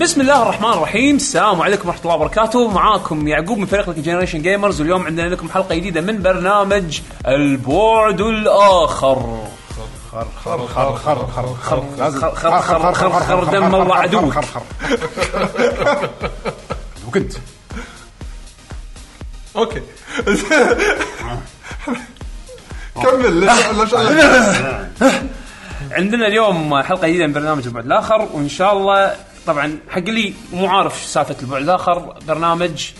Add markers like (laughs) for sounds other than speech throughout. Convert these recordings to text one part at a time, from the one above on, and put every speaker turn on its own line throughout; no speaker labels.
بسم الله الرحمن الرحيم السلام عليكم ورحمه الله وبركاته معاكم يعقوب من فريق جنريشن جيمرز واليوم عندنا لكم حلقه جديده من برنامج البورد الاخر
خر خر خر خر خر لازم.
خر- خر- خر- خر- خر- خر- دم الله عدوك.
خر- خر- خر. وكنت
اوكي كمل ليش ليش
عندنا اليوم حلقه جديده من برنامج البعد الاخر وان شاء الله طبعا حق اللي مو عارف شو سالفه البعد الاخر برنامج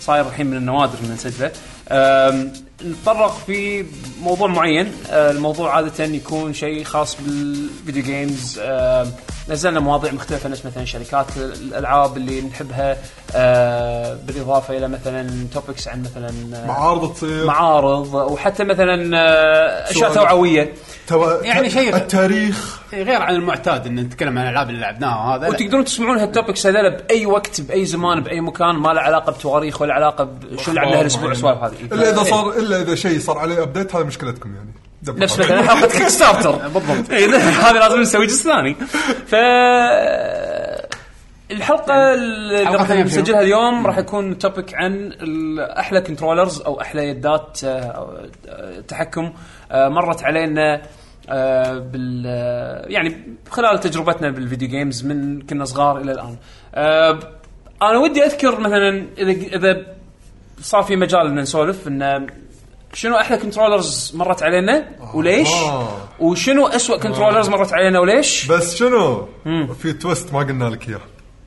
صاير الحين من النوادر من نسجله أم، نتطرق في موضوع معين أه، الموضوع عاده يكون شيء خاص بالفيديو جيمز أم، نزلنا مواضيع مختلفه نفس مثلا شركات الالعاب اللي نحبها أه، بالاضافه الى مثلا توبكس عن مثلا أه،
معارض تصير
معارض وحتى مثلا أه، اشياء
سوالف.
توعويه
تو-
يعني شيء-
التاريخ
غير عن المعتاد ان نتكلم عن الالعاب اللي لعبناها وهذا لا.
وتقدرون تسمعون هالتوبكس هذول باي وقت باي زمان باي مكان ما له علاقه بتواريخ ولا علاقه بشو اللي عندنا هالاسبوع السوالف هذه
الا اذا صار الا اذا شيء صار عليه ابديت هذه مشكلتكم يعني دبر
نفس
بالك.
مثلا حلقه كيك
(laughs) إيه،
ستارتر بالضبط إيه، هذه لازم نسوي جزء ثاني ف الحلقه اللي
يعني حلقة
راح
ثانية بشنو؟
نسجلها اليوم راح يكون توبك عن ال- احلى كنترولرز او احلى يدات آه، أو- آه، تحكم آه، مرت علينا آه، بال آه، يعني خلال تجربتنا بالفيديو جيمز من كنا صغار الى الان آه، انا ودي اذكر مثلا اذا اذا صار في مجال ان نسولف ان شنو احلى كنترولرز مرت علينا وليش
آه.
وشنو اسوء كنترولرز مرت علينا وليش
بس شنو في تويست ما قلنا لك اياه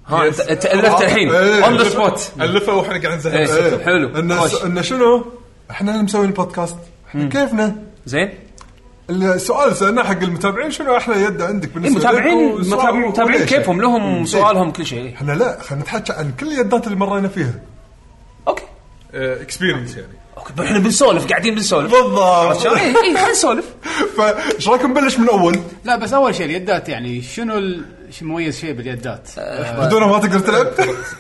ها انت أنت الفت الحين
إيه.
اون ذا سبوت
الفه واحنا قاعدين
إيه.
نزهق
طيب، حلو.
ان
خوش.
ان شنو احنا اللي مسويين البودكاست احنا كيفنا
زين
السؤال اللي سالناه حق المتابعين شنو احلى يد عندك
إيه،
بالنسبه
متابعين
لك وسؤال-
متابعين متابعين
وليش؟
كيفهم لهم سؤالهم كل شيء إيه.
احنا لا خلينا نتحكى عن كل اليدات اللي مرينا فيها
اوكي
اكسبيرينس يعني
اوكي احنا بنسولف
(laughs)
قاعدين بنسولف
بالضبط
اي اي خلينا نسولف
فايش رايك نبلش من اول
لا بس اول شيء اليدات يعني شنو ال- شو مميز شيء باليدات؟
بدون ما تقدر تلعب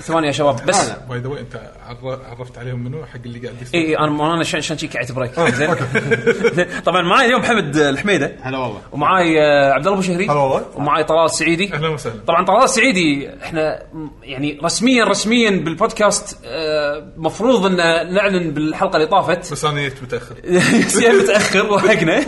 ثواني يا شباب بس
آه.
إيه،
لا.
باي ذا واي انت عر- عرفت عليهم منو حق اللي قاعد
اي
يسمع
اي انا انا عشان شي قاعد بريك
آه،
زين (laughs) طبعا معي اليوم حمد الحميده
هلا والله
ومعاي آه، عبد الله ابو شهري
هلا والله.
ومعاي طلال السعيدي
اهلا وسهلا
طبعا طلال السعيدي احنا م- يعني رسميا رسميا بالبودكاست آه، مفروض ان نعلن بالحلقه اللي طافت
بس انا جيت متاخر
بس (laughs) يا متاخر ضحكنا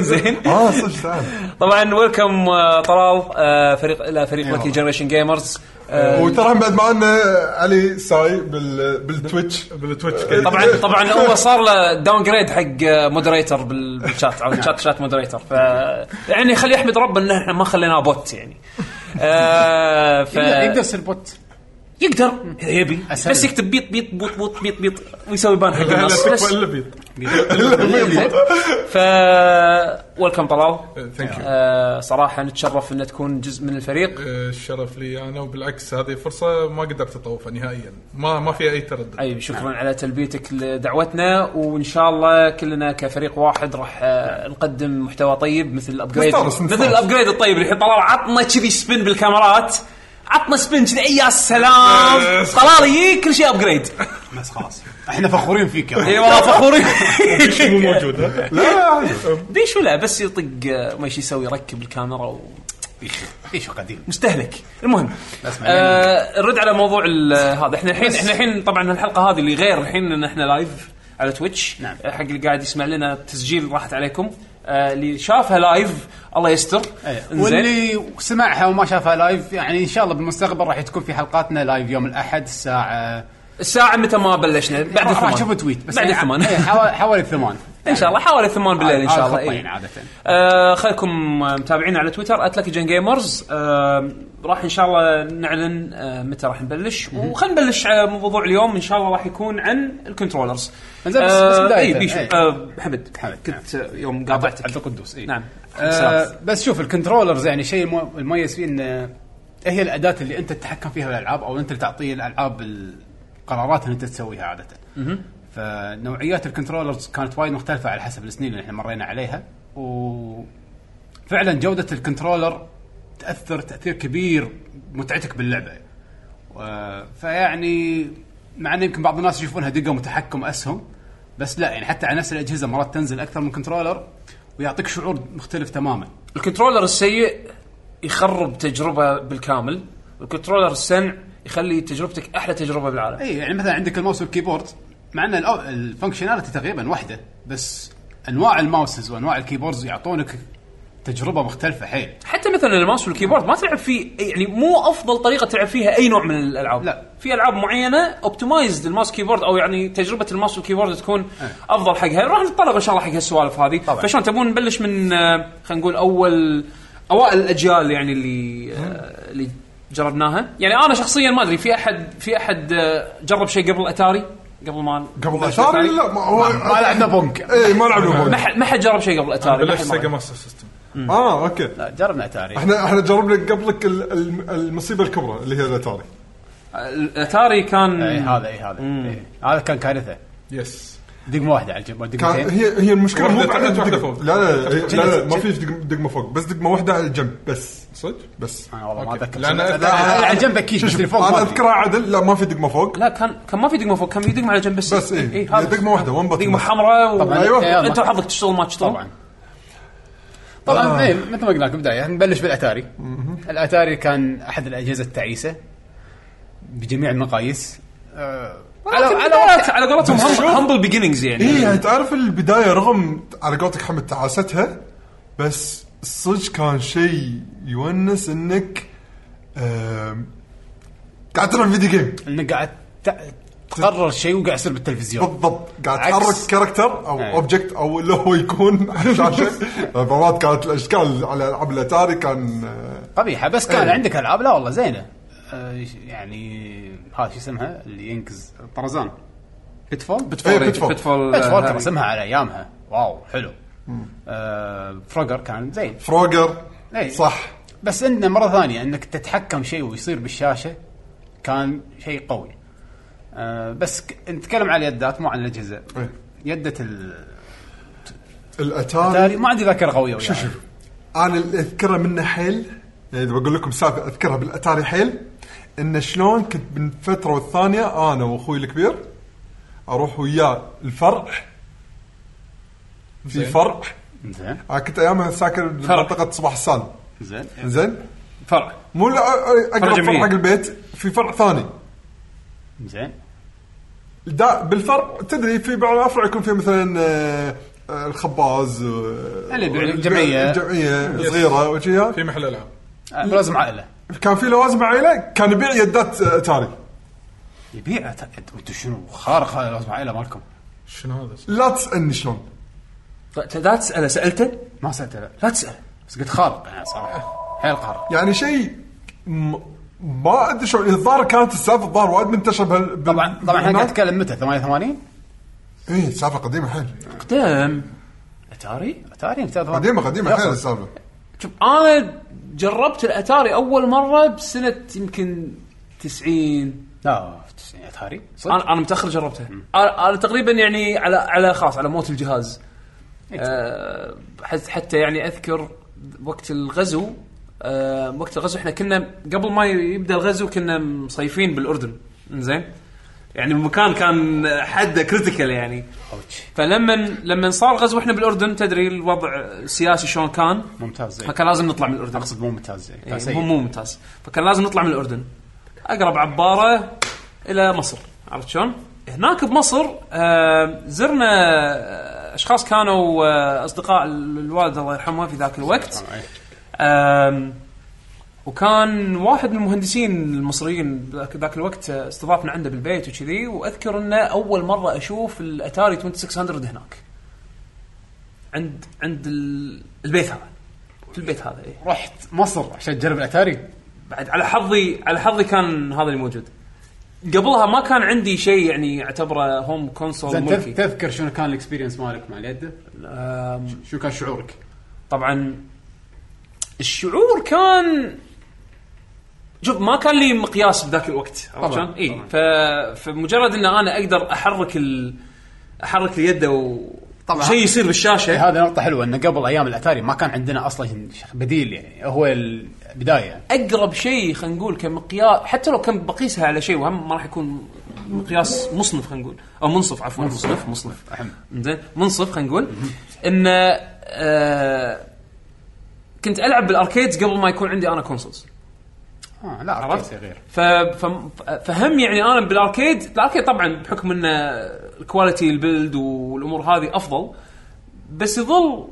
زين
آه،
اه صدق تعال
طبعا ويلكم آه، طلال آه، فريق الى فريق لكي جنريشن جيمرز آه.
آه،
وترى بعد معنا علي ساي بال بالتويتش
بالتويتش
طبعا طبعا هو صار له داون جريد حق آه، مودريتر بالشات او شات شات مودريتر ف يعني خلي يحمد ربه ان احنا ما خليناه بوت يعني آه، ف...
يقدر يقدر يصير بوت
يقدر اذا يبي
أسهل.
بس يكتب بيط بيط بوط بوط بيط بيط ويسوي بان حق
هلا
الناس
تكفى
بس
الا بيض
ف ويلكم طلال
ثانك يو
آه، صراحه نتشرف ان تكون جزء من الفريق
إيه، الشرف لي انا وبالعكس هذه فرصه ما قدرت اطوفها نهائيا ما ما فيها اي تردد
اي شكرا طيب، على تلبيتك لدعوتنا وان شاء الله كلنا كفريق واحد راح آه، نقدم محتوى طيب مثل الابجريد
نستانس-
مثل
نستانس.
الابجريد الطيب اللي الحين طلال عطنا كذي سبين بالكاميرات عطنا سبين كذي اي يا سلام طلال يجيك كل شيء
(laughs)
ابجريد
بس خلاص احنا فخورين فيك يا
اي
رجل.
والله فخورين
مو
(laughs)
موجود ها؟
لا
ليش ولا بس يطق آه، ما ايش يسوي يركب الكاميرا و...
إيش- ايش قديم
مستهلك المهم
بس بعدين-
آه الرد على موضوع ال- هذا احنا الحين احنا الحين طبعا الحلقه هذه اللي غير الحين ان احنا لايف على تويتش
نعم.
آه، حق اللي قاعد يسمع لنا التسجيل راحت عليكم آه اللي شافها لايف الله يستر
إيه.
انزين
واللي سمعها وما شافها لايف يعني ان شاء الله بالمستقبل راح تكون في حلقاتنا لايف يوم الاحد الساعه
الساعه متى ما بلشنا بعد
راح- راح تشوفوا
الثمان
تويت بس
بعد
يعني
الثمان.
إيه، حوالي- حوالي الثمان
ان شاء الله حوالي 8 بالليل ان شاء الله
إيه.
إيه.
عاده
آه خليكم متابعينا على تويتر @luckygengamers جيمرز آه راح ان شاء الله نعلن آه متى راح نبلش وخلينا نبلش على موضوع اليوم ان شاء الله راح يكون عن الكنترولرز
إنزين، بس- بس بداية.
اي بيشو
إيه.
آه محمد
حمد،
كنت آه، يوم قاطعتك
عبد القدوس إيه.
نعم
آه بس شوف الكنترولرز يعني الشيء المو- المميز فيه انه هي الاداه اللي انت تتحكم فيها بالالعاب او انت اللي تعطي الالعاب القرارات اللي انت تسويها عاده. فنوعيات الكنترولرز كانت وايد مختلفه على حسب السنين اللي احنا مرينا عليها وفعلا جوده الكنترولر تاثر تاثير كبير متعتك باللعبه. و- فيعني مع ان يمكن بعض الناس يشوفونها دقه وتحكم اسهم بس لا يعني حتى على نفس الاجهزه مرات تنزل اكثر من كنترولر ويعطيك شعور مختلف تماما.
الكنترولر السيء يخرب تجربه بالكامل الكنترولر السنع يخلي تجربتك احلى تجربه بالعالم
اي يعني مثلا عندك الماوس والكيبورد مع ان الأو- الفانكشناليتي تقريبا واحده بس انواع الماوسز وانواع الكيبوردز يعطونك تجربه مختلفه حيل
حتى مثلا الماوس والكيبورد ما تلعب فيه يعني مو افضل طريقه تلعب فيها اي نوع من الالعاب
لا.
في العاب معينه اوبتمايزد الماوس كيبورد او يعني تجربه الماوس والكيبورد تكون افضل حقها راح نتطرق ان شاء الله حق هالسوالف هذه
إيه. طبعاً.
فشلون تبون نبلش من آه، خلينا نقول اول اوائل الاجيال يعني اللي آه، اللي جربناها يعني انا شخصيا ما ادري في احد في احد آه، جرب شيء قبل اتاري قبل ما
قبل اشاري لا ما هو
ما لعبنا بونك
اي ما لعبنا
ما
بونك
حد ما حد جرب شيء قبل اتاري ما حد
بلش
ما
سيجا
جرب.
ماستر سيستم
اه اوكي
لا، جربنا اتاري
احنا احنا جربنا قبلك ال- ال- المصيبه الكبرى اللي هي الاتاري
الاتاري كان
اي إيه، هذا اي هذا إي. هذا كان كارثه
يس
دقمه واحده على الجبل
كان
دقمتين
هي هي المشكله مو
واحدة
بعد
تحت واحدة
الدقمة.
فوق.
لا لا لا, لا, لا ما
جد-
في دقم- دقمه فوق بس دقمه واحده على الجنب بس
صدق؟
بس
انا آه، والله ما
أوكي.
اذكر
لأن-
شنو.
لا،
أنا على جنبك كيش بس اللي فوق
انا
ما في.
اذكرها عدل لا ما في دقمه فوق
لا كان كان ما في دقمه فوق كان في دقمه على جنب بس
بس إيه.
هذا
دقمة واحدة، one button
دقمه
بس.
حمراء و...
طبعاً.
ايوه
أيوة.
انت وحظك تشتغل ما تشتغل
طبعا طبعا
آه.
اي إيه، مثل ما قلنا لك بالبدايه نبلش بالاتاري الاتاري كان احد الاجهزه التعيسه بجميع المقاييس آه، على على وقت
على قولتهم همبل بيجننجز يعني
إيه،
اي يعني تعرف البدايه رغم على قولتك حمد تعاستها بس الصج كان شيء يونس انك آم، قاعد تلعب فيديو جيم
انك قاعد ت- تقرر شيء وقاعد يصير بالتلفزيون
بالضبط قاعد
عكس- إيه.
تحرك كاركتر او
أي.
اوبجكت او اللي هو يكون
(laughs)
على الشاشه مرات كانت الاشكال على العاب الاتاري كان آه،
قبيحه بس كان
إيه.
عندك العاب لا والله زينه آه، يعني هذا شو اسمها اللي ينقز طرزان بيتفول
إيه، بيتفول.
بيتفول
بيتفول ترى اسمها على ايامها واو حلو آه فروجر كان زين
فروجر
إي.
صح
بس انه مره ثانيه انك تتحكم شيء ويصير بالشاشه كان شيء قوي آه بس ك- نتكلم عن اليدات مو عن الاجهزه
إيه.
يدة ال-
الاتاري
التالي ما عندي ذاكره قويه وياها
شوف شوف انا اللي اذكره منه حيل يعني اذا بقول لكم سالفه اذكرها بالاتاري حيل ان شلون كنت من فتره والثانيه انا واخوي الكبير اروح وياه الفرع في
زين.
فرع
زين
انا كنت ايامها ساكن بمنطقه صباح السالم
زين
زين
فرع
مو لا- اقرب فرع
جميل.
حق البيت في فرع ثاني
زين
دا بالفرع تدري في بعض الافرع يكون فيها مثلا آه، آه، الخباز آه،
اللي يبيع لك جمعية.
جمعيه صغيره وشيها
في محل العاب
آه، لازم عائله
كان في لوازم عائله كان يبيع يدات آه، اتاري
يبيع أت- أت- انتم شنو خارق هذا لازم عائله مالكم
شنو هذا؟
لا تسالني شلون
لا تساله سالته
ما سالت لا
لا تسال
بس قلت خارق يعني صراحه حيل خارق
يعني شيء م- ما ادري شلون الظاهر كانت السالفه الظاهر وايد منتشر بهال بال-
طبعا طبعا احنا
بالهناك.
قاعد نتكلم متى 88
ايه سالفه قديمه حيل
قدام اتاري
اتاري متى 88
قديمه قديمه حيل
يخرب.
السالفه
شوف انا جربت الاتاري اول مره بسنه يمكن 90
لا 90 اتاري صدق
انا انا متاخر جربتها انا أنا تقريبا يعني على على خلاص على موت الجهاز آه، حت- حتى يعني اذكر وقت الغزو آه، وقت الغزو احنا كنا قبل ما يبدا الغزو كنا مصيفين بالاردن زين يعني المكان كان حده كريتيكال يعني
اوتش
فلما لما صار غزو احنا بالاردن تدري الوضع السياسي شلون كان
ممتاز زين
فكان لازم نطلع من الاردن
اقصد مو ممتاز زين كان
يعني
سيء.
مو مو ممتاز فكان لازم نطلع من الاردن اقرب عباره الى مصر عرفت شلون؟ هناك بمصر آه، زرنا آه، اشخاص كانوا آه، اصدقاء ال- الوالد الله يرحمه في ذاك الوقت
طبعاً، إيه.
آم، وكان واحد من المهندسين المصريين ذاك ذاك الوقت آه، استضافنا عنده بالبيت وكذي واذكر انه اول مره اشوف الاتاري 2600 هناك عند عند ال- البيت هذا في البيت هذا إيه.
رحت مصر عشان تجرب الاتاري
بعد على حظي على حظي كان هذا اللي موجود قبلها ما كان عندي شيء يعني اعتبره هوم كونسول
زين تذ-
ملكي
تذكر شنو كان الاكسبيرينس مالك مع اليد
أم،
شنو كان شعورك
طبعا الشعور كان شوف ما كان لي مقياس بذاك الوقت عرفت
طبعاً،
شلون؟ اي
طبعاً.
ف- فمجرد ان انا اقدر احرك ال... احرك اليد و
طبعاً.
شيء يصير بالشاشه
هذا إيه، نقطة حلوة انه قبل ايام الاتاري ما كان عندنا اصلا بديل يعني هو البداية
اقرب شيء خلينا نقول كمقياس حتى لو كان بقيسها على شيء وهم ما راح يكون مقياس مصنف خلينا نقول او منصف عفوا مصنف مصنف
أهم.
زين منصف خلينا نقول ان آه كنت العب بالاركيدز قبل ما يكون عندي انا كونسولز
آه لا
عرفت؟
عرفت غير
ف... ف... فهم يعني انا بالاركيد الاركيد طبعا بحكم ان الكواليتي البيلد والامور هذه افضل بس يظل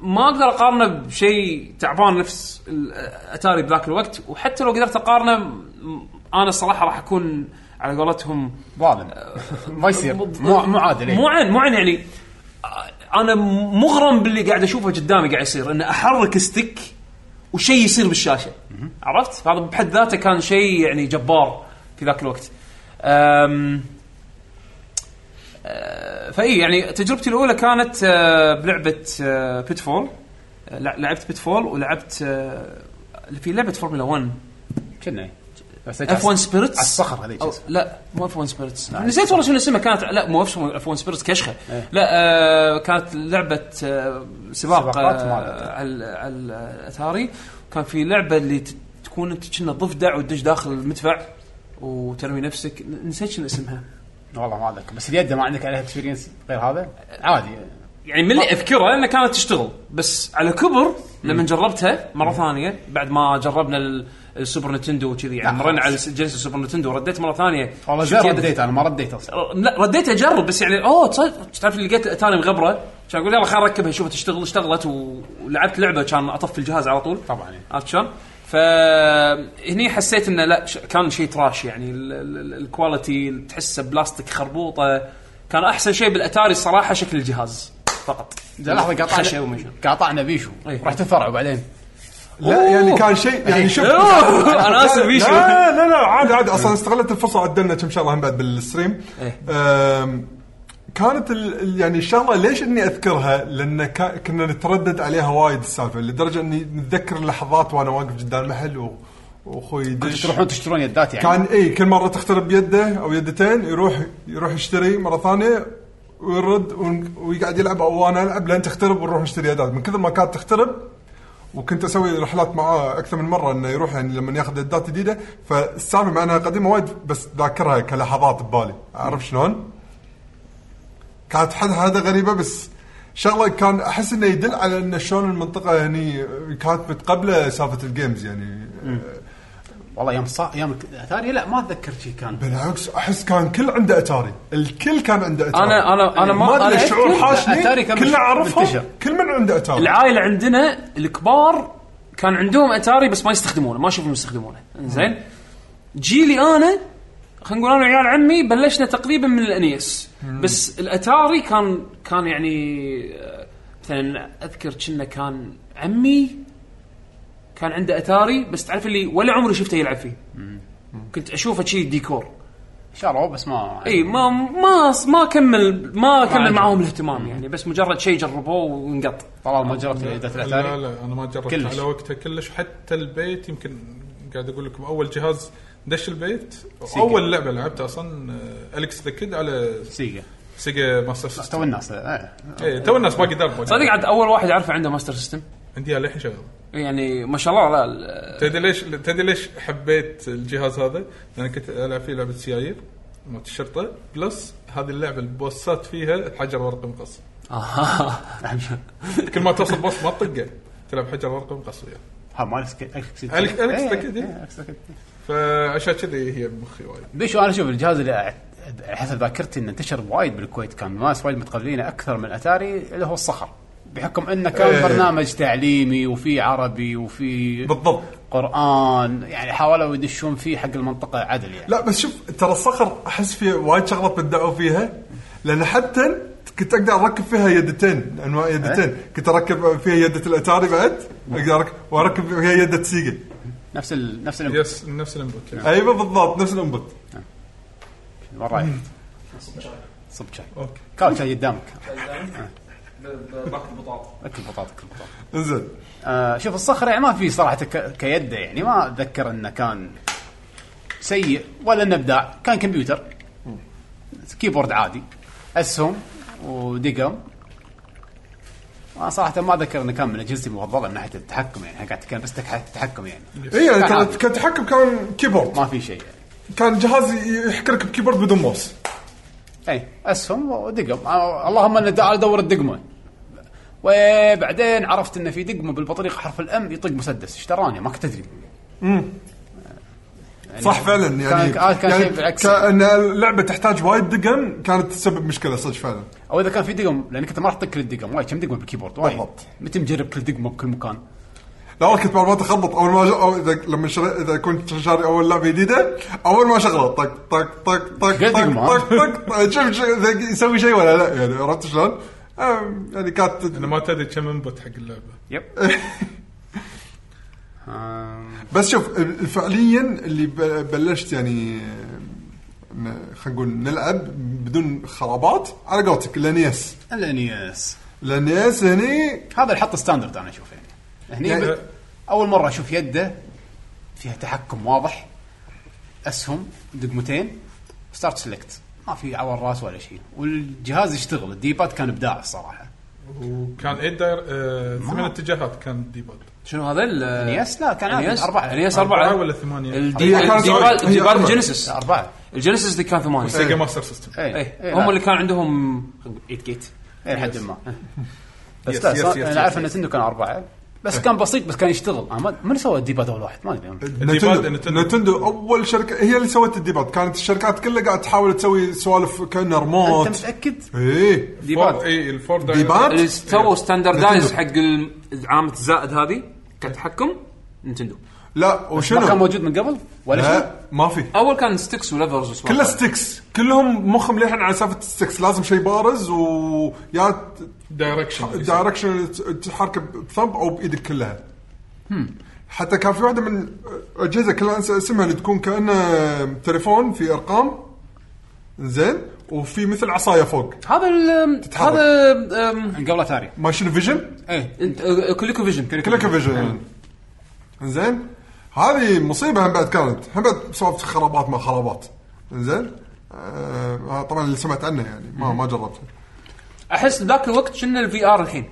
ما اقدر اقارنه بشيء تعبان نفس الاتاري بذاك الوقت وحتى لو قدرت اقارنه م- انا الصراحه راح اكون على قولتهم
ظالم ما يصير مو مو عادل
مو
إيه.
عن مو عن يعني آه، انا مغرم باللي قاعد اشوفه قدامي قاعد يصير ان احرك ستيك وشيء يصير بالشاشه عرفت؟ هذا بحد ذاته كان شيء يعني جبار في ذاك الوقت. أم آه، فاي يعني تجربتي الاولى كانت آه، بلعبه بيتفول لعبت بيتفول ولعبت آه، اللي في لعبه فورمولا 1
كنا إيه. بس
اف 1 سبيرتس
على الصخر هذيك
أو
نعم. اسمها.
لا مو اف 1 سبيرتس نسيت والله شنو اسمها كانت لا مو اف 1 سبيرتس كشخه
إيه.
لا آه كانت لعبه آه سباق
سباقات
آه
مالت.
على على الاتاري كان في لعبه اللي ت- تكون انت كنا ضفدع وتدش داخل المدفع وترمي نفسك ن- نسيت شنو اسمها
والله ما اذكر بس اليد ما عندك عليها اكسبيرينس غير هذا عادي
يعني من اللي اذكره انها كانت تشتغل بس على كبر لما جربتها مره ثانيه بعد ما جربنا ال- السوبر نتندو وكذي يعني
لا،
مرينا على
خلاص.
جلسه السوبر نتندو رديت مره ثانيه
والله
شفت
زين
يد-
رديت انا ما رديت اصلا
لا رديت اجرب بس يعني اوه تصدق تعرف اللي لقيت الاتاري مغبره كان اقول يلا خل اركبها شوف تشتغل اشتغلت و- ولعبت لعبه كان اطفي الجهاز على طول
طبعاً، إيه.
عرفت شلون؟ فهني حسيت انه لا ش- كان شيء تراش يعني ال- ال- ال- الكواليتي تحسه بلاستيك خربوطه كان احسن شيء بالاتاري الصراحه شكل الجهاز فقط
لحظه
خشب وما
قاطعنا
شنو.
قاطعنا بيشو
إيه.
رحت الفرع وبعدين
لا يعني كان شيء يعني شوف
أوه، انا اسف بيشو
لا لا لا عادي عادي اصلا استغلت الفرصه وعدلنا كم شغله هم بعد بالستريم أم، كانت ال- ال- يعني الشغله ليش اني اذكرها؟ لان كا- كنا نتردد عليها وايد السالفه لدرجه اني نتذكر اللحظات وانا واقف قدام المحل و- واخوي يدش
تروحون تشترون يدات يعني
كان اي كل مره تخترب بيده او يدتين يروح يروح يشتري مره ثانيه ويرد ون- ويقعد يلعب او انا العب لين تخترب ونروح نشتري يدات من كثر ما كانت تخترب وكنت اسوي رحلات معاه اكثر من مره انه يروح يعني لما ياخذ يدات جديده فالسالفه مع انها قديمه وايد بس ذاكرها كلحظات ببالي عارف شلون؟ كانت حد هذا غريبه بس شغله كان احس انه يدل على ان شلون المنطقه هني كانت متقبله سالفه الجيمز يعني
والله يوم صا يوم الاتاري لا ما اتذكر شيء كان
بالعكس احس كان كل عنده اتاري الكل كان عنده اتاري
أنا- أنا- أنا ما-
ما
أنا
ادري الشعور
أذكر
الأتاري
حاشني
كان
كلنا
مش-
اعرفهم
منتشر.
كل من عنده اتاري
العائله عندنا الكبار كان عندهم اتاري بس ما يستخدمونه ما شفهم يستخدمونه زين جيلي انا خلينا نقول انا وعيال عمي بلشنا تقريبا من الانيس بس الاتاري كان كان يعني آه، مثلا اذكر كنا كان عمي كان عنده اتاري بس تعرف اللي ولا عمري شفته يلعب فيه كنت اشوفه شي ديكور
شروا بس ما يعني
اي إيه، ما ما ما كمل ما كمل
عجب.
معاهم الاهتمام يعني بس مجرد شيء جربوه وانقط
طلال ما جربت يدات
لا
الاتاري
لا انا ما جربت
كلش.
على وقتها كلش حتى البيت يمكن قاعد اقول لكم اول جهاز دش البيت اول لعبه لعبتها آه، اصلا الكس ذا كيد على
سيجا
سيجا ماستر سيستم
تو الناس لا، إيه.
إيه، تو الناس باقي درب
صدق عاد اول واحد اعرفه عنده ماستر سيستم
عندي للحين شغال
يعني ما شاء الله لا ال-
تدري ليش تدري ليش حبيت الجهاز هذا؟ لان كنت العب فيه لعبه سيايير مالت الشرطه بلس هذه اللعبه البوسات فيها حجر ورق مقص (laughs)
آه.
كل ما توصل بوس ما تطقه تلعب حجر ورق مقص وياه
ها مال الكس
ألك- ألكس تأكد، إيه.
تأكد.
فعشان كذي هي بمخي وايد
بيشو انا شوف الجهاز اللي أعت- حسب ذاكرتي انه انتشر وايد بالكويت كان ناس وايد متقبلينه اكثر من الاتاري اللي هو الصخر بحكم انه كان
إيه.
برنامج تعليمي وفي عربي وفي
بالضبط
قران يعني حاولوا يدشون فيه حق المنطقه عدل يعني
لا بس شوف ترى الصخر احس فيه وايد شغلات بدعوا فيها لان حتى كنت اقدر اركب فيها يدتين انواع يدتين
إيه.
كنت اركب فيها يده الاتاري بعد اقدر أرك- واركب فيها يده سيجا
نفس ال... نفس ال...
يس نفس الانبوت يعني.
ايوه بالضبط نفس الانبوت
وين رايح؟ صب شاي
اوكي
كاو شاي قدامك آه.
باكل بطاطا
اكل بطاطا اكل بطاطا
انزين
آه شوف الصخر يعني ما في صراحه ك... كيده يعني ما اتذكر انه كان سيء ولا انه ابداع كان كمبيوتر كيبورد عادي اسهم ودقم انا صراحه ما اذكر انه كان من اجهزتي المفضله من ناحيه التحكم يعني قاعد كان بس تك- تحكم يعني
اي يعني
نعم.
كان
ترى
عادي.
كتحكم كان كيبورد
ما في شيء يعني
كان جهاز يحكرك بكيبورد بدون موس
اي اسهم إيه، ودقم آه، اللهم اني دا- ادور الدقمه وبعدين عرفت ان في دقمه بالبطريق حرف الام يطق مسدس اشتراني ما كنت ادري يعني
صح فعلا يعني
كان, كان
يعني
شيء بالعكس
كان اللعبه تحتاج وايد دقم كانت تسبب مشكله صدق فعلا
او اذا كان في دقم لانك انت ما راح تطق كل الدقم وايد كم دقمه بالكيبورد وايد
بالضبط.
متى مجرب كل دقمه بكل مكان
لا والله كنت مرات اخبط اول ما أو اذا لما شر... اذا كنت شاري اول لعبه جديده اول ما شغله طق طق طق طق
قد
طق
يقمع.
طق طق طق (laughs) شوف شو- إذا يسوي شيء ولا لا يعني عرفت شلون؟ آم، يعني كانت
انا ما تدري كم انبت حق اللعبه
يب
آم،
بس شوف ال- فعليا اللي ب- بلشت يعني ن- خلينا نقول نلعب بدون خرابات على قولتك لانيس
الانيس
لانيس هني
هذا الحط ستاندرد انا اشوف يعني هني
يعني-
يعني اول مره اشوف يده فيها تحكم واضح اسهم دقمتين ستارت سلكت ما في عور راس ولا شيء والجهاز يشتغل الديبات كان ابداع الصراحه
وكان عيد داير آه ثمان اتجاهات كان الديباد
شنو هذا ال
NES لا، كان عادي،
NES
أربعة.
NES
أربعة
أربعة
ولا ثمانية؟
الدي-
هي كانت
الديبال
أربعة. هي
الديبال
أربعة.
جينيسيس
اربعه
الجينيسيس اللي كان ثمانية
سيجا ماستر سيستم
ايه
اي اي
هم
لا.
اللي كان عندهم ايت جيت
الى إيه، حد ما بس
يس،
لا
يس،
صار-
يس،
انا عارف ان
يس.
نتندو كان اربعه بس كان بسيط بس كان يشتغل أنا ما من سوى الديباد اول واحد ما ادري
الديباد،
نتندو
نتندو.
نتندو اول شركه هي اللي سوت الديباد كانت الشركات كلها قاعد تحاول تسوي سوالف كانها
انت
ريموت
متاكد؟
ايه
فور-
ديباد
اي الفور داير-
ديباد؟
اللي سووا ستاندردايز
نتندو.
حق العامة الزائد هذه كتحكم نتندو
لا
ما كان
وشنو؟
موجود من قبل ولا شيء؟
لا ما في
اول كان ستكس وليفرز وسوالف.
كلها ستيكس كلهم مخهم للحين على سالفه ستيكس لازم شيء بارز ويا
دايركشن
دايركشن تحركه بثمب او بايدك كلها حتى كان في واحده من الاجهزه كلها انسى اسمها اللي تكون كانها تليفون في ارقام زين وفي مثل عصايه فوق
هذا ال-
تتحرك.
هذا آه،
من قبل اتاري
ما شنو فيجن
إيه.
ايه
كليكو فيجن
كلها كفيجن زين هذه مصيبه هم بعد كانت هم بعد سوالف خرابات ما خرابات زين آه طبعا اللي سمعت عنه يعني ما ما جربته
احس ذاك الوقت شنو الفي ار الحين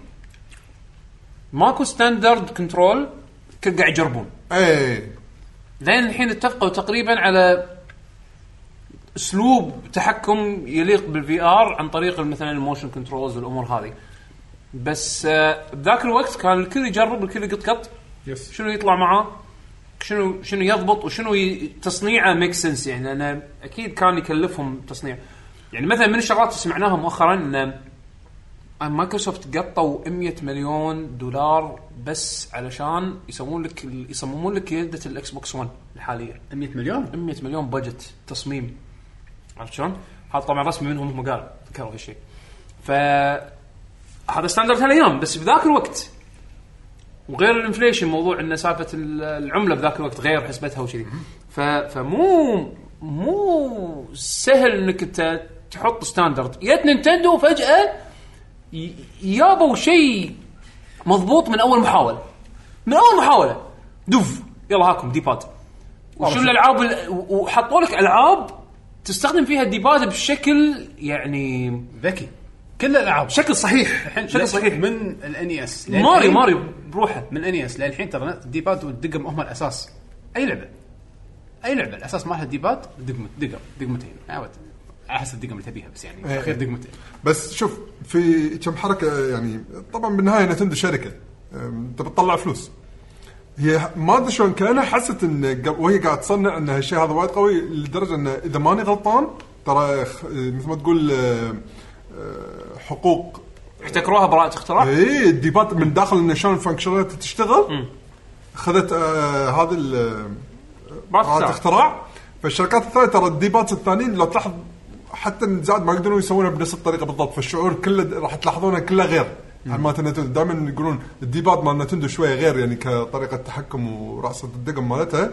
ماكو ستاندرد كنترول كل قاعد يجربون
اي
لين الحين اتفقوا تقريبا على اسلوب تحكم يليق بالفي ار عن طريق مثلا الموشن كنترولز والامور هذه بس آه، بذاك الوقت كان الكل يجرب الكل يقط قط
يس
شنو يطلع معاه شنو شنو يضبط وشنو ي- تصنيعه ميك سنس يعني لان اكيد كان يكلفهم تصنيع يعني مثلا من الشغلات اللي سمعناها مؤخرا ان مايكروسوفت قطوا 100 مليون دولار بس علشان يسوون لك ال- يصممون لك يده الاكس بوكس 1 الحاليه
100 مليون
100 مليون بجت تصميم عرفت شلون؟ هذا طبعا رسمي منهم هم قالوا ذكروا هالشيء. ف هذا ستاندرد هالايام بس بذاك الوقت وغير الانفليشن موضوع ان سالفه ال- العمله بذاك الوقت غير حسبتها وكذي ف... فمو مو سهل انك انت تحط ستاندرد جت نينتندو فجاه ي- يابوا شيء مضبوط من اول محاوله من اول محاوله دف يلا هاكم ديباد وشو الالعاب ال- و- وحطوا لك العاب تستخدم فيها الديباد بشكل يعني
ذكي كل الالعاب
شكل صحيح
الحين
شكل
شكل
صحيح
من الان اس
ماريو ماريو بروحه
من E الان اس للحين ترى الديباد والدقم هم الاساس اي لعبه اي لعبه الاساس مالها الديباد دقم دقم دقمتين عود على حسب الدقم اللي تبيها بس يعني
إيه.
اخير دقمتين
بس شوف في كم حركه يعني طبعا بالنهايه نتندو شركه أم، تبي تطلع فلوس هي ح- ما ادري شلون كانها حست ان قب- وهي قاعد تصنع ان هالشيء هذا وايد قوي لدرجه ان اذا ماني غلطان ترى خ- مثل ما تقول أه، أه، حقوق
احتكروها براءة اختراع
اي الديبات من إيه، داخل انه شلون الفانكشناليتي تشتغل خذت آه هذا ال-
براءة
هذا
اختراع
اختراع فالشركات الثانيه ترى الديبات الثانيين لو تلاحظ حتى الزاد ما يقدرون يسوونها بنفس الطريقه بالضبط فالشعور كله راح تلاحظونه كله غير يعني عن مالت نتندو دائما يقولون الديبات مال نتندو شويه غير يعني كطريقه تحكم وراس الدقم مالتها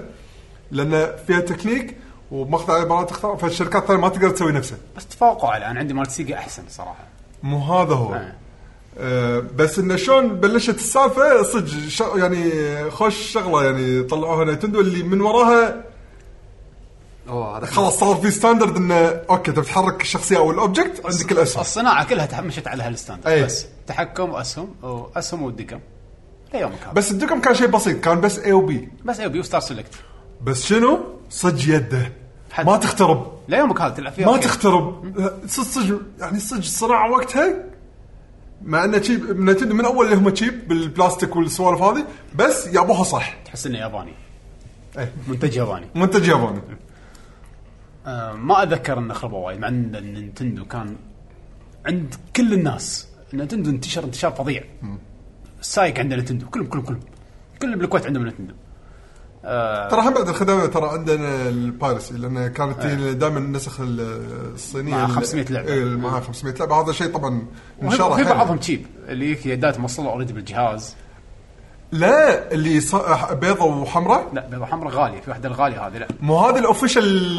لان فيها تكنيك وماخذ على براءة اختراع فالشركات الثانيه ما تقدر تسوي نفسها
بس تفوقوا على انا عندي مالت سيجا احسن صراحه
مو هذا هو
آه.
آه، بس انه شلون بلشت السالفه صدق ش- يعني خوش شغله يعني طلعوها نتندو اللي من وراها
اوه هذا
خلاص صار في ستاندرد انه اوكي تبي تحرك الشخصيه او الاوبجكت عندك الاسهم
الصناعه كلها تح- مشت على هالستاندرد
أي.
بس تحكم واسهم واسهم والدقم ليومك هذا
بس الدكم كان شيء بسيط كان بس اي وبي
بس اي بي وستار سيلكت
بس شنو؟ صج يده ما تخترب
ليومك هذا تلعب فيها
ما
أوكي.
تخترب صج صج يعني صج الصناعه وقتها مع انه تشيب نتندو من اول اللي هم تشيب بالبلاستيك والسوالف هذه بس يابوها صح
تحس انه ياباني
إيه.
منتج ياباني
منتج ياباني
آه، ما اتذكر انه خربوا وايد مع ان النينتندو كان عند كل الناس النينتندو انتشر انتشار فظيع السايق عنده نينتندو كلهم كلهم كلهم كل اللي بالكويت عندهم نينتندو آه
ترى هم بعد الخدمه ترى عندنا البايرسي لان كانت دائما النسخ ال- الصينيه
مع
ال-
500 لعبة.
إيه، مع 500 لعبه هذا شيء طبعا انشرح يعني.
وفي
حيل.
بعضهم تشيب اللي هيك يدات موصله اوريدي بالجهاز
لا اللي ص- بيضه وحمراء
لا بيضة حمراء غاليه في واحده الغاليه هذه لا
مو هذه
هذا
الاوفيشال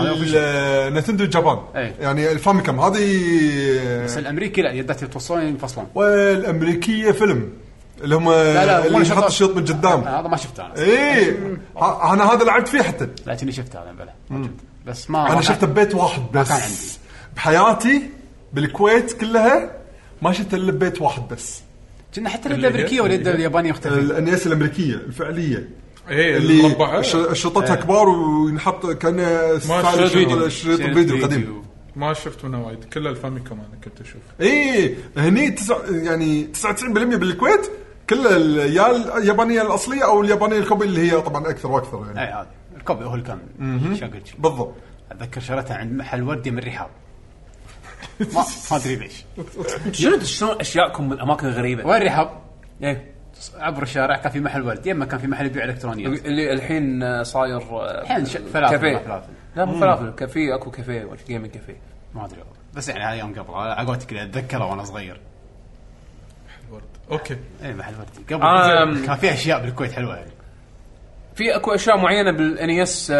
نتندو جابان
إيه.
يعني الفاميكم هذه إيه.
بس الامريكي لا يدات يتوصلون ينفصلون
والامريكيه فيلم اللي هم
لا، مو
اللي يحط
نشاطات.
الشوط من قدام إيه.
آه، هذا ما شفته انا
اي انا هذا لعبت فيه حتى
لكني شفته هذا بلا موجود. بس ما
انا
ما-
شفته ببيت واحد
ما
بس
كان عندي.
بحياتي بالكويت كلها ما شفته الا ببيت واحد بس
كنا حتى اليد الامريكيه واليد اليابانيه مختلفين
الانيس الامريكيه الفعليه
ايه
اللي
المربعه
ش- شطتها كبار وينحط كان
شريط فيديو.
شريط الفيديو القديم
ما شفت منها وايد كل الفاميكوم انا كنت اشوف
اي إيه. هني تسع يعني 99% بالكويت كلها ال- يا اليابانيه الاصليه او اليابانيه الكوبي اللي هي طبعا اكثر واكثر يعني
اي هذا إيه، الكوبي هو اللي كان شاقج
بالضبط
اتذكر شريتها عند محل وردي من رحاب ما ما ادري ليش
شنو شلون اشياءكم من اماكن غريبه؟
وين رحاب؟
ايه
عبر الشارع كان في محل ورد يما كان في محل يبيع الكترونيات
اللي الحين آه، صاير آه،
الحين ش- فلافل، ما فلافل.
لا مو فلافل كافيه اكو كافيه ولا جيمنج كافيه
ما ادري والله. بس يعني هذا يوم قبل عقوتك اتذكره وانا صغير
الورد اوكي
اي محل وردي قبل
آم.
كان في اشياء بالكويت حلوه يعني
في اكو اشياء معينه بالان اس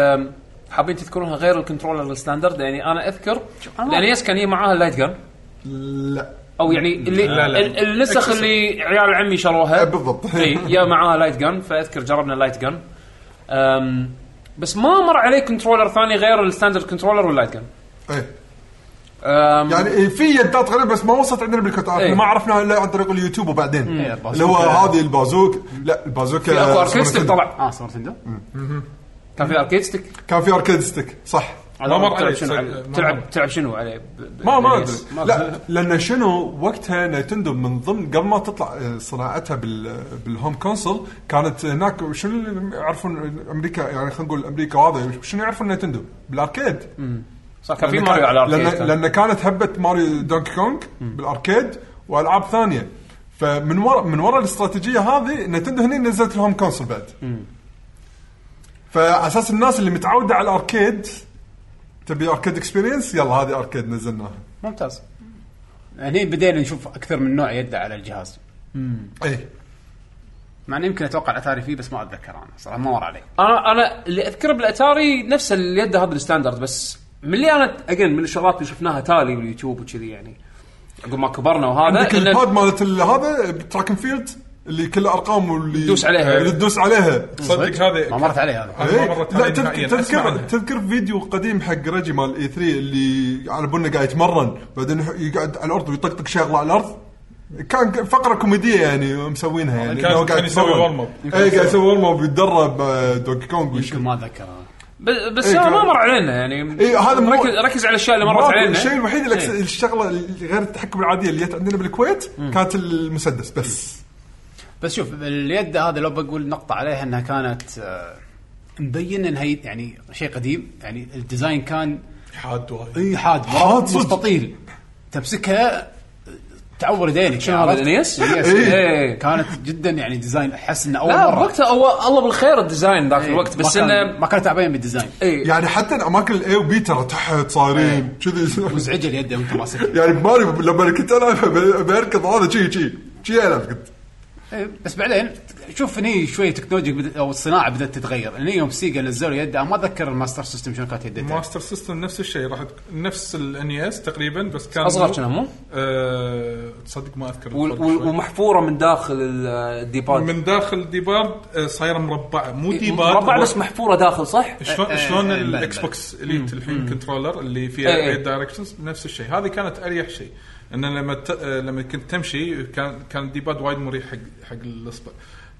حابين تذكرونها غير الكنترولر الستاندرد يعني انا اذكر
أنا-
الان اس كان يجي معاها اللايت جن
لا
او يعني اللي
لا، لا.
ال- النسخ اللي عيال عمي شروها
أه، بالضبط.
اي يا معاها لايت جن فاذكر جربنا اللايت جن أم، بس ما مر علي كنترولر ثاني غير الستاندرد كنترولر واللايت جن
ايه
أم،
يعني إيه، في يدات غريبه بس ما وصلت عندنا بالكويت احنا
إيه.
ما عرفنا الا عن طريق اليوتيوب وبعدين
إيه،
اللي هو
البازوكا.
هذه البازوك آه، لا
في
البازوكا
اكو اركيد ستيك طلع
اه صار تندو
كان في اركيد ستيك
كان في اركيد ستيك صح
ما مر
تلعب
علي،
شنو
صدق،
عليه؟
ما مر.
تلعب تلعب شنو عليه ب- ب-
ما ما
باليس.
ادري إيه. لا لان شنو وقتها نتندو من ضمن قبل ما تطلع آه، صناعتها بال بالهوم كونسول كانت هناك شنو اللي يعرفون امريكا يعني خلينا نقول امريكا وهذا شنو يعرفون نتندو بالاركيد
صح كان في
لأن
ماريو
كان-
على الاركيد
لان
كان.
لان كانت هبه ماريو دونكي كونغ بالاركيد والعاب ثانيه فمن ورا من ورا الاستراتيجيه هذه نتندو هني نزلت الهوم كونسول بعد فعلى اساس الناس اللي متعوده على الاركيد تبي اركيد اكسبيرينس يلا هذه اركيد نزلناها
ممتاز هني بدينا نشوف اكثر من نوع يده على الجهاز
اي
مع انه يمكن اتوقع اتاري فيه بس ما اتذكر انا صراحه ما مر علي
انا انا اللي اذكره بالاتاري نفس اليد هذا الستاندرد بس من اللي انا اجين من الشغلات اللي شفناها تالي باليوتيوب وكذي يعني عقب ما كبرنا وهذا
عندك
إن-
الباد مالت ال- هذا تراك أند فيلد اللي كله ارقام واللي
تدوس عليها.
اللي تدوس عليها
صدق هذه
ما مرت علي هذا
هذه ما مرت
إيه؟ لا
علي
تذكر
نهائياً. أسمع
تذكر,
عنها.
تذكر فيديو قديم حق رجي مال اي 3 اللي على بنا قاعد يتمرن بعدين يح- يقعد على الارض ويطقطق شغله على الارض كان ك- فقره كوميديه يعني مسوينها يعني
كان-
إنه
كان يسوي warm up.
اي قاعد يسوي ورم اب يتدرب آه، دونكي كونج
يمكن ما اتذكر أنا.
ب- بس
إيه،
إيه ما
كان-
مر علينا يعني
إيه، هذا مو-
ركز, ركز على الاشياء اللي مرت
مرات
علينا
الشيء الوحيد اللي
إيه.
أكس- الشغله اللي غير التحكم العاديه اللي جت عندنا بالكويت كانت المسدس بس
بس شوف اليد هذا لو بقول نقطة عليها انها كانت آه، مبين انها ي- يعني شيء قديم يعني الديزاين كان
حاد وايد
إيه،
اي حاد
إيه. حاد صدق.
مستطيل تمسكها تعور يدينك
شنو هذا، الإنيس؟ إيه. إيه.
كانت جدا يعني ديزاين احس انه اول
لا
مرة
وقتها هو الله بالخير الديزاين ذاك
إيه،
الوقت
ما
بس إيه،
كان-
انه
ما كان تعبان بالديزاين
اي
يعني حتى الاماكن الاي وبي ترى تحت صايرين
إيه.
كذي
مزعجة اليد وانت ماسكها
يعني بماريو لما كنت العب ب- بركض هذا شي شي شي العب كنت
إيه، بس بعدين شوف هني شوي تكنولوجيا بدأت- او الصناعة بدات تتغير هني يوم سيجا نزلوا يده ما اتذكر الماستر سيستم شنو كانت يدته
ماستر سيستم نفس الشيء راح تك- نفس الاني اس تقريبا بس كان
اصغر كنا مو
آه، تصدق ما اذكر
وال-
الفرق
وال-
شوي.
ومحفوره من داخل ال- الديباد
من داخل ديباد آه، صايره مربعه مو
إيه،
ديباد
مربع
هو-
بس محفوره داخل صح؟
شلون
آه،
شلون
آه، بلى،
الاكس بوكس اليت الحين كنترولر اللي فيها
إيه، إيه.
ايت دايركشنز نفس الشيء هذه كانت اريح شيء ان لما ت... آه، لما كنت تمشي كان كان الديباد وايد مريح حق حق الاصبع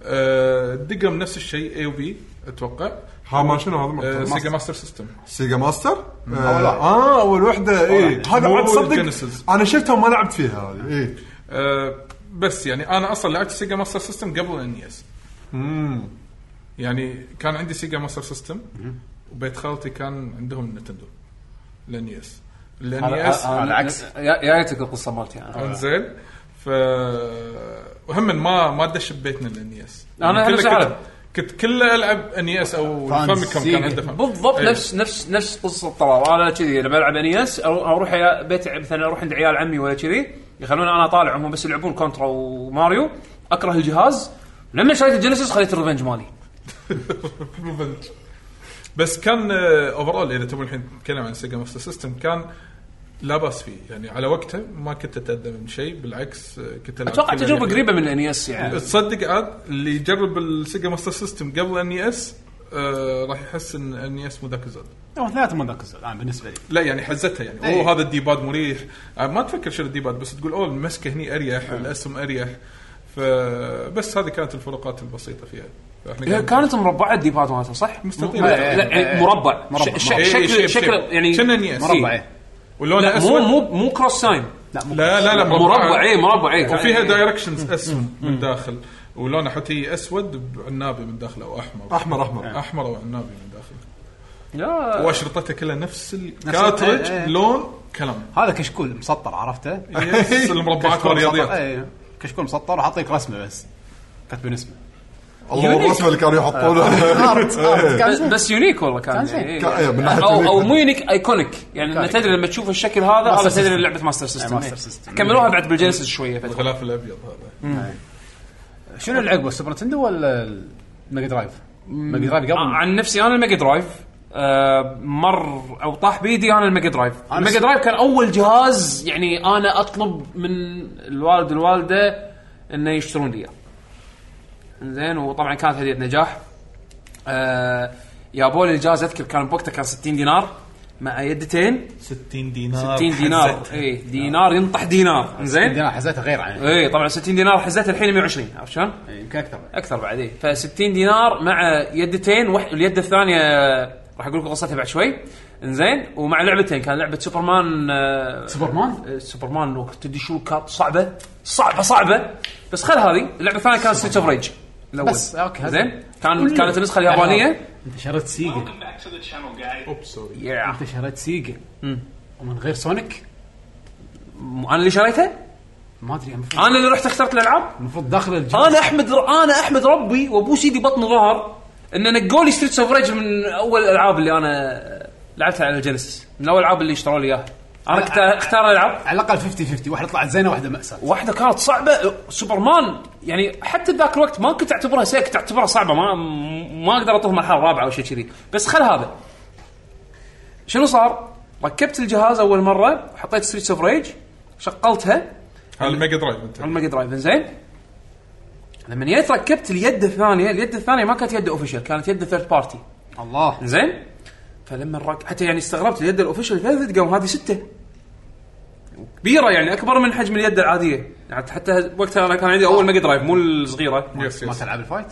آه، الدقم نفس الشيء اي وبي اتوقع
ها ما شنو هذا
آه،
مقطع؟
سيجا ماستر سيستم
سيجا ماستر؟
آه،
اه اول وحده
إيه.
اي
واحدة.
هذا
مو
بعد تصدق
الجينيسيس.
انا شفتها وما لعبت فيها هذه اي
إيه.
إيه، آه، بس يعني انا اصلا لعبت سيجا ماستر سيستم قبل الان اس E يعني كان عندي سيجا ماستر سيستم وبيت خالتي كان عندهم نتندو لان يس لان يس
هذا- هذا-
العكس.
آه، يا يا ريتك القصه مالتي انا
انزين ف وهم ما ما دش ببيتنا E الانيس
أنا نفس العالم.
يعني كنت كله E العب انيس او
فانز،
فاميكوم كان
سيجا.
عنده فام-
بالضبط
أيوة. (laughs)
نفس نفس نفس قصه الطلال انا كذي لما E العب انيس اروح يا بيت مثلا اروح عند عيال عمي ولا كذي يخلوني انا طالع هم بس يلعبون كونترا وماريو اكره الجهاز لما شريت الجينيسيس خليت الريفنج مالي
ريفنج. بس كان اوفرول اذا تبون الحين نتكلم عن سيجا ماستر سيستم كان لا باس فيه يعني على وقته ما كنت اتاذى من شيء بالعكس آه، كنت ألعب
اتوقع
كل
تجربه
الألعاب.
قريبه من الانيس
إيه.
يعني
تصدق عاد اللي يجرب السيجا ماستر سيستم قبل ان اس آه راح يحس ان ان اس مو ذاك الزود
هو ثلاثة من ذاك الزود الان بالنسبه لي
لا يعني حزتها يعني
إيه.
اوه هذا الديباد مريح آه، ما تفكر شنو الديباد بس تقول اوه المسكه هني اريح الاسهم اريح فبس هذه كانت الفروقات البسيطه فيها فإحنا
هي
قاعد-
إيه، كانت مربعه الديباد مالتها صح؟
مستطيل.
لا، لا يعني مربع
مربع.
ش- ش-
إيه،
شكل
شيب-
شكل
شيب.
يعني
كنا NES.
مربع
إيه.
إيه.
ولونها
لا مو
اسود
مو مو كروس ساين
لا لا لا
مربع اي مربع إيه. يعني اي
وفيها دايركشنز اسهم من داخل ولونها حتي اسود بعنابي من داخل او احمر
احمر احمر
احمر او عنابي من داخل
لا
واشرطتها كلها نفس
إيه، إيه.
الكاترج لون كلام
هذا كشكول مسطر عرفته
إيه، يس، المربعات
كشكول مسطر،
والرياضيات
إيه. كشكول مسطر وحاطيك رسمه بس كاتبين اسمه
يونيك.
الله الرسمه اللي كانوا
(laughs)
يحطونها
إيه.
ارت ارت
بس-
كان
بس يونيك والله كان
كان
يعني،
زين.
إيه.
كان- إيه، من ناحية
او
يونيك.
او مو يونيك ايكونيك يعني إنه تدري لما تشوف الشكل هذا هذا تدري إن لعبه ماستر سيستم
ماستر
إيه.
سيستم.
كملوها بعد بالجينيسيس شويه فترة.
الغلاف الابيض هذا
شنو اللي عقبه السوبر نتندو ولا الميجا درايف؟ ميجا درايف
آه،
قبل
عن نفسي انا الميجا درايف آه، مر او طاح بيدي انا الميجا درايف
أنا
الميجا
س-
درايف كان اول جهاز يعني انا اطلب من الوالد والوالده انه يشترون لي اياه زين وطبعا كانت هديه نجاح آه يابوا لي الجهاز اذكر كان بوقتها كان 60 دينار مع يدتين
60 دينار
آه،
60 دينار إيه. اي دينار ينطح دينار زين
عندنا حزتها غير
إيه.
عن
اي طبعا 60 دينار حزتها الحين 120 عرفت شلون؟
إيه، يمكن اكثر
اكثر بعد ايه ف 60 دينار مع يدتين وح... اليد الثانيه راح اقول لكم قصتها بعد شوي انزين ومع لعبتين كان لعبه سوبرمان آه،
سوبرمان
آه، سوبرمان وقت تدري شو كانت صعبه صعبه صعبه بس خل هذه اللعبه الثانيه كانت ستيت اوف ريج الاول
بس، أوكي، هذا.
زين كان كانت النسخه اليابانيه
انت شريت سيجا
Welcome back to the channel, guys.
اوبس سوري
yeah.
انت شريت سيجا ومن غير سونيك
انا اللي شريتها
ما ادري المفروض
انا اللي رحت اخترت الالعاب
المفروض داخل الجهاز
انا احمد انا احمد ربي وابو سيدي بطن ظهر ان نقوا لي ستريتس اوف ريج من اول الالعاب اللي انا لعبتها على الجينيسيس من اول الالعاب اللي اشتروا لي اياها انا كنت اختار العاب
على الاقل 50 50 واحده طلعت زينه واحده ماساه
واحده كانت صعبه سوبرمان يعني حتى ذاك الوقت ما كنت اعتبرها سيئه كنت اعتبرها صعبه ما ما اقدر اطوف مرحله رابعه او شيء كذي بس خل هذا شنو صار؟ ركبت الجهاز اول مره وحطيت ستريتس اوف ريج شغلتها
هذا الميجا درايف انت
على الميجا درايف زين لما جيت ركبت اليد الثانيه اليد الثانيه ما كانت يد اوفيشال كانت يد ثيرد بارتي
الله
زين فلما رك... حتى يعني استغربت اليد الاوفيشال ثلاثة قام هذه سته كبيره يعني اكبر من حجم اليد العاديه يعني حتى وقتها انا كان عندي اول ميجا درايف مو الصغيره
يس
ما
يس
تلعب الفايت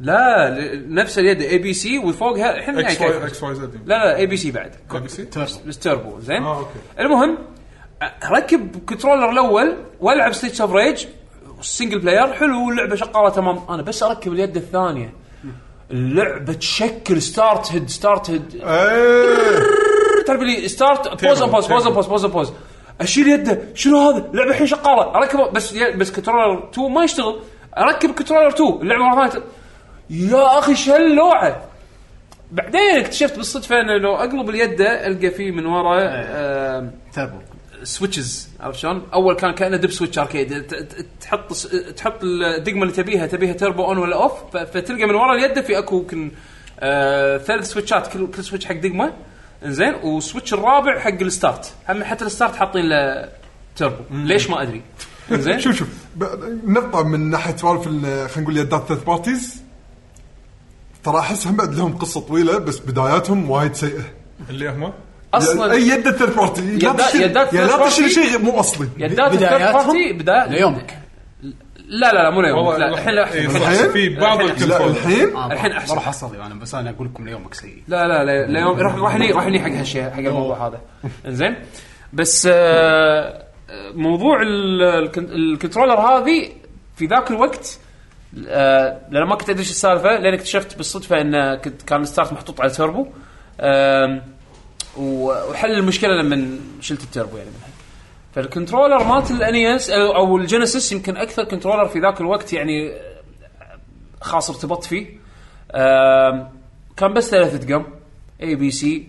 لا ل- نفس اليد اي بي سي وفوقها الحين يعني
اكس واي
كيف
اكس واي زد
لا لا اي بي سي بعد
ABC؟
تيربو
بس تيربو زين
آه، أوكي.
المهم ركب كنترولر الاول والعب ستيتش اوف ريج سنجل بلاير حلو اللعبه شغاله تمام انا بس اركب اليد الثانيه اللعبه تشكل ستارت هيد ستارت هيد
إيه.
تعرف لي ستارت بوز
تيربو،
بوز بوز
تيربو.
بوز بوز بوز اشيل يده شنو هذا اللعبه الحين شغاله اركب بس بس كنترولر 2 ما يشتغل اركب كنترولر 2 اللعبه مره ثانيه يا اخي شلوعه بعدين اكتشفت بالصدفه انه لو اقلب اليده القى فيه من ورا آم،
تيربو
سويتشز عرفت شلون؟ اول كان كانه دب سويتش اركيد ت- ت- تحط س- تحط الدقمه اللي تبيها تبيها تربو اون ولا اوف ف- فتلقى من ورا اليد في اكو يمكن آه، ثلاث سويتشات كل كل سويتش حق دقمه انزين والسويتش الرابع حق الستارت هم حتى الستارت حاطين له تربو ليش ما ادري
(laughs)
انزين
شوف شوف ب- نقطة من ناحية سوالف ال- خلينا نقول يدات ثيرد بارتيز ترى احس هم بعد لهم قصة طويلة بس بداياتهم وايد سيئة
اللي هم
اصلا
اي يد ثيرد بارتي لا
يدا-
تشتري-
يدات
يا
third
لا تشتري
party.
شيء غير- مو اصلي
يدات الثيرد
بداياتهم
بارتي بداية
ليومك
لا لا لا مو ليومك لا الحين لا
إيه،
أحسن.
صح،
الحين؟
في بعض
الحين
لا
الكنترول
الحين
آه،
الحين
بروح-
أحسن.
بروح اصلي انا بس انا اقول لكم ليومك سيء
لا لا لا لا يوم- راح راح ني راح ني حق هالشيء حق الموضوع هذا انزين بس آه، آه، موضوع ال- الكن- الكنترولر هذه في ذاك الوقت آه، لان ما كنت ادري ايش السالفه لين اكتشفت بالصدفه انه كنت كان الستارت محطوط على توربو آم، و- وحل المشكله لما شلت التوربو يعني منها فالكنترولر مالت الانيس او أو الجينيسيس يمكن اكثر كنترولر في ذاك الوقت يعني خاص ارتبطت فيه آم، كان بس ثلاثة دقم اي بي سي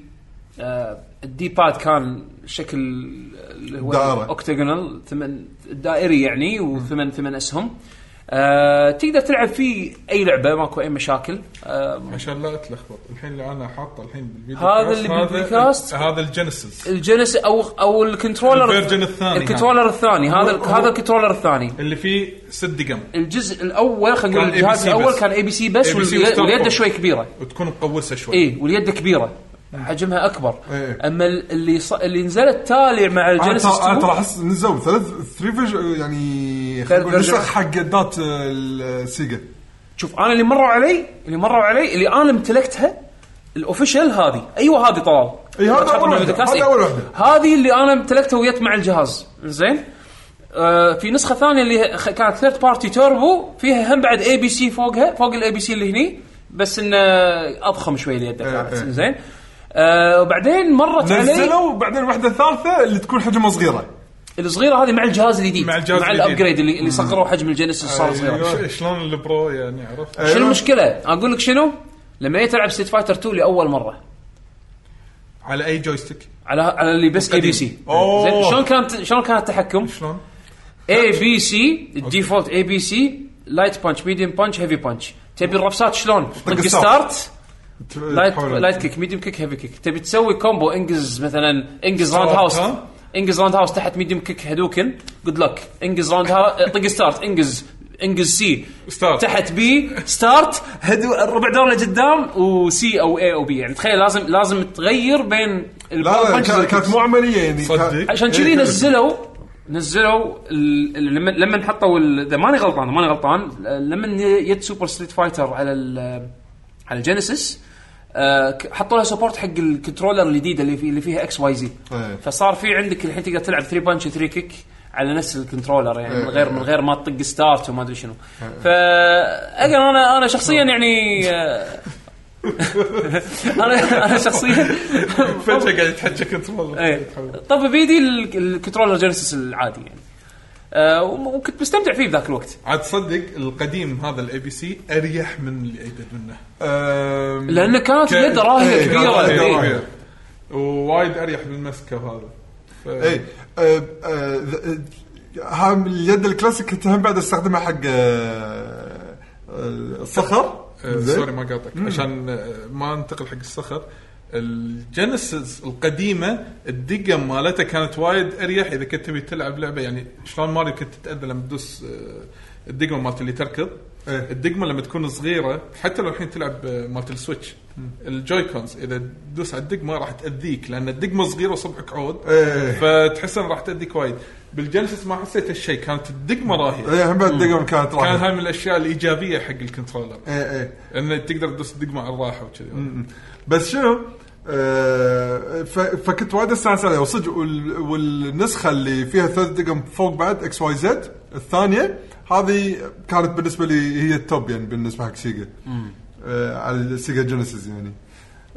الدي باد آه، كان شكل اللي هو
دائرة.
اوكتاجونال ثمان دائري يعني وثمان ثمان اسهم آه، تقدر تلعب فيه اي لعبه ماكو اي مشاكل آه،
عشان لا اتلخبط الحين اللي انا حاطه الحين بالفيديو
هذا
كاست،
اللي بالبودكاست؟
هذا هذا الجينيسيس
الجنس او او الكنترولر
الفيرجن الثاني هذا.
الكنترولر الثاني هذا هذا الكنترولر الثاني
اللي فيه ست دقم
الجزء الاول خلينا
كان
نقول الجهاز
ABC
الاول
بس.
كان اي بي سي بس
ABC
واليد-
وستار
واليد
فور.
شوي كبيره
وتكون مقوسه شوي
اي واليد كبيره حجمها اكبر
إيه.
اما ال- اللي ص... اللي نزلت تالي مع
انا
الجينيسيس
ترى- أنا
2
ترى احس نزلوا ثلاث ثري فيج- يعني خلينا نقول
فيرجن.
نسخ حق دات آه، السيجا
شوف انا اللي مروا علي اللي مروا علي اللي انا امتلكتها الاوفيشال هذه ايوه هذه طلال
إي، هذا
تحط
أول وحدة،
بالبودكاست،
هذا
إي.
أول وحدة.
هذه اللي انا امتلكتها ويت مع الجهاز زين آه في نسخه ثانيه اللي خ- كانت ثيرد بارتي توربو فيها هم بعد اي بي سي فوقها فوق الاي بي سي اللي هني بس انه اضخم شوي اليد كانت
إي.
زين آه وبعدين مرت علي
نزلوا وبعدين واحده ثالثه اللي تكون حجمها صغيره
الصغيره هذه مع الجهاز الجديد
مع الجهاز
مع
الجديد.
الابجريد اللي, اللي صغروا حجم الجينيسيس صار صغيره
أيوة.
ش- أيوة، شلون البرو يعني عرفت
إيه.
شنو المشكله؟ اقول لك شنو؟ لما جيت العب ستيت فايتر 2 لاول مره
على اي جويستيك
على على اللي بس اي بي سي
أوه.
زين شلون كانت شلون كان التحكم؟
شلون
اي بي سي الديفولت اي بي سي لايت بانش ميديوم بانش هيفي بانش تبي الرفسات شلون؟ طق
الستارت.
ستارت لايت
(laughs)
لايت كيك ميديوم كيك هيفي كيك تبي تسوي كومبو انجز مثلا انجز راوند
ستارت،
هاوس
ها؟
انجز راوند هاوس تحت ميديوم كيك هدوكن جود لك انجز راوند هاوس uh, طق ستارت انجز انجز سي
ستارت.
تحت بي ستارت هدو الربع دوره لقدام وسي او اي او بي يعني تخيل لازم لازم تغير بين
لا لا
punches
كان- كانت
والkicks.
مو عمليه يعني
صدق.
كان-
عشان
إيه،
كذي
كان-
نزلوا نزلوا ال- ال- لما لما حطوا ال- اذا ماني غلطان إذا ماني غلطان لما يد سوبر ستريت فايتر على ال- على الجينيسيس آه، ك- حطوا لها سبورت حق الكنترولر الجديده اللي في اللي فيها اكس واي زي
إيه.
طيب.
فصار في عندك الحين تقدر تلعب 3 بانش 3 كيك على نفس الكنترولر يعني من غير من غير ما تطق ستارت وما ادري شنو فا أجل انا انا شخصيا يعني آه، (laughs) انا انا شخصيا
فجاه قاعد يتحجى كنترول
ايه طب بيدي ال- الكنترولر جينيسيس العادي يعني آه وم- وكنت مستمتع فيه بذاك الوقت
عاد تصدق القديم هذا الاي بي سي اريح من اللي ايدد منه
آم،
لانه كانت
كان-
يد راهيه
إيه، كان
كبيره
راهية
إيه.
كبيرة.
إيه. ووايد اريح من المسكه هذا ف-
اي آه، آه، ذ- آه، هم اليد الكلاسيك كنت هم بعد استخدمها حق آه، آه، الصخر
آه،
زين.
سوري ما قاطعك عشان آه، ما انتقل حق الصخر الجينيسيس القديمه الدقم مالتها كانت وايد اريح اذا كنت تبي تلعب لعبه يعني شلون ماريو كنت تتاذى لما تدوس آه، الدقمه مالت اللي تركض
إيه.
الدقمه لما تكون صغيره حتى لو الحين تلعب آه، مالت السويتش الجوي كونز اذا تدوس على الدقمه راح تاذيك لان الدقمه صغيره وصبعك عود
إيه.
فتحس إن راح تاذيك وايد بالجينيسيس ما حسيت هالشيء كانت الدقمه راهيه
اي إيه، هم بعد دقم كانت إيه،
كان
راحة.
هاي من الاشياء الايجابيه حق الكنترولر
اي اي
انه تقدر تدوس الدقمه على الراحه وكذي
بس شنو آه، ف- فكنت وايد استانس عليها وصدق وال- والنسخه اللي فيها ثلاث دقم فوق بعد اكس واي زد الثانيه هذه كانت بالنسبه لي هي التوب يعني بالنسبه حق سيجا آه، على السيجا جينيسيس يعني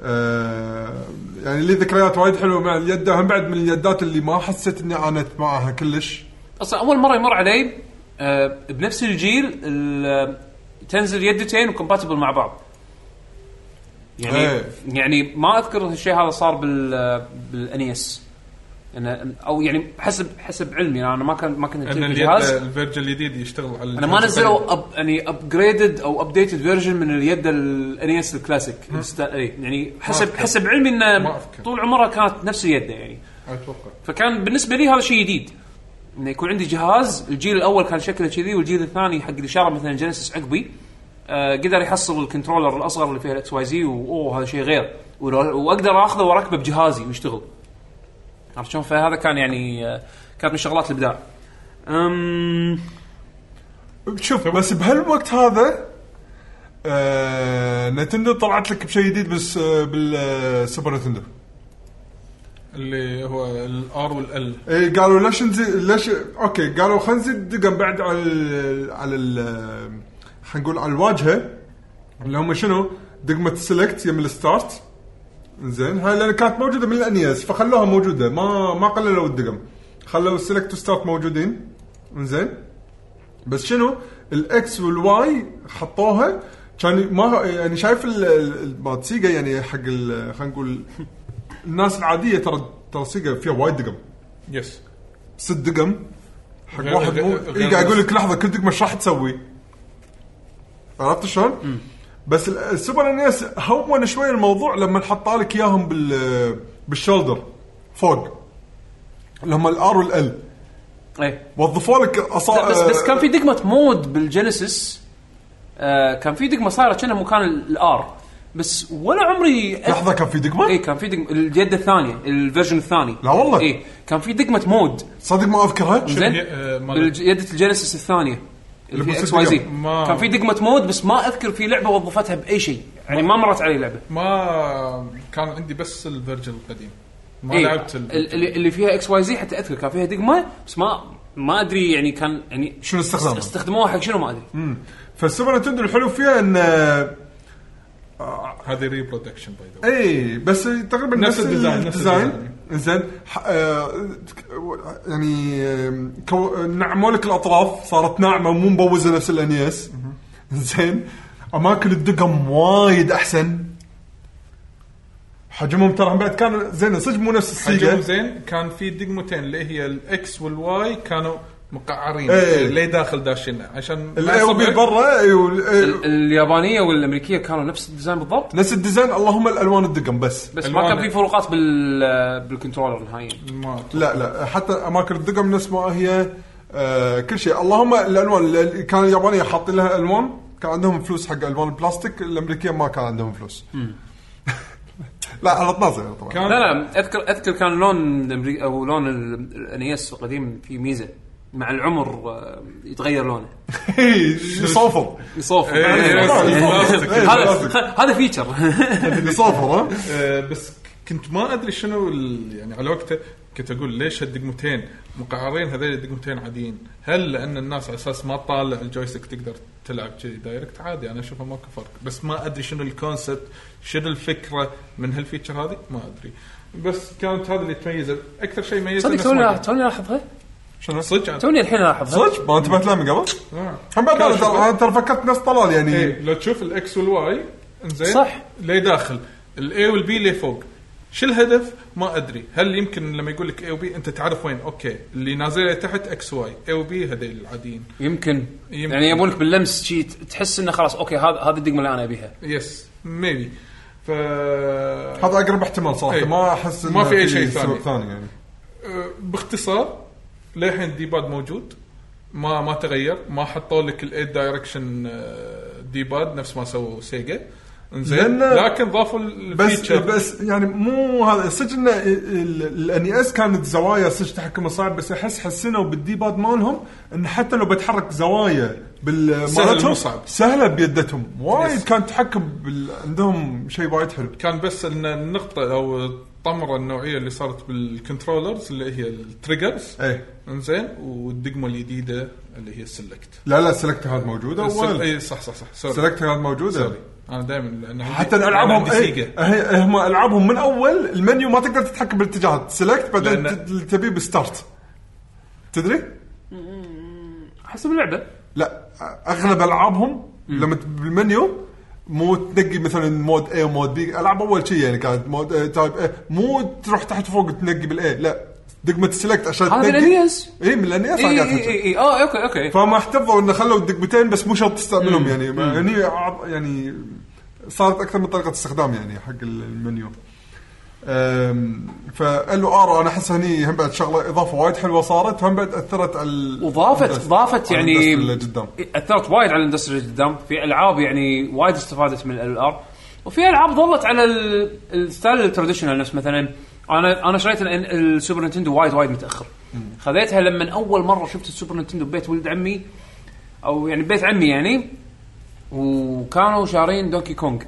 آه، يعني لي ذكريات وايد حلوه مع اليد هم بعد من اليدات اللي ما حسيت اني عانت معها كلش
اصلا اول مره يمر علي آه بنفس الجيل ال- تنزل يدتين وكومباتبل مع بعض يعني
إيه.
يعني ما اذكر الشيء هذا صار بال بالانيس او يعني حسب حسب علمي يعني انا ما كان ما كنت
ان
أمتلك
اليد
الجهاز.
الفيرجن الجديد يشتغل على
انا ما
الجهاز
نزلوا أب يعني ابجريدد او ابديتد فيرجن من اليد الانيس الكلاسيك الستا- إيه، يعني حسب
أذكر.
حسب علمي انه
ما أذكر.
طول عمرها كانت نفس اليد يعني
الثاني. اتوقع
فكان بالنسبه لي هذا شيء جديد انه يكون عندي جهاز الجيل الاول كان شكله كذي والجيل الثاني حق الاشاره مثلا جينيسيس عقبي آه قدر يحصل الكنترولر الاصغر اللي فيها الاكس واي زي واوه هذا شيء غير ولو- واقدر اخذه واركبه بجهازي ويشتغل عرفت شلون فهذا كان يعني آه كانت من شغلات الابداع أمم،
شوف بس بهالوقت هذا آه نتندو طلعت لك بشيء جديد بس آه بالسوبر نتندو
اللي هو الار والال
اي إيه، قالوا ليش نزيد ليش اوكي قالوا خلينا نزيد دقم بعد على ال على ال خلينا نقول على الواجهه اللي هم شنو دقمه سيلكت يم الستارت زين هاي لان كانت موجوده من الانيس فخلوها موجوده ما ما قللوا الدقم خلوا السيلكت وستارت موجودين زين بس شنو الاكس والواي حطوها كان ما يعني شايف ال- ال- ال- ما تسيقه يعني حق ال- خلينا نقول الناس العاديه ترى ترى سيجا فيها وايد دقم
يس
ست دقم حق
غير-
واحد مو
غير- غير
اي قاعد يقول
بس.
لك لحظه كل دقمه ايش راح تسوي؟ عرفت شلون؟ بس ال- السوبر انيس هون شوي الموضوع لما حط لك اياهم بال بالشولدر فوق اللي هم الار والال
ايه
وظفوا لك
لا
اصابع
بس بس كان في دقمه مود بالجينيسيس آه كان في دقمه صارت كانها مكان الار بس ولا عمري
لحظه كان في دقمه؟
اي كان في دقمه اليد الثانيه الفيرجن الثاني
لا والله.
اي كان في دقمه مود
صدق ما اذكرها؟
زين
هي، آه، مال-
باليد الجينيسيس الثانيه اللي
اللي
في اكس
بصدق
واي زي
ما-
كان في دقمه مود بس ما اذكر في لعبه وظفتها باي شيء يعني ما مرت علي لعبه
ما كان عندي بس الفيرجن القديم ما
إيه.
لعبت ال-
ال- اللي اللي فيها اكس واي زي حتى اذكر كان فيها دقمه بس ما ما ادري يعني كان يعني
شنو استخدامها؟
استخدموها حق شنو ما ادري
فالسوبر نتندو الحلو فيها ان
هذه ريبرودكشن باي ذا
اي إيه، بس تقريبا
نفس
نفس
الديزاين، نفس
الديزاين
الديزاين.
زين ح- آه، يعني آه، كو- نعموا لك الاطراف صارت ناعمه مو مبوزه نفس الانيس زين اماكن الدقم وايد احسن حجمهم ترى هم بعد كان زين صدق مو نفس
حجم
السيجا
زين كان في دقمتين اللي هي الاكس والواي كانوا مقعرين
إيه.
اللي داخل داشين عشان ما
الاي
يصبك.
برا أيوه، إي وال- إي،
ال- اليابانيه والامريكيه كانوا نفس الديزاين بالضبط
نفس الديزاين اللهم الالوان الدقم بس
بس ما
ألوان.
كان في فروقات بال بالكنترولر نهائيا
ما-
لا لا حتى اماكن الدقم نفس ما هي آه كل شيء اللهم الالوان ال- كان اليابانيه حاطين لها الوان كان عندهم فلوس حق الوان البلاستيك الامريكيه ما كان عندهم فلوس (laughs) لا انا طنازل يعني (laughs) طبعا
كان
لا لا اذكر اذكر كان لون الأمري- او لون الانيس القديم فيه ميزه مع العمر آه، يتغير لونه
إيه، يصوفر
(laughs)
يصوف
إيه، إيه، بلاستيك.
هذا (laughs) هذا فيتشر
يصوفر ها
آه، بس ك- كنت ما ادري شنو ال- يعني على وقته كنت اقول ليش هالدقمتين مقعرين هذول الدقمتين عاديين هل لان الناس على اساس ما تطالع الجويستيك تقدر تلعب كذي دايركت عادي انا اشوفه ماكو فرق بس ما ادري شنو الكونسبت شنو الفكره من هالفيتشر هذه ما ادري بس كانت هذا اللي تميزه اكثر شيء ميزه
صدق
الناس
توني
ما-
توني لاحظها
شنو صدق
توني الحين لاحظها
صدق ما انتبهت لها من قبل
آه.
هم بعد
كان
أنا ترى-
شوفه.
انا ترى فكرت ناس طلال
إيه،
يعني
لو تشوف الاكس والواي انزين
صح.
لي داخل الاي والبي لي فوق شو الهدف؟ ما ادري، هل يمكن لما يقول لك اي وبي انت تعرف وين؟ اوكي، اللي نازله تحت اكس واي، اي وبي هذيل العاديين.
يمكن
يمكن.
يعني يبونك باللمس شي ت- تحس انه خلاص اوكي هذا هذا الدقمه اللي انا ابيها
يس ميبي. ف
هذا اقرب احتمال صراحه
إيه.
ما احس
ما
إنه
في أي شيء
سبب
ثاني.
ثاني يعني
أه، باختصار للحين الديباد موجود ما ما تغير ما حطوا لك الايت دايركشن ديباد آه، نفس ما سووا سيجا انزين
لأن-
لكن ضافوا
بس
الفيتشر
بس يعني مو هذا صدق ان الاني اس E كانت زوايا صدق تحكمه صعب بس احس حسنوا بالدي باد مالهم ان حتى لو بتحرك زوايا بال
سهل مو
مالتهم
صعب.
سهله بيدتهم وايد
Yes.
كان تحكم بال... عندهم شيء وايد حلو
كان بس ان النقطه او الطمره النوعيه اللي صارت بالكنترولرز اللي هي التريجرز
ايه
انزين والدقمه الجديده اللي هي السلكت
لا لا سلكت هذا موجوده
السل-
وال-
اي صح صح صح سوري
سلكت هذا موجوده
سوري انا دائما
حتى إن العابهم ايه هي- هم العابهم من اول المنيو ما تقدر تتحكم بالاتجاهات سلكت بعدين
لأن-
تد- تبي بستارت تدري؟
حسب اللعبه
لا اغلب العابهم لما ت- بالمنيو مو تنقي مثلا مود اي ومود بي العاب اول شيء يعني كانت مود اي تايب اي مو تروح تحت فوق تنقي بالاي لا دقمه السلكت عشان إيه،
هذا إيه، الانيس
اي من الانيس
اي اي اي اي اه اوكي اوكي
فما احتفظوا انه خلوا الدقمتين بس مو شرط تستعملهم يعني هني أعض- يعني صارت اكثر من طريقه استخدام يعني حق ال- المنيو أم، فال ار انا احس هني هم بعد شغله اضافه وايد حلوه صارت هم بعد اثرت على ال-
وضافت ضافت
على
يعني
الناس اللي قدام
اثرت وايد على الاندستري اللي قدام في العاب يعني وايد استفادت من ال ار وفي العاب ظلت على ال- الستايل التراديشنال نفس مثلا انا انا شريت ال- السوبر نينتندو وايد وايد متاخر خذيتها لما اول مره شفت السوبر نينتندو ببيت ولد عمي او يعني بيت عمي يعني وكانوا شارين دونكي كونج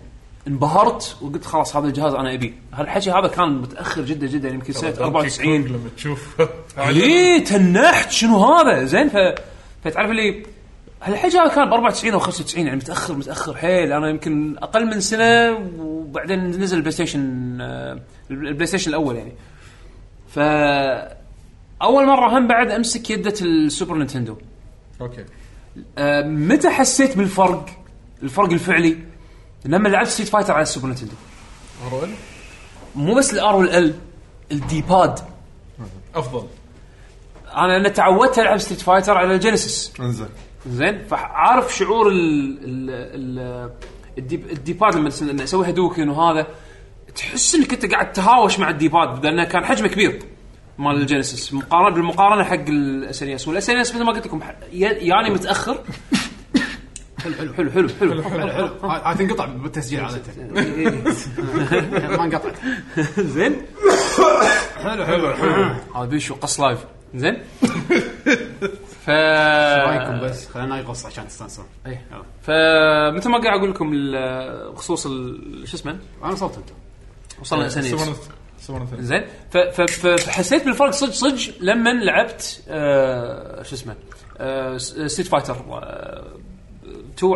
انبهرت وقلت خلاص هذا الجهاز انا ابيه هالحكي هذا كان متاخر جدا جدا يمكن سنه 94
لما تشوف
أيوه. ليه تنحت شنو هذا زين ف فتعرف اللي هالحجه كان ب 94 او 95 يعني متاخر متاخر حيل انا يمكن اقل من سنه وبعدين نزل البلاي ستيشن آه، البلاي ستيشن الاول يعني ف اول مره هم بعد امسك يده السوبر نينتندو
اوكي
آه، متى حسيت بالفرق الفرق الفعلي لما لعبت ستريت فايتر على السوبر نينتندو
ار ال
مو بس الار والال الدي باد
افضل
انا انا تعودت العب ستريت فايتر على الجينيسيس
(laughs) انزين
زين فعارف شعور ال ال ال الديب- الديباد لما تس- لما اسوي هدوكن وهذا تحس انك انت قاعد تهاوش مع الديباد لانه كان حجمه كبير مال الجينيسيس مقارنه بالمقارنه حق الاس ان اس والاس ان اس E مثل ما قلت لكم ح- ي- يعني متاخر حلو حلو حلو حلو حلو حلو
هاي تنقطع بالتسجيل عاده ما (laughs) انقطعت
(laughs) زين
حلو حلو حلو
هذا بيشو قص لايف
(laughs)
زين ف
رايكم بس خلينا نقص عشان تستانسون
إيه.
يلا.
فمثل ما قاعد اقول لكم ال- بخصوص ال- شو اسمه
انا وصلت انتم
إيه،
وصلنا اس ان اس
سوبر سوبر نتندو.
زين ف- ف- ف- فحسيت بالفرق صدق صدق لما لعبت آه شو اسمه آه ستيت فايتر 2 آه،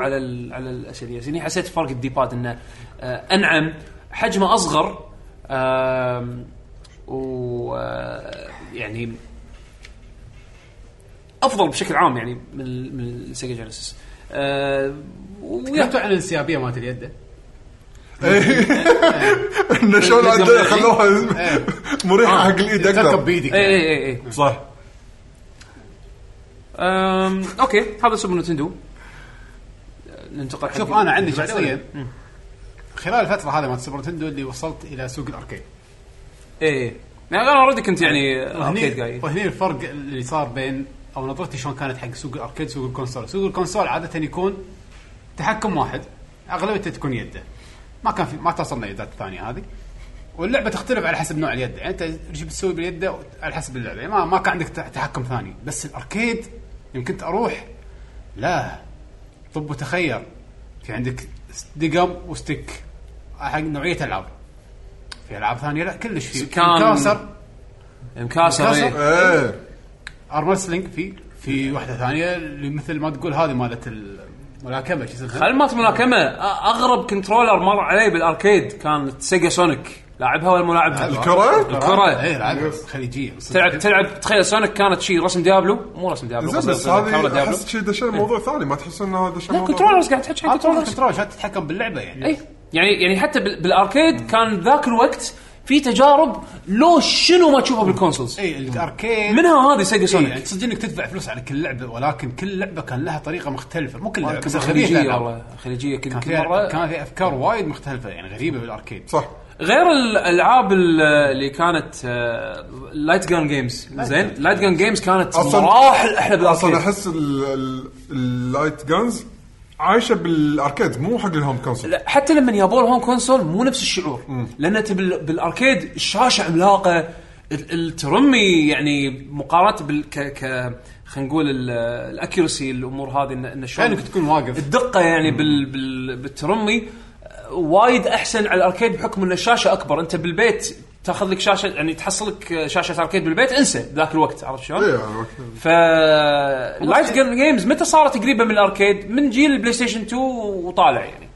على ال على الاسيريس هني حسيت فرق الديباد انه آه انعم حجمه اصغر آم، و آه، يعني افضل بشكل عام يعني من ال- من السيجا جينيسيس آه ويا-
تكلمتوا عن الانسيابيه مالت اليد
انه شلون
لما
عدل-
يجي. إيه.
خلوها
آه.
مريحه حق الايد
آه. تركب
اكثر
اي
بايدك
اي اي اي
صح
أم، اوكي هذا سوبر نتندو أه، ننتقل حق-
شوف انا عندي شخصيا خلال الفتره هذه مالت سوبر نتندو اللي وصلت الى سوق الاركيد
اي اي يعني انا اوريدي كنت يعني ابديت
وهني
جاي
وهني الفرق اللي صار بين او نظرتي شلون كانت حق سوق الاركيد سوق الكونسول سوق الكونسول عاده يكون تحكم واحد اغلبته تكون يده ما كان في ما توصلنا يدات الثانيه هذه واللعبه تختلف على حسب نوع اليد يعني انت ايش بتسوي باليد على حسب اللعبه يعني ما ما كان عندك تح- تحكم ثاني بس الاركيد يوم كنت اروح لا طب وتخيل في عندك دقم وستيك حق نوعيه العاب في العاب ثانيه لا كلش في
كان-
كاسر
مكاسر
مكاسر؟
إيه.
ايه
ارم رسلينج في في واحده ثانيه اللي مثل ما تقول هذه مالت الملاكمه شو اسمها؟
خل مالت ملاكمه أ- اغرب كنترولر مر علي بالاركيد كانت سيجا سونيك لاعبها ولا مو لاعبها؟
الكرة؟
الكرة.
اي لعبه خليجيه
تلعب تلعب تخيل سونيك كانت شيء رسم ديابلو مو رسم ديابلو
زين،
قصدي
بس
رسم كاميرا
هذه
ديابلو
احس شيء دشينا موضوع ثاني ما تحس انه دشينا
لا
موضوع
كنترولرز قاعد تحكي عن
كنترول
كنترولرز
كنترول عشان تتحكم باللعبه يعني
اي يعني يعني حتى بال- بالاركيد كان ذاك الوقت في تجارب لو شنو ما تشوفها بالكونسولز
اي الاركيد
منها هذه سيجا
إيه، يعني
سونيك
تصدق انك تدفع فلوس على كل لعبه ولكن كل لعبه كان لها طريقه مختلفه مو كل لعبه بس
كانت
أغلبية
خليجيه
الألعاب.
والله خليجيه كل
كان
كل مره
في كان في افكار وايد مختلفه يعني غريبه بالاركيد
صح
غير الالعاب ال- اللي كانت آه، لايت جان جيمز زين لايت جان جيمز كانت
أصلاً-
مراحل احلى
اصلا
بالاركيد
احس ال- ال- اللايت جانز عايشه بالاركيد مو حق الهوم كونسول
لا، حتى لما يابوا الهوم كونسول مو نفس الشعور لان انت بال- بالاركيد الشاشه عملاقه ال- الترمي يعني مقارنه بال ك ك خلينا نقول ال- الاكيورسي الامور هذه ان إن شلون
كانك تكون واقف.
الدقه يعني بال بال بالترمي آه، وايد احسن على الاركيد بحكم ان الشاشه اكبر انت بالبيت تاخذ لك شاشه يعني تحصل لك شاشه اركيد بالبيت انسى ذاك الوقت عرفت شلون؟
إيه، يعني وقت-
ف لايت جن جيمز متى صارت قريبه من الاركيد؟ من جيل البلاي ستيشن 2 وطالع يعني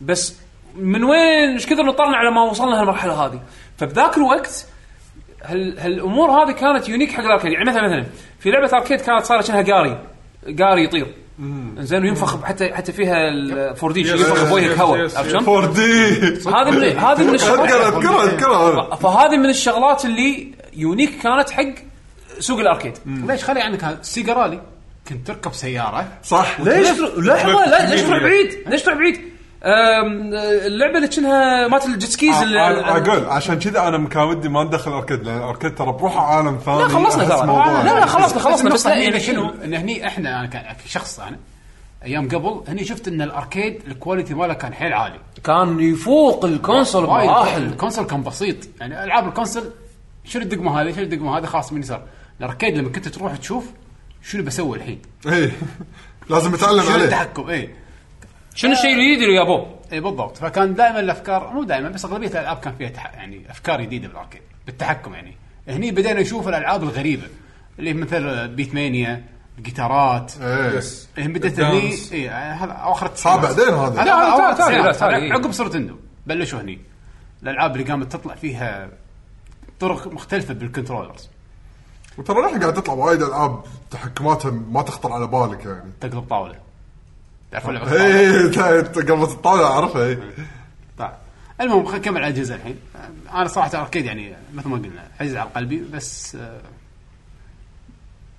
بس من وين ايش كثر نطرنا على ما وصلنا هالمرحله هذه فبذاك الوقت هال هالامور هذه كانت يونيك حق الاركيد يعني مثلا مثلا في لعبه اركيد كانت صارت شنها جاري جاري يطير زين وينفخ حتى حتى فيها 4 دي ينفخ بوجهك هواء
Yes, yes,
عرفت شلون؟
4 دي
هذه من هذه
(laughs)
من
اذكر
الشغلات
اذكر اذكر
فهذه من الشغلات اللي يونيك كانت حق سوق الاركيد
ليش خلي عنك هذا سيجرالي كنت تركب سياره
صح إيه.
ليش لحظه لا ليش تروح بعيد؟ ليش تروح بعيد؟ أم، اللعبه اللي كانها مالت الجتسكيز
ع-
ال-
ع-
ال-
اقول آه، عشان كذا انا مكاودي ما ندخل اركيد لان الاركيد ترى بروحه عالم ثاني
لا خلصنا
أحس
ترى
موضوع.
آه، لا لا خلصنا خلصنا بس
بس
لا
هني
يعني
شنو
شنو؟
ان هني احنا انا كان- كشخص انا ايام قبل هني شفت ان الاركيد الكواليتي ماله كان حيل عالي
كان يفوق الكونسول
وايد
بمراحل
الكونسول كان بسيط يعني العاب الكونسول شنو الدقمه هذه شنو الدقمه هذه خلاص من يسار الاركيد لما كنت تروح تشوف شنو بسوي الحين
إيه. لازم اتعلم
شنو
عليه
التحكم اي
شنو الشيء الجديد اللي جابوه؟
اي بالضبط فكان دائما الافكار مو دائما بس اغلبيه الالعاب كان فيها تح... يعني افكار جديده بالاركيد بالتحكم يعني هني بدينا نشوف الالعاب الغريبه اللي مثل بيت مانيا جيتارات
إيه.
يس
هي بدت هني
الدانس.
اي هذا اخر
ها
التسعينات
بعدين هذا
هذا
لا،
أول
تالي- تالي،
التسعينات،
تالي،
هذا
إي.
عقب صورة اندو بلشوا هني الالعاب اللي قامت تطلع فيها طرق مختلفه بالكنترولرز
وترى الحين قاعد تطلع وايد العاب تحكماتها ما تخطر على بالك يعني
تقلب طاوله تعرفون
إيه.
لعبه الطاولة؟
(laughs) اي قبل الطاوله اعرفها إي.
طيب المهم خلينا نكمل على الاجهزه الحين انا صراحه اركيد يعني مثل ما قلنا عزيز على قلبي بس آه،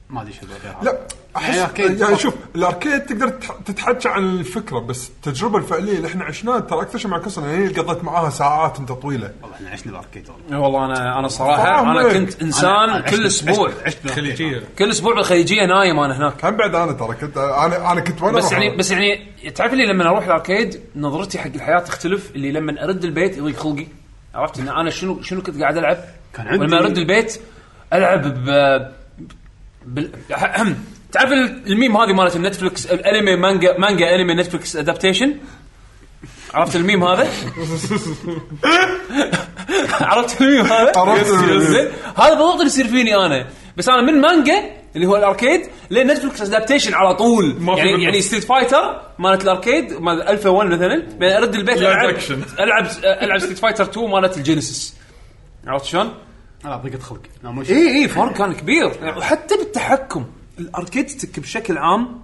ما ادري شو أقول غير هذا.
لا احس
يعني أركيد.
يعني شوف الاركيد تقدر تح- تتحكى عن الفكره بس التجربه الفعليه اللي احنا عشناها ترى اكثر شيء مع كسر يعني قضيت معاها ساعات انت طويله
والله احنا عشنا بالاركيد والله
والله انا انا الصراحه
حرام
انا
عليك.
كنت (laughs)
أنا-
انسان
أنا
كل
عشت-
اسبوع
عشت- عشت بالأركيد.
خليجيه
كل اسبوع بالخليجيه نايم انا هناك
هم بعد انا ترى كنت انا انا كنت وين
بس
أروح؟
يعني بس يعني تعرف اللي لما اروح الاركيد نظرتي حق الحياه تختلف اللي لما ارد البيت يضيق خلقي عرفت ان انا شنو شنو كنت قاعد العب
كان عندي-
ولما ارد البيت العب ب بال... أهم. تعرف ال- الميم هذه مالت نتفلكس الانمي مانجا مانجا انمي نتفلكس ادابتيشن عرفت الميم
(laughs)
هذا؟ عرفت الميم هذا؟
عرفت الميم.
(laughs) زين هذا بالضبط اللي يصير فيني انا بس انا من مانجا اللي هو الاركيد لنتفلكس ادابتيشن على طول
ما في
يعني
منه.
يعني ستريت فايتر مالت الاركيد مال الفا 1 مثلا بعدين ارد البيت
لايف
العب
أكشن.
العب العب ستريت فايتر 2 مالت الجينيسيس عرفت شلون؟
لا ضيقت خلق لا مو
إيه.
اي اي فرق كان كبير يعني وحتى بالتحكم الاركيد ستيك بشكل عام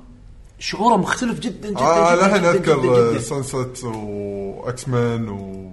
شعوره مختلف جدا جدا
اه
جدا,
لحين
جداً جداً
اذكر
جداً.
سانست واكس مان و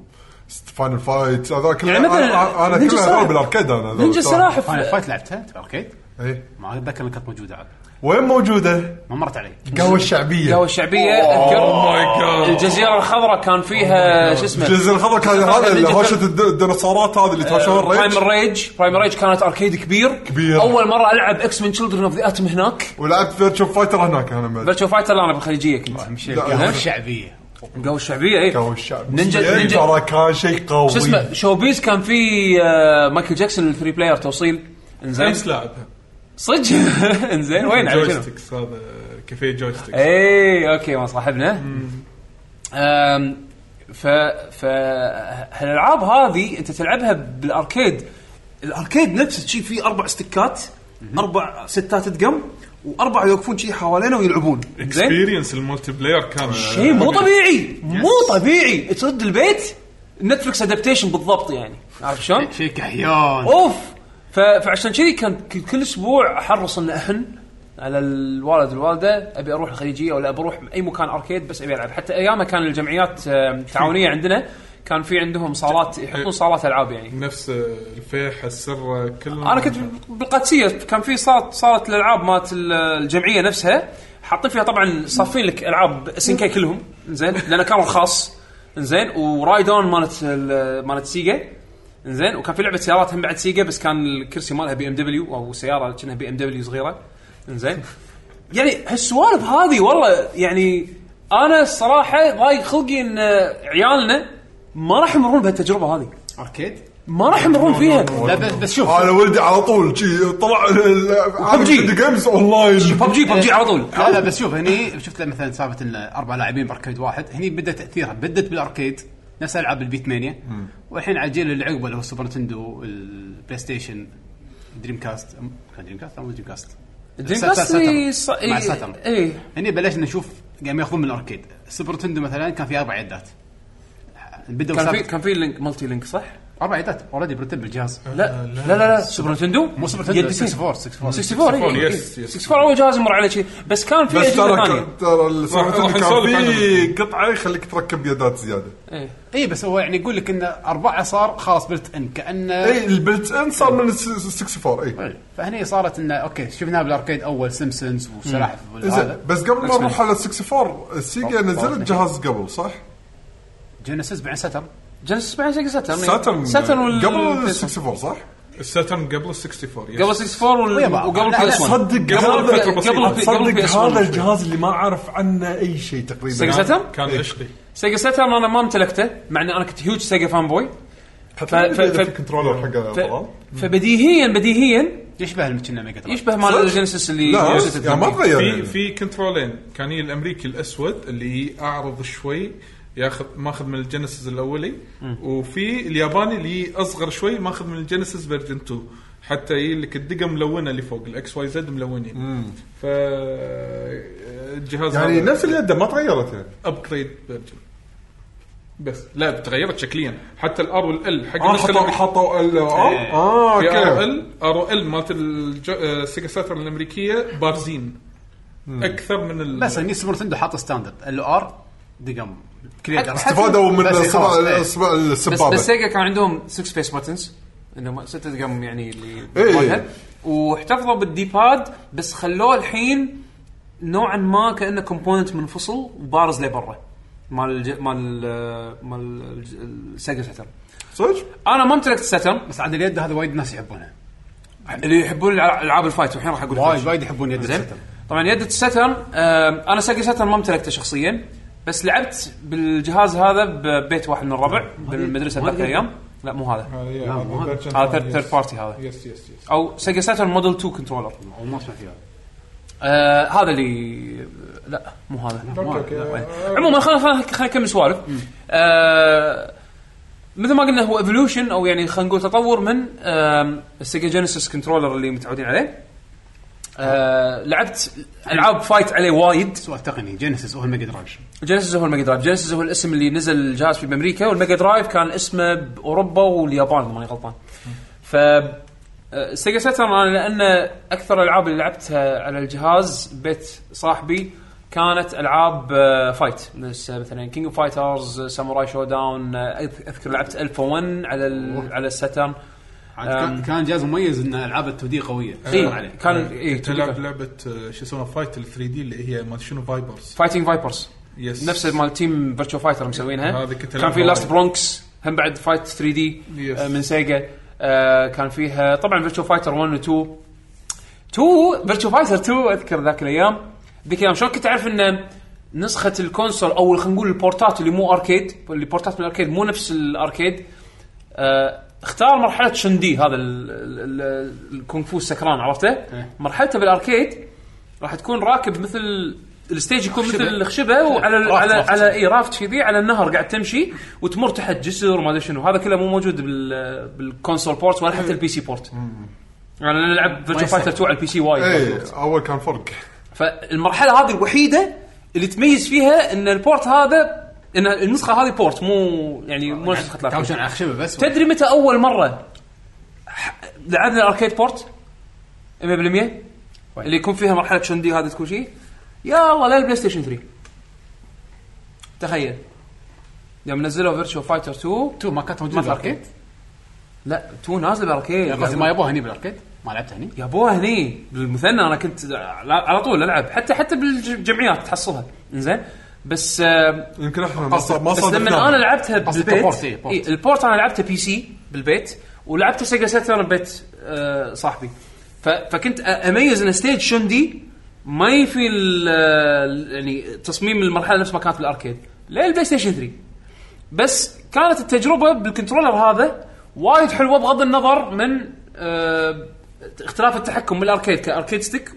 فاينل فايت هذا كله
يعني مثلاً
انا, أنا
نينجا
كله
سلاحف.
العاب الاركيد انا هذول
نينجا
صراحة.
سلاحف
فاينل فايت لعبتها تبع الاركيد
إيه.
ما اتذكر انها كانت موجوده عاد
وين موجوده؟
ما مرت علي
قهوه الشعبيه
Oh
القهوه الشعبيه اذكر
ماي جاد
الجزيره الخضراء كان فيها شو اسمه
الجزء الخضر كان هذا اللي هوشه الد- الديناصورات هذه اللي تهاشون
برايم
ريج
ريج برايم ريج كانت اركيد كبير
كبير.
اول مره العب اكس من تشلدرن اوف ذا اتم هناك
ولعبت فيرتشوال فايتر هناك انا بعد
فيرتشو فايتر لا، انا بالخليجيه كنت
القهوه الشعبيه
القهوه الشعبيه اي
قهوه الشعبيه
نينجا- نينجا-
ترى كان شيء قوي
شو اسمه شوبيز كان في آه، مايكل جاكسون الثري بلاير توصيل انزين
امس لعبها
صدق (laughs) انزين وين على شنو؟ إيه.
جويستكس هذا كافيه جويستكس
اي اوكي ما صاحبنا أم، ف ف هالالعاب هذه انت تلعبها بالاركيد الاركيد نفسه شي فيه اربع ستكات اربع ستات تقم واربعه يوقفون شي حوالينا ويلعبون زين
اكسبيرينس المولتي بلاير كان
شيء مو طبيعي مو طبيعي ترد البيت نتفلكس ادابتيشن بالضبط يعني عارف شلون؟
شيء كحيان
اوف ف... فعشان كذي كان كل, كل اسبوع احرص ان احن على الوالد والوالده ابي اروح الخليجيه ولا ابي اروح اي مكان اركيد بس ابي العب حتى ايامها كان الجمعيات آم، التعاونيه عندنا كان في عندهم صالات يحطون صالات العاب يعني
نفس الفيحة السرة كلهم
انا كنت بالقادسيه كان في صاله صاله الالعاب مالت ال- الجمعيه نفسها حاطين فيها طبعا صافين لك العاب اس ان كي كلهم زين لان كانوا رخاص زين ورايد اون مالت ال- مالت سيجا زين وكان في لعبه سيارات هم بعد سيجا بس كان الكرسي مالها بي ام دبليو او سياره كانها بي ام دبليو صغيره زين يعني هالسوالف هذه والله يعني انا الصراحه ضايق خلقي ان عيالنا ما راح يمرون بهالتجربه هذه
اركيد
ما راح يمرون فيها
لا بس, بس شوف
انا ولدي على طول شي طلع
PUBG.
جيمز اون لاين
ببجي ببجي على طول
لا لا بس شوف (laughs) هني شفت مثلا سالفه إن اربع لاعبين باركيد واحد هني بدا تاثيرها بدت بالاركيد نفس العاب البيتمانيا والحين على الجيل اللي عقبه اللي هو سوبر نتندو البلاي ستيشن دريم كاست أم- كان دريم كاست او دريم كاست
دريم
سا- سا-
كاست
ساترن.
إي ص- إيه، إي-
مع ساترن
إي.
هني بلشنا نشوف قام ياخذون من الاركيد سوبر نتندو مثلا كان في اربع عدات بدوا
كان في
سابق-
كان في لينك مالتي لينك صح؟
اربع عدات اوريدي مرتب بالجهاز
لا لا لا, لا. سوبر نتندو مو
سوبر نتندو،
64
64.
64
64
إي.
يس، يس.
64 اول جهاز مر على شيء بس كان في
بس
اجهزه
ترى
ثانيه
ترى السمعة
راح
اللي
نسولف
كان في
عنهم.
قطعه يخليك تركب يدات زياده
إي.
اي بس هو يعني يقول لك ان اربعه صار خلاص بلت ان كانه
اي إيه، البلت ان صار من الس- 64
آه،
اي
فهني صارت انه اوكي شفناها بالاركيد اول سيمبسونز وسلاحف
زين
وهذا
بس قبل ما نروح على 64 سيجا نزلت جهاز قبل صح؟
جينيسيس بعدين ستر
جنسيس بعدين سيجا ساترن إي.
ساترن
ساترن يعني وال
قبل
قبل
64 صح؟
الساترن قبل 64 يس.
64
ويا
وال-
بعض.
وقبل
لا،
بي
لا،
اس 1
صدق
قبل
هذا-
قبل- قبل قبل
صدق
PS1
هذا
شوي.
الجهاز اللي ما اعرف عنه اي شيء تقريبا
سيجا
يعني.
ساترن؟
كان عشقي
سيجا ساترن انا ما امتلكته مع ان انا كنت هيوج سيجا فان بوي
حتى ما
ف-
أدري إذا
ف-
في كنترولر حقه
ف-
طبعاً.
فبديهيا بديهيا
يشبه اللي كنا ميجا تراك
يشبه مال
صدق؟
الجنسيس اللي
لا
جنسيس
يعني ما
الثاني.
تغير
في
يعني.
في كنترولين كان هي الامريكي الاسود اللي اعرض شوي ياخذ ماخذ من الجينيسيس الاولي وفي الياباني اللي اصغر شوي ماخذ من الجينيسيس فيرجن 2 حتى يجي لك الدقم ملونه اللي فوق الاكس واي زد ملونين ف الجهاز
يعني نفس اليد ما تغيرت يعني
ابجريد فيرجن بس لا تغيرت شكليا حتى الار والال حق
اه
النسخة اللي-
حطوا حطوا ال
إيه.
اه
في ار
اوكي
ال ار ال مالت الج- آه، سيجا ساترن الامريكيه بارزين اكثر من ال...
بس هني سوبر نتندو حاطه ستاندرد ال ار دقم كريتر
استفادوا من
بس خلاص،
اصبع
إيه.
اصبع
بس
السبابه
بس سيجا كان عندهم 6 سبيس باتنز انهم ست دقم يعني اللي
إيه.
مالها. واحتفظوا بالدي باد بس خلوه الحين نوعا ما كانه كومبوننت منفصل وبارز لبرا مال الج- مال مال الج- السيجا ساترن
صدق؟
انا ما امتلكت ساترن
بس عاد اليد هذا وايد ناس يحبونها
اللي يحبون الع- العاب الفايت والحين راح اقول لك ليش.
وايد وايد يحبون يد
زين
الستر.
طبعا يد الساترن آه، انا سيجا ساترن ما امتلكته شخصيا بس لعبت بالجهاز هذا ببيت واحد من الربع بالمدرسه ذاك الايام لا مو
آه.
هذا هذا ثيرد ثيرد بارتي هذا
يس يس يس
او سيجا ساترن موديل 2 كنترولر
او ما اسمع فيها
آه هذا اللي لا مو هذا مو هذا. وين. عموما خلينا خلينا خلينا نكمل سوالف آه مثل ما قلنا هو ايفولوشن او يعني خلينا نقول تطور من آم، السيجا جينيسيس كنترولر اللي متعودين عليه آه لعبت العاب فايت عليه وايد
سؤال تقني جينيسيس هو الميجا درايف
جينيسيس هو الميجا درايف جينيسيس هو الاسم اللي نزل الجهاز في امريكا والميجا درايف كان اسمه باوروبا واليابان اذا ماني غلطان ف آه، سيجا ساترن انا لان اكثر الالعاب اللي لعبتها على الجهاز بيت صاحبي كانت العاب آه، فايت نفس، آه، مثلا كينج اوف فايترز ساموراي شو داون اذكر آه، لعبت الفا 1 على ال- على الساترن
كان كان جهاز مميز ان العاب التو دي قويه
آه،
اي
عليه.
إيه،
يعني
كان اي
تلعب لعبه آه، شو اسمها فايت ال 3 دي اللي هي ما شنو فايبرز
فايتنج فايبرز
يس
نفس مال تيم فيرتشو فايتر مسوينها
هذه كنت
كان
ألعبها
في لاست
وايد.
برونكس هم بعد فايت 3 دي
Yes.
من سيجا آه، كان فيها طبعا فيرتشو فايتر 1 و 2 2 فيرتشو فايتر 2 اذكر ذاك الايام ذيك الايام شلون كنت اعرف ان نسخه الكونسول او خلينا نقول البورتات اللي مو اركيد اللي بورتات من الاركيد مو نفس الاركيد آه، اختار مرحله شندي هذا ال- ال- ال- الكونغ فو السكران عرفته؟
إيه.
مرحلته بالاركيد راح تكون راكب مثل الستيج يكون مثل الخشبه وعلى ال- على على اي رافت كذي على النهر قاعد تمشي وتمر تحت جسر وما ادري شنو هذا كله مو موجود بال بالكونسول بورت ولا حتى يعني البي سي بورت انا العب فيرتشو فايتر 2 على البي سي وايد
ايه اول كان فرق
فالمرحله هذه الوحيده اللي تميز فيها ان البورت هذا ان النسخه هذه بورت مو يعني مو نسخه الأركيد.
كاوشن على خشبه بس
تدري متى اول مره ح- لعبنا الاركيد بورت 100% اللي يكون فيها مرحله شندي هذا تكون شيء يا الله للبلاي ستيشن 3 تخيل يوم نزلوا فيرتشو فايتر 2
تو ما كانت موجوده
ما في
بالاركيد
لا 2 نازل بالاركيد
يعني قصدي ما يبوها هني بالاركيد ما لعبتها هني
يابوها هني بالمثنى انا كنت على- على طول العب حتى حتى بالجمعيات تحصلها زين بس آه،
يمكن احنا ما صار ما
بس لما انا لعبتها
قصدك
بالبيت
بورت، إيه، بورت.
إيه البورت انا لعبته بي سي بالبيت ولعبته سيجا ساترن ببيت آه صاحبي ف- فكنت أ- اميز ان ستيج شندي ما يفي ال- ال- يعني تصميم المرحله نفس ما كانت بالاركيد للبلاي ستيشن 3 بس كانت التجربه بالكنترولر هذا وايد حلوه بغض النظر من آه اختلاف التحكم بالاركيد كاركيد ستيك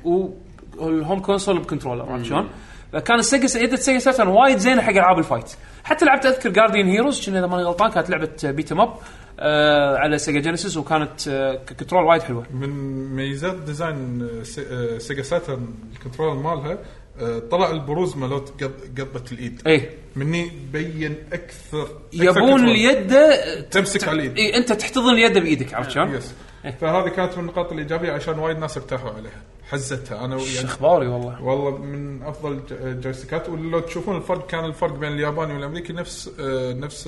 والهوم كونسول بكنترولر عرفت شلون؟ فكان السيجا يد السيجا ساترن وايد زينه حق العاب الفايت حتى لعبت اذكر جارديان هيروز كنا اذا ماني غلطان كانت لعبه بيت اب آه على سيجا جينيسيس وكانت آه كنترول وايد حلوه
من ميزات ديزاين آه، سي- آه، سيجا ساترن الكنترول مالها آه، طلع البروز مالت قب- قبه الايد
ايه
مني بين اكثر أكثر
يبون
كنترول.
اليده
تمسك على اليد
إيه انت تحتضن اليد بايدك عرفت شلون؟
يس فهذه كانت من النقاط الايجابيه عشان وايد ناس ارتاحوا عليها حزتها انا
إيه.
يعني
اخباري والله
والله من افضل ج- جويستيكات ولو تشوفون الفرق كان الفرق بين الياباني والامريكي نفس آه، نفس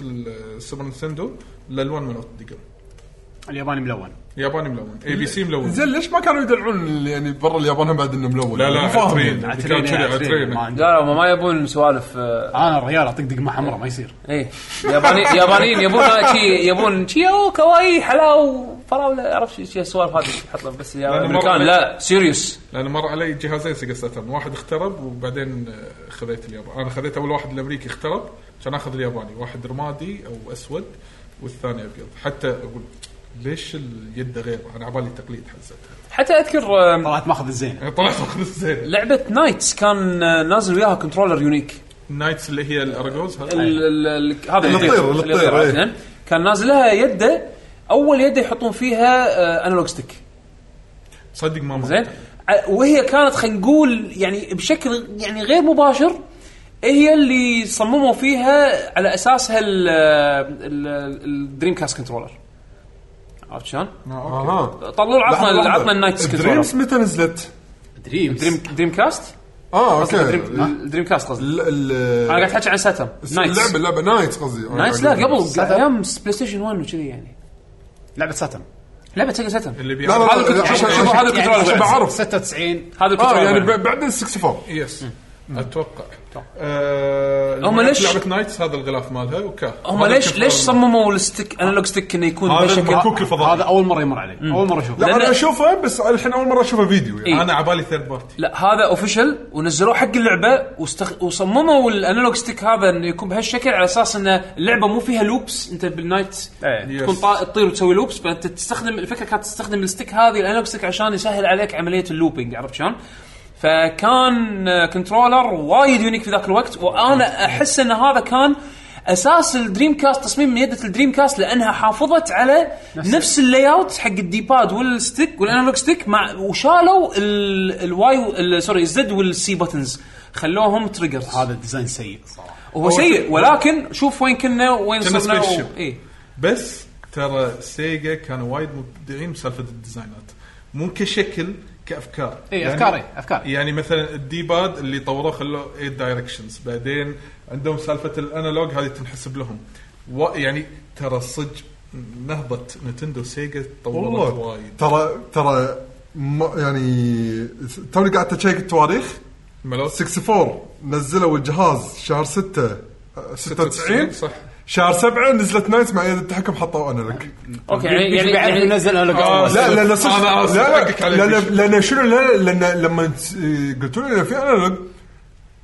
السوبر نتندو الالوان ملون دقم
الياباني ملون
ياباني ملون اي بي سي ملون
زين ليش ما كانوا يدلعون ال- يعني برا اليابان هم بعد انه ملون
لا لا
مو فاهم
عترين
يعني.
كان كذي عترين
ما عندي.
لا لا ما- ما يبون سوالف آه،
انا الرجال اطق دقمه حمراء ما يصير
ايه
إيه. ياباني يابانيين يبون شي يبون شي او كواي حلاو فراوله عرفت شي- شي السوالف هذه تحط لهم بس يا
لأن
الامريكان
مرة-
لا سيريوس
لان مر علي جهازين سيجا ساترن واحد اخترب وبعدين آه، خذيت الياباني انا خذيت اول واحد الامريكي اخترب كان اخذ الياباني واحد رمادي او اسود والثاني ابيض حتى اقول ليش اليد غير انا عبالي تقليد حزتها
حتى اذكر آم،
طلعت ماخذ الزين
يعني طلعت اخذ الزين
لعبه نايتس كان آه، نازل وياها كنترولر يونيك
نايتس اللي هي الارجوز هذا
ال- ال- ال- هذا
اللي يطير- اللي يطير،
عرفت
إيه.
شلون؟ كان نازل لها يده اول يده يحطون فيها آه، انالوج ستيك
صدق ما
زين
مرت
ع- وهي كانت خلينا نقول يعني بشكل يعني غير مباشر هي اللي صمموا فيها على اساسها الدريم كاست كنترولر عرفت شلون؟
آه، اها
طلعوا عطنا عطنا النايت كنترولر
دريمز متى نزلت؟
دريمز
دريم دريم كاست؟
اه اوكي
دريم-
ال-
الدريم كاست قصدي
ال-
انا قاعد احكي عن ساتم نايتس
اللعبه اللعبه نايتس قصدي يعني أنا
نايتس لا
قاعد أقول.
قبل ايام بلاي ستيشن 1 وكذي يعني
لعبه ساتم
لعبه سيجا ساتم
اللي
لا لا
بيعرف
هذا
لا
الكنترول-
عشان-
شوفوا هذا الكنترول
عشان- عشان بعرف
96
هذا
اه يعني
الكنترولر
ب- بعد ال 64
يس اتوقع آه،
هم ليش-
لعبه نايتس هذا الغلاف مالها وكا
هم
هذا
ليش
كنترول
ليش صمموا الستيك انالوج ستيك انه يكون
هذا
بشكل
المكوك الفضائي
هذا اول مره يمر علي اول مره اشوفه
لا
لأن-
انا اشوفه بس الحين اول مره اشوفه فيديو يعني
إيه.
انا عبالي ثيرد بارتي
لا هذا اوفيشل ونزلوه حق اللعبه واستخ... وصمموا الانالوج ستيك هذا انه يكون بهالشكل على اساس انه اللعبه مو فيها لوبس انت بالنايت
يس.
تكون طا... تطير وتسوي لوبس فانت تستخدم الفكره كانت تستخدم الستيك هذه الانالوج ستيك عشان يسهل عليك عمليه اللوبينج عرفت شلون؟ فكان آه، كنترولر وايد يونيك في ذاك الوقت وانا احس ان هذا كان اساس الدريم كاست تصميم يدة الدريم كاست لانها حافظت على نفس اللاي اوت حق الدي باد والستيك والانالوج ستيك مع وشالوا ال- الواي و- ال- سوري الزد والسي بتنز خلوهم تريجرز
هذا الديزاين سيء صراحه
هو سيء ولكن شوف وين كنا وين
كنا
صرنا إيه.
سبيس شيب.
اي
بس ترى سيجا كانوا وايد مبدعين بسالفه الديزاينات مو كشكل كافكار
اي افكار اي افكار
يعني مثلا الدي باد اللي طوروه خلوه 8 دايركشنز بعدين عندهم سالفه الانالوج هذه تنحسب لهم و يعني ترى صدق نهضه نتندو سيجا طورت
والله
وايد
ترى ترى ما- يعني توني قاعد اشيك التواريخ
ملوت
64 نزلوا الجهاز شهر 6 96
صح
شهر 7 نزلت نايتس مع يد التحكم حطوا انا لك
اوكي يعني يعني,
بيعرف
يعني
ينزل انالوج
آه،
أول.
لا.
لا لا
أنا
لا صدق-
آسف،
لا
حقك
لا
علي
لأن-
بيش.
لان شنو لا لان لما انت- قلتوا لي إن في انالوج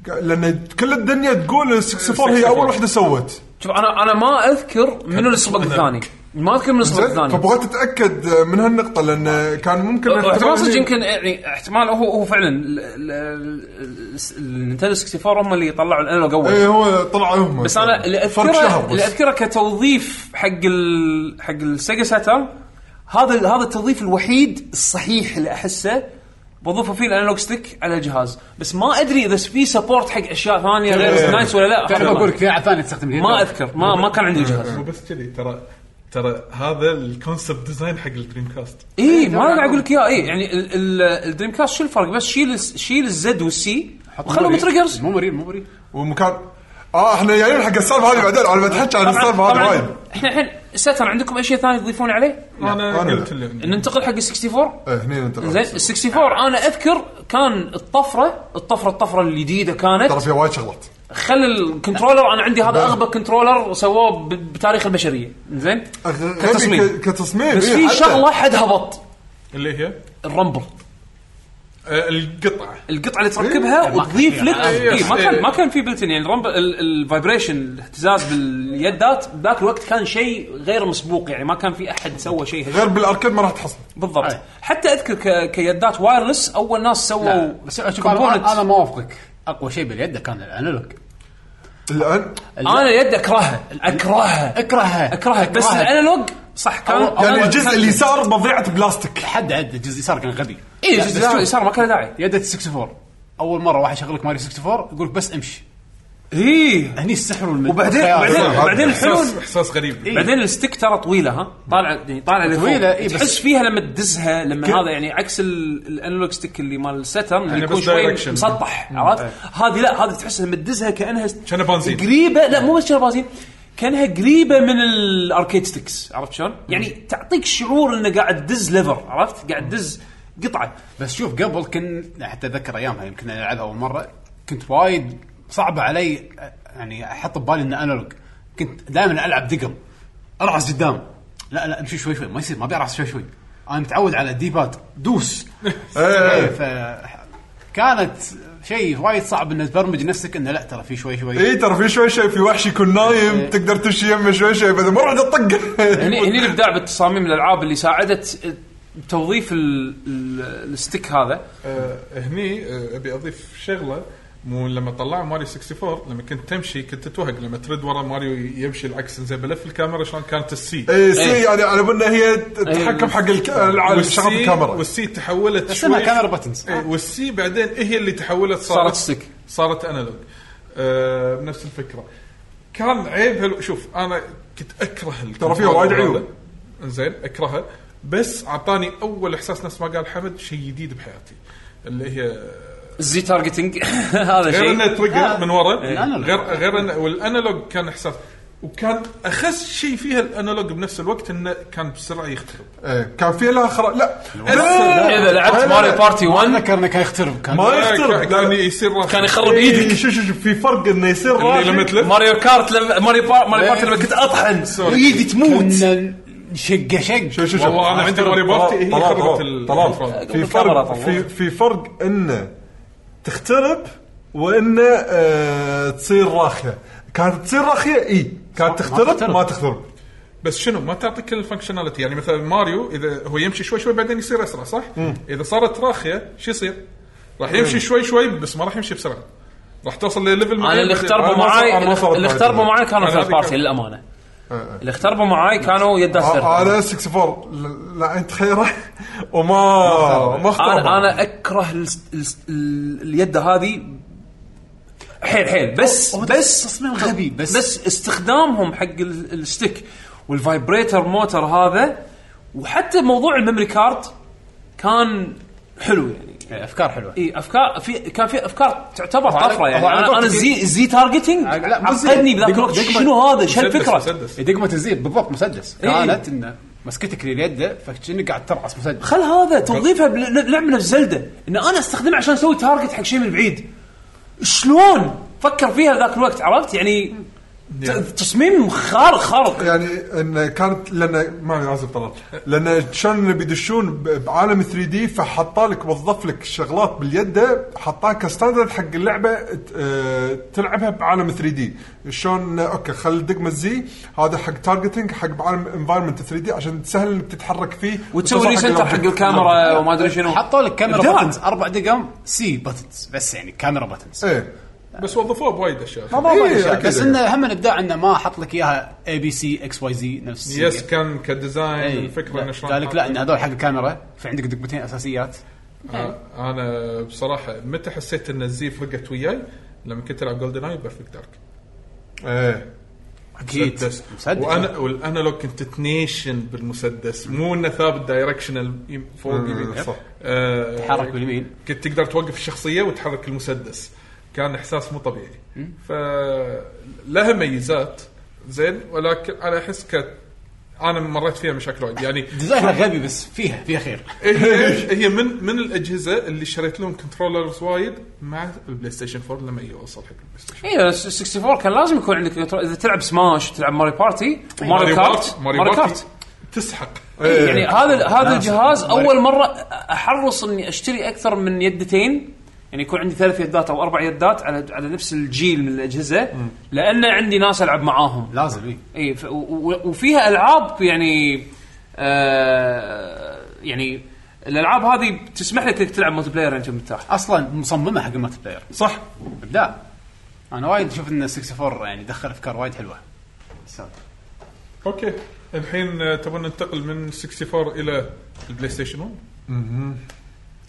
لان كل الدنيا تقول ال 64 هي اول وحده سوت
شوف انا انا ما اذكر منو اللي سبق الثاني ما اذكر منو اللي سبق الثاني
فبغيت اتاكد من هالنقطه لان كان ممكن
احتمال صدق
هني-
يمكن يعني احتمال هو هو فعلا ال- ال- ال- النينتندو 64 هم اللي طلعوا الانالوج
اي
اول
هو طلعوا هم
بس انا اللي
إيه. فرق شهر
اذكره اللي
بس
اذكره كتوظيف حق ال حق السيجا ساتر هذا ال- هذا التوظيف الوحيد الصحيح اللي احسه بضيفه فيه الانالوج ستيك على الجهاز بس ما ادري اذا في سبورت حق اشياء ثانيه غير نايتس ولا لا
انا
هذا
بقول لك في عاد ثاني تستخدم الهيد
ما
لايت.
اذكر ما ما كان عندي الجهاز
مو بس كذي ترى ترى هذا الكونسبت ديزاين حق الدريم كاست
اي إيه، ما قاعد اقول لك اياه اي يعني ال- ال- الدريم كاست شو الفرق بس شيل الس- شيل الزد والسي وخلهم
مريض.
تريجرز
مو مريض مو مريض
ومكان اه احنا جايين حق السالفه هذه بعدين انا بتحكي عن
طبعا
السالفه هذه
طبعاً
وايد
احنا الحين ساتر عندكم اي شيء ثاني تضيفون عليه؟
انا
أنا لا.
قلت اللي عندي
ننتقل حق ال 64
إيه، هني انت
زين ال 64 انا اذكر كان الطفره الطفره الطفره الجديده كانت
ترى فيها وايد شغلات
خل الكنترولر انا عندي
نعم.
هذا اغبى كنترولر سووه ب- بتاريخ البشريه زين
غبي
كتصميم
ك- كتصميم
بس في
إيه، حتى.
شغله حد هبط
اللي هي
الرمبل
آه، القطعه
القطعه اللي تركبها وتضيف لك
إيه،
اي ما
إيه.
كان ما كان في بلتن يعني الرمبل ال- الفايبريشن الاهتزاز باليدات بذاك الوقت كان شيء غير مسبوق يعني ما كان في احد سوى شيء هالشيء.
غير بالاركيد ما راح تحصل
بالضبط حتى اذكر ك... كيدات وايرلس اول ناس سووا
لا، بس شوف
component.
انا أنا ما اوافقك اقوى شيء باليد كان الانالوج
الان
انا اليد اكرهها اكرهها
اكرهها
اكرهها بس الانالوج صح كان
أول- أول-
يعني الجزء اليسار بضيعه بلاستيك
حد عد الجزء اليسار كان غبي
اي
لا، بس شوف،
يسار إيه، ما كان داعي
يد 64 اول مره واحد يشغل لك ماريو 64 يقول لك بس امشي
اي
هني السحر والمجد
وبعدين بعدين بعدين الحلو
احساس احساس غريب
بعدين الستيك ترى طويله ها طالعه يعني طالعه لفوق
طويلة، إي، بس-
تحس فيها لما تدزها لما هذا يعني عكس ال- الانالوج ستيك اللي مال الستر اللي
يعني
يكون
بس
شوي
direction.
مسطح عرفت هذه لا هذه تحس لما تدزها كانها
شنو بنزين.
قريبه لا مو بس شنو بنزين كانها قريبه من الاركيد ستيكس عرفت شلون؟ يعني تعطيك شعور انه قاعد تدز ليفر عرفت؟ قاعد تدز قطعه
بس شوف قبل كنت حتى اتذكر ايامها يمكن أنا العبها اول مره كنت وايد صعبه علي أ- يعني احط ببالي انه انالوج كنت دائما العب دقم ارعس قدام لا لا امشي شوي شوي ما يصير ما بيرعس شوي شوي انا متعود على الدي باد دوس إيه، ف كانت شيء وايد صعب انك تبرمج نفسك انه لا ترى في شوي شوي
اي إيه، ترى في شوي شوي في وحش يكون
إيه.
نايم تقدر تمشي يمه شوي شوي بعدين ما راح تطقه
هني هني الابداع بالتصاميم الالعاب اللي ساعدت توظيف ال- ال- الستيك هذا
آه، هني آه، ابي اضيف شغله مو لما طلعوا ماريو 64 لما كنت تمشي كنت تتوهق لما ترد ورا ماريو يمشي العكس زين بلف الكاميرا شلون كانت السي
إيه.
اي سي يعني على بالنا هي تتحكم حق الك- العالم شغل الكاميرا
والسي تحولت
بس انها
شوي
كاميرا بتنز
إيه، والسي بعدين هي اللي تحولت
صارت
صارت
ستيك
صارت انالوج آه نفس الفكره كان عيب هلو شوف انا كنت اكره
ترى فيها وايد عيوب.
زين اكرهها بس اعطاني اول احساس نفس ما قال حمد شيء جديد بحياتي اللي هي
الزي تارجتنج هذا
غير
شيء
انه تريجر من ورا
آه. إيه. الأنالوج.
غير غير انه والانالوج كان احساس وكان اخس شيء فيها الانالوج بنفس الوقت انه كان بسرعه يخترب
إيه، كان في لها خرا لا
اذا لعبت ماريو بارتي 1
اتذكر انه كان يخترب كان
ما
كان-
يخترب
كان
لا،
يصير راح
كان يخرب ايدك
إيه، شوف شوف شوف، في فرق انه يصير
اللي لما
راحي
تلف
ماريو كارت لما ماريو بار- ماريو بارتي لما كنت اطحن ايدي تموت
كنا شقه شق
شوف شوف
والله انا عندي ماري بارتي هي
طلال،
خربت
طلال،
ال-
طلال.
الفرق.
في
بالكاميرا
فرق
طبعاً.
في في فرق انه تخترب وانه آه، تصير راخيه كانت تصير راخيه اي كانت تخترب ما تخترب
بس شنو ما تعطي كل الفانكشناليتي يعني مثلا ماريو اذا هو يمشي شوي شوي بعدين يصير اسرع صح؟ اذا صارت راخيه شو يصير؟ راح يمشي شوي شوي بس ما راح يمشي بسرعه راح توصل لليفل
انا اللي اختربوا
أنا ما
معاي
صار- أنا ما صارت
اللي
معي
اختربوا
كذا.
معاي كانوا
أنا
ثيرد
هذه
بارتي
كان-
للامانه اللي اختربوا معاي كانوا يد
آه،
السر
انا 64 ل- لعبت (laughs) خيره وما ما اخترب
انا انا اكره ال- ال- ال- اليد هذه حيل حيل بس بس
تصميم غبي بس
بس استخدامهم حق ال- الستيك والفايبريتر موتر هذا وحتى موضوع الميموري كارد كان حلو يعني
افكار حلوه
اي افكار في كان في افكار تعتبر
على-
طفره يعني
هو على
انا انا
قولتك
الزي الزي تارجتنج
على- لا، مو زي.
عقدني بذاك
دق-
الوقت
دق-
شنو هذا شو
مسدس-
الفكره؟
مسدس.
دقمه الزيت إيه، بالضبط مسدس
إيه.
كانت انه مسكتك لليد فكأنك قاعد ترعس مسدس
خل هذا توظيفها بلعبنا بزلده ان انا استخدمه عشان اسوي تارجت حق شيء من بعيد شلون؟ فكر فيها ذاك الوقت عرفت يعني ت- تصميم خارق خارق
يعني ان كانت لان ما لازم طلال لان شلون بيدشون ب- بعالم 3 دي فحطى لك وظف لك شغلات باليد حطاها كستاندرد حق اللعبه ت- آه، تلعبها بعالم 3 دي شلون اوكي خل دقمه زي هذا حق تارجتنج حق بعالم انفايرمنت 3 دي عشان تسهل انك تتحرك فيه
وتسوي
وتوصل
ريسنتر حق
الأوبجكت.
الكاميرا وما ادري شنو
حطوا لك كاميرا
إبداع.
بتنز اربع دقم سي بتنز بس يعني كاميرا بتنز
ايه
بس وظفوه بوايد اشياء
ما
إيه،
إيه
أكيد.
بس انه هم الابداع انه ما حط لك اياها اي بي سي اكس واي زي نفس
يس كان كديزاين
إيه.
الفكره انه شلون
قال لك لا ان هذول حق الكاميرا فعندك دقمتين اساسيات
آه، انا بصراحه متى حسيت ان الزي فرقت وياي لما كنت العب جولدن اي بيرفكت دارك
ايه
مسدس
مسدس.
وانا والانالوج كنت تنيشن بالمسدس مو انه ثابت دايركشنال يم- فوق يمين
صح.
آه،
تحرك باليمين
كنت تقدر توقف الشخصيه وتحرك المسدس كان احساس مو طبيعي ف لها ميزات زين ولكن انا احس ك انا مريت فيها مشاكل وايد يعني
ديزاينها غبي بس فيها فيها خير
هي إيه، هي من من الاجهزه اللي شريت لهم كنترولرز وايد مع البلاي ستيشن 4 لما يوصل حق البلاي ستيشن
اي 64 كان لازم يكون عندك كنترول اذا تلعب سماش تلعب ماري بارتي
إيه،
ماري كارت
ماريو
ماري
بارتي
كارت
تسحق
إيه، يعني هذا هذا الجهاز اول مره احرص اني اشتري اكثر من يدتين يعني يكون عندي ثلاث يدات او اربع يدات على على نفس الجيل من الاجهزه لان عندي ناس العب معاهم
لازم إيه.
اي ف- و- و- وفيها العاب يعني آه يعني الالعاب هذه تسمح لك انك تلعب ملتي بلاير انت مرتاح
اصلا مصممه حق المالتي بلاير
صح
ابداع انا وايد اشوف ان 64 يعني دخل افكار وايد حلوه
اوكي الحين آه، تبون ننتقل من 64 الى البلاي ستيشن 1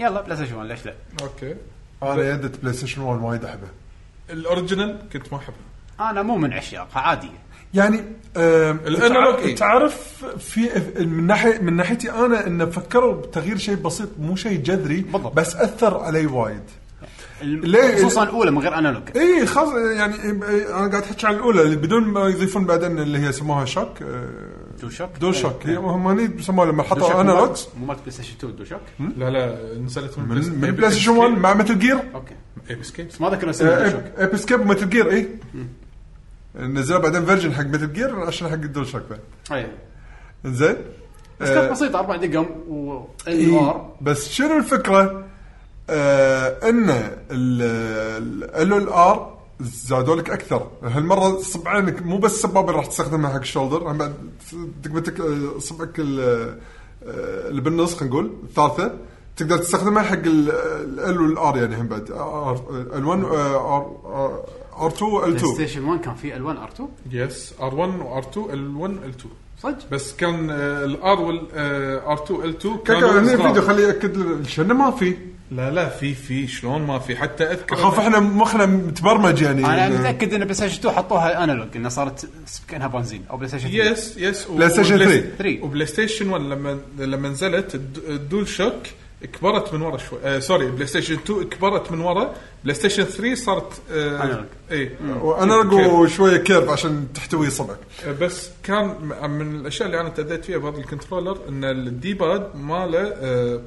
يلا بلاي ستيشن 1 ليش لا؟
اوكي
انا يدة بلاي ستيشن 1 وايد احبها
الاوريجينال كنت ما احبه
انا مو من عشاقها عاديه
يعني آم،
الأنالوج إيه؟
تع- تعرف في من ناحيه من ناحيتي انا انه فكروا بتغيير شيء بسيط مو شيء جذري
بالضبط.
بس اثر علي وايد ليه؟
الم- خصوصا الاولى من غير انالوج
اي خاص يعني إيه، انا قاعد احكي عن الاولى اللي بدون ما يضيفون بعدين اللي هي سموها شوك آه،
دول شوك
دول شوك هي هم هني سموها لما
إيه، دول شوك
حطوا
مو مال-
انالوجز
مو مالت بلاي ستيشن 2 دول شوك
لا لا نزلت من
من
إيه،
من بلاي ستيشن 1 مع آه، متل جير
اوكي
ايبس كيبس
بس ما ذكر اسمها
أه،
دول شوك
اب سكيب ومتل جير اي نزلوا بعدين فيرجن حق متل جير عشان حق الدول شوك بعد
أي.
أه. زين آه،
بس كانت بسيطه اربع دقم والنار
إيه، بس شنو الفكره؟ آه ان ال ال ار زادوا لك اكثر هالمره صبعينك مو بس السبابه اللي راح تستخدمها حق الشولدر هم بعد دقمتك آه، صبعك ال- آه، اللي بالنص خلينا نقول الثالثه تقدر تستخدمها حق ال والار يعني هم بعد آه، ال1 ار2
بلاي
ال2
ستيشن 1 كان في ال1 ار 2
إيه.
يس ار 1 وار 2 ال 1 ال 2
صدق
بس كان آه، الار والار 2 ال 2
كاكا هنا فيديو خليه ياكد لنا شنو ما في
لا لا في في شلون ما في حتى اذكر
اخاف احنا مخنا متبرمج يعني
انا
إن-
متاكد ان بلاي ستيشن 2 حطوها انالوج انها صارت كانها بنزين او بلاي ستيشن 3
يس يس و-
بلاي ستيشن
وبلاي-
3.
وبلاي ستيشن 1 لما لما نزلت الد- الدول شوك كبرت من ورا شوي آه سوري بلاي ستيشن 2 كبرت من ورا بلاي ستيشن 3 صارت آه
Analog.
اي
وانالوج
كيرف.
وشويه كيرف عشان تحتوي صبعك
آه، بس كان م- من الاشياء اللي انا تاذيت فيها بهذا الكنترولر ان الديباد ماله آه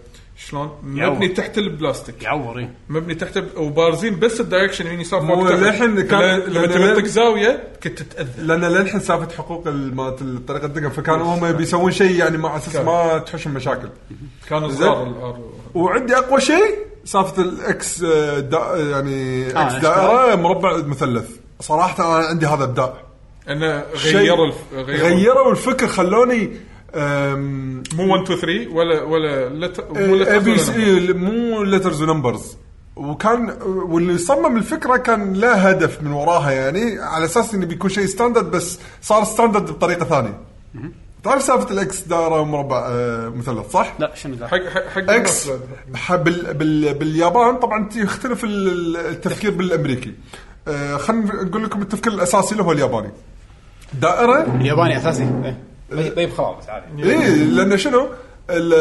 شلون مبني
يعور.
تحت البلاستيك
يعور إيه.
مبني تحت وبارزين بس الدايركشن يمين يسار
مو
فوق تحت.
للحين كان-
لما- لما
للحين-
تمنطق زاويه كنت تتاذى
لان للحين سالفه حقوق ال- مالت الطريقه الدقه فكانوا هم بيسوون شيء يعني مع اساس ما تحوشهم مشاكل
كانوا صغار الار
وعندي اقوى شيء سالفه الاكس آه، دا يعني
آه،
اكس دائره مربع مثلث صراحه انا عندي هذا ابداع
انه
شيء-
غيروا الف... غيروا
غيروا الفكر خلوني أم،
مو 1 2 3 ولا ولا لت... مو لت...
اي بي سي مو ليترز ونمبرز وكان واللي صمم الفكره كان لا هدف من وراها يعني على اساس انه بيكون شيء ستاندرد بس صار ستاندرد بطريقه ثانيه. تعرف سالفه الاكس دائره ومربع آه، مثلث صح؟
لا شنو ذا
حق حق حق
اكس
الناس.
ح- بال بال باليابان طبعا يختلف ال- ال- التفكير بالامريكي. آه، خلينا نقول لكم التفكير الاساسي اللي هو الياباني. دائره
الياباني اساسي
أه.
إيه. بي- بيب خراب بس عادي
ايه لان شنو؟ ال-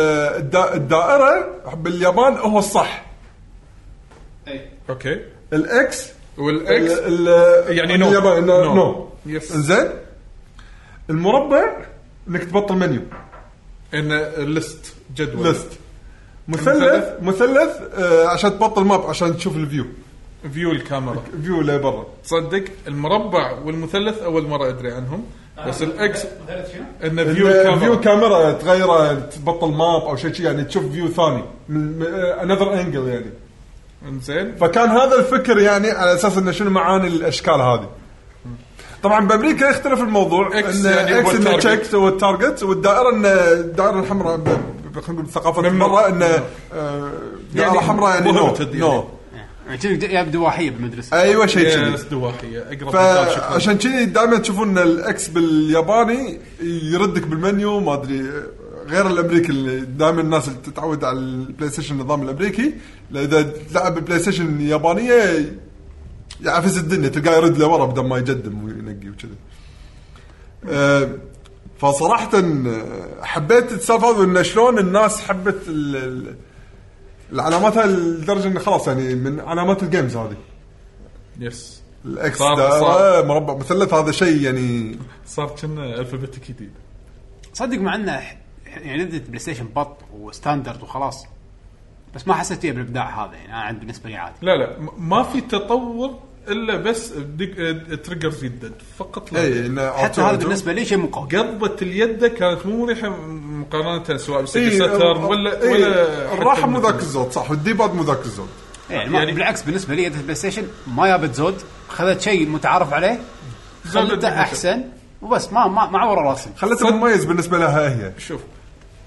الدا- الدائره باليابان هو الصح.
اوكي
الاكس
والاكس
ال- ال-
يعني
ال-
نو.
اليابان-
نو.
نو نو
يس.
زين المربع انك تبطل منيو
انه ليست جدول
ليست مثلث مثلث آه، عشان تبطل ماب عشان تشوف الفيو
فيو الكاميرا
فيو اللي برا
تصدق المربع والمثلث اول مره ادري عنهم بس الاكس انه فيو
ال- فيو
الكاميرا
كاميرا تغيره تبطل ماب او شيء شي يعني تشوف فيو ثاني من انذر انجل يعني
انزين
فكان هذا الفكر يعني على اساس انه شنو معاني الاشكال هذه طبعا بامريكا يختلف الموضوع
إكس
إن
يعني هو
اكس انه
التارجت.
تشيك هو التارجت والدائره ان الدائره الحمراء ب- ب- خلينا نقول ثقافه برا ان آه، دائره
يعني
حمراء يعني نو
مهمة يعني.
نو
يعني كذي جاب دواحيه بالمدرسه
ايوه شيء كذي
يس دواحيه اقرب مثال شفناه.
فعشان كذي دائما تشوفون ان الاكس بالياباني يردك بالمنيو ما ادري غير الامريكي اللي دائما الناس اللي تتعود على البلاي ستيشن النظام الامريكي اذا تلعب بلاي ستيشن يابانيه يعفس الدنيا تلقاه يرد لورا بدل ما يقدم وينقي وكذي. أه، فصراحة أه، حبيت السالفة هذه انه شلون الناس حبت ال- ال- العلامات هاي لدرجة انه خلاص يعني من علامات الجيمز هذه.
يس
الاكس
صار-
دائره
صار.
إيه، مربع مثلث هذا شيء يعني
صار كنا الفابيتك جديد
صدق مع انه ح- يعني نزلت بلاي ستيشن بط وستاندرد وخلاص بس ما حسيت فيها بالابداع هذا يعني انا عند- بالنسبه لي عادي
لا لا م- ما في تطور الا بس دق- تريجرز يدد فقط لا
اي انه
حتى هذا بالنسبه لي شيء مو قوي
قضبة اليد كانت مو مريحة مقارنة سواء بسيجا
إيه،
ساترن ولا
إيه،
ولا
الراحه
حتى
مو
بالنسبة-
ذاك الزود صح والديباد مو ذاك الزود
يعني, ما-
يعني-
بالعكس بالنسبه لي يده البلاي ستيشن ما جابت زود خذت شيء متعارف عليه
زودت
خلته
دقيقة.
احسن وبس ما ما ما عور راسي
خلته مميز بالنسبه لها هي
شوف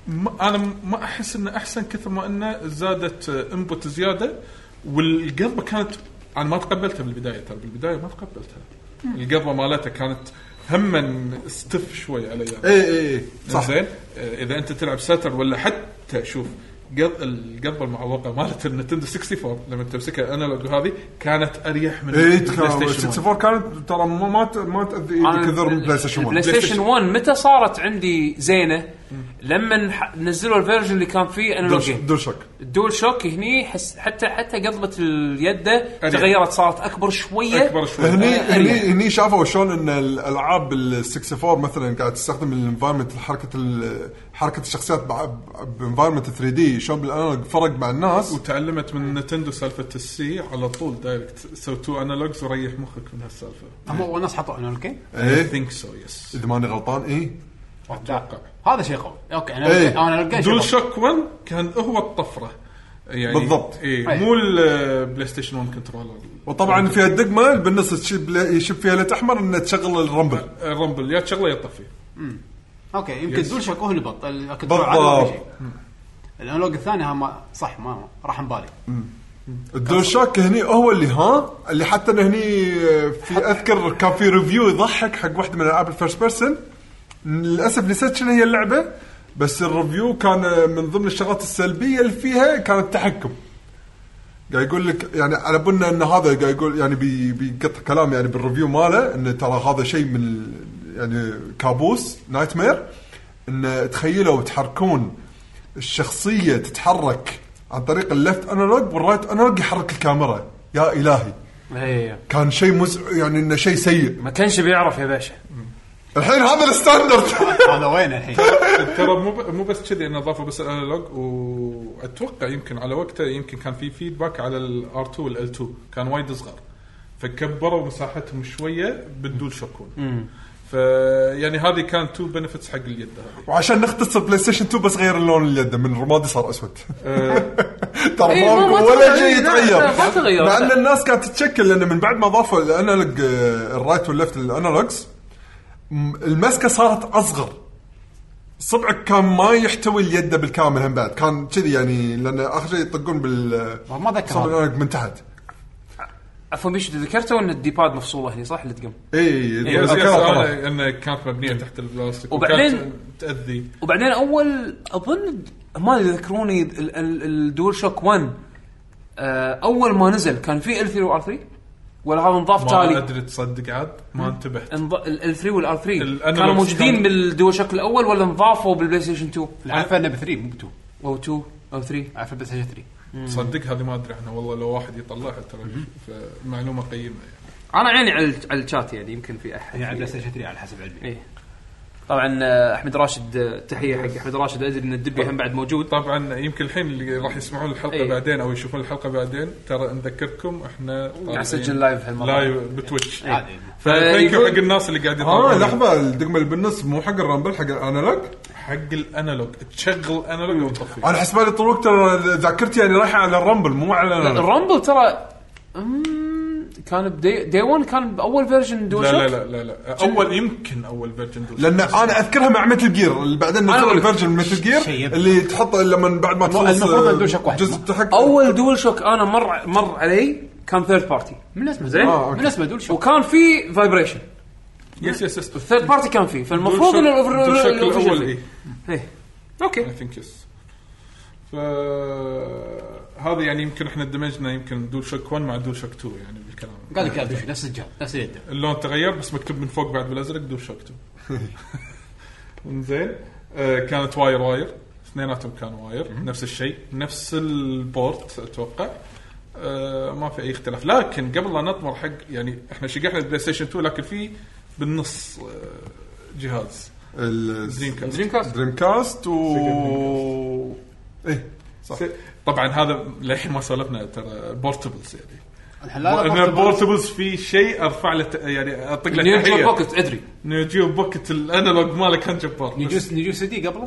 ما انا ما احس انه احسن كثر ما انه زادت انبوت زياده والقضبه كانت انا ما تقبلتها بالبدايه ترى بالبدايه ما تقبلتها القضبه مالتها كانت هما ستف شوي علي يعني.
اي اي اي إيه، صح
زين آه، اذا انت تلعب ساتر ولا حتى شوف قض- القضبه المعوقه مالت النتندو 64 لما تمسكها انالوج هذه كانت اريح من
اي
البلاي ستيشن 1.
64 كانت ترى ما ما ت- ما تاذي ايدي كثر من بلاي ستيشن 1
بلاي ستيشن 1 متى صارت عندي زينه؟ لما ح- نزلوا الفيرجن اللي كان فيه انالوج جيم
دول شك
الدول شوك هني حس حتى حتى قضبه اليد تغيرت صارت اكبر شويه
اكبر
آه،
شوي
هني
أريح.
هني هني شافوا شلون ان الالعاب ال 64 مثلا قاعد تستخدم الانفايرمنت حركه ال- حركه الشخصيات بانفايرمنت 3 دي شلون بالانالوج فرق مع الناس
وتعلمت من نتندو سالفه السي على طول دايركت سوتو انالوجز وريح مخك من هالسالفه
هم اول ناس حطوا انالوجي
اي
ايه
ثينك سو يس
اذا ماني غلطان ايه
اتوقع هذا شيء قوي اوكي انا
إيه.
انا القى
دول
شيء قوي.
شوك 1 كان هو الطفره يعني
بالضبط.
اي
أي.
مو البلاي ستيشن 1 كنترولر
وطبعا فيها الدقمه بالنص تشب يشب فيها ليت احمر انه تشغل الرمبل
الرمبل يا تشغله يا تطفي
اوكي يمكن
يس.
دول شوك هو اللي بط ال- الكنترول على الأول
بالضبط
شيء. الانالوج الثاني ها ما صح ما راح عن بالي
الدور شاك هني هو اللي ها اللي حتى إنه هني في اذكر كان في ريفيو يضحك حق واحده من العاب الفيرست بيرسون للاسف نسيت شنو هي اللعبه بس الريفيو كان من ضمن الشغلات السلبيه اللي فيها كان التحكم قاعد يقول لك يعني على بالنا ان هذا قاعد يقول يعني بي- بيقطع كلام يعني بالريفيو ماله ان ترى هذا شيء من ال- يعني كابوس نايت مير ان تخيلوا تحركون الشخصيه تتحرك عن طريق اللفت انالوج والرايت انالوج يحرك الكاميرا يا الهي
اي
كان شيء مزع يعني انه شيء سيء
إيه، ما كانش بيعرف يا باشا
الحين هذا الستاندرد (laughs)
هذا وين
(laughs)
الحين؟
ترى مو ب- مو بس كذي انه ضافوا بس الانالوج واتوقع يمكن على وقته يمكن كان في فيدباك على الار 2 والال 2 كان وايد صغار فكبروا مساحتهم شويه بالدول شوكون فيعني يعني هذه كان تو بنفتس حق اليد هذه
وعشان نختصر بلاي ستيشن 2 بس غير اللون اليد من رمادي صار اسود
آه،
ترى
إيه،
ما-
ما- ما
ولا
تغير.
شيء
لا،
يتغير
لا، ما تغير.
مع ان الناس كانت تتشكل لان من بعد ما ضافوا الانالوج آه، الرايت والليفت للانالوجز م- المسكه صارت اصغر صبعك كان ما يحتوي اليد بالكامل هم بعد كان كذي يعني لان اخر شيء يطقون بال
ما أذكر
صبع
هذا.
الانالوج من تحت
عفوا بيشو ذكرته ان الديباد مفصوله هني صح اللي تقم
اي
يس- يس،
إيه، ذكرها طبعاً.
أنا انه كانت مبنيه تحت البلاستيك
وبعدين-
وكانت تاذي
وبعدين اول اظن ما أدري يذكروني ال- ال- الدول شوك 1 آه، اول ما نزل كان في ال 3 وال 3 ولا هذا انضاف
ما
تالي
ادري تصدق عاد ما انتبهت
ال 3 والار 3
الأنالوج
كانوا موجودين
كان-
بالدول شوك الاول ولا انضافوا بالبلاي ستيشن 2
عارفه انه ب 3 مو ب 2
او 2 او 3
عارفه بس 3
تصدق هذه ما ادري عنها والله لو واحد يطلعها ترى معلومه قيمه يعني
انا عيني على ال- على الشات يعني يمكن في احد
يعني بلاي
في-
ستيشن 3 على حسب علمي
إيه. طبعا آه، احمد راشد آه، تحيه حق احمد راشد ادري ان الدبي هم بعد موجود
طبعا يمكن الحين اللي راح يسمعون الحلقه
إيه.
بعدين او يشوفون الحلقه بعدين ترى نذكركم احنا طالعين
نسجل إيه. لايف هالمرة.
لايف بتويتش
عادي
فثانك يو
فيقول-
حق الناس اللي
آه،
قاعد
اه
يطلعون
لحظه الدقمه اللي بالنص مو حق الرامبل حق الانالوج
حق الانالوج تشغل انالوج وتطفي
انا حسبالي طول الوقت أنا ذاكرتي يعني رايحه على الرامبل مو على
لا،
الانالوج
الرامبل ترى أمم، كان بدي دي 1 كان باول فيرجن دول
لا
شوك
لا لا لا لا اول يمكن اول فيرجن
لان انا اذكرها مع متل جير اللي بعدين نزلوا
أقول لك.
الفيرجن متل
شيء
جير
يبدو.
اللي تحط لما بعد ما تخلص
المفروض
آه،
أن دوشك واحد.
جزء تحقق
اول دول شوك انا مر مر علي كان ثيرد بارتي
من اسمه
زين. آه،
من اسمه دول شو
وكان في فايبريشن
يس يس يس
الثيرد بارتي كان فيه فالمفروض ان ال- ال- ال-
الاول اي
ال- إيه. اوكي
اي ثينك يس فهذا يعني يمكن احنا دمجنا يمكن دول شوك 1 مع دول شوك 2 يعني بالكلام
قال لك يا دول شو نفس الجهاز نفس اليد
اللون تغير بس مكتوب من فوق بعد بالازرق دول شوك 2 زين آه كانت واير واير اثنيناتهم كانوا واير نفس الشيء نفس البورت اتوقع آه ما في اي اختلاف لكن قبل لا نطمر حق يعني احنا شقحنا البلاي ستيشن 2 لكن في بالنص آه جهاز دريم كاست
دريم كاست
دريم كاست و ايه
صح طبعا هذا للحين ما سولفنا ترى بورتبلز يعني
الحين
ان
لا
البورتبلز في شيء ارفع له ت- يعني اطق له
نيو جو
تحيه
بوكت ادري
نيو جيو بوكت الانالوج ماله كان جبار بس-
نيجوس نيجوس سي دي قبله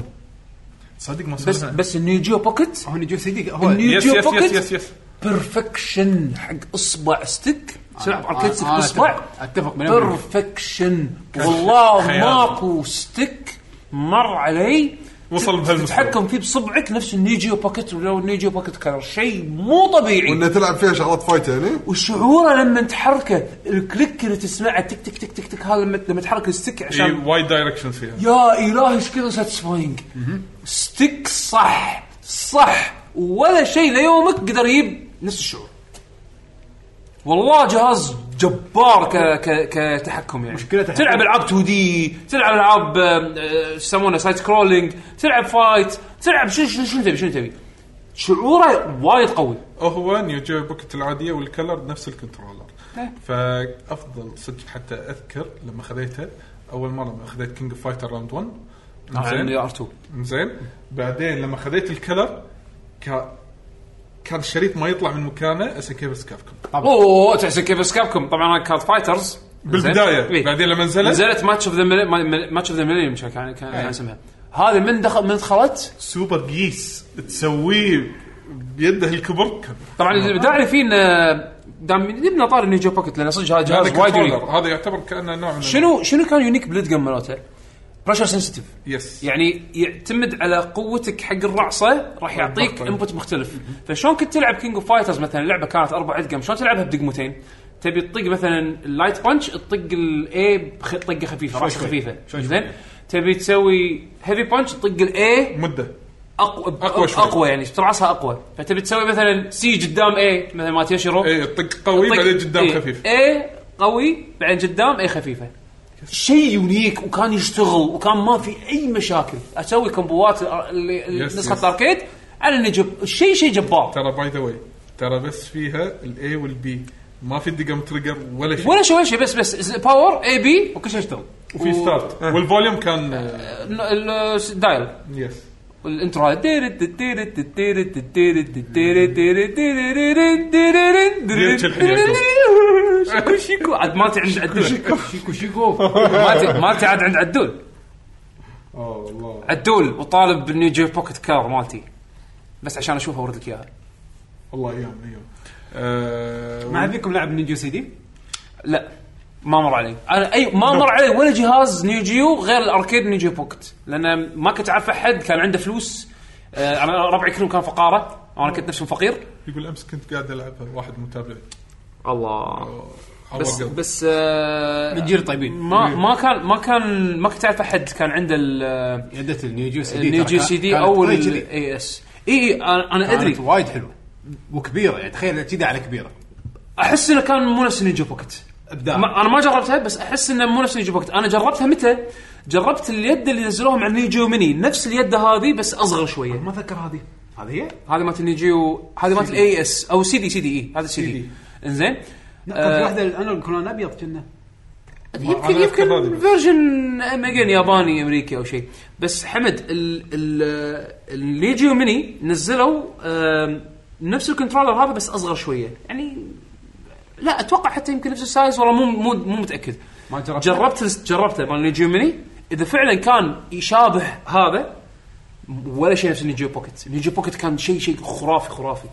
صدق ما (laughs)
بس
سولفنا
بس النيو جو بوكت
هو نيجوس سي دي هو
النيو
يس
جو
يس يس
بوكت
يس يس
بيرفكشن حق اصبع ستيك
آه،
تلعب اركيد ستيك
آه، أنا
باصبع
أتفق- أتفق من أمري.
بيرفكشن والله
خيال.
ماكو ستيك مر علي
وصل بهالمستوى.
تتحكم فيه بصبعك نفس النيجيو باكيت ولو النيجيو باكيت كان شيء مو طبيعي
وانه تلعب فيها شغلات فايت يعني
وشعوره لما تحركه الكليك اللي تسمعه تك تك تك تك تك هذا لما لما تحرك الستيك
اي
عشان
وايد دايركشنز فيها
يا الهي ايش كذا ساتسفاينج ستيك صح صح ولا شيء ليومك قدر يجيب نفس الشعور والله جهاز جبار ك ك كتحكم يعني
مشكلة تحكم.
تلعب العاب 2 دي تلعب العاب آم، آه، شو يسمونه سايد سكرولينج تلعب فايت تلعب شنو شنو شنو تبي شنو تبي شعوره وايد قوي
هو نيو جيو بوكت العاديه والكلر نفس الكنترولر فافضل صدق حتى اذكر لما خذيته اول مره لما خذيت كينج اوف فايتر راوند 1
طبعا ار 2
زين بعدين لما خذيت الكلر كا- كان الشريط ما يطلع من مكانه اسا كيف سكافكم
اوه تحسن كيف سكابكم طبعا انا كانت فايترز
بالبدايه
إيه.
بعدين لما نزلت
نزلت ماتش اوف ذا ماتش اوف ذا ميلينيوم كان كان
إيه.
كان اسمها هذه من دخل من دخلت
سوبر جيس تسويه بيده الكبر كان
طبعا
آه.
الابداع اللي فيه انه آه، دام جبنا طار النيجا بوكت لان صدق هذا
هذا
جهاز وايد
كنترولر
يونيك
هذا يعتبر كانه نوع من
شنو شنو كان يونيك بليد جن مالته؟ بريشر سنسيتيف
يس
يعني يعتمد على قوتك حق الرعصه
طيب،
راح يعطيك
الضغط.
انبوت مختلف فشلون كنت تلعب كينج اوف فايترز مثلا لعبه كانت اربع ادقم شلون تلعبها بدقمتين تبي تطق مثلا اللايت بانش تطق الاي طقه خفيفه رعصه
شوي.
خفيفه
شوي شوي.
زين تبي تسوي هيفي بانش تطق الاي
مده
اقوى
أقوى شوي.
اقوى يعني ترعصها اقوى فتبي تسوي مثلا سي قدام اي مثل ما تيشيرو
اي إيه، طق قوي بعدين قدام خفيف
اي طيب، إيه. قوي بعدين قدام اي خفيفه شيء يونيك وكان يشتغل وكان ما في اي مشاكل اسوي كومبوات اللي- اللي
يس،
نسخه
يس.
الاركيد على نجيب شيء شيء جبار
ترى باي ذا واي ترى بس فيها الاي والبي ما في دقم تريجر ولا شيء
ولا شيء ولا شيء بس بس باور اي بي
وكل شيء يشتغل
وفي ستارت والفوليوم كان آه، Oh,
الدايل
يس
الانترو شيكو شيكو عاد مالتي عند عدول شيكو شيكو مالتي مالتي عاد عند عدول
والله
عدول وطالب اني يجيب بوكيت كار مالتي بس عشان اشوفها اورد لك اياها
والله ايام ايام آه،
ما عندكم لاعب نينجو سي دي؟
لا ما مر علي انا اي ما مر علي ولا جهاز نيو جيو غير الاركيد نيو جيو بوكت لان ما كنت اعرف احد كان عنده فلوس آه، انا ربعي كلهم كان فقاره وانا كنت نفسهم فقير
يقول امس كنت قاعد العبها واحد متابع
الله بس
عور قلب.
بس آه،
من جيل طيبين
ما ما كان ما كان ما كنت اعرف احد كان عنده ال- آه،
يدت النيوجيو سي دي
النيو
ترى
جيو
كان-
سي دي
كانت
او
طري كذي.
ال- اي اس اي اي انا أنا
كانت
ادري
وايد حلوه وكبيره يعني تخيل كذا على كبيره
احس انه كان مو نفس نينجا بوكت
ابداع
ما انا ما جربتها بس احس انه مو نفس نينجا بوكت انا جربتها متى جربت اليد اللي نزلوها مع نيجيو ميني نفس اليد هذه بس اصغر شويه
ما اذكر هذه هذه هي؟
هذه مالت النيجيو هذه مالت الاي اس او سي دي سي دي اي هذا سي دي انزين
لا كان في
آه،
واحده الانالوج كلون ابيض كنا
يمكن
أذكر
يمكن
هذه.
فيرجن اجين ياباني امريكي او شيء بس حمد ال ال النيجيو ميني نزلوا آم، نفس الكنترولر هذا بس اصغر شويه يعني لا اتوقع حتى يمكن نفس السايز والله مو مو مو متاكد
ما جربت
جربت جربته مال نيجيو ميني اذا فعلا كان يشابه هذا ولا شيء نفس نيجيو بوكيت نيجيو بوكيت كان شيء شيء خرافي خرافي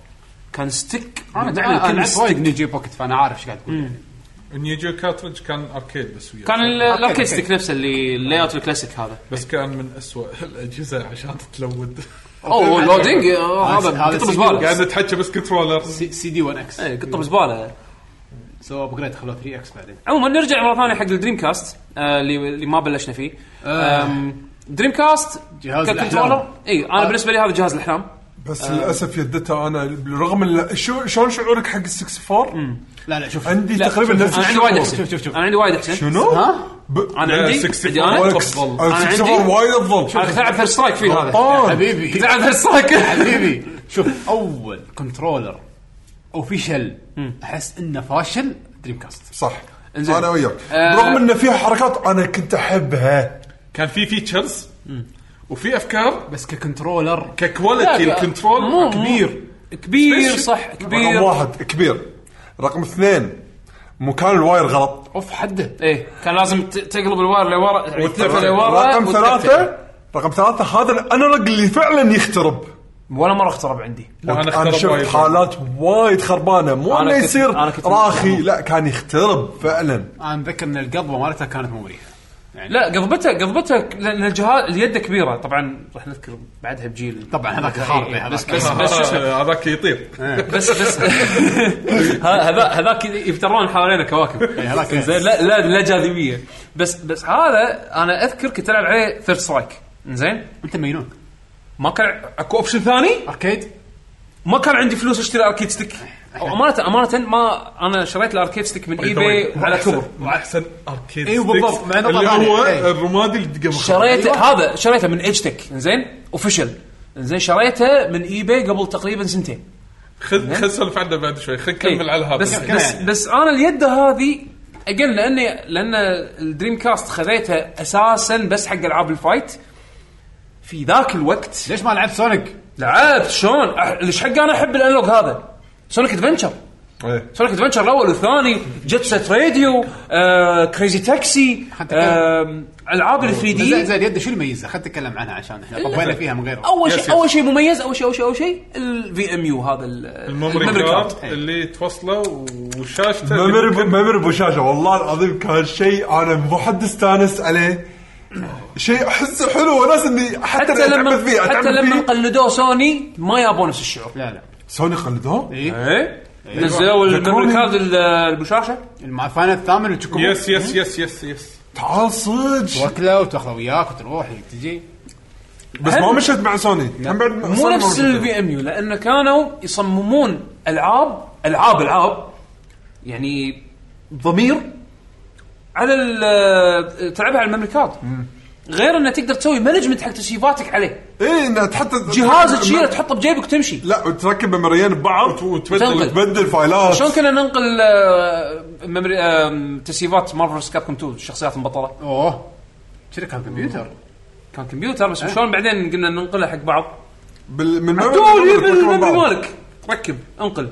كان ستيك
انا
بمعنى
أنا
الكلمة
لعبت
ستيك.
وايد نينجو بوكيت فانا عارف ايش قاعد تقول
النيجو كارترج كان اركيد بس وياه
كان ال-
أوكي،
الاركيد
أوكي.
ستيك نفسه اللي اللاي اوت الكلاسيك هذا
بس كان من أسوأ (laughs) الاجهزه عشان تتلود
اوه لودينج آه، هذا
هذا-
يعني
هذا
قطب
سي-
زباله
قاعد اتحكى بس كنترولرز
سي, سي دي 1 اكس
إيه، قطب زباله
سووا ابجريد خلوه 3 اكس بعدين
عموما نرجع مره ثانيه حق الدريم كاست آه، اللي اللي ما بلشنا فيه
آه.
آم، دريم كاست
جهاز
ككنترولر
الأحلام.
اي انا بالنسبه لي هذا جهاز الاحلام
بس
آه.
للاسف يدتها انا بالرغم ال- شو شلون شعورك حق ال 64
لا لا شوف
عندي
لا،
تقريبا
شوف،
نفس
انا عندي وايد
الشعور.
احسن
شوف- شوف- شوف.
انا عندي وايد احسن
شنو؟
ها؟
ب...
انا عندي عندي
64
انا
ولا
ولكس
أفضل.
أنا عندي-
64 وايد افضل
انا كنت العب فيرست سترايك فيه هذا
طبعاً.
حبيبي
كنت العب فيرست سترايك
حبيبي شوف اول كنترولر اوفيشال احس انه فاشل دريم كاست
صح
انزين.
انا وياك
آه.
برغم ان فيها حركات انا كنت احبها
كان في فيتشرز وفي افكار
بس ككنترولر
ككواليتي
لا، مو- مو.
الكنترول كبير
كبير
Special.
صح
رقم
كبير
واحد كبير رقم اثنين مكان الواير غلط
اوف حده
ايه كان لازم ت- تقلب الواير لورا يعني تلفه لورا
رقم
وتلفه.
ثلاثة رقم ثلاثة هذا الانالوج اللي فعلا يخترب
ولا مره اخترب عندي
لا، أنا
انا
اخترب
شفت
وايد.
حالات وايد خربانه مو
أنا
انه
كنت-
يصير
أنا كنت-
راخي لا كان يخترب فعلا
انا اتذكر ان القضبه مالتها كانت مو مريحه
لا قضبته قضبته ك- لان الجهاز اليد كبيره طبعا راح نذكر بعدها بجيل
طبعا هذاك
إيه،
خارطي
بس
هذاك
بس بس شو اسمه
آه، هذاك يطير
بس
(laughs)
بس ه- هذا هذاك يفترون حوالينا كواكب
إيه، هذاك
زين لا لا لا جاذبيه بس بس هذا انا اذكر كنت العب عليه ثيرد سترايك زين
انت مجنون
ما كان اكو اوبشن ثاني
اركيد
ما كان عندي فلوس اشتري اركيد ستيك أو امانه امانه ما انا شريت الاركيد ستيك من
طيب،
اي باي على كبر
احسن اركيد
إيه،
sticks
بالضبط، مع إنه
اللي
طبعاً.
هو
إيه.
الرمادي اللي دقه
شريته
أيوة.
هذا شريته من ايج تك زين اوفشل زين شريته من اي باي قبل تقريبا سنتين
خذ خذ سولف عنه بعد شوي خذ كمل
إيه.
على هذا يعني.
بس
الحين.
بس, بس انا اليد هذه اجل لاني لان الدريم كاست خذيتها اساسا بس حق العاب الفايت في ذاك الوقت
ليش ما لعبت سونيك؟
لعبت شلون أح- ليش حق انا احب الانلوج هذا سونيك ادفنشر
إيه.
سونيك ادفنشر الاول والثاني جيت سيت راديو آه، كريزي تاكسي
حتى كان-
آه، العاب ال 3
بس
دي
زين زين يده شو الميزه؟ خلينا نتكلم عنها عشان احنا طبينا فيها من غيره
اول
يس، يس.
شيء اول شيء مميز اول شيء اول شيء اول شيء الفي ام يو هذا ال-
الميموري
الميموري
كارد
إيه.
اللي توصله وشاشته اللي
ميموري
ممكن-
ميموري بوشاشه والله العظيم كان شيء انا مو حد استانس عليه شيء احسه حلو وناس اني
(laughs)
حتى,
حتى لما
أتعمد فيه
حتى
أتعمد
لما
فيه.
قلدوه سوني ما جابوا نفس الشعور
لا إيه؟ لا
سوني قلدوه؟
اي
ايه نزلوا الميموري كارد ال- البشاشه
الفاينل الثامن وتشكوبو
يس يس يس يس يس
تعال صدق
واكله وتاخذه وياك وتروح تجي
بس ما مشيت مع سوني هم بعد
مو
سوني ما
نفس
مشت.
الفي ام يو لان كانوا يصممون العاب العاب العاب يعني ضمير على ال- تلعبها على الميموري كارد غير انه تقدر تسوي مانجمنت حق تسييفاتك عليه
ايه انه تحط
جهاز تشيله تحطه بجيبك وتمشي
لا وتركب ميموريين ببعض
تنقل.
وتبدل تبدل فايلات
شلون كنا ننقل آه، ميموري آه، تسييفات مارفلز كاب كوم 2 الشخصيات المبطله
اوه شنو كان كمبيوتر
كان كمبيوتر بس شلون بعدين قلنا ننقلها حق بعض
بال- من
قول
memory
يب
تركبهم
الميموري
ببعض.
مالك ركب انقل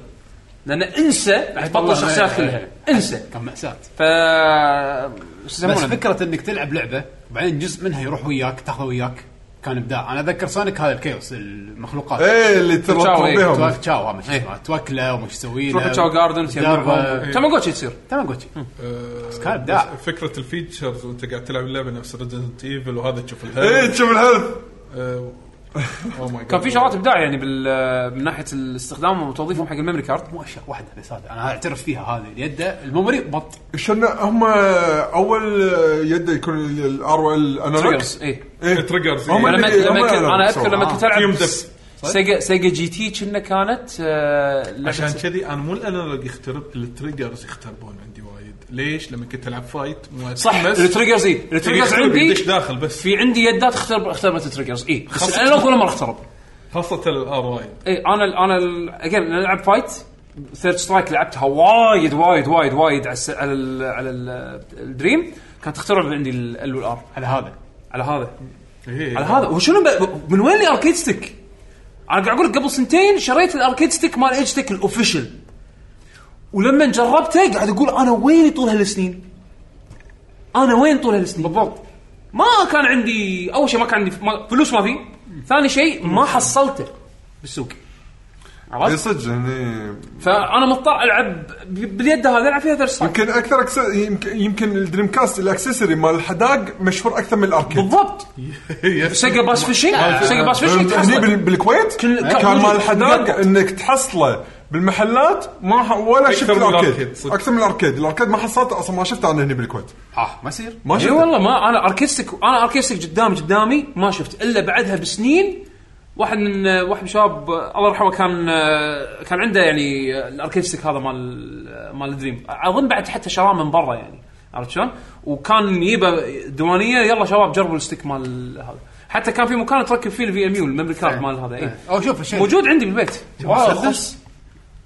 لان انسى بطل
والله
الشخصيات
ما-
كلها انسى
كان مأساة
ف شو
بس
يسمونه
فكره انك تلعب لعبه وبعدين جزء منها يروح وياك تاخذه وياك كان ابداع انا اذكر سونيك هذا الكيوس المخلوقات
ايه اللي
تشاو،
تربط
إيه.
بيهم
تواك تشاو ما شو
إيه.
اسمه توكله وما شو تسوي
تروح
له.
تشاو جاردن
آه،
دربة.
إيه.
تسوي تاماغوتشي تصير
تاماغوتشي
آه،
كان إبداع.
بس فكره الفيتشرز وانت قاعد تلعب اللعبه نفس ريزدنت ايفل وهذا تشوف آه، oh
ايه
الهيلث
تشوف الهيلث
إيه. كان في شغلات ابداع يعني بال... من ناحيه الاستخدام وتوظيفهم حق الميموري كارد
مو اشياء واحده بس هذا انا اعترف فيها هذه اليده الميموري بط
شلون هم اول يده يكون الار ال إيه. انالوج
تريجرز اي
إيه،
Oh
تريجرز
هم
إيه. لما
اللي-
لما
هم
كنت- انا
اللي
اذكر لما
سووا.
كنت العب
فيهم دف.
سيجا سيجا جي تي كنا كانت آه، لعبة-
عشان كذي انا مو الانالوج يخترب التريجرز يختربون عندي وايد ليش لما كنت العب فايت ما
صح
أتحمس.
التريجرز اي
إيه،
التريجرز
إيه، يخترب،
عندي
يدش داخل بس
في عندي يدات اخترب اختربت التريجرز اي بس الانالوج ولا مره اخترب
خاصه الار وايد
اي انا إيه، ال انا ال- again انا العب فايت ثيرد سترايك لعبتها وايد وايد وايد وايد على الس- على ال على ال الدريم كانت تخترب عندي ال والار
على هذا
على هذا
إيه.
على
(laughs)
هذا وشنو ب- من وين لي اركيد ستيك؟ انا قاعد اقول لك قبل سنتين شريت الاركيد ستيك مال ايج تك الاوفيشل ولما جربته قاعد اقول انا وين طول هالسنين؟ انا وين طول هالسنين؟ بالضبط ما كان عندي اول شيء ما كان عندي ف- ما- فلوس ما في ثاني شيء ما حصلته بالسوق
اي
عرفت؟
إيه، صدق يعني
فانا مضطر العب ب- باليد هذه العب فيها ثيرد سترايك
يمكن اكثر أكس- يمكن يمكن الدريم كاست الاكسسوري مال الحداق مشهور اكثر من الاركيد
بالضبط سيجا باس فيشنج سيجا باس فيشنج
هني أه، بال-
تحصله.
بالكويت
كل- كل-
كان مال
بالضبط.
الحداق انك تحصله بالمحلات ما ح- ولا شفت
من
الاركيد
الأركيد، صدق.
اكثر من الاركيد الاركيد ما حصلته اصلا ما شفته انا هني بالكويت
ها آه، ما يصير
ما
اي
شفته
إيه والله ما انا اركستك انا اركستك قدامي قدامي ما شفت الا بعدها بسنين واحد من واحد من شباب الله يرحمه كان كان عنده يعني الاركستك هذا مال مال دريم اظن بعد حتى شراه من برا يعني عرفت شلون؟ وكان يجيبه ديوانيه يلا شباب جربوا الستيك مال هذا حتى كان في مكان تركب فيه الفي ام يو الميموري كارد مال هذا اي
او شوف الشيء
إيه. موجود عندي بالبيت واو،
مسدس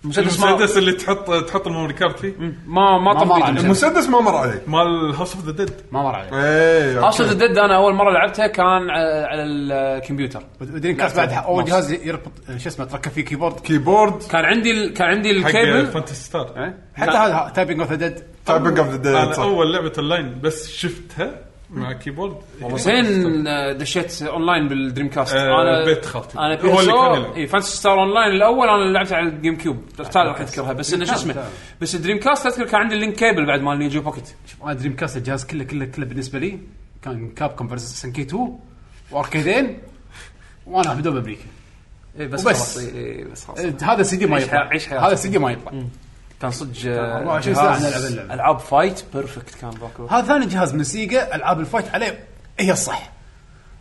مسدس ما
المسدس اللي تحط تحط الميموري كارد فيه
ما ما
ما مر
طبيعي
عليه.
المسدس ما مر علي
مال هاوس اوف ذا ديد
ما مر عليه
ايه
هاوس اوف ذا ديد انا اول مره لعبتها كان على على الكمبيوتر
ودريم كاست بعدها اول جهاز يربط آه، شو اسمه تركب فيه كيبورد
كيبورد
كان عندي ال... كان عندي
حق
الكيبل
فانتسي ستار
حتى هذا تايبنج اوف ذا ديد
تايبنج اوف ذا
انا
ديد
اول لعبه اونلاين بس شفتها مع كيبورد يعني
زين آه، دشيت اونلاين بالدريم كاست
آه، بيت خالتي.
انا
هو
هو
اللي
اللي
كان يلعب.
اي فانتسي ستار اونلاين الاول انا لعبته على الجيم كيوب تالي راح اذكرها بس انه شو اسمه
تعال.
بس الدريم كاست اذكر كان عندي اللينك كيبل بعد مال نيجي بوكيت
شوف انا دريم كاست الجهاز كله كله كله بالنسبه لي كان كاب كوم فيرسس سنكي 2 واركيدين وانا بدون امريكا
إي بس
وبس.
خلاص إي- إي بس خلاص
هذا السي دي ما
عيش
يطلع
حياة- عيش حياتك.
هذا السي دي ما يطلع
إيه، كان صدق آه،
24 ساعة
جهاز
نلعب اللعبة.
العاب فايت بيرفكت كان ذاك الوقت.
هذا ثاني جهاز من سيجا العاب الفايت عليه هي الصح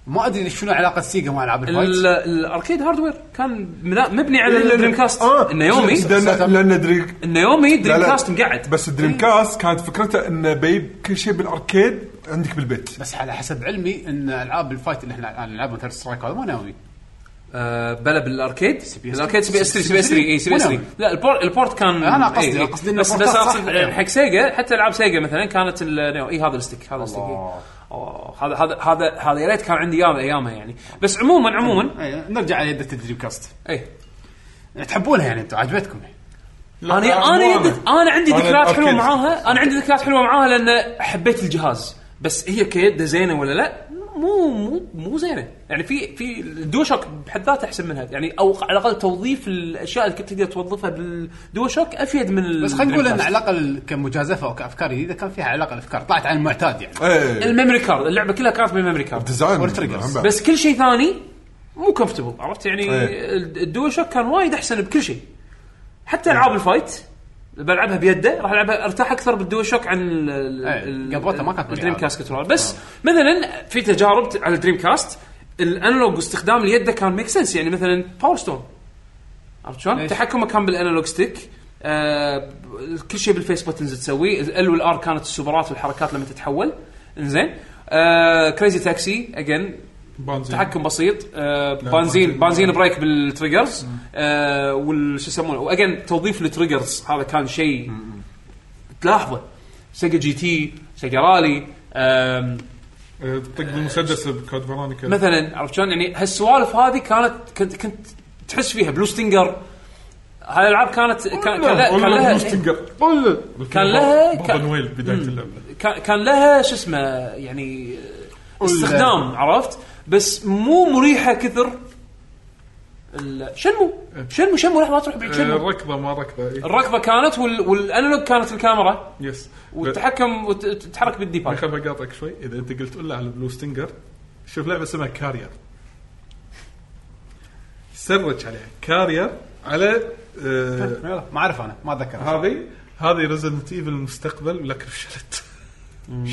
ما ادري شنو علاقه سيجا مع العاب
ال-
الفايت
الاركيد هاردوير كان منا- مبني على الدريم كاست
آه،
انه يومي
لان آه، لأن دريم
انه يومي دريم
لا لا.
كاست مقعد
بس الدريم كاست كانت فكرته انه بيب كل شيء بالاركيد عندك بالبيت
بس على حسب علمي ان العاب الفايت اللي احنا الان نلعبها ثيرد سترايك هذا ما ناوي
آه، بلا بالاركيد
بي اس
الاركيد سي بي اس 3 سي بي اس 3 اي سي بي اس 3
3.
لا البورت البورت كان
أنا قصدي-
إي، إي.
قصدي إن
بس بس
البورتات صح.
أقصد حق سيجا حتى العاب سيجا مثلا كانت النيو اي هذا الستيك هذا الستيك إي. أوه، هذا هذا هذا هذا يا ريت كان عندي اياه ايامها يعني بس إيه. عموما عموما
إيه، نرجع على يده الدريم كاست
اي
تحبونها يعني انتم عجبتكم
لا،
انا
مو
انا يد- انا عندي
أنا
ذكريات حلوه
الأركيد.
معاها انا عندي ذكريات حلوه معاها لان حبيت الجهاز بس هي كيده زينه ولا لا؟ ما مو مو مو زينه يعني في في الدوشوك بحد ذاته احسن منها يعني او على الاقل توظيف الاشياء اللي كنت تقدر توظفها بالدوشوك افيد من
بس خلينا نقول ان على الاقل كمجازفه او كافكار جديده كان فيها على الاقل افكار طلعت عن المعتاد يعني
ايه
الميموري كارد اللعبه كلها كانت بالميموري كارد
ديزاين
والتريجرز.
هم بعد.
بس كل شيء ثاني مو كومفتبل عرفت يعني
إيه.
الدول شوك كان وايد احسن بكل شيء حتى
إيه.
العاب الفايت بلعبها بيده راح العبها ارتاح اكثر بالدول شوك عن ال- ال-
إيه،
ال-
قبوتها ما كانت آه.
الدريم
بالعاب.
كاست كنترول بس مثلا في تجارب ت- على الدريم كاست الانالوج واستخدام اليد كان ميك سنس يعني مثلا باور ستون عرفت شلون؟
ليش؟
تحكمه كان بالانالوج ستيك آه كل شيء بالفيس بتنز تسويه ال والار كانت السوبرات والحركات لما تتحول انزين آه كريزي تاكسي اجين
بانزين
تحكم بسيط آه بنزين بنزين بريك بالتريجرز آه وال شو يسمونه واجين توظيف التريجرز هذا كان شيء تلاحظه سيجا جي تي سيجا رالي آم،
آه، تطق بالمسدس بكود فيرونيكا
مثلا عرفت شلون يعني هالسوالف هذه كانت كنت كنت تحس فيها بلو ستينجر هالالعاب كانت كان, كان, لها- كان
والله
لها
مستنقر
كان لها-
بابا
كان-
نويل بدايه اللعبه
كان- كان لها شو اسمه يعني استخدام عرفت بس مو مريحه كثر ال- شنمو
إيه.
شنمو شنمو لحظه لا تروح بعيد
آه،
شنمو
ركضه ما ركضه إيه.
الركضه كانت وال... والانالوج كانت الكاميرا
يس
والتحكم وتتحرك بالديباد
خل بقاطعك شوي اذا انت قلت الا على بلو ستينجر شوف لعبه اسمها كارير سرج عليها كارير على آه،
يلا، ما اعرف انا ما اتذكر
هذه هذه ريزدنت ايفل المستقبل ولكن فشلت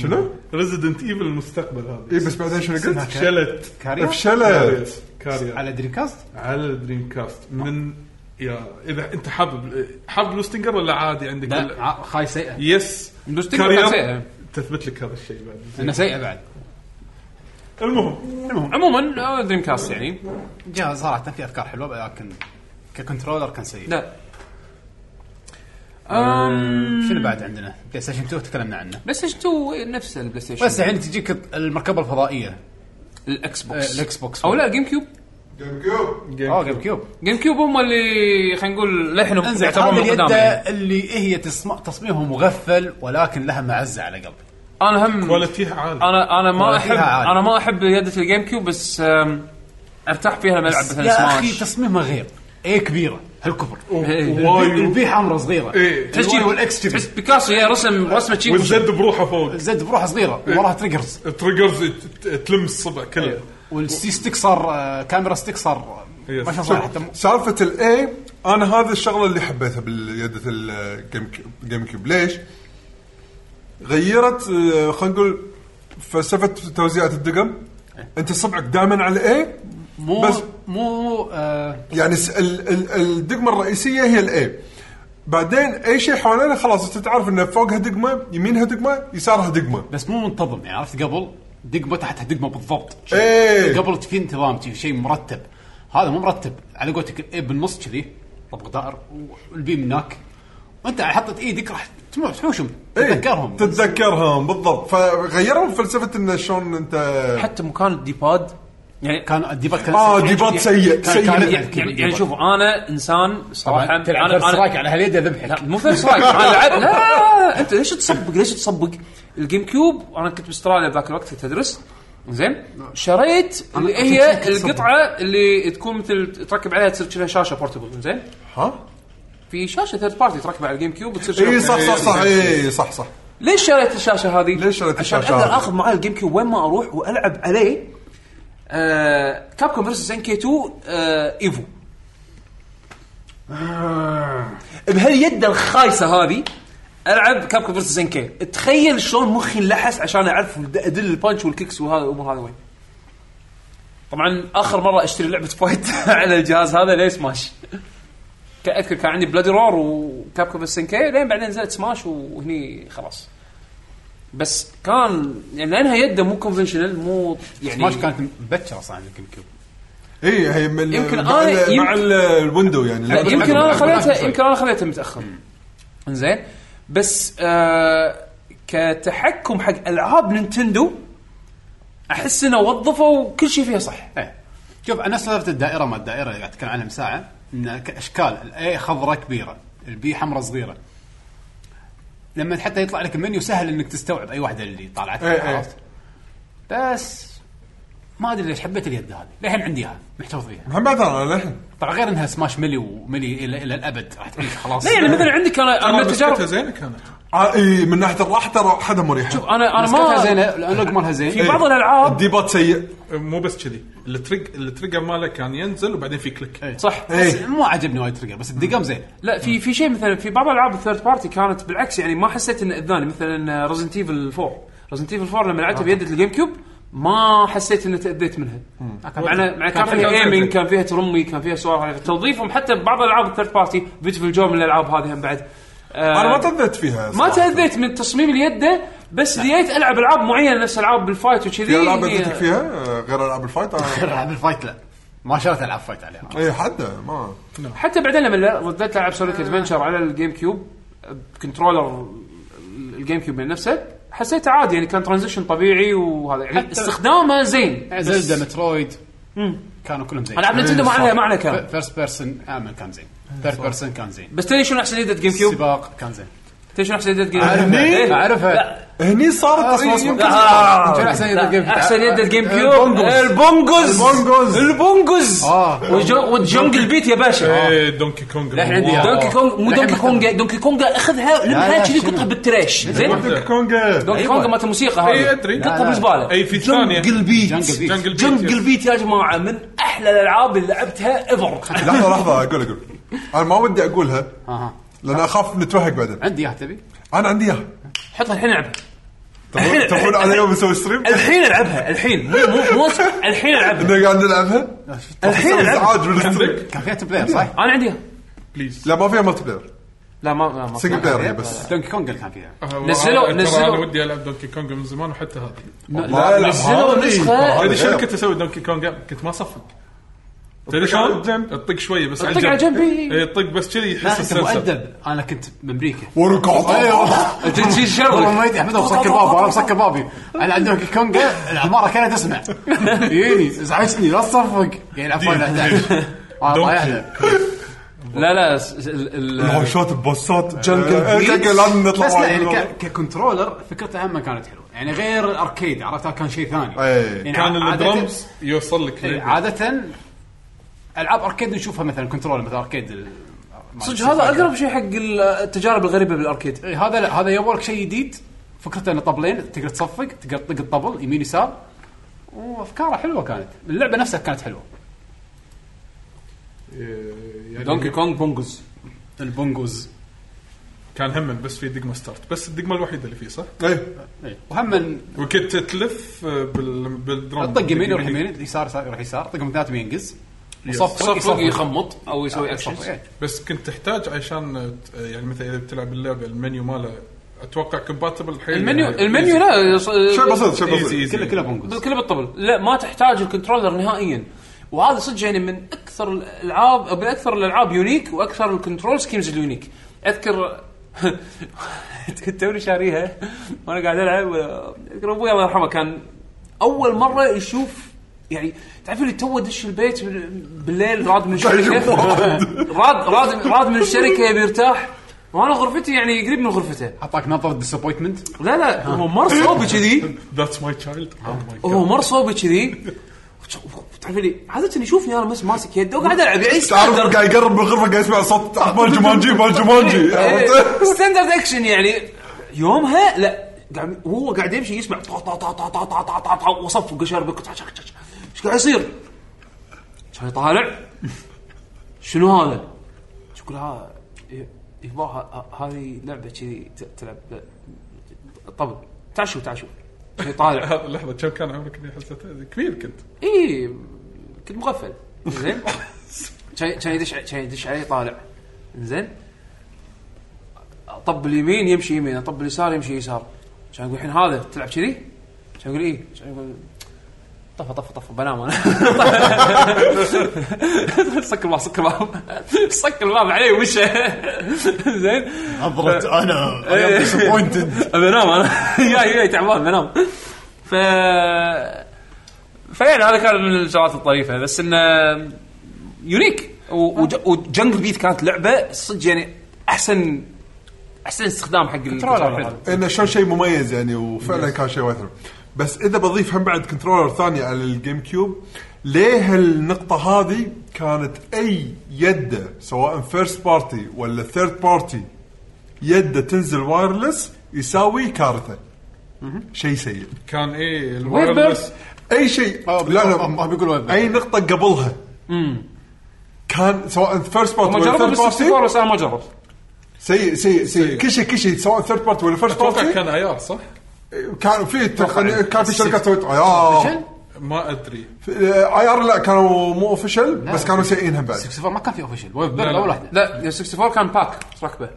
شنو؟
ريزدنت ايفل المستقبل هذه
اي إيه، بس بعدين شنو قلت؟
فشلت
كارير
فشلت
كارير
على دريم كاست
على الدريم كاست من يا اذا انت حابب حابب بلو ستينجر ولا عادي عندك ال-
لا ع- خاي سيئه
يس
بلو ستينجر كان سيئة.
إيه.
تثبت لك هذا الشيء بعد
انها سيئه بعد
المهم
عموما آه، دريم كاست يعني
جهاز صراحه في افكار حلوه لكن ككنترولر كان سيء
لا أم...
شنو بعد عندنا؟ بلاي ستيشن 2 تكلمنا عنه
بلاي ستيشن 2 نفس البلاي ستيشن
بس الحين تجيك المركبه الفضائيه
الاكس
آه،
بوكس
الإكس بوكس.
او لا جيم كيوب
جيم كيوب
اه جيم كيوب
جيم كيوب هم اللي خلينا نقول للحين هم
انزين
يعتبرون
هذه
من
اليد
قدام يعني.
اللي هي تصم- تصميمها مغفل ولكن لها معزه على قلبي
انا هم
كواليتيها عالي
انا انا ما احب
كواليتيها عالية.
انا ما احب يدة الجيم كيوب بس أم، ارتاح فيها لما العب مثلا
يا اخي
سماش
تصميمها غير ايه كبيره هالكبر
إيه.
وايد.
البي حمراء صغيره
إيه.
تحس
الواي
شي-
والاكس
تحس
كذي
بيكاسو يا رسم رسمه شي
والزد بروحه فوق
الزد بروحه صغيره وراها تريجرز
تريجرز ت- ت- تلم الصبع كله
والسي ستيك صار آه، كاميرا ستيك صار آه،
إيه،
يس.
ما شاء الله حتى م-
سالفه الاي انا هذا الشغله اللي حبيتها باليدة الجيم كيوب جيم كيوب ليش؟ غيرت آه، خلينا نقول فلسفه توزيعة الدقم انت صبعك دائما على الاي
مو
بس-
مو آه،
يعني س- ال- ال- الدقمه الرئيسيه هي الاي بعدين اي شيء حوالينا خلاص انت تعرف انه فوقها دقمه يمينها دقمه يسارها دقمه
بس مو منتظم يعني عرفت قبل دقمه تحتها دقمه بالضبط شيء-
إيه.
قبل في انتظام شي- شيء مرتب هذا مو مرتب على قولتك الاي بالنص كذي طبق دائر والبي من هناك وانت حطت ايدك راح تموت تحوشهم
إيه،
تتذكرهم
تتذكرهم بالضبط فغيروا فلسفه انه شلون انت
حتى مكان الديباد يعني
كان الديبات كان
اه
سيء.
ديبات سيء
كان-
سيء
كان-
يعني يعني, يعني شوفوا انا انسان صراحه
طبعا
انا
تلعب فيرست
انا
سترايك على هاليد
لا
ذبحك
مو فيرست سترايك انا لعبت لا, لا, لا, لا انت ليش تصبق ليش تصبق الجيم كيوب انا كنت باستراليا بذاك الوقت كنت ادرس زين شريت اللي هي القطعه اللي تكون مثل تركب عليها تصير شبه شاشه بورتبل زين
ها؟
في شاشه ثيرد بارتي تركب على الجيم كيوب وتصير شبه-
اي صح صح صح اي صح صح
ليش شريت الشاشه هذه؟
ليش شريت الشاشة
عشان اقدر
هذه؟
اخذ معاه الجيم كيوب وين ما اروح والعب عليه آه كابكوم فيرسس ان كي 2 آه ايفو
آه.
بهاليد الخايسه هذه العب كابكوم فيرسس ان كي تخيل شلون مخي انلحس عشان اعرف والد- ادل البانش والكيكس وهذا الامور هذه وين طبعا اخر مره اشتري لعبه فايت (laughs) على الجهاز هذا ليه سماش كان- اذكر كان عندي بلادي رور وكابكوم فيرسس ان كي لين بعدين نزلت سماش وهني خلاص بس كان يعني لانها يده مو كونفنشنال مو يعني
ماش كانت مبكره اصلا عن الجيم كيوب
اي إيه، هي من
يمكن
مع,
أنا-
ال- مع
يمكن-
ال- الويندو يعني
لا،
لما-
يمكن
لما-
انا
بالعكس
خليتها
شوي.
يمكن انا خليتها متاخر انزين بس آه كتحكم حق العاب نينتندو احس انه وظفوا كل شيء فيها صح
ايه شوف انا سالفه الدائره ما الدائره اللي قاعد اتكلم عنها من ساعه ان كاشكال الاي خضراء كبيره البي حمراء صغيره لما حتى يطلع لك المنيو سهل انك تستوعب اي واحده اللي طالعت
إيه، إيه.
عرفت؟ بس ما ادري ليش حبيت اليد هذه للحين عندي اياها محتفظ فيها
هم بعد انا للحين
طبعا غير انها سماش ملي وملي الى, إلى الابد راح تعيش خلاص
لا يعني مثلا عندك انا انا
مسكتها
تجارب
زينه كانت
ع- إي، آه، إيه، من ناحيه الراحه ترى حدا مريحه
انا انا
مسكتها
ما
زينه الانلوج مالها زين
في بعض الالعاب
الديبات سيء
مو بس كذي التريج التريجر ماله كان ينزل وبعدين في كليك
إيه.
صح
بس مو عجبني وايد تريجر بس الدقم زين
لا في في شيء مثلا في بعض العاب الثيرد بارتي كانت بالعكس يعني ما حسيت انه اذاني مثلا ريزنت ايفل 4 ريزنت ايفل 4 لما
آه.
لعبتها بيد الجيم كيوب ما حسيت اني تاذيت منها معنا مع كان فيها
كان
ايمنج
فيها-
كان فيها ترمي كان فيها سوالف هذي. توظيفهم حتى ببعض الالعاب الثيرد بارتي بيوتيفل جو من الالعاب هذه هم بعد آه،
انا ما تاذيت فيها
ما
صراحة.
تاذيت من تصميم اليد بس ليت العب العاب معينه نفس العاب الفايت وكذي
في العاب
هي-
اذيتك فيها آه، غير العاب الفايت آه،
(laughs)
انا
العاب الفايت لا ما شريت العاب فايت عليها
اي حدا ما
حتى بعدين لما رديت العب سونيك
آه.
ادفنشر على الجيم كيوب بكنترولر الجيم كيوب من نفسه حسيته عادي يعني كان ترانزيشن طبيعي وهذا يعني
حتى- آه،
استخدامه زين بس
زلدا مترويد كانوا كلهم زين
العاب نتندو ما عليها ما عليها كلام آه،
فيرست بيرسون امن كان زين ثيرد بيرسون كان زين
بس تدري شنو احسن يدة جيم كيوب؟
سباق كان زين
تدري شنو احسن يدة جيم كيوب؟
أعرفها.
إيه.
أعرفها.
لا،
هني صارت
إيه،
أصلاً-
إي،
أصلاً-
يمكن
آه. شنو احسن يد الجيم آه،
لا، احسن يدة جيم كيوب آه.
البونجوز.
البونجوز
البونجوز.
البونجوز
آه.
والجو- والجونجل بيت يا باشا
إيه، دونكي كونج
لا، إحنا عندي إياها.
دونكي كونج مو
لحين
دونكي
محترم.
كونج دونكي كونج اخذها
لا،
لمها كذي
شنو؟
كتها بالتريش زين
عندك كونجا
دونكي
أيوة.
كونج مالت الموسيقى هذه
اي ادري
قطه بالزباله
اي إيه، في الثانية.
جنجل بيت
جنجل بيت.
جنجل بيت.
جنجل بيت يا جماعه من احلى الالعاب اللي لعبتها ايفر
لحظه لحظه اقول اقول انا ما ودي اقولها
اها
لان اخاف نتوهق بعدين
عندي اياها تبي
انا عندي اياها
حطها الحين العبها (laughs)
تبون- تبون على يوم نسوي ستريم
الحين العبها الحين مو مو مو الحين العبها
احنا قاعد نلعبها
(laughs) الحين
نسوي
العبها
ازعاج بالستريم
عندك
كان فيها تو بلاير صح؟
انا عندي
بليز
لا ما فيها مالتي بلاير
لا ما ما- ما
سنجل بلاير هي بس
دونكي كونج اللي كان فيها
نزلوا-
آه، أنا-
نزلوا.
انا ودي العب دونكي كونج من زمان وحتى هذه
لا، لا،
نزلوا
هذه-
نسخه
تدري شنو
غير.
كنت اسوي دونكي كونج كنت ما اصفق تدري
على
شلون؟
الجنب.
اطق شويه بس
أطق على جنبي.
اي طق بس كذي
لا
يحس
انت
السنسر
مؤدب انا كنت بامريكا
أيوه.
وركعت
(laughs) تجي
والله
شر
ما يدري احمد هو مسكر بابي وانا مسكر بابي انا عندي دونكي كونج العماره كانت
(laughs)
تسمع يجيني ازعجتني لا تصفق يعني عفوا لا تزعج. آه، الله يهدى
لا لا س- ال- ال-
الهوشات البوسات جنجل
بيت.
جنجل لازم إيه، أه، نطلع
بس لا يعني
واحد
ك- ككنترولر فكرتها هم كانت حلوه يعني غير الاركيد عرفتها كان شيء ثاني
إيه.
يعني
كان
عادة-
الدرمز يوصل لك
إيه، عاده العاب اركيد نشوفها مثلا كنترولر مثل اركيد ال- مال
صدق
ستريت
هذا
فايتر.
اقرب شيء حق ال- التجارب الغريبه بالاركيد
إيه، هذا لا هذا يبغى لك شيء جديد فكرته انه طبلين تقدر تصفق تقدر تطق الطبل يمين يسار وافكاره حلوه كانت اللعبه نفسها كانت حلوه
دونكي كونج بونجوز
البونجوز
كان هم بس في دقمه ستارت بس الدقمه الوحيده اللي فيه صح؟
إيه.
إيه، وهم
وكنت تلف آه، بال... بالدرم
طق يمين يروح يمين يسار يسار- يروح يسار طقهم اثنيناتهم ينقز وصفق
صفق
يصفق
يخمط او يسوي
صفق،
اكشن
إيه.
بس كنت تحتاج عشان آه، يعني مثلا اذا بتلعب اللعبه المنيو ماله اتوقع كومباتبل حيل
المنيو
يعني.
المنيو لا
شيء بسيط شيء
ايزي
بسيط
ايزي
كله كله بونجوز
بالكل بالطبل لا ما تحتاج الكنترولر نهائيا وهذا صدق يعني من اكثر الالعاب أو من اكثر الالعاب يونيك واكثر الكنترول سكيمز اليونيك اذكر كنت (laughs) توني شاريها وانا قاعد العب اذكر ابوي الله يرحمه كان اول مره يشوف يعني تعرف اللي تو دش البيت من- بالليل راد من الشركه راد راد راد من الشركه يبي يرتاح وانا غرفتي يعني قريب من غرفته
اعطاك نظره ديسابوينتمنت
لا لا هو مر صوبي
(laughs)
كذي
ذاتس ماي تشايلد
هو مر صوبي كذي تعرف لي هذا كان يشوفني انا بس ماسك يده وقاعد العب يعني
تعرف
ستاندرد
قاعد يقرب من الغرفه قاعد يسمع صوت آه، مال جمانجي مال
إيه.
جمانجي عرفت؟
(laughs) ستاندرد اكشن إيه، يعني يومها لا قاعد وهو قاعد يمشي يسمع طا طا طا طا طا طا طا طا طا وصفق شربك ايش قاعد يصير؟ كان يطالع شنو هذا؟ تقول ها يبا ه- ه- هذه لعبه كذي ت- تلعب طبل تعشوا تعشوا يطالع
هذا اللحظه كم كان عمرك اللي حسيتها كبير كنت
اي إيه، كنت مغفل زين كان كان يدش كان يدش علي طالع زين اطب اليمين يمشي يمين اطب اليسار يمشي يسار كان يقول الحين هذا تلعب كذي كان يقول اي كان يقول طفى طفى طفى بنام (laughs) انا سكر الباب سكر الباب (laughs) سكر الباب علي وشه (laughs) زين
نظره انا
إيه.
Eh. (laughs)
ديسابوينتد
بنام انا جاي جاي تعبان بنام ف فيعني هذا كان من الشغلات الطريفه بس انه يونيك و- وج- وجنجل بيت كانت لعبه صدق يعني احسن احسن استخدام حق الكنترولر
انه شلون شيء مميز يعني وفعلا كان شيء وايد حلو بس اذا بضيف هم بعد كنترولر ثاني على الجيم كيوب ليه النقطة هذه كانت اي يدة سواء فيرست بارتي ولا ثيرد بارتي يدة تنزل وايرلس يساوي كارثة شيء سيء
كان ايه الوايرلس
اي شيء
آه،
لا
آه، آه، بيقولوا
لا
هذا.
اي نقطة قبلها كان سواء فيرست بارتي
ما
ولا
جربت
ثيرد
بس 64
بارتي
بس انا ما جربت
سيء سيء سيء كل شيء كل شيء سواء ثيرد بارتي ولا فيرست
اتوقع
بارتي
كان عيار صح؟
كان في تقنية- كان في شركات سويت عيار
ما ادري
في- عيار لا كانوا مو اوفيشال بس كانوا سيئين هم بعد
64 ما كان في اوفيشال ويف
لا،
بيرد
لا.
ولا واحده
لا يا 64 كان باك ركبه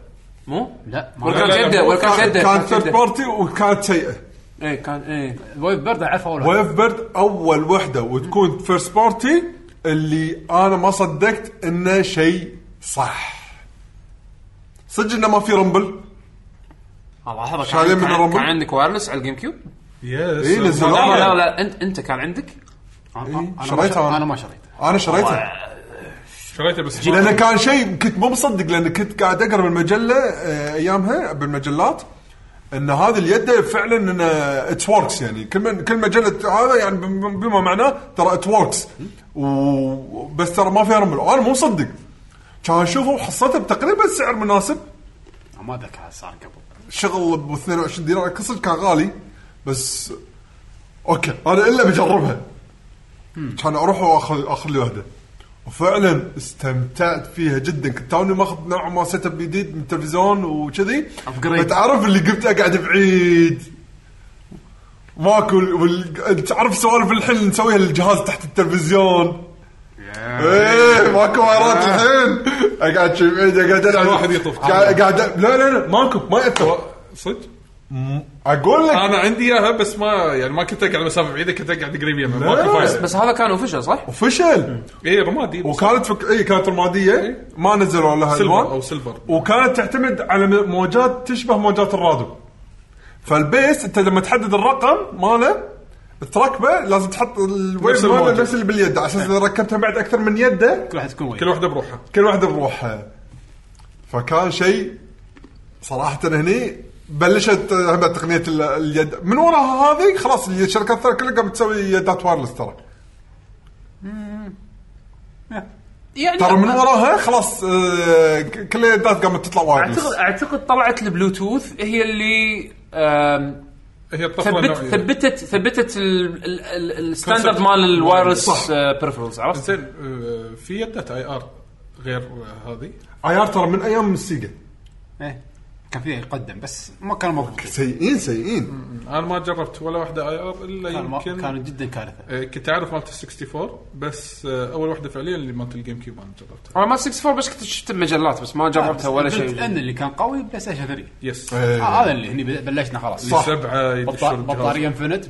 مو؟
لا ما
ولا
لا،
كان
لا، لا،
يده ولا كان
كان-
يده
كان
كان
ثيرد
يده
بارتي وكانت سيئه
اي كان إيه. اي
الويف بيرد اعرفه اول واحده
ويف بيرد اول وحده وتكون فيرست بارتي اللي انا ما صدقت انه شيء صح صدق انه ما في رمبل
الله لحظه كان,
شايلين من
كان,
الرمل؟
كان عندك وايرلس على الجيم كيوب؟
يس
إيه، نزلوها.
لا
لا،
لا
لا.
لا انت انت كان عندك؟
أنا- أنا ما
إيه، شريتها
شر-
أنا.
انا ما شريته
انا شريته
شريته بس ما-
لانه كان شيء كنت مو مصدق لان كنت قاعد اقرا بالمجله آه، ايامها بالمجلات ان هذه اليد فعلا ان اتس وركس يعني كل من كل مجله هذا يعني بم- بما معناه ترى ات وركس بس ترى ما فيها رمل انا مو مصدق كان اشوفه وحصلته بتقريبا سعر مناسب
ما اتذكر صار قبل
شغل ب 22 دينار قصد كان غالي بس اوكي انا الا بجربها كان اروح واخذ اخذ لي وحده وفعلا استمتعت فيها جدا كنت توني ماخذ نوع ما سيت اب جديد من تلفزيون وكذي
Upgrade.
فتعرف اللي قمت اقعد بعيد ماكو وال... تعرف سوالف الحين نسويها للجهاز تحت التلفزيون ايه ماكو وايرات الحين اقعد شي بعيد اقعد العب
واحد يطوف.
قاعد قاعد- لا لا لا ماكو ما ياثر
صدق
اقول لك
انا عندي اياها بس ما يعني ما كنت اقعد مسافه بعيده كنت اقعد قريب يمه
لا،
ماكو إيه،
بس
فايده
بس هذا كان اوفيشال صح؟
فشل
اي رمادي بس.
وكانت فك... اي كانت
إيه.
رماديه ما نزلوا لها
سيلفر
الوان
او سيلفر
وكانت تعتمد على م- موجات تشبه موجات الرادو فالبيس انت لما تحدد الرقم ماله تركبه لازم تحط الويف
نفس
ماله
الموجة. إيه.
نفس اللي باليد على اساس اذا ركبتها بعد اكثر من يده
كل واحد تكون ويف
كل واحده بروحها
كل واحده بروحها فكان شيء صراحه هني بلشت هم بعد تقنيه ال- اليد من وراها هذه خلاص الشركات الثانيه كلها قامت تسوي يدات وايرلس ترى
يعني
ترى من وراها خلاص آه، ك- كل اليدات قامت تطلع وايرلس
اعتقد اعتقد طلعت البلوتوث هي اللي آم،
هي الطفله
ثبت
إيه.
النوعيه
ثبتت ثبتت ال- ال- ال- الستاندرد
Concept.
مال الوايرلس
صح.
بيرفرنس عرفت؟
زين آه، في يدات اي ار غير آه، هذه
عيار ترى من ايام السيجا
إيه. كان فيه يقدم بس ما كان مضبوط
سيئين سيئين
انا ما جربت ولا واحده اي ار الا
كان ما-
يمكن
كانوا جدا كارثه
آه، كنت اعرف مالت ال 64 بس آه، اول واحده فعليا اللي مالت الجيم كيوب انا جربتها
انا ما 64 بس كنت شفت المجلات بس ما جربتها ولا
بلت
شيء
ان اللي كان قوي بلاي ستيشن 3
يس
آه، هذا اللي هني بلشنا خلاص
اللي سبعه يدشون
بطا-
الجهاز.
بطاريه انفنت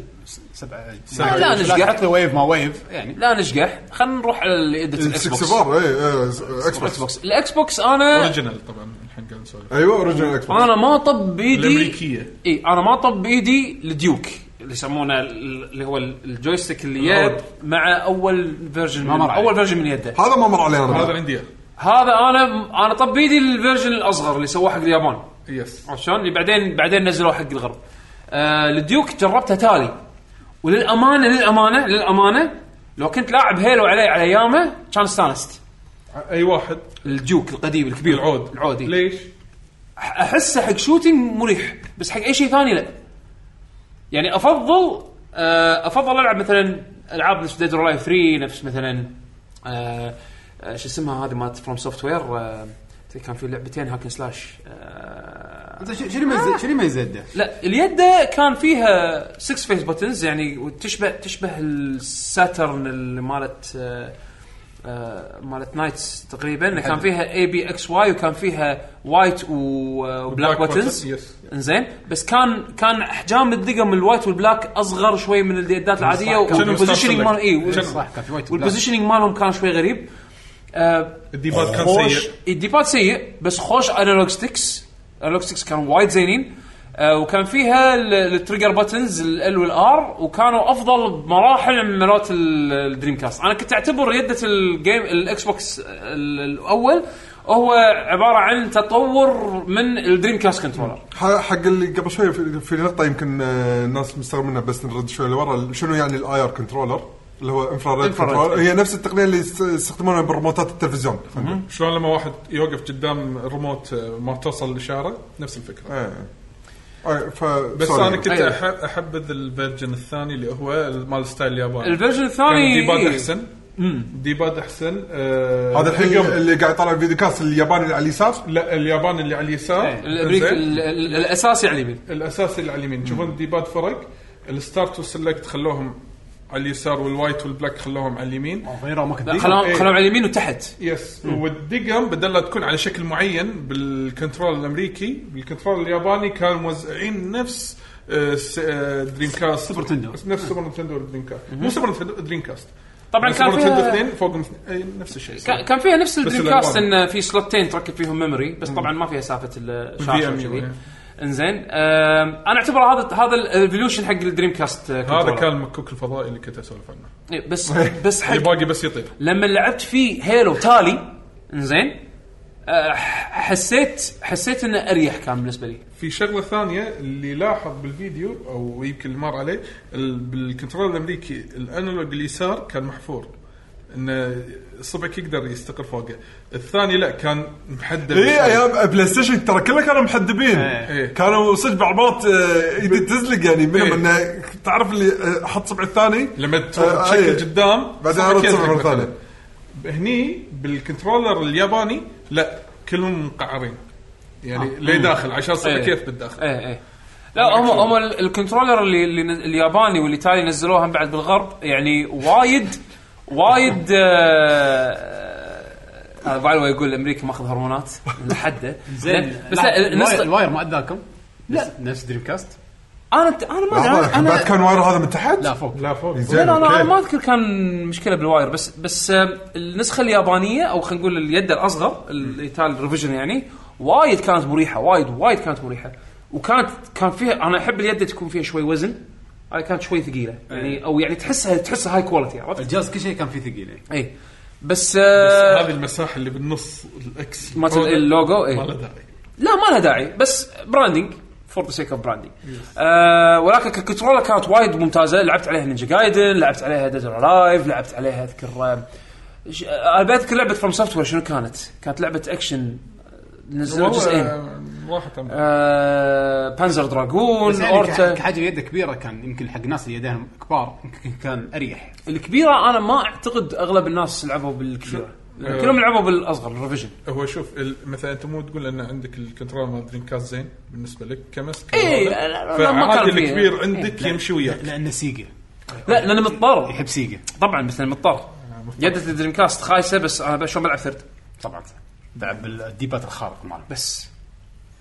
سبعه
سبعة.
لا،
يعني لا
نشقح.
تحط لي ويف ما ويف يعني
لا نشقح خلينا نروح على يدة الاكس
السكس
بوكس
بار اي اكس
الاكس
بوكس
بوكس الاكس بوكس انا
اوريجينال طبعا الحين قاعد نسولف
ايوه اوريجنال اكس
آه.
بوكس
انا ما طب بايدي
الامريكيه
اي انا ما طب بايدي الديوك اللي يسمونه ال- اللي هو ال- الجويستيك اللي
العود.
جاء مع اول فيرجن
مر
من
عليه.
اول فيرجن من يده
هذا ما مر علينا أنا
هذا
بعد.
عندي إياه.
هذا انا انا طب بايدي الفيرجن الاصغر اللي سواه حق اليابان
يس
عرفت شلون؟ اللي بعدين بعدين نزلوه حق الغرب. آه الديوك جربته تالي وللامانه للامانه للامانه لو كنت لاعب هيلو عليه على ايامه كان استانست.
اي واحد
الديوك القديم الكبير
العود
العودي
ليش؟
أح- احسه حق شوتنج مريح بس حق اي شيء ثاني لا. يعني افضل آه افضل العب مثلا العاب نفس ديد لايف 3 نفس مثلا آه آه، شو اسمها هذه مالت فروم سوفت وير كان في لعبتين هاكن سلاش آه
انت شو شو اللي يميز شو اللي يميز يده؟
لا اليد كان فيها 6 فيس بوتنز يعني وتشبه تشبه الساترن اللي مالت آه، آه، مالت نايتس تقريبا كان فيها اي بي اكس واي وكان فيها وايت وبلاك بوتنز
يس
انزين بس كان كان احجام الدقم الوايت والبلاك اصغر شوي من اليدات العاديه
كانوا
والبوزيشنينج
مستعصلين.
مالهم اي
كانوا-
صح كان في وايد
والبوزيشنينج إيه، مالهم كان شوي غريب آه،
الديباد كان
خوش
سيء
الديباد سيء بس خوش انالوج ستيكس انالوج ستيكس كانوا وايد زينين آه وكان فيها ال- التريجر باتنز ال والار وكانوا افضل بمراحل من مرات ال- الدريم كاست انا كنت اعتبر يده الجيم الاكس بوكس ال- الاول هو عباره عن تطور من الدريم كاست كنترولر
ح- حق اللي قبل شوي في في نقطه يمكن آه، الناس مستغرب منها بس نرد شوي لورا شنو يعني الاي ار كنترولر اللي هو انفراريد
Infrared.
كنترولر هي نفس التقنيه اللي يست- يستخدمونها بريموتات التلفزيون
شلون لما واحد يوقف قدام الريموت آه، ما توصل الاشاره نفس الفكره
إيه. آه، ف
بس
سوري.
انا كنت
أيوة.
احب احبذ الفيرجن الثاني اللي هو مال ستايل الياباني
الفيرجن
كان
الثاني
دي باد
إيه.
احسن دي باد احسن آه،
هذا الحين
الحقم.
اللي قاعد يطلع فيديو كاست الياباني اللي على اليسار
لا الياباني اللي على اليسار
الامريكي
إنزين.
إيه، ال- ال- الاساسي على اليمين
الاساسي اللي على اليمين تشوفون دي باد فرق الستارت والسلكت خلوهم على اليسار والوايت والبلاك خلوهم على اليمين
غيره ما كنت
لا،
دقيقة.
خلاهم
إيه.
خلاهم على اليمين وتحت
يس والدقم بدل لا تكون على شكل معين بالكنترول الامريكي بالكنترول الياباني كانوا موزعين نفس آه، س- آه، دريم كاست
سوبر نتندو.
نفس سوبر نتندو والدريم كاست مو سوبر نتندو دريم كاست
طبعاً
بس
كان
سوبر
فيها-
نتندو اثنين فوقهم اثنين أي، نفس الشيء
كان كان فيها نفس الدريم كاست
الألوان.
ان في سلوتين تركب فيهم ميموري بس طبعا ما فيها سالفه الشاشه
ال
وكذي.
VMU.
انزين أم، انا اعتبر هذا هذا الايفولوشن حق الدريم كاست إيه،
هذا كان المكوك الفضائي اللي كنت اسولف عنه
بس
(laughs)
بس حق
اللي باقي بس يطير
لما لعبت فيه هيلو تالي انزين أه، حسيت حسيت انه اريح كان بالنسبه لي
في شغله ثانيه اللي لاحظ بالفيديو او يمكن اللي مر عليه ال- بالكنترول الامريكي الانالوج اليسار كان محفور انه صبعك يقدر يستقر فوقه الثاني لا كان محدد
اي ايام بلاي ستيشن إيه، ترى كله كانوا محدبين
إيه.
كانوا صدق بعضات آه، ايدي تزلق يعني منهم
إيه.
انه تعرف اللي آه، حط صبع الثاني
لما
آه،
تشكل
إيه.
قدام
بعدين
صبعك
ارد صبع
يزرق
مره
مثلاً.
ثانيه
هني بالكنترولر الياباني لا كلهم مقعرين يعني ليه داخل عشان صبعك
إيه.
كيف بالداخل
ايه ايه لا هم هم ال- الكنترولر اللي, اللي نز- الياباني واللي تالي نزلوها بعد بالغرب يعني وايد وايد آه، هذا بعلوه يقول الامريكي ماخذ هرمونات لحده
زين
بس لا
الواير-
النسخة-
الواير ما اداكم لا نفس دريم كاست
انا انا ما ادري أنا-
لحظة، بعد
انا
كان واير هذا من تحت
لا فوق
لا فوق
لا لا لا، انا
أوكي.
ما اذكر كان مشكله بالواير بس بس آه، النسخه اليابانيه او خلينا نقول اليد الاصغر اللي تال ريفيجن يعني وايد كانت مريحه وايد وايد كانت مريحه وكانت كان فيها انا احب اليد تكون فيها شوي وزن هاي كانت شوي ثقيله يعني او يعني تحسها تحسها هاي كواليتي عرفت؟
الجهاز كل شيء كان فيه ثقيل يعني
اي بس
بس
آه،
هذه المساحه اللي بالنص الاكس
مالت ال- اللوجو، إيه.
ما له داعي
لا ما لها داعي بس براندنج فور ذا سيك اوف براندنج آه، ولكن ككنترولر كانت وايد ممتازه لعبت عليها نينجا جايدن لعبت عليها ديد لايف لعبت عليها اذكر آه، ش- آه، انا بذكر لعبه فروم سوفت وير شنو كانت؟ كانت لعبه اكشن نزلوا
والله،
جزئين
آه، راحت عن-
آه بانزر
بس
دراجون
يعني كح-
اورتا
كحاجه يده كبيره كان يمكن حق ناس اللي يديهم كبار يمكن كان اريح
الكبيره انا ما اعتقد اغلب الناس لعبوا بالكبيره
آه.
كلهم لعبوا بالاصغر الريفيجن
هو شوف ال- مثلا انت مو تقول ان عندك الكنترول مال دريم كاست زين بالنسبه لك كمسك
إيه، لا-
وهذا.
لا- لا، ما
فعادي
كان فيه. إيه،
الكبير عندك
لا-
يمشي وياك
لانه سيجا
لا لانه مضطر
يحب سيجا
طبعا مثل مضطر يدة الدريم كاست خايسه بس انا شلون بلعب ثرد
طبعا لعب بالديبات الخارق ماله
بس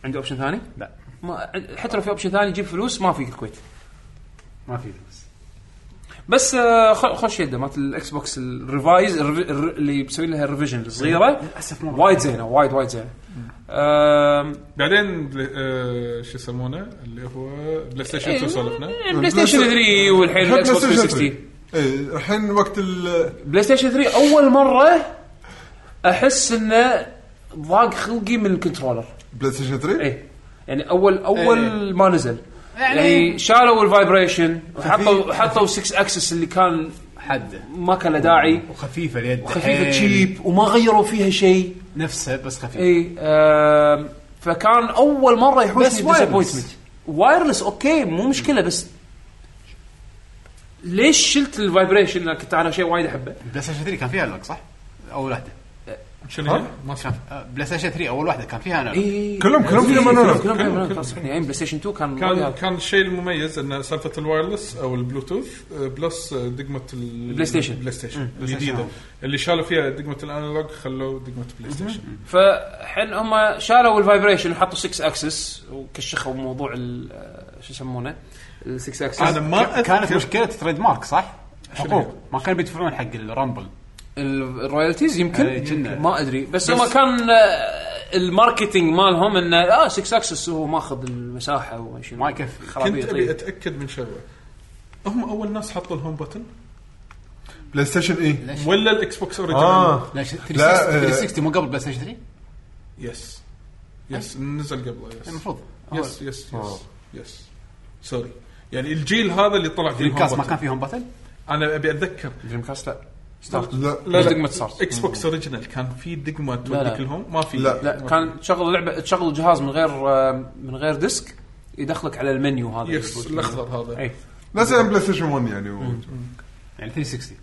عنده اوبشن ثاني؟
لا
ما حتى لو في اوبشن ثاني يجيب فلوس ما في الكويت
ما في فلوس
بس آه، خ- خوش يده مالت الاكس بوكس الريفايز الري- الر- اللي مسوي لها الريفيجن الصغيره
للاسف مو
وايد زينه وايد وايد زينه آم،
بعدين بل- آه، شو يسمونه اللي هو بلاي ستيشن
إيه.
2 سولفنا
البلاي ستيشن 3 والحين
حق
الاكس بوكس
PlayStation
360
3. إيه، الحين وقت ال
بلاي ستيشن 3 اول مره احس انه ضاق خلقي من الكنترولر
بلاي ستيشن 3
ايه يعني اول اول ما نزل إيه. يعني شالوا الفايبريشن وحطوا حطوا 6 اكسس اللي كان
حده
ما كان له داعي
وخفيفه اليد
خفيفه
حيل.
تشيب وما غيروا فيها شيء
نفسها بس خفيفه
اي إيه، آم، فكان اول مره
بس
يحوشني
وايرلس.
ديسابوينتمنت وايرلس اوكي مو مشكله بس ليش شلت الفايبريشن اللي كنت انا شيء وايد احبه
بلاي ستيشن 3 كان فيها لوك صح؟ اول واحده
شنو هي؟ ما شاف
آه، بلاي ستيشن 3 اول واحده كان فيها انا
اي
كلهم- كلهم فيهم أنالوج.
إيه. كلهم فيهم أنالوج. خلاص، يعني بلاي ستيشن 2 كان
كان
وايد-
كان الشيء المميز ان سالفه الوايرلس او البلوتوث آه، بلس آه، دقمه البلاي
ستيشن.
البلاي ستيشن الجديده اللي شالوا فيها دقمه الانالوج خلوا دقمه بلاي ستيشن
فحين هم شالوا الفايبريشن وحطوا 6 اكسس وكشخوا موضوع ال- آه، شو يسمونه ال 6 اكسس
انا ما
كانت
اذكر
مشكله تريد مارك صح؟ حقوق ما كانوا بيدفعون حق الرامبل
الرويالتيز
إيه،
يمكن
يمكن.
ما ادري بس, هم كان آه، الماركتينج مالهم انه اه 6 اكسس هو ماخذ المساحه وما شنو
ما يكفي.
طيب،
كنت ابي
خرابيط
اتاكد من شغله هم اول ناس حطوا الهوم بتن
بلاي ستيشن اي E.
ولا الاكس بوكس اوريجنال
اه
لا ش- 360
لا، آه.
360 مو قبل بلاي ستيشن 3
يس يس نزل قبله يس
المفروض
يس يس يس يس سوري يعني الجيل هذا اللي طلع فيه
دريم كاست ما
هومباتل.
كان فيهم باتل؟
انا ابي اتذكر
دريم كاست لا
لا لا
لا لا
دقمة ستارت.
اكس بوكس اوريجنال كان في دقمه
لا.
توديك لهم ما في
لا.
لا كان تشغل لعبه تشغل الجهاز من غير آه، من غير ديسك يدخلك على المنيو هذا إيه.
يس الاخضر هذا
أي.
نفس بلاي ستيشن 1 يعني و-
يعني 360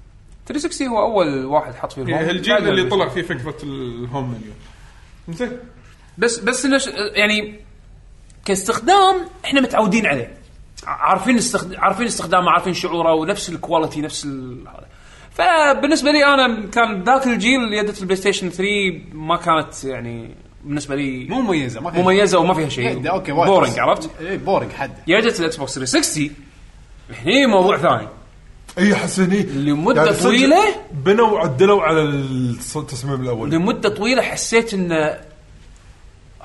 360 هو اول واحد حط فيه الهوم.
يعني
بعد
الجيل اللي
البيت.
طلع فيه فكره الهوم منيو زين
بس بس إنه ش- يعني كاستخدام احنا متعودين عليه ع- عارفين استخد... عارفين استخدامه عارفين شعوره ونفس الكواليتي نفس ال... هذا فبالنسبه لي انا كان ذاك الجيل يده البلاي ستيشن 3 ما كانت يعني بالنسبه لي
مو مميزه ما فيها
مميزه وما فيها شيء
لا، اوكي وايد.
بورنج عرفت
اي بورنج حد
يده الاكس بوكس 360 هني موضوع ثاني
اي حس هني
لمدة
إيه، يعني صدق
طويلة؟
بنوا عدلوا على التصميم الاول
لمده طويله حسيت ان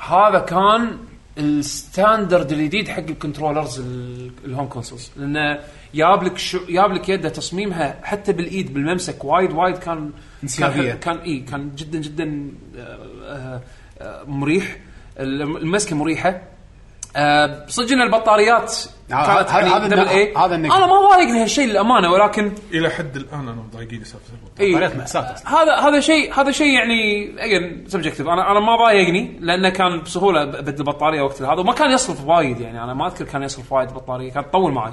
هذا كان الستاندرد الجديد حق الكنترولرز ال- الهوم كونسولز لانه جاب لك شو جاب لك يده تصميمها حتى بالايد بالممسك وايد وايد كان
انسيابية.
كان كان اي كان جدا جدا آه، آه، مريح الم- المسكه مريحه آه، صدق ان البطاريات
آه،
كانت
هذا-
يعني
هذا
دبل اي
النق- هذا النقطة.
انا ما ضايقني هالشيء للامانه ولكن
الى حد الان انا مضايقين سالفه الهوم.
إيه.
طريقة مأساة أصلاً.
هذا هذا شيء هذا شيء يعني اجين سبجكتيف انا انا ما ضايقني لانه كان بسهوله ب- بدل بطاريه وقت هذا وما كان يصرف وايد يعني انا ما اذكر كان يصرف وايد بطاريه كان تطول معي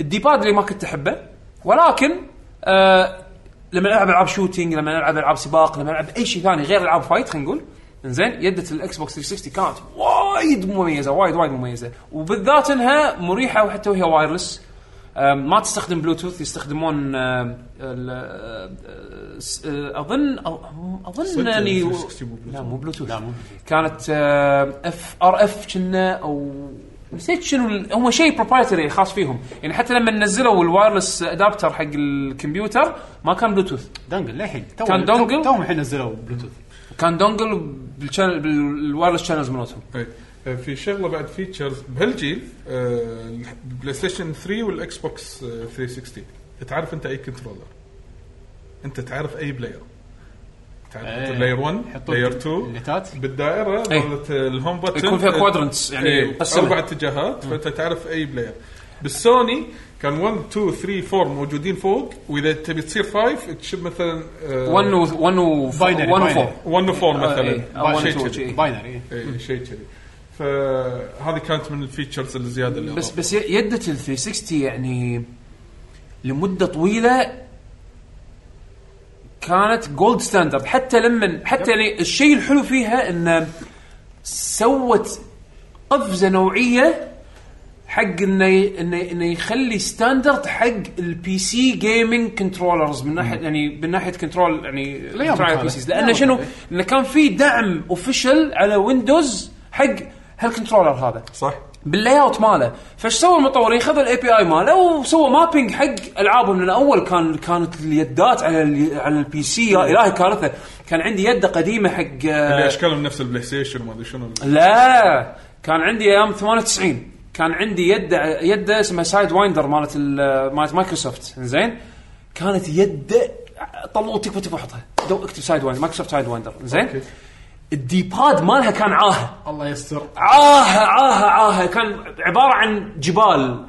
الديباد اللي ما كنت احبه ولكن آه لما العب العاب شوتينج لما العب العاب سباق لما العب اي شيء ثاني غير العاب فايت خلينا نقول زين يدة الاكس بوكس 360 كانت وايد مميزه وايد وايد مميزه وبالذات انها مريحه وحتى وهي وايرلس أم، ما تستخدم بلوتوث يستخدمون أم، ال- أه، س- أه، اظن أو- اظن
صدق
اني
360 مو بلوتوث.
لا مو بلوتوث كانت اف ار اف كنا او نسيت شنو ال- هم شيء بروبرايتري خاص فيهم يعني حتى لما نزلوا الوايرلس ادابتر حق الكمبيوتر ما كان بلوتوث
دونجل للحين تو-
كان دونجل؟
توهم الحين نزلوا بلوتوث
كان دونجل بالشان- بالوايرلس شانلز مالتهم
إيه. آه، في شغله بعد فيتشرز بهالجيل آه، البلاي ستيشن 3 والاكس بوكس آه، 360 تعرف انت اي كنترولر انت تعرف اي بلاير تعرف
آه،
إيه.
انت بلاير 1
يحطون
بلاير 2
اللتات
بالدائره
إيه.
مالت الهوم بتن
يكون فيها
آه،
quadrants، يعني
إيه،
مقسمة.
اربع اتجاهات فانت تعرف اي بلاير بالسوني كان 1 2 3 4 موجودين فوق واذا تبي تصير 5 تشب آه، مثلا أه.
1 و 1 و 1
Binary،
و
binary.
4
1 4 مثلا
إيه. أو one
شيء
two،
كذي.
شيء.
باينري
اي إيه، شيء كذي فهذه كانت من الفيتشرز الزياده اللي
بس
أضافوها.
بس ي- يدة ال 360 يعني لمده طويله كانت جولد ستاندرد حتى لما حتى يعني الشيء الحلو فيها انه سوت قفزه نوعيه حق انه ي- انه انه يخلي ستاندرد حق البي سي جيمنج كنترولرز من ناحيه يعني من ناحيه كنترول يعني
يومك
control على
هذا.
البي سيز. لانه شنو؟ لانه كان في دعم اوفيشل على ويندوز حق هالكنترولر هذا
صح؟
باللاي اوت ماله فايش سوى المطورين خذوا الاي بي اي ماله وسوى مابينج حق العابهم من الاول كان كانت اليدات على ال على البي سي يا الهي كارثه كان عندي يده قديمه حق
اللي
آه،
اشكالهم نفس البلاي ستيشن وما ادري شنو
لا كان عندي ايام 98 كان عندي يده يده اسمها سايد وايندر مالت ال- مالت مايكروسوفت زين كانت يده طلعوا تكفى تكفى حطها دو اكتب سايد وايندر مايكروسوفت سايد وايندر زين الديباد مالها كان عاهه
الله يستر
عاهة عاهة عاهة كان عبارة عن جبال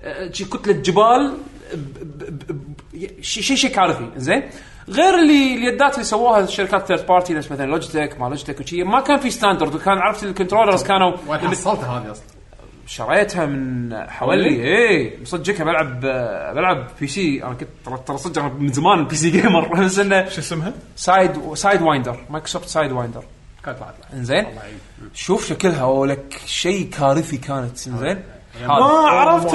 آه، شي كتلة جبال ب- ب- ب- ب- شي شي كارثي زين غير اللي اليدات اللي سووها الشركات ثيرد بارتي نفس مثلا لوجيتك ما لوجيتك وشي ما كان في ستاندرد وكان عرفت الكنترولرز كانوا
وين حصلتها هذه اصلا؟
شريتها من حوالي اي مصدقها بلعب آه، بلعب بي سي انا كنت ترى- ترى صدق أنا من زمان بي سي جيمر (laughs) بس انه
شو اسمها؟
سايد سايد وايندر مايكروسوفت سايد وايندر
كانت طلعت لها.
انزين شوف شكلها ولك شيء كارثي كانت انزين
يعني
هذا
Oh
اه عرفت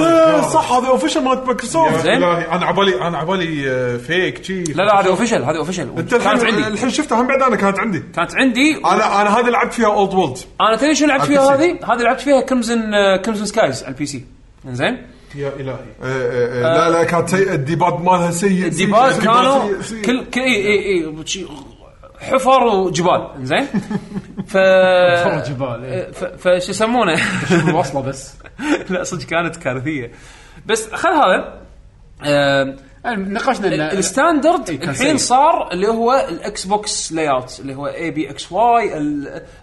صح هذا اوفيشال مالت مايكروسوفت
زين.
لا انا عبالي انا عبالي آه، فيك شي
لا لا هذه اوفيشال هذه اوفيشال
انت
كانت
الحين
عندي
الحين شفتها هم بعد انا كانت عندي
كانت عندي
انا انا هذه لعبت فيها اولد وولد
انا تدري شنو لعبت
آه،
فيها
على البي
هذه؟ هذه لعبت فيها كرمزن كرمزن سكايز على البي سي انزين
يا الهي
إيه، لا لا كانت سيئه الديباد مالها سيء
الديباد
سيء،
كانوا
سيء، سيء.
كل كل اي اي اي شي حفر وجبال انزين ف
حفر وجبال، إي.
ف- فش يسمونه (laughs)
واصله بس
لا صدق كانت كارثيه بس خل هذا آم،
إيه، نقاشنا ان
الستاندرد
إيه، كان
الحين
سيء.
صار اللي هو الاكس بوكس لاي اوت اللي هو اي بي اكس واي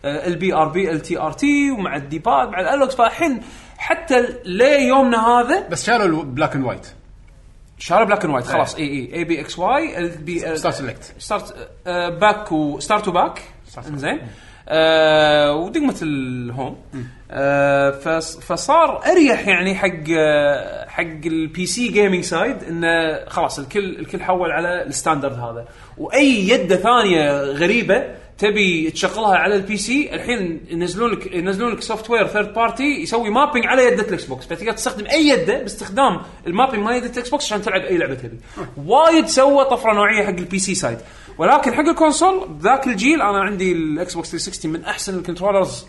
البي ار بي التي ار تي ومع الديباد مع الالوكس فالحين حتى ليه يومنا هذا
بس شالوا البلاك اند وايت
شارع بلاك اند وايت خلاص
إيه.
إيه، اي اي اي بي اكس واي البي
ستار سيلكت
ستارت آه، باك وستارت تو باك
ستارت تو باك.
زين آه ودقمه الهوم آه فص- فصار اريح يعني حق آه، حق البي سي جيمنج سايد انه خلاص الكل الكل حول على الستاندرد هذا واي يده ثانيه غريبه تبي تشغلها على البي سي الحين ينزلون لك ينزلون لك سوفت وير ثيرد بارتي يسوي مابينج على يده الاكس بوكس فتقدر تستخدم اي يده باستخدام المابينج مال يده الاكس بوكس عشان تلعب اي لعبه تبي وايد سوى طفره نوعيه حق البي سي سايد ولكن حق الكونسول ذاك الجيل انا عندي الاكس بوكس 360 من احسن الكنترولرز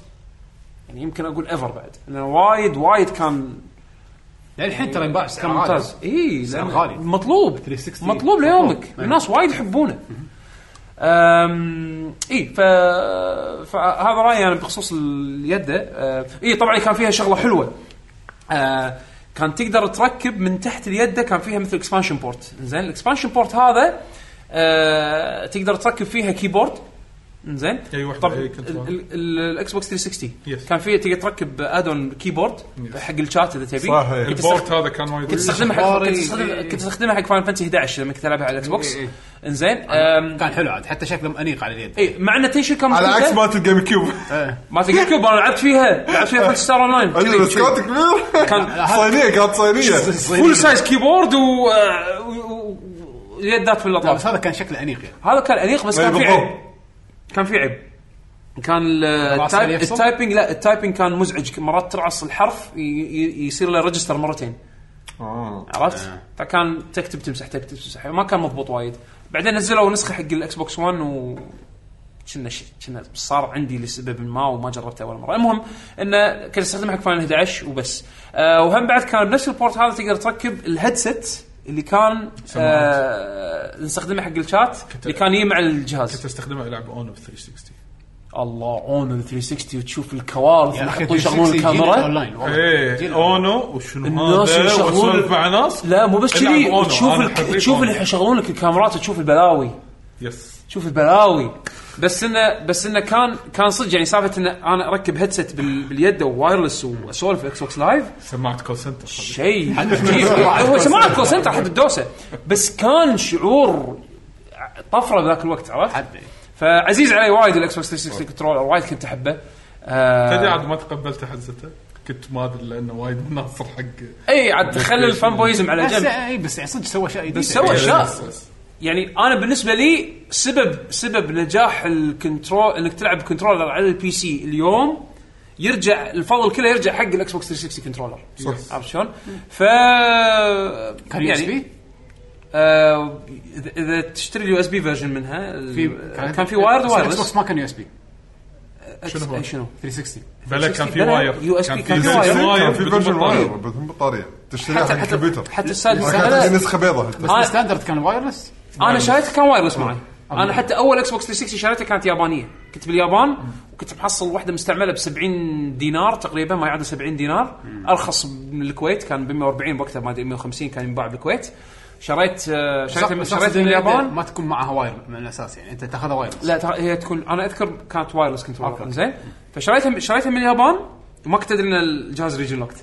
يعني يمكن اقول ايفر بعد لانه وايد وايد كان
لأن يعني الحين ترى ينباع
كان
سعر
ممتاز اي
سعر
لأنه
غالي.
مطلوب
360.
مطلوب ليومك الناس وايد يحبونه أم اي ف... فهذا رايي انا بخصوص اليدة أه، اي طبعا كان فيها شغله حلوه أه، كان تقدر تركب من تحت اليدة كان فيها مثل اكسبانشن بورت زين الاكسبانشن بورت هذا أه، تقدر تركب فيها كيبورد زين
أي وحدة، أي كنترول.
الاكس بوكس 360
Yes.
كان فيه تقدر تركب ادون كيبورد
Yes.
حق الشات اذا تبي
صح،
كنت
البورت
تستخدم-
هذا كان
كنت
وايد
تستخدمها حق
إيه.
كنت تستخدم- كنت تستخدمها حق فاين فانتسي 11 لما كنت العبها على الاكس بوكس
إيه، إيه.
انزين أم،
كان حلو عاد حتى شكله انيق على اليد
اي مع ان تيشر كان
على عكس
مختلفة.
مالت الجيم كيوب
ما تقدر كوب انا لعبت فيها لعبت فيها فانتسي ستار اون لاين
ايوه بس كانت كبيره (laughs)
كان
صينيه كانت صينيه
فول
الصيني.
سايز كيبورد و آه، و- و- ويدات في
لا، بس
الاطراف
هذا كان شكله انيق يعني
هذا كان انيق بس كان في
طيب، بالضبط.
عيب كان في عيب كان ال-
الرأس اللي
التايب
يفصل؟
التايبنج لا التايبنج كان مزعج مرات ترعص الحرف ي- ي- يصير له ريجستر مرتين
آه.
عرفت؟ فكان تكتب تمسح تكتب تمسح ما كان مضبوط وايد بعدين نزلوا نسخه حق الاكس بوكس 1 و كنا ش- كنا صار عندي لسبب ما وما جربته اول مره المهم انه كنت استخدمها حق فاينل 11 وبس آه وهم بعد كان بنفس البورت هذا تقدر تركب الهيدسيت اللي كان آه نستخدمه حق الشات اللي كان يجي مع
كنت
الجهاز
استخدمها العب اون 360
الله اون 360 وتشوف الكوارث اللي
طيب،
يحطون يشغلون
360 جيل
الكاميرا
اونلاين والله
إيه،
ايه اونو وشنو
الناس
هذا
يشغلون-
واسولف مع ناس
لا مو بس
العب
كذي
أونو،
تشوف
أنا
الك-
حريف
تشوف
أونو.
اللي يشغلون لك الكاميرات وتشوف البلاوي
يس
شوف البلاوي بس انه بس انه كان كان صدق يعني سالفه انه انا اركب هيدسيت بال باليد ووايرلس واسولف اكس بوكس لايف
سماعه كول سنتر
شيء عجيب. هو سماع الكول سنتر حد الدوسه بس كان شعور طفره بذاك الوقت عرفت؟
حد
فعزيز علي وايد الاكس بوكس 360 كنترولر وايد كنت احبه
تدري
آه
عاد ما تقبلته حزته كنت ما ادري لانه وايد مناصر حق
اي عاد خلي الفان بويزم على
بس
جنب
اي بس يعني صدق سوى شيء جديد
بس سوى
يعني.
اشياء يعني انا بالنسبه لي سبب سبب نجاح الكنترول انك تلعب كنترولر على البي سي اليوم يرجع الفضل كله يرجع حق الاكس بوكس 360 كنترولر
صح.
عرفت شلون؟ ف يعني
كان يو اس بي
آه، اذا اذا تشتري اليو اس بي فيرجن منها في كان في وايرد
اكس بوكس
وايرلس
ما كان يو اس بي
شنو
إيه،
هو؟
أي شنو؟
360
بلا كان في
بلا،
واير
USB كان في
زي
واير.
كان في فيرجن
بالبطارية.
واير بدون بطاريه تشتريها
حتى
حق
حتى
الكمبيوتر
حتى السادس
ما كانت
أنا-
عندي نسخه بيضاء
آه.
الستاندرد كان وايرلس
انا شريته كان وايرلس معي انا حتى اول اكس بوكس 360 شريته كانت يابانيه كنت باليابان وكنت محصل واحده مستعمله ب 70 دينار تقريبا ما يعادل 70 دينار ارخص من الكويت كان ب 140 وقتها ما ادري 150 كان ينباع بالكويت شريت آه، شريت من-
بس
شريت
أقصد
من
إن
اليابان
ما تكون معها واير من الاساس يعني انت تاخذها وايرلس
لا ترى هي تكون انا اذكر كانت وايرلس كنترولر
أوكي.
زين فشريتها شريتها من اليابان وما كنت ادري ان الجهاز ريجن لوكت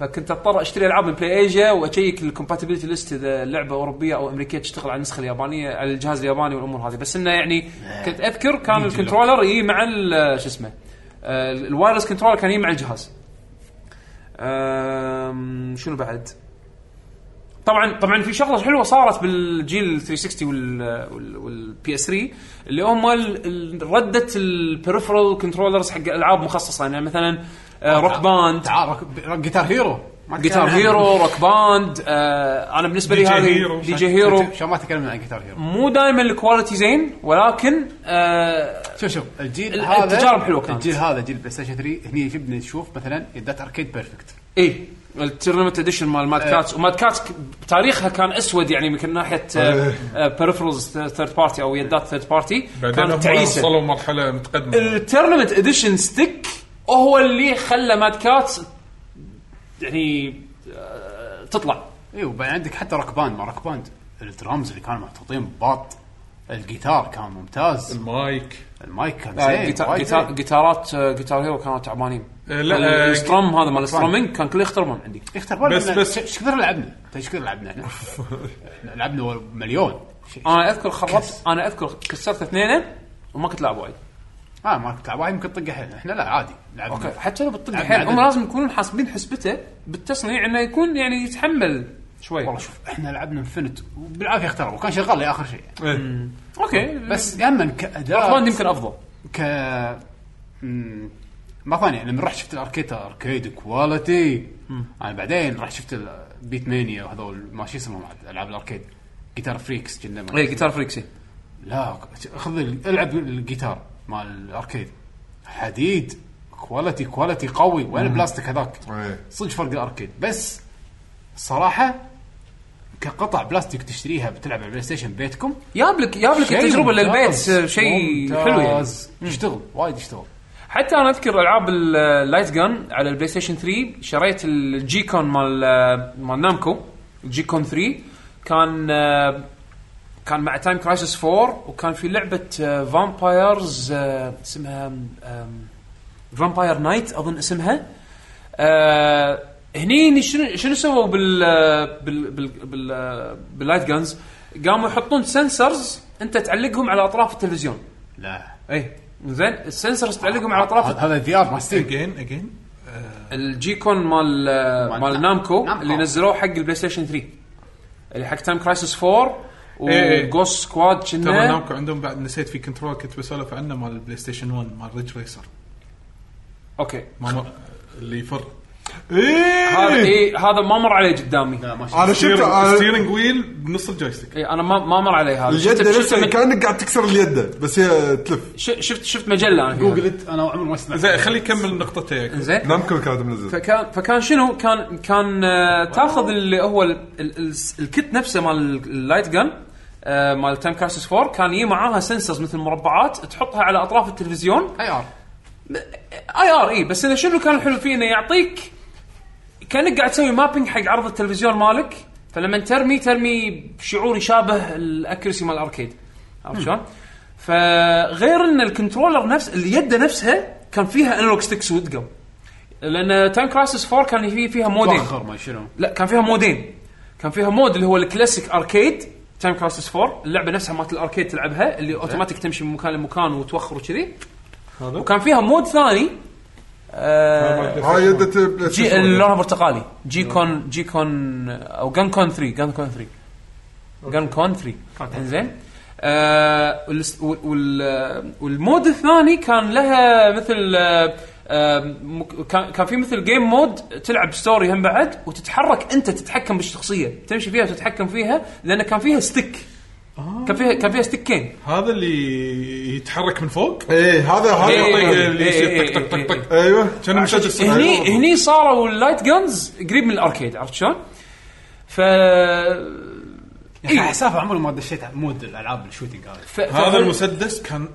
فكنت اضطر اشتري العاب من بلاي ايجيا واشيك الكومباتيبلتي ليست اذا لعبه اوروبيه او امريكيه تشتغل على النسخه اليابانيه على الجهاز الياباني والامور هذه بس انه يعني كنت اذكر كان الكنترولر يجي مع ال- شو اسمه آه، الوايرلس كنترولر كان يجي مع الجهاز أم، شنو بعد؟ طبعا طبعا في شغله حلوه صارت بالجيل 360 وال والبي اس 3 اللي هم ال- ال- رده البريفرال كنترولرز حق العاب مخصصه يعني مثلا آه، روك باند
تعال رك- رك- جيتار هيرو ما
جيتار
تكلمنا عنه.
هيرو روك باند آه، انا بالنسبه لي
دي جي
هذه
هيرو.
دي جي هيرو
شو ما تكلمنا عن جيتار هيرو
مو دائما الكواليتي زين ولكن آه،
شوف شوف الجيل
ال-
هذا
التجارب حلوة كانت.
الجيل هذا جيل بلاي ستيشن 3 هني جبنا نشوف مثلا يدات اركيد بيرفكت
اي التورنمنت اديشن إيه، مال ماد
إيه.
كاتس وماد كاتس ك- تاريخها كان uh, اسود يعني يمكن من ناحيه بيرفرلز ثيرد بارتي او يدات ثيرد بارتي
بعدين هم
كانت إيه. تعيسه
وصلوا مرحله متقدمه
التورنمنت اديشن ستيك هو اللي خلى ماد كاتس يعني آه، تطلع
اي وبعدين إيوه، عندك حتى ركبان ما ركبان الدرامز اللي كانوا محطوطين باط الجيتار كان ممتاز
المايك
المايك كان
آه،
زين
جيتا-
وايد
جيتا-
زين.
جيتارات آه، جيتار هيرو كانوا تعبانين
آه، لا، آه،
السترم هذا مال السترمينج كان كله يختربون عندي
يختار بالك
بس-
إن-
بس-
ايش كثر لعبنا؟ أنت ايش كثر لعبنا
(laughs)
احنا؟ إحنا لعبنا مليون شيء.
انا اذكر خربت انا اذكر كسرت اثنين وما كنت لاعب وايد
اه ما كنت وايد يمكن طقه حيل احنا لا عادي لعبنا
اوكي حتى لو بتطق
عدد.
الحين هم لازم يكونون حاسبين حسبته بالتصنيع انه يكون يعني يتحمل شوي
والله شوف احنا لعبنا انفنت وبالعافيه اخترعوا وكان شغال لي اخر شيء
إيه.
اوكي بس
بس يما كاداء
اخوان يمكن افضل
ك مم، ما ثاني لما رحت شفت الاركيد اركيد كواليتي انا بعدين رحت شفت البيت مانيا وهذول ما شو اسمهم عاد، العاب الاركيد جيتار فريكس كنا ما-
اي جيتار فريكسي
لا خذ ال- العب الجيتار مال الاركيد حديد كواليتي كواليتي قوي وين البلاستيك هذاك
إيه.
صدق فرق الاركيد بس صراحه كقطع بلاستيك تشتريها بتلعب على البلاي ستيشن بيتكم
جاب لك جاب لك التجربه للبيت آه، شيء حلو يعني
يعني يشتغل وايد يشتغل
حتى انا اذكر العاب ال- اللايت جن على البلاي ستيشن 3 شريت الجي كون مال مال نامكو الجي كون 3 كان آه، كان مع تايم كرايسس 4 وكان في لعبه آه، فامبايرز آه، اسمها آم، آم، فامباير نايت اظن اسمها آه، هني شنو شنو سووا بال آه، بال بال آه، بال باللايت جنز قاموا يحطون سنسرز انت تعلقهم على اطراف التلفزيون
لا
اي زين السنسرز تعلقهم على اطراف
هذا هذا الفي ار ما ستيم
اجين اجين
الجيكون مال مال نامكو
نامكو.
اللي نزلوه حق البلاي ستيشن 3 اللي حق تايم كرايسس 4
إيه.
وجوست سكواد
ترى
كنا
نامكو عندهم بعد نسيت في كنترول كنت بسولف عنه مال البلاي ستيشن 1 مال ريج ريسر
اوكي
ماما اللي يفر
هذا
ايه
إيه هذا ما مر علي قدامي
نعم.
انا شفته أنا-
ستيرنج ويل بنص الجويستيك
إيه انا ما ما مر علي هذا
اليد
شفت
لسه
شفت,
كانك قاعد تكسر اليد بس هي تلف
ش- شفت شفت مجله انا فيها
جوجلت انا عمري ما سمعت
زين خليه يكمل نقطته يا
زين
نامكو كانت منزل
فكان فكان شنو كان كان آه، تاخذ اللي هو ال ال ال الكت نفسه مال ال- اللايت جن آه، مال تايم كرايسس 4 كان يجي معاها سنسرز مثل مربعات تحطها على اطراف التلفزيون
اي ار
اي ار اي بس انه شنو كان الحلو فيه انه يعطيك كانك قاعد تسوي مابينج حق عرض التلفزيون مالك فلما ترمي ترمي بشعور يشابه الاكيرسي مال الاركيد عرفت شلون؟ فغير ان الكنترولر نفس اليد نفسها كان فيها انالوج ستيكس ودقم لان تايم كرايسس 4 كان في فيها مودين
فخر ما شنو
لا كان فيها مودين كان فيها مود اللي هو الكلاسيك اركيد تايم كرايسس 4 اللعبه نفسها مالت الاركيد تلعبها اللي اوتوماتيك تمشي من مكان لمكان وتوخر وكذي وكان فيها مود ثاني آه
هاي يدة بلاي
جي
ستيشن
اللي لونها برتقالي جي كون جي كون او جن كون 3 جن كون 3 جن كون 3 انزين آه والس- وال- وال- والمود الثاني كان لها مثل آه، آه، مك- كان كان في مثل جيم مود تلعب ستوري هم بعد وتتحرك انت تتحكم بالشخصيه تمشي فيها وتتحكم فيها لان كان فيها ستيك كان فيها كان فيها ستيكين
هذا اللي يتحرك من فوق
ايه هذا
إيه.
هذا
اللي يصير طق طق
إيه،
طق طق.
ايوه
كان مسجل صوت.
هني هني صاروا اللايت جنز قريب من الاركيد عرفت شلون؟ ف
إيه؟ حسافه عمري ما دشيت على مود الالعاب الشوتنج هذا
ف...
هذا
فهل-
المسدس كان
آه.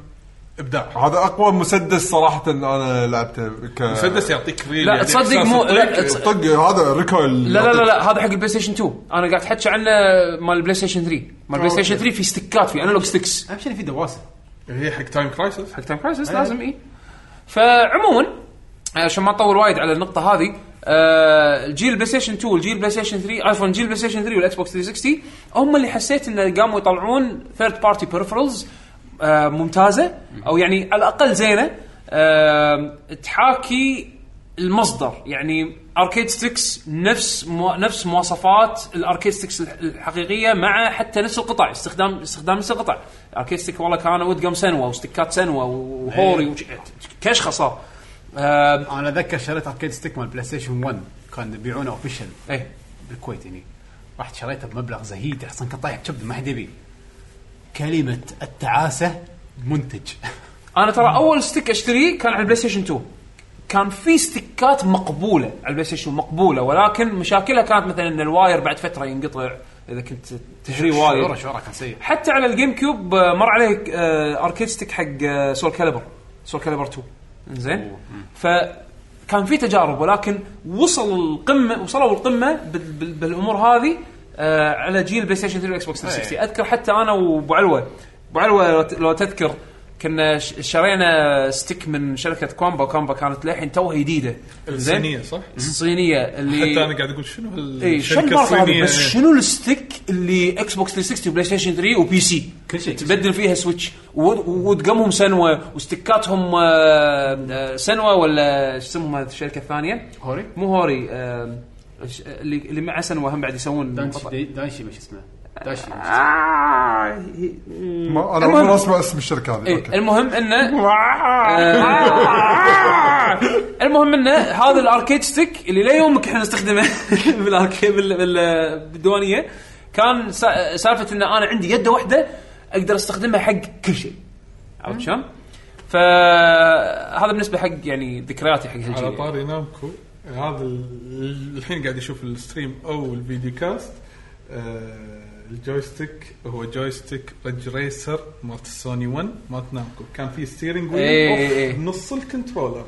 ابداع
هذا اقوى مسدس صراحه انا لعبته ك
مسدس يعطيك ريل
لا،
يعطيك
تصدق
إحساس
مو-
الطق.
لا، تص-
طق هذا ريكويل
لا لا لا لا هذا حق البلاي ستيشن 2 انا قاعد احكي عنه مال البلاي ستيشن 3 مال البلاي ستيشن 3 في ستيكات في انالوج ستيكس
اهم شيء إن في دواسه
هي حق تايم كرايسس
حق تايم كرايسس لازم اي فعموما آه، عشان ما اطول وايد على النقطه هذه آه، جيل البلاي ستيشن 2 والجيل البلاي ستيشن 3 ايفون جيل البلاي ستيشن 3 والاكس بوكس 360 هم اللي حسيت انه قاموا يطلعون ثيرد بارتي بيرفرلز ممتازه او آه، يعني على الاقل زينه آه، تحاكي المصدر يعني اركيد ستكس نفس مو نفس مواصفات الاركيد ستكس الح- الحقيقيه مع حتى نفس القطع استخدام استخدام نفس القطع اركيد ستيك والله كان ودقم سنوا وستيكات سنوا وهوري وش- كشخه صار آه،
انا اتذكر شريت اركيد ستيك مال بلاي ستيشن 1 كان يبيعونه اوفيشال
ايه
بالكويت هني رحت شريته بمبلغ زهيد احسن كان طايح كبد ما حد يبي كلمه التعاسه منتج
انا ترى اول ستيك اشتريه كان على البلاي ستيشن 2 كان في ستيكات مقبوله على البلاي ستيشن مقبوله ولكن مشاكلها كانت مثلا ان الواير بعد فتره ينقطع اذا كنت تشتري
شعوره
واير
شعوره كان سيء
حتى على الجيم كيوب آه، مر عليه آه، اركيد ستيك حق سول كاليبر سول كاليبر 2 زين ف كان في تجارب ولكن وصل القمه وصلوا القمه بال- بال- بالامور هذه آه، على جيل بلاي ستيشن 3 واكس بوكس 360 اذكر حتى انا وابو علوه ابو علوه لو ت- لو تذكر كنا ش- شرينا ستيك من شركه كومبا كومبا كانت للحين توها جديده
الصينيه صح؟
الصينيه اللي
حتى انا قاعد اقول شنو
اي شنو
هالشركه
المعرفة إيه، هذه
الصينيه
بس
إيه.
شنو الستيك اللي اكس بوكس 360 وبلاي ستيشن 3 وبي سي
كل شيء.
تبدل فيها سويتش و- ودقمهم سنوة وستيكاتهم آه، آه، سنوة ولا شو اسمهم هذه الشركة الثانية؟
هوري؟
مو هوري آه، ش- اللي اللي مع سنوة هم بعد يسوون قطع.
دانشي دانشي مش اسمه
آه،
دانشي
هي-
ما انا
المهم-
اول مره اسمع اسم الشركه هذه
إيه،
اوكي
المهم انه آه، المهم انه هذا الاركيد ستيك اللي ليومك احنا نستخدمه (laughs) بالاركيد بال- بال- بالديوانيه كان سا- سالفه ان انا عندي يده واحده اقدر استخدمها حق كل شيء عرفت شلون؟ فهذا بالنسبه حق يعني ذكرياتي حق
على
هالجيل
طاري نامكو هذا ال- الحين قاعد يشوف الستريم او الفيديو كاست آه، الجويستيك هو جويستيك رج ريسر مالت السوني 1 مالت نامكو كان في ستيرنج
إيه إيه
ويل
إيه.
نص الكنترولر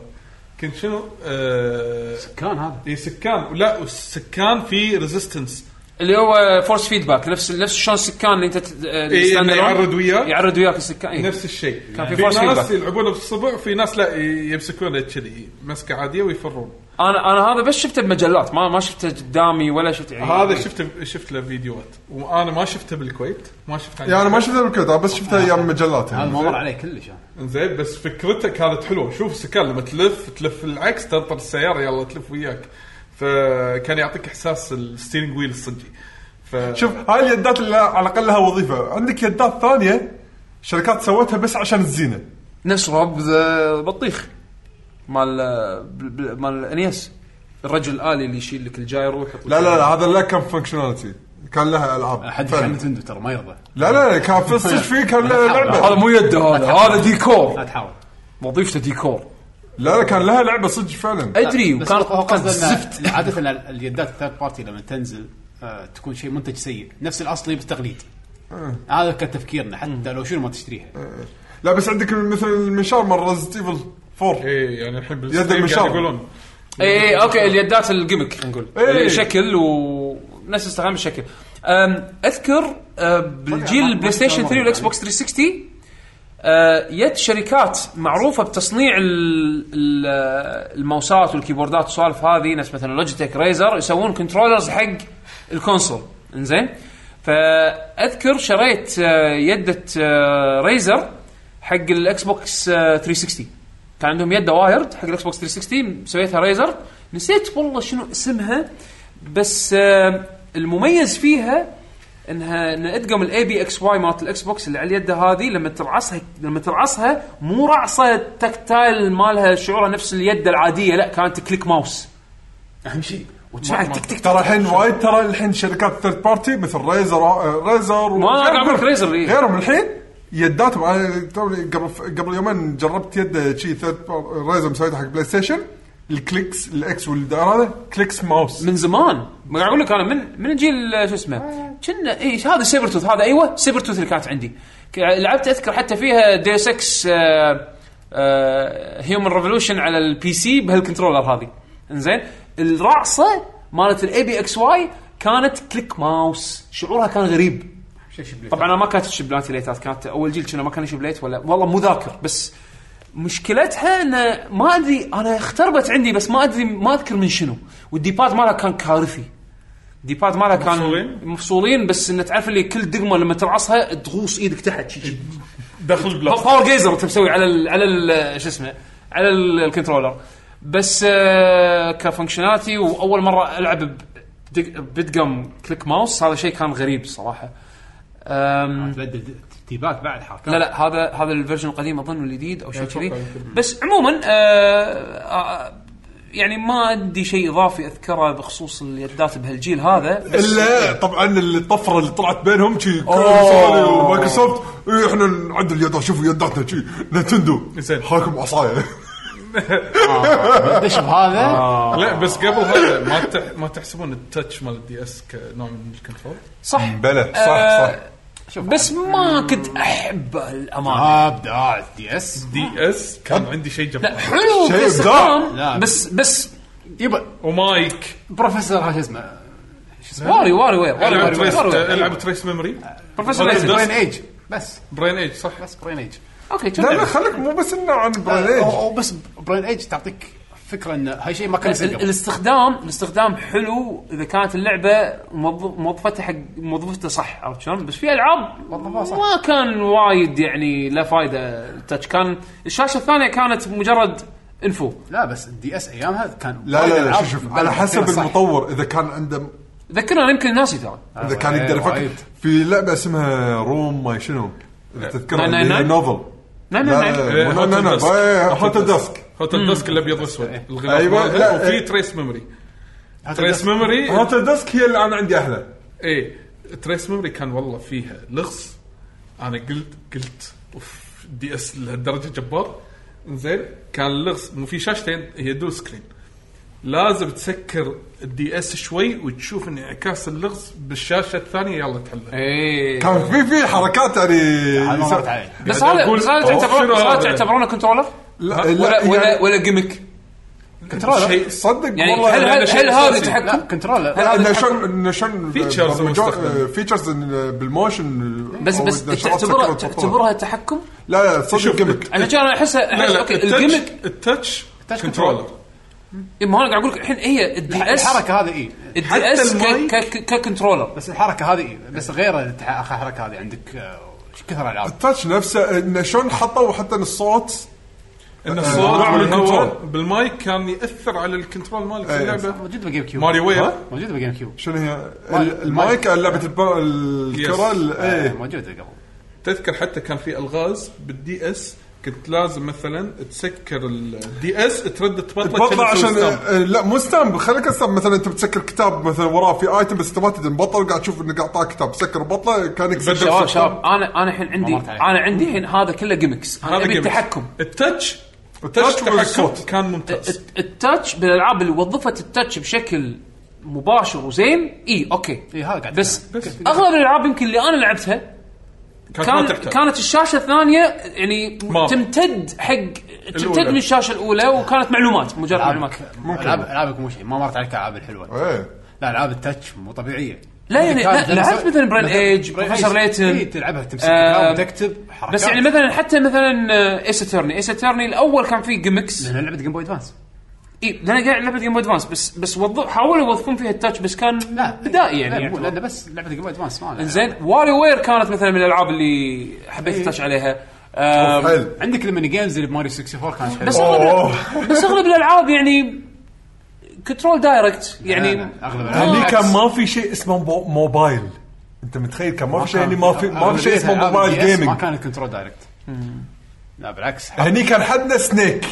كنت شنو؟ آه،
كان هذا
إيه، سكان لا والسكان في ريزيستنس
اللي هو فورس فيدباك نفس ال- نفس شلون السكان اللي انت ت-
إيه،
stand
إنه
alone.
يعرض وياك.
يعرض وياك السكان إيه.
نفس الشيء
كان في
في
force
ناس
feedback.
يلعبونه بالصبع وفي ناس لا ي- يمسكونه كذي مسكه عاديه ويفرون
انا انا هذا بس شفته بمجلات ما ما شفته قدامي ولا شفت يعني
هذا شفته شفت له فيديوهات وانا ما شفته بالكويت ما شفته عن
يعني انا ما شفتها بالكود بس
آه.
شفتها ايام مجلات
هذا
يعني.
ما مر عليه كلش انا
زين بس فكرته كانت حلوه شوف السكان لما تلف تلف العكس تنطر السياره يلا تلف وياك فكان يعطيك احساس الستيرنج ويل الصجي ف
شوف هاي اليدات اللي على الاقل لها وظيفه عندك يدات ثانيه شركات سوتها بس عشان الزينه
نشرب ذا- بطيخ مال آه، بل- بل- مال انيس الرجل الالي اللي يشيل لك الجايرو ويحط
لا لا لا هذا لا كان فانكشناليتي كان لها العاب
حد
فعلاً.
عن نتندو ترى ما يرضى
لا لا لا كان في الصج فيه كان لها لعبه
هذا مو يده
(laughs)
هذا هذا
لا
ديكور
تحاول
وظيفته ديكور
لا لا كان لها لعبه صج فعلا
ادري
بس
وكان
هو
كان
قصده (laughs)
زفت
إن عاده ال- اليدات الثيرد بارتي لما تنزل آه، تكون شيء منتج سيء نفس الاصلي بالتقليد
آه.
هذا كان تفكيرنا حتى لو شنو ما تشتريها
لا بس عندك مثل المنشار مال ريزنت ايفل 4
ايه يعني الحين
يد
بالستيرنج
المشاط.
قاعد يقولون
اي اي اوكي إيه، اليدات الجيمك خلينا نقول
إيه.
إي.
الشكل ونفس استخدام الشكل أم، اذكر أه، بالجيل البلاي ستيشن 3 والاكس بوكس 360 أه، يد شركات معروفه بتصنيع ال- ال- الماوسات والكيبوردات والسوالف هذه نفس مثلا لوجيتك ريزر يسوون كنترولرز حق الكونسول انزين فاذكر شريت أه، يده أه، ريزر حق الاكس بوكس أه، 360 كان عندهم يده وايرد حق الاكس بوكس 360 سويتها ريزر نسيت والله شنو اسمها بس آه، المميز فيها انها ان ادقم الاي بي اكس واي مالت الاكس بوكس اللي على اليد هذه لما ترعصها لما ترعصها مو رعصه تكتايل مالها شعورها نفس اليد العاديه لا كانت كليك ماوس
اهم شيء
وتسمع تك تك
ترى الحين وايد ترى الحين شركات ثيرد بارتي مثل ريزر آه، ريزر و-
ما قاعد أقولك ريزر، إيه.
غيرهم الحين يداتهم أنا توني قبل قبل يومين جربت يد شي ثيرد ريزر مسويتها حق بلاي ستيشن الكليكس الاكس والهذا كليكس ماوس
من زمان ما قاعد اقول لك انا من من الجيل آه، شو اسمه كنا اي هذا سيبر توث هذا ايوه سيبر توث اللي كانت عندي ك- لعبت اذكر حتى فيها آه، دي 6 هيومن ريفولوشن آه، على البي سي بهالكنترولر هذه انزين الرعصه مالت الاي بي اكس واي كانت كليك ماوس شعورها كان غريب
شيء شبلي.
طبعا انا ما كانت شبلات ليتات كانت اول جيل كنا ما كان شبليت ولا والله مو ذاكر بس مشكلتها ان ما ادري انا اختربت عندي بس ما ادري ما اذكر من شنو والديباد مالها كان كارثي الديباد مالها كان
مفصولين؟
مفصولين بس انه تعرف اللي كل دقمه لما ترعصها تغوص ايدك تحت
(laughs)
شي- شي.
دخل بلاص
باور جيزر انت مسوي على ال على ال شو اسمه على ال- الكنترولر بس آه، كفانكشناليتي واول مره العب ب- بدق- بدقم كليك ماوس هذا شيء كان غريب صراحه أم،
تبدل تيباك بعد حركات
لا لا هذا هذا الفيرجن القديم اظن والجديد او شيء كذي بس عموما آه، آه، يعني ما عندي شيء اضافي اذكره بخصوص اليدات بهالجيل هذا بس
الا طبعا الطفره اللي طلعت بينهم شي
أوه.
سوني ومايكروسوفت إيه، احنا عندنا اليدات شوفوا يداتنا شي نتندو
زين.
حاكم عصايه
دش بهذا
آه.
لا بس قبل هذا ما تح... ما تحسبون التاتش مال الدي اس كنوع من الكنترول
صح
بلى
آه، بس ما كنت احبه الامانه
ابداع الدي اس
دي اس كان عندي شيء
لا
جبار
حلو
شيء
بس
إبداع.
خام،
لا.
بس بس
يبا
Oh ومايك
بروفيسور ها شو اسمه شو اسمه
واري واري وير واري
العب
واري
تريس
وير واري وير.
العب تريس ميموري
بروفيسور
ألعب
ليزر.
درس.
برين ايج بس
برين ايج صح
بس برين ايج
Oh,
اوكي
لا لا
كم
خليك مو بس انه عن
أو-
بريج
أو بس برين ايج تعطيك فكره ان هاي شيء ما كان يصير
ال-
قبل.
الاستخدام الاستخدام حلو اذا كانت اللعبه موظف- موظفتها حق موظفتها صح عرفت شلون؟ بس في العاب
موظفها صح.
ما كان وايد يعني لا فائده التاتش كان الشاشه الثانيه كانت مجرد انفو
لا بس الدي اس ايامها كان
لا
وايد
لا لا
ألعاب
شوف شوف
بلد
على حسب
فيها صح.
المطور اذا كان عنده
ذكرنا أنا يمكن ناسي ترى
اذا كان يقدر يفكر
وايد.
في لعبه اسمها روم ما شنو إذا تذكرها
ناين
اللي هي
ناين؟
نوفل
لا
لا
لا لا
لا مو- لا لا
Hot Desk.
هوت ديسك
هوت الديسك الابيض والاسود الغلاف
أيوة، لا،
أيوة وفي
إيه.
تريس ميموري
هذا
تريس ميموري
هوت ديسك هي اللي انا عندي احلى
ايه تريس ميموري كان والله فيها لغز انا قلت قلت اوف دي اس لهالدرجه جبار زين كان لغز مو في شاشتين هي دو سكرين لازم تسكر الدي اس شوي وتشوف انعكاس اللغز بالشاشه الثانيه يلا
إيه،
تحله
ايه
كان في في حركات
هذا ما مرت
يعني
علي.
بس
قاعد
هذا
أقول
بس هذا
أوف، شنو
تعتبرونه بس هذا
هذا؟
تعتبرونه كنترولر
لا
ولا
لا،
ولا
يعني
ولا جيمك
شيء
صدق
يعني
والله
هل
هذا
هل
شيء
هل هذا
أساسي.
لا
تحكم؟
كنترولر
هل هذا
انه
تحكم؟
شلون انه شلون
Features
آه،
مستخدم.
فيتشرز بالموشن
بس
أو
بس
إذا شغلات
تعتبرها
سكرت بطلها.
تعتبرها تحكم؟
لا لا صدق
شوف،
جيمك
انا كان احسها
لا
أحس
لا
اوكي
التاتش
الجيمك
التاتش
التاتش
كنترولر
إيه، ما انا قاعد اقول لك الحين هي الدي اس
الحركه هذه اي
الدي
حتى
اس
الماي.
ككنترولر
بس الحركه هذه اي بس غير التح- الحركه هذه عندك آه، إيش كثر العاب
التاتش نفسه انه شلون حطوا حتى إن الصوت
ان
آه،
الصوت
آه،
بالهواء
آه.
بالمايك كان يأثر على الكنترول مالك في
إيه.
اللعبه
موجود بالجيم كيوب
ماريو وير
ها؟
موجود بالجيم كيوب
شنو هي
مايك.
المايك لعبه الب- الكره
Yes.
ال-
آه،
إيه.
ايه
موجوده قبل
تذكر حتى كان في الغاز بالدي اس كنت لازم مثلا تسكر الدي اس ترد تبطل
تبطل عشان
لا
آه، لا مو ستامب خليك ستامب مثلا انت بتسكر كتاب مثلا وراه في ايتم بس انت ما تدري مبطل قاعد تشوف انه قاعد طاق كتاب سكر بطله كان يكسر
بدل
شباب
شباب.
شباب انا انا الحين عندي
مرت علي.
انا عندي الحين هذا كله جيمكس انا ابي
جيمز.
يعني التحكم إيه،
التاتش
التاتش
التاتش التحكم
والصوت.
كان ممتاز
الت- التاتش بالالعاب اللي وظفت التاتش بشكل مباشر وزين اي اوكي
اي هذا قاعد
بس,
أتكلم.
بس اغلب الالعاب يمكن اللي انا لعبتها
كان
كان
تحتاج.
كانت الشاشه الثانية يعني
ما.
تمتد حق تمتد
الأولى.
من الشاشه الاولى وكانت معلومات مجرد معلومات
آه، ممكن العاب العابك مو شيء ما مرت عليك العاب الحلوه
ايه
لا العاب التاتش مو طبيعيه
لا يعني
كان
لا لعبت مثلا برين ايج
برين
بروفيسور
إيج. إي،
ليتن
تلعبها تمسك
آه،
الكلام وتكتب حركات
بس يعني مثلا حتى آه، مثلا ايس اترني ايس اترني الاول كان فيه جيمكس
لأن لعبه جيم بوي ادفانس
اي لان قاعد لعبه جيم ادفانس بس بس وض... حاولوا يوظفون فيها التاتش بس كان
لا
بدائي يعني
لا، مو-
يعتبر.
لان بس لعبه جيم بوي ادفانس ما لها.
زين واري وير كانت مثلا من الالعاب اللي حبيت
إيه.
التاتش عليها آم،
حلو
عندك الميني جيمز اللي بماريو 64 كانت حلوه
بس اغلب بس اغلب الالعاب يعني كنترول دايركت يعني
لا، لا، أغلب الألعاب.
هني
بالعكس.
كان ما في شيء اسمه مو- موبايل انت متخيل كان ما في شيء يعني ما في ما في شيء اسمه
أغلبية
موبايل
الألعاب DS ما
جيمنج
كانت كنترول دايركت لا بالعكس حق-
هني كان حدنا سنيك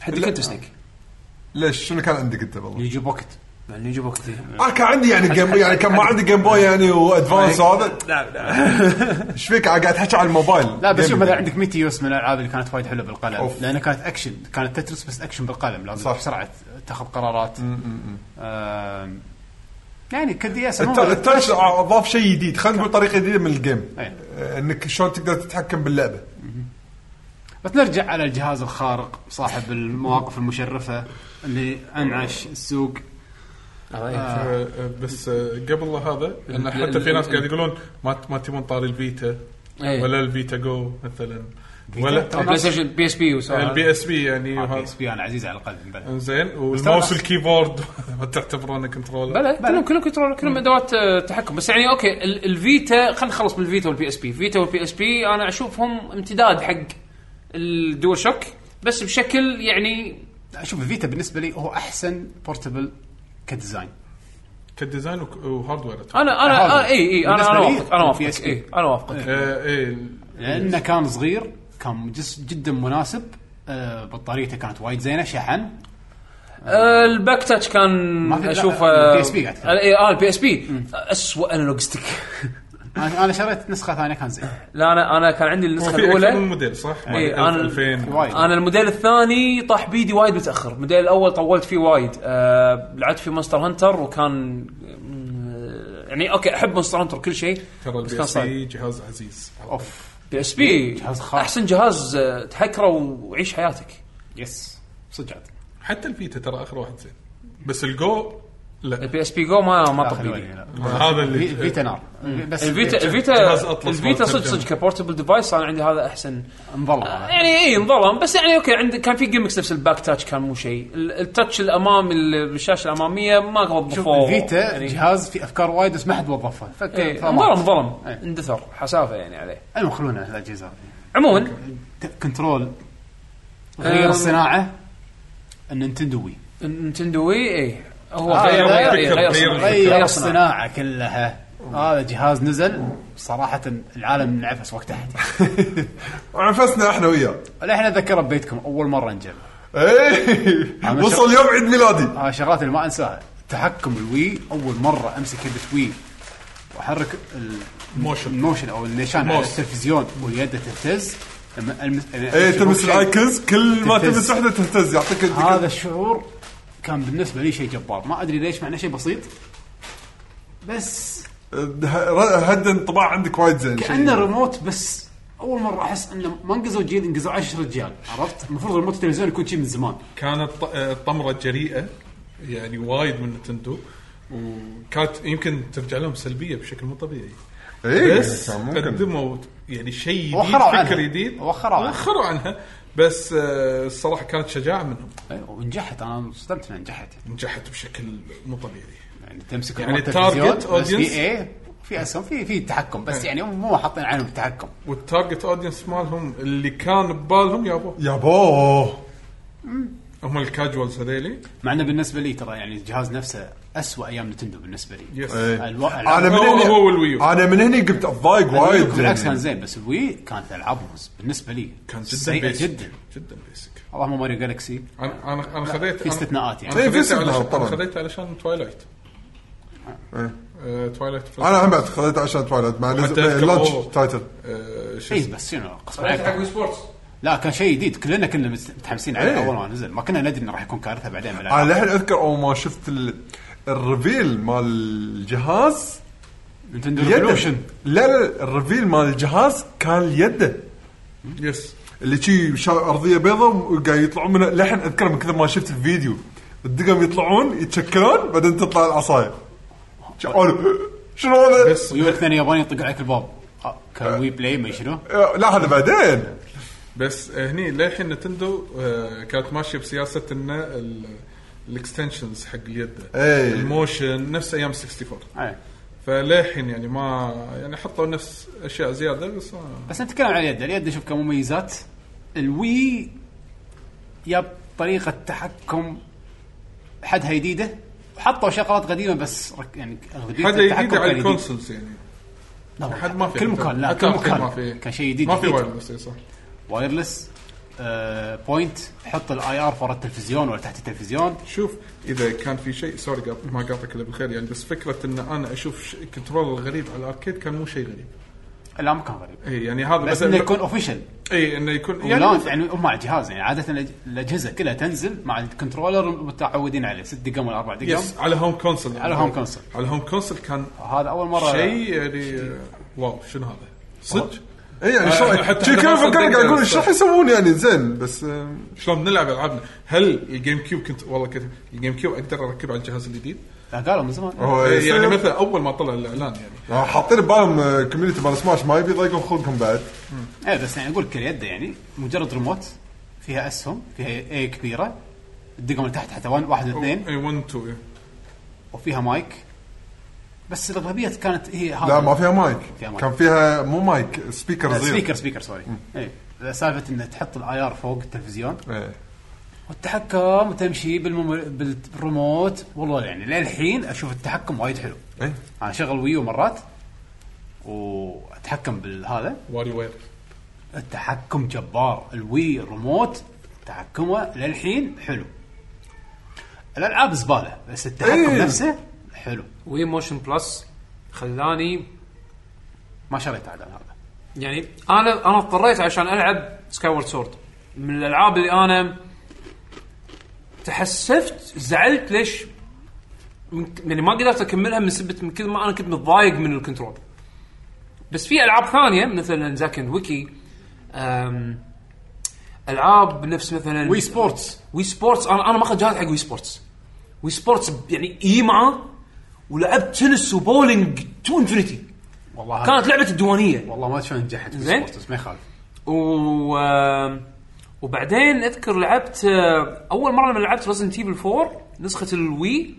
حدك انت سنيك
ليش شنو كان عندك انت والله؟
يجي بوكت
يعني يجيب وقت
اه كان عندي يعني جيم يعني كان ما عندي جيم بوي يعني وادفانس وهذا لا لا (laughs) ايش فيك قاعد تحكي عن الموبايل
لا بس شوف
جيمنج.
مثلا عندك ميتيوس من الالعاب اللي كانت وايد حلوه بالقلم
أوف.
لانها كانت اكشن كانت تترس بس اكشن بالقلم لازم
صح.
صح. بسرعه تاخذ قرارات آم، يعني كدي اس
الت- التاتش اضاف شيء جديد خلينا نقول طريقه جديده من الجيم
أي.
آه، انك شلون تقدر تتحكم (laughs) باللعبه
بس نرجع على الجهاز الخارق صاحب المواقف المشرفه اللي انعش السوق
طيب.
آه، آه، بس آه، قبل هذا ان حتى في ناس قاعد يقولون ما ما تبون طاري الفيتا
إيه.
ولا الفيتا جو مثلا ولا
ترى
بلاي ستيشن بي اس بي
البي اس بي يعني وهذا.
اس بي انا عزيز على القلب بلى.
زين
ترى
والماوس
ناس-
والكيبورد (laughs) ما تعتبرونه كنترولر
بلا كلهم كلهم كنترول كلهم ادوات آه، تحكم بس يعني اوكي ال- الفيتا خلينا نخلص من الفيتا والبي اس بي فيتا والبي اس بي انا اشوفهم امتداد حق الدول شوك بس بشكل يعني
شوف الفيتا بالنسبه لي هو احسن بورتبل كديزاين
كديزاين وك- وهاردوير أتوقع.
انا انا
هذا.
آه، اي اي انا
بالنسبة
انا
لي
وافقك انا
ال
وافقك
PSP.
اي انا
إيه.
وافقك
آه، ايه
لانه كان صغير كان جس جدا مناسب آه، بطاريته كانت وايد زينه شحن
آه، الباك تاتش كان
ما في- لا،
اشوفه
ال PSP قاعد تتكلم.
اي اه البي اس بي اسوء انالوج ستيك
انا أنا شريت نسخه ثانيه كان زين
(laughs) لا انا انا كان عندي النسخه
وفي اكثر من
الاولى
موديل صح؟
إيه،
مال
أنا-
2000
وايد
انا الموديل الثاني طاح بيدي وايد متاخر الموديل الاول طولت فيه وايد آه لعبت في مونستر هانتر وكان آه، يعني اوكي احب مونستر هانتر كل شيء
ترى
بس كان
البي اس
صعب
بي جهاز عزيز
اوف
بي اس بي
جهاز خاص.
احسن جهاز آه، تحكره وعيش حياتك
يس صدق عاد.
حتى الفيتا ترى اخر واحد زين بس الجو
نعم.
لا
البي اس بي جو ما ما
لا، خلوه
طبيعي
يعني،
هذا
لا. في-
اللي
فيتا نار بس
الفيتا
جهاز
الفيتا
أطلس
الفيتا
مال
صدق
ترجمة.
صدق كبورتبل ديفايس انا عندي هذا احسن
انظلم هذا.
يعني اي انظلم بس يعني اوكي عند كان في جيمكس نفس الباك تاتش كان مو شيء ال- التاتش الامام ال- الشاشه الاماميه ما
شوف
وظفوه
الفيتا جهاز في افكار وايد بس ما حد وظفها
يعني إيه،
فكر
انظلم ظلم
إيه.
اندثر حسافه يعني عليه
المهم خلونا الاجهزه هذه.
عموما
ت- كنترول غير
أم.
الصناعه النينتندو وي
نتندو وي اي إيه، هو
آه،
غير
غير-
غير
غير-
غير صناعة.
غير
غير صناعة.
الصناعه كلها هذا جهاز نزل صراحه العالم انعفس وقت تحت
عفسنا احنا وياه
احنا ذكره ببيتكم اول مره نجرب
ايه
عم
وصل يوم عيد ميلادي
هاي الشغلات آه، اللي ما انساها تحكم الوي اول مره امسك يدة وي واحرك ال-
Motion.
الموشن او النيشان على
Mouse.
التلفزيون واليد تهتز لما المس
ايه تلمس الايكونز كل ما
تهتز.
تلمس وحده تهتز يعطيك
هذا الشعور كان بالنسبه لي شيء جبار ما ادري ليش مع انه شيء بسيط بس
هد انطباع عندك وايد زين
كانه ريموت بس اول مره احس انه ما انقزوا جيل انقزوا 10 رجال عرفت المفروض ريموت التلفزيون يكون شيء من زمان
كانت ط- آه، الطمره الجريئه يعني وايد من نتندو وكانت يمكن ترجع لهم سلبيه بشكل مو طبيعي
ايه
بس
كان ممكن.
قدموا يعني شيء جديد
وخروا عنها.
فكر جديد
وخروا عنها.
وخروا عنها بس آه، الصراحه كانت شجاعه منهم
أي، ونجحت انا انصدمت انها نجحت
نجحت بشكل مو طبيعي
يعني تمسك
يعني
الريموت التلفزيون،
target
بس
audience.
في ايه في اسهم في في تحكم بس
إيه.
يعني هم مو حاطين عينهم بالتحكم
والتارجت اودينس مالهم اللي كان ببالهم يابا
يا بوه
هم الكاجوالز هذيلي
مع انه بالنسبه لي ترى يعني الجهاز نفسه أسوأ ايام نتندو بالنسبه لي
يس
إيه.
الو- الألعاب-
انا من
هو-
هني
هو والويو.
انا من هني قمت اتضايق
الويو
وايد
بالعكس كان
يعني.
زين بس الوي كانت العابهم بالنسبه لي
كان جدا
سيئه
بيسك
جدا
جدا جدا بيسك
اللهم ماريو جالكسي
انا انا انا خذيت
في استثناءات يعني.
انا
إيه، في
خذيت
استثناءات
علشان
طبعاً.
أنا خذيت علشان آه، توايلايت توايلايت
انا هم بعد خذيت عشان توالد مع
وحتى
لز-
أذكر هو-
لانش تايتل
آه، شو
اي
اسمه
إيه، بس شنو قصب
طيب،
حق
عليك
وي سبورتس
لا كان شيء جديد كلنا كنا مت- متحمسين عليه
إيه.
اول ما نزل ما كنا ندري انه راح يكون كارثه بعدين
آه،
بالألعاب.
انا للحين اذكر اول ما شفت ال... الريفيل مال الجهاز
نتندو
يده لا
ريفولوشن
لا الريفيل مال الجهاز كان يده
يس
اللي شي شا- ارضيه بيضاء وقاعد يطلعون منها للحين اذكر من كثر ما شفت الفيديو الدقم يطلعون يتشكلون بعدين تطلع العصايه شا- أنا- شنو هذا؟
بس
ويوك ثاني ياباني يطق عليك الباب آه، كان وي بلاي ما شنو
لا هذا بعدين
بس آه، هني للحين نتندو آه، كانت ماشيه بسياسه انه الاكستنشنز حق اليد
إيه.
الموشن نفس ايام 64
إيه.
فللحين يعني ما يعني حطوا نفس اشياء زياده بس آه،
بس نتكلم عن اليد اليد شوف كمميزات الوي ياب طريقة تحكم حدها جديدة وحطوا شغلات قديمة بس رك يعني اغلبية
حد
التحكم
جديد
كان
على
جديد.
الكونسولز يعني
لا،
حد ما في
كل مكان لا
حتى
كل
أركيد
مكان
ما في
كان شيء جديد
ما في
جديد.
وايرلس إي صح
وايرلس آه بوينت حط الاي ار فور التلفزيون ولا تحت التلفزيون
شوف اذا كان في شيء سوري قاط- ما قاطعك الا بالخير يعني بس فكره ان انا اشوف ش- كنترول غريب على الاركيد كان مو شيء غريب
لا ما كان غريب
اي يعني هذا
بس انه يكون اوفيشال
اي انه يكون
يعني
يعني
يعني مع الجهاز يعني عاده الأج- الاجهزه كلها تنزل مع الكنترولر متعودين عليه ست دقم ولا اربع دقم
يس على هوم كونسل
يعني على هوم كونسول.
على هوم كونسول كان
هذا اول مره
شيء يعني آه، واو شنو هذا؟ صدق
اي يعني شو
آه، حتى
شي
حتى
كان
ما
فكرت
صدقت
قاعد اقول
أنا
ايش راح يسوون يعني زين بس آه،
شلون بنلعب العابنا؟ هل الجيم كيوب كنت والله كنت الجيم كيوب اقدر اركبه على الجهاز الجديد؟
لا، قالوا من زمان
هو
آه، يعني
يصير-
مثلا اول ما طلع الاعلان يعني
آه، حاطين ببالهم آه، كوميونتي مال سماش ما يبي يضايقون خلقهم بعد
ايه بس يعني اقول لك اليد يعني مجرد ريموت فيها اسهم فيها اي كبيره الدقم اللي تحت حتى وان- واحد واثنين
إيه.
اي 1 2
وفيها مايك بس الاغلبيه كانت هي هذا
لا ما فيها مايك
آه. فيها مايك.
كان فيها مو مايك سبيكر
آه،
صغير
سبيكر سبيكر سوري ايه سالفه انه تحط الاي ار فوق التلفزيون
إيه.
والتحكم وتمشي بالممر... بالريموت والله يعني للحين اشوف التحكم وايد حلو
إيه.
انا شغل ويو مرات واتحكم بالهذا
واري وير
التحكم جبار الوي ريموت تحكمه للحين حلو الالعاب زباله بس التحكم
إيه.
نفسه حلو
وي موشن بلس خلاني
ما شريت عدل هذا
يعني انا انا اضطريت عشان العب سكاي وورد سورد من الالعاب اللي انا تحسفت زعلت ليش من- يعني ما قدرت اكملها من سبه من كثر ما انا كنت متضايق من الكنترول بس في العاب ثانيه مثلا زاكن ويكي أم، العاب نفس مثلا
وي سبورتس
وي سبورتس انا انا ماخذ جهاز حق وي سبورتس وي سبورتس ب- يعني يجي معاه ولعبت تنس وبولينج تو انفنتي
والله
كانت لعبه الديوانيه
والله ما شلون نجحت وي
زين.
سبورتس ما يخالف
و آه، وبعدين اذكر لعبت اول مره لما لعبت ريزنت ايفل 4 نسخه الوي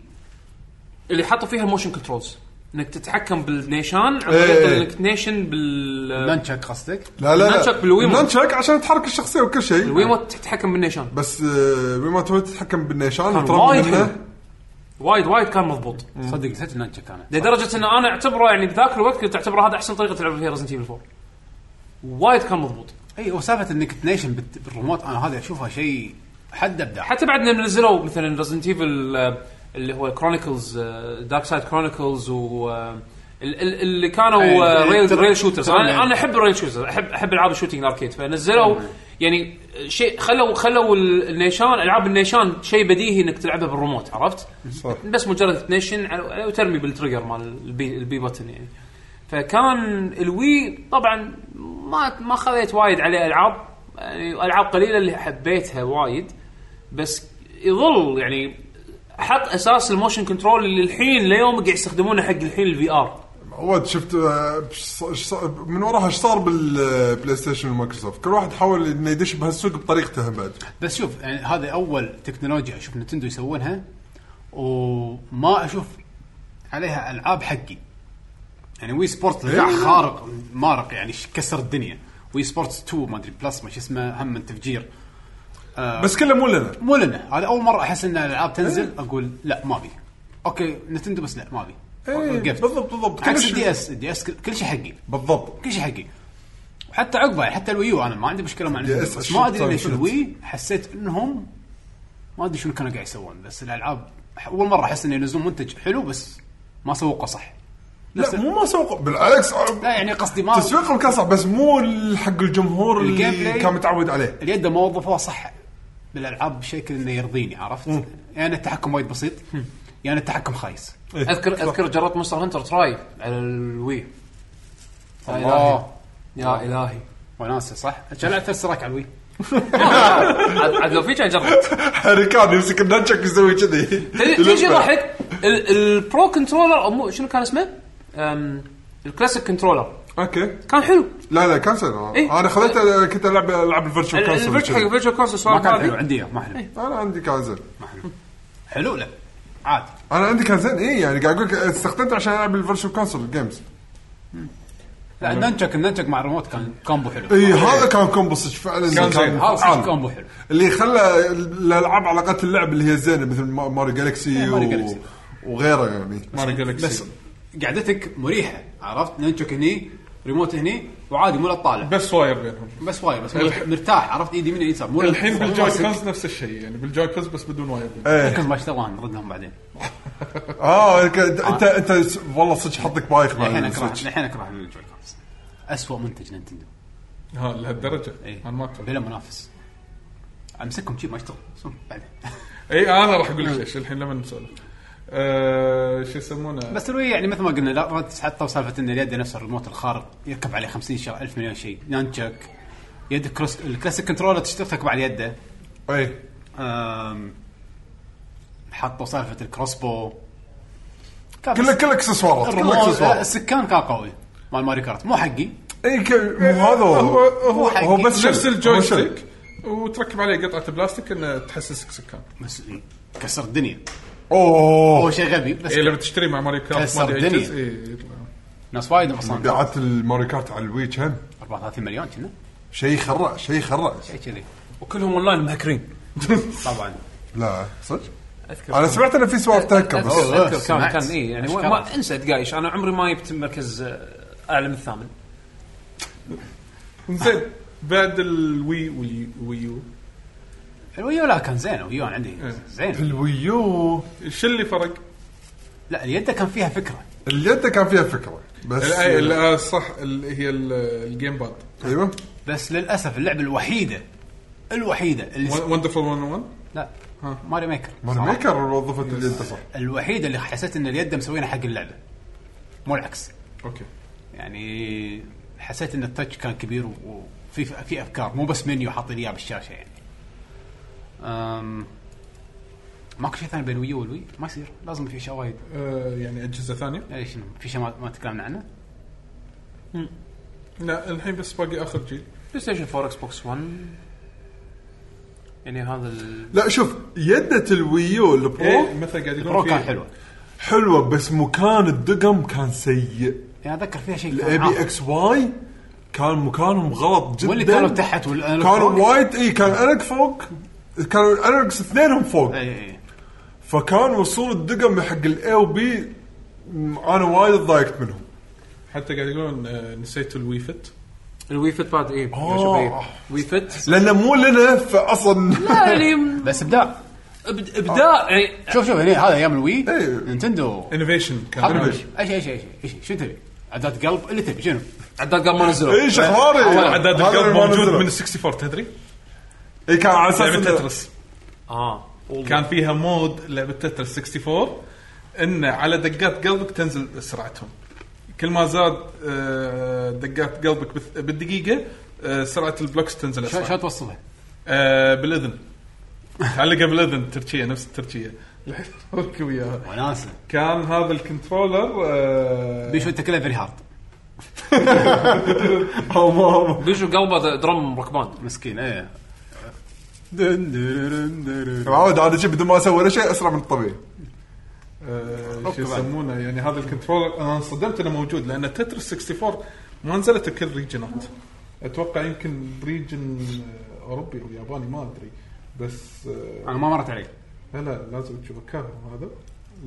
اللي حطوا فيها الموشن كنترولز انك تتحكم بالنيشان عن طريق
إيه.
انك تنيشن بال آه،
لانشك قصدك
لا لا
نانشك بالويموت.
نانشك عشان تحرك الشخصيه وكل شيء
الويموت تتحكم بالنيشان
بس آه، بما تبي تتحكم بالنيشان
وايد
ترمي
حلو.
منه
وايد وايد كان مضبوط
صدق نسيت لانشك انا
لدرجه ان انا اعتبره يعني بذاك الوقت كنت اعتبره هذا احسن طريقه تلعب فيها ريزنت ايفل 4 وايد كان مضبوط
اي وسالفه انك تنيشن بالت- بالريموت انا هذا اشوفها شيء حد ابداع
حتى بعد لما نزلوا مثلا ريزنت ايفل آه، اللي هو آه، كرونيكلز دارك سايد كرونيكلز و آه، ال- ال- اللي كانوا
أي،
آه، ريل
تر-
ريل شوترز انا
ترمي.
انا احب الريل شوترز احب احب العاب الشوتنج اركيد فنزلوا يعني شيء خلوا خلوا ال- النيشان العاب النيشان شيء بديهي انك تلعبها بالريموت عرفت؟
صح.
بس مجرد تنيشن على- وترمي بالتريجر مال البي, البي بتن يعني فكان الوي طبعا ما ما خذيت وايد عليه العاب يعني العاب قليله اللي حبيتها وايد بس يظل يعني حط اساس الموشن كنترول اللي الحين ليوم قاعد يستخدمونه حق الحين الفي ار
عواد شفت آه، بش- ش- ص- من وراها ايش صار آه، بالبلاي ستيشن ومايكروسوفت كل واحد حاول انه يدش بهالسوق بطريقته هم بعد
بس شوف يعني هذا اول تكنولوجيا اشوف نتندو يسوونها وما اشوف عليها العاب حقي يعني وي سبورت
إيه.
لقاع خارق مارق يعني ش- كسر الدنيا وي سبورتس 2 ما ادري بلس ما شو اسمه هم من تفجير
بس كله مو لنا
مو لنا هذا اول مره احس ان
إيه.
الالعاب تنزل اقول لا ما ابي اوكي نتندو بس لا ما ابي وقفت.
إيه، بالضبط بالضبط
عكس
كل شيء-
الدي اس الدي اس كل شيء حقي
بالضبط
كل شيء حقي وحتى عقبه حتى الويو انا ما عندي مشكله مع نتندو،
DS
بس ما ادري
شو
ليش
صار؟
الوي حسيت انهم ما ادري شنو كانوا قاعد يسوون بس الالعاب اول مره احس انه ينزلون منتج حلو بس ما سوقه صح نفس-
لا مو ما سوق بالعكس آه،
لا يعني قصدي ما
تسويقهم كان صعب بس مو حق الجمهور
الجيم
اللي
بلاي.
كان متعود عليه (laughs)
اليد ما وظفوها صح بالالعاب بشكل انه يرضيني عرفت؟ يعني التحكم وايد بسيط يعني التحكم خايس
اذكر اذكر جربت مستر هنتر تراي على الوي يا الهي
الله
يا
آه. (laughs)
الهي
وناسه صح؟ شلعت السراك على الوي
عاد عاد لو في كان جرب
حركان يمسك النانشك يسوي كذي
تدري تدري شو يضحك؟ ال- البرو كنترولر او مو- شنو كان اسمه؟ أم، الكلاسيك كنترولر
اوكي
كان حلو
لا لا كنسل
إيه.
انا خذيته آه، كنت العب العب الفيرتشوال كونسول
الفيرتشوال حق
وكذي.
الفيرتشوال كونسول سؤال
ما كان حلو
هذه
عندي إياه، ما حلو
انا عندي كان زين
حلو لا عادي
انا عندي كان زين اي يعني قاعد اقول لك استخدمته عشان العب الفيرتشوال كونسول جيمز
لا النانشك النانشك مع الريموت كان كومبو حلو
اي إيه، هذا كان كومبو صدق فعلا
كان زين.
هذا صدق
عام.
كومبو حلو
اللي خلى الالعاب علاقات اللعب اللي هي الزينه مثل ما- ماريو جالكسي
إيه، ماريو
و-
جالكسي.
وغيره يعني
ماري
بس
جالكسي
قعدتك مريحه عرفت نانشك هني ريموت هني وعادي مو لا تطالع
بس واير بينهم
بس واير بس مرت- مرتاح عرفت ايدي يمين ايدي يسار مو لا-
الحين
مو
بالجوي
ماسك.
كونز نفس الشيء يعني بالجوي كونز بس بدون واير
إيه.
بينهم.
كونز ما اشتغلوا نردهم بعدين
اه ك-
آه.
انت انت س- والله صدق حظك بايخ مع
الحين اكره
السويتش.
الحين اكره الجوي كونز اسوء منتج نينتندو
ها لهالدرجه
إيه.
انا ما أتوقع.
بلا منافس امسكهم شي ما يشتغل صم،
(laughs)
بعدين
اي انا إيه، راح اقول لك ليش الحين لما نسولف آه، شو يسمونه
بس الوي يعني مثل ما قلنا لا رد حطوا سالفه ان اليد نفس الريموت الخارق يركب عليه 50 شيء 1000 مليون شيء نانشك يد كروس الكلاسيك كنترولر تشتغل تركب على يده
اي
أم، حطوا سالفه الكروس بو
كله كله اكسسوارات كله اكسسوارات
السكان كان قوي مال ماري كارت مو حقي
اي إيه، ك- مو هذا
هو
هو
هو
هو بس شل.
نفس
هو شل.
الجويستيك وتركب عليه قطعه بلاستيك انه تحسسك سكان
بس كسر الدنيا هو
اوه
شيء غبي بس
إيه،
اي إيه، لما تشتري مع ماريو كارت
كسر
ما ادري أي
الدنيا.
جزء، إيه، يطلع.
ناس وايد اصلا
مبيعات الماريو كارت على الوي كم
34 مليون كنا
شيء خرع شيء خرع
شيء كذي
وكلهم اونلاين مهكرين
طبعا
لا صدق
اذكر
انا سمعت ان في سوالف تهكر
أذكر-
بس
أوه،
اذكر كان
سمعت.
كان اي يعني
أشكرك.
ما انسى دقايش انا عمري ما جبت مركز آه، اعلى من الثامن
زين بعد الوي واليو- واليو
الويو لا كان زين الويو أنا
إيه.
عندي زين
الويو
شو اللي فرق؟
لا اليد كان فيها فكره
اليد كان فيها فكره بس
ال-
إيه،
أي- ال- آه، صح ال- هي ال- الجيم باد
ايوه
بس للاسف اللعبه الوحيده الوحيده اللي
oh وندرفول 101
لا ماري ميكر
ماري ميكر وظفت اليد صح
الوحيده اللي حسيت ان اليد مسوينها حق اللعبه مو العكس
اوكي
يعني حسيت ان التاتش كان كبير وفي في افكار مو بس منيو حاطين اياه بالشاشه يعني أم ماكو شيء ثاني بين ويو والوي ما يصير لازم في اشياء وايد
آه، يعني اجهزه ثانيه
يعني شنو في شيء ما, ما تكلمنا عنه
لا الحين بس باقي اخر جيل
بلاي ستيشن 4 اكس بوكس 1 يعني هذا ال...
لا شوف يدة الويو البرو
إيه، مثل قاعد
برو
يقولون
كان
في-
حلوه
حلوه بس مكان الدقم كان سيء
يعني اتذكر فيها شيء
الاي
كان
بي
عاطل.
اكس واي كان مكانهم غلط جدا
آه. واللي كانوا تحت والأنالوج
كانوا
فوق.
وايد اي كان الانك فوق كانوا الانكس اثنينهم فوق
اي اي
فكان وصول الدقم حق الاي وبي انا وايد ضايقت منهم
حتى قاعد يقولون آه، نسيت الويفت
الوي فيت باد اي
آه.
وي فيت
لان مو لنا فاصلا
يعني
بس ابداع
إبد- ابداع يعني
شوف شوف هنا هذا ايام الوي
إيه.
نينتندو
انوفيشن كان
حطوا اي شيء اي شيء اي شيء شو تبي؟ عداد قلب اللي تبي شنو؟
عداد قبل ما نزلوا
اي شخباري
عداد
هذا
القلب
اللي ما
موجود
نزله.
من يعني 64 تدري؟
اي كان على اساس
لعبه
إنه-
تترس
اه
كان فيها مود لعبه تترس 64 انه على دقات قلبك تنزل سرعتهم كل ما زاد آه، دقات قلبك بث- بالدقيقه آه، سرعه البلوكس تنزل
شلون شلون
اسرع
توصلها؟
آه، بالاذن تعلقها بالاذن تركيه نفس التركيه اركب وياها
وناسه
(laughs) كان هذا الكنترولر آه،
بيشو انت كلها فيري هارد
بيشو قلبه درم ركبان
مسكين ايه
معود انا شي بدون ما اسوي ولا شيء اسرع من الطبيعي
آه، شو يسمونه يعني هذا الكنترولر انا انصدمت انه موجود لان تترس 64 ما نزلت بكل ريجنات اتوقع يمكن بريجن آه، اوروبي او ياباني ما ادري بس آه،
انا ما مرت علي
لا لا لازم تشوف كاهم هذا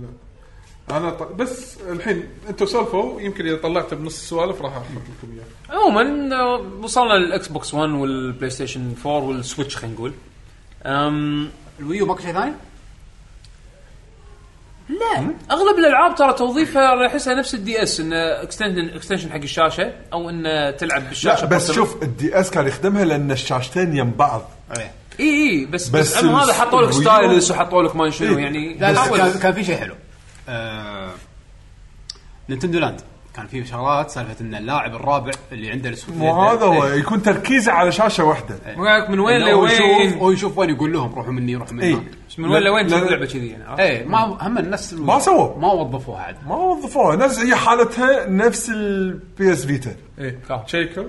لا انا ط... بس الحين انتم سولفوا يمكن اذا طلعته بنص السوالف راح احط لكم اياه
عموما آه، وصلنا للاكس بوكس 1 والبلاي ستيشن 4 والسويتش خلينا نقول أم،
الويو ماكو شيء ثاني؟
لا اغلب الالعاب ترى توظيفها راح احسها نفس الدي اس انه اكستنشن اكستنشن حق الشاشه او انه تلعب بالشاشه
لا بس
portable.
شوف الدي اس كان يخدمها لان الشاشتين يم بعض
ايه
اي اي بس
بس
بس, أما هذا
الس-
حطوا لك
الويو-
ستايلس وحطوا لك ما شنو يعني
لا لا
حاول.
كان, كان في شيء حلو آه... نينتندو لاند كان في شغلات سالفه ان اللاعب الرابع اللي عنده السويتش
مو هذا هو يكون تركيزه على شاشه واحده
وياك من وين
وين
لوين
ويشوف وين يقول لهم روحوا مني روحوا مني
إيه.
هناك.
بس من وين
لا-
لوين
لا-
تشوف لعبه كذي يعني عرفت؟
ايه ما هم الناس
ما سووا.
ما وظفوها عاد
ما وظفوها نفس هي حالتها نفس البي اس فيتا
ايه
كاهم.
تشيكو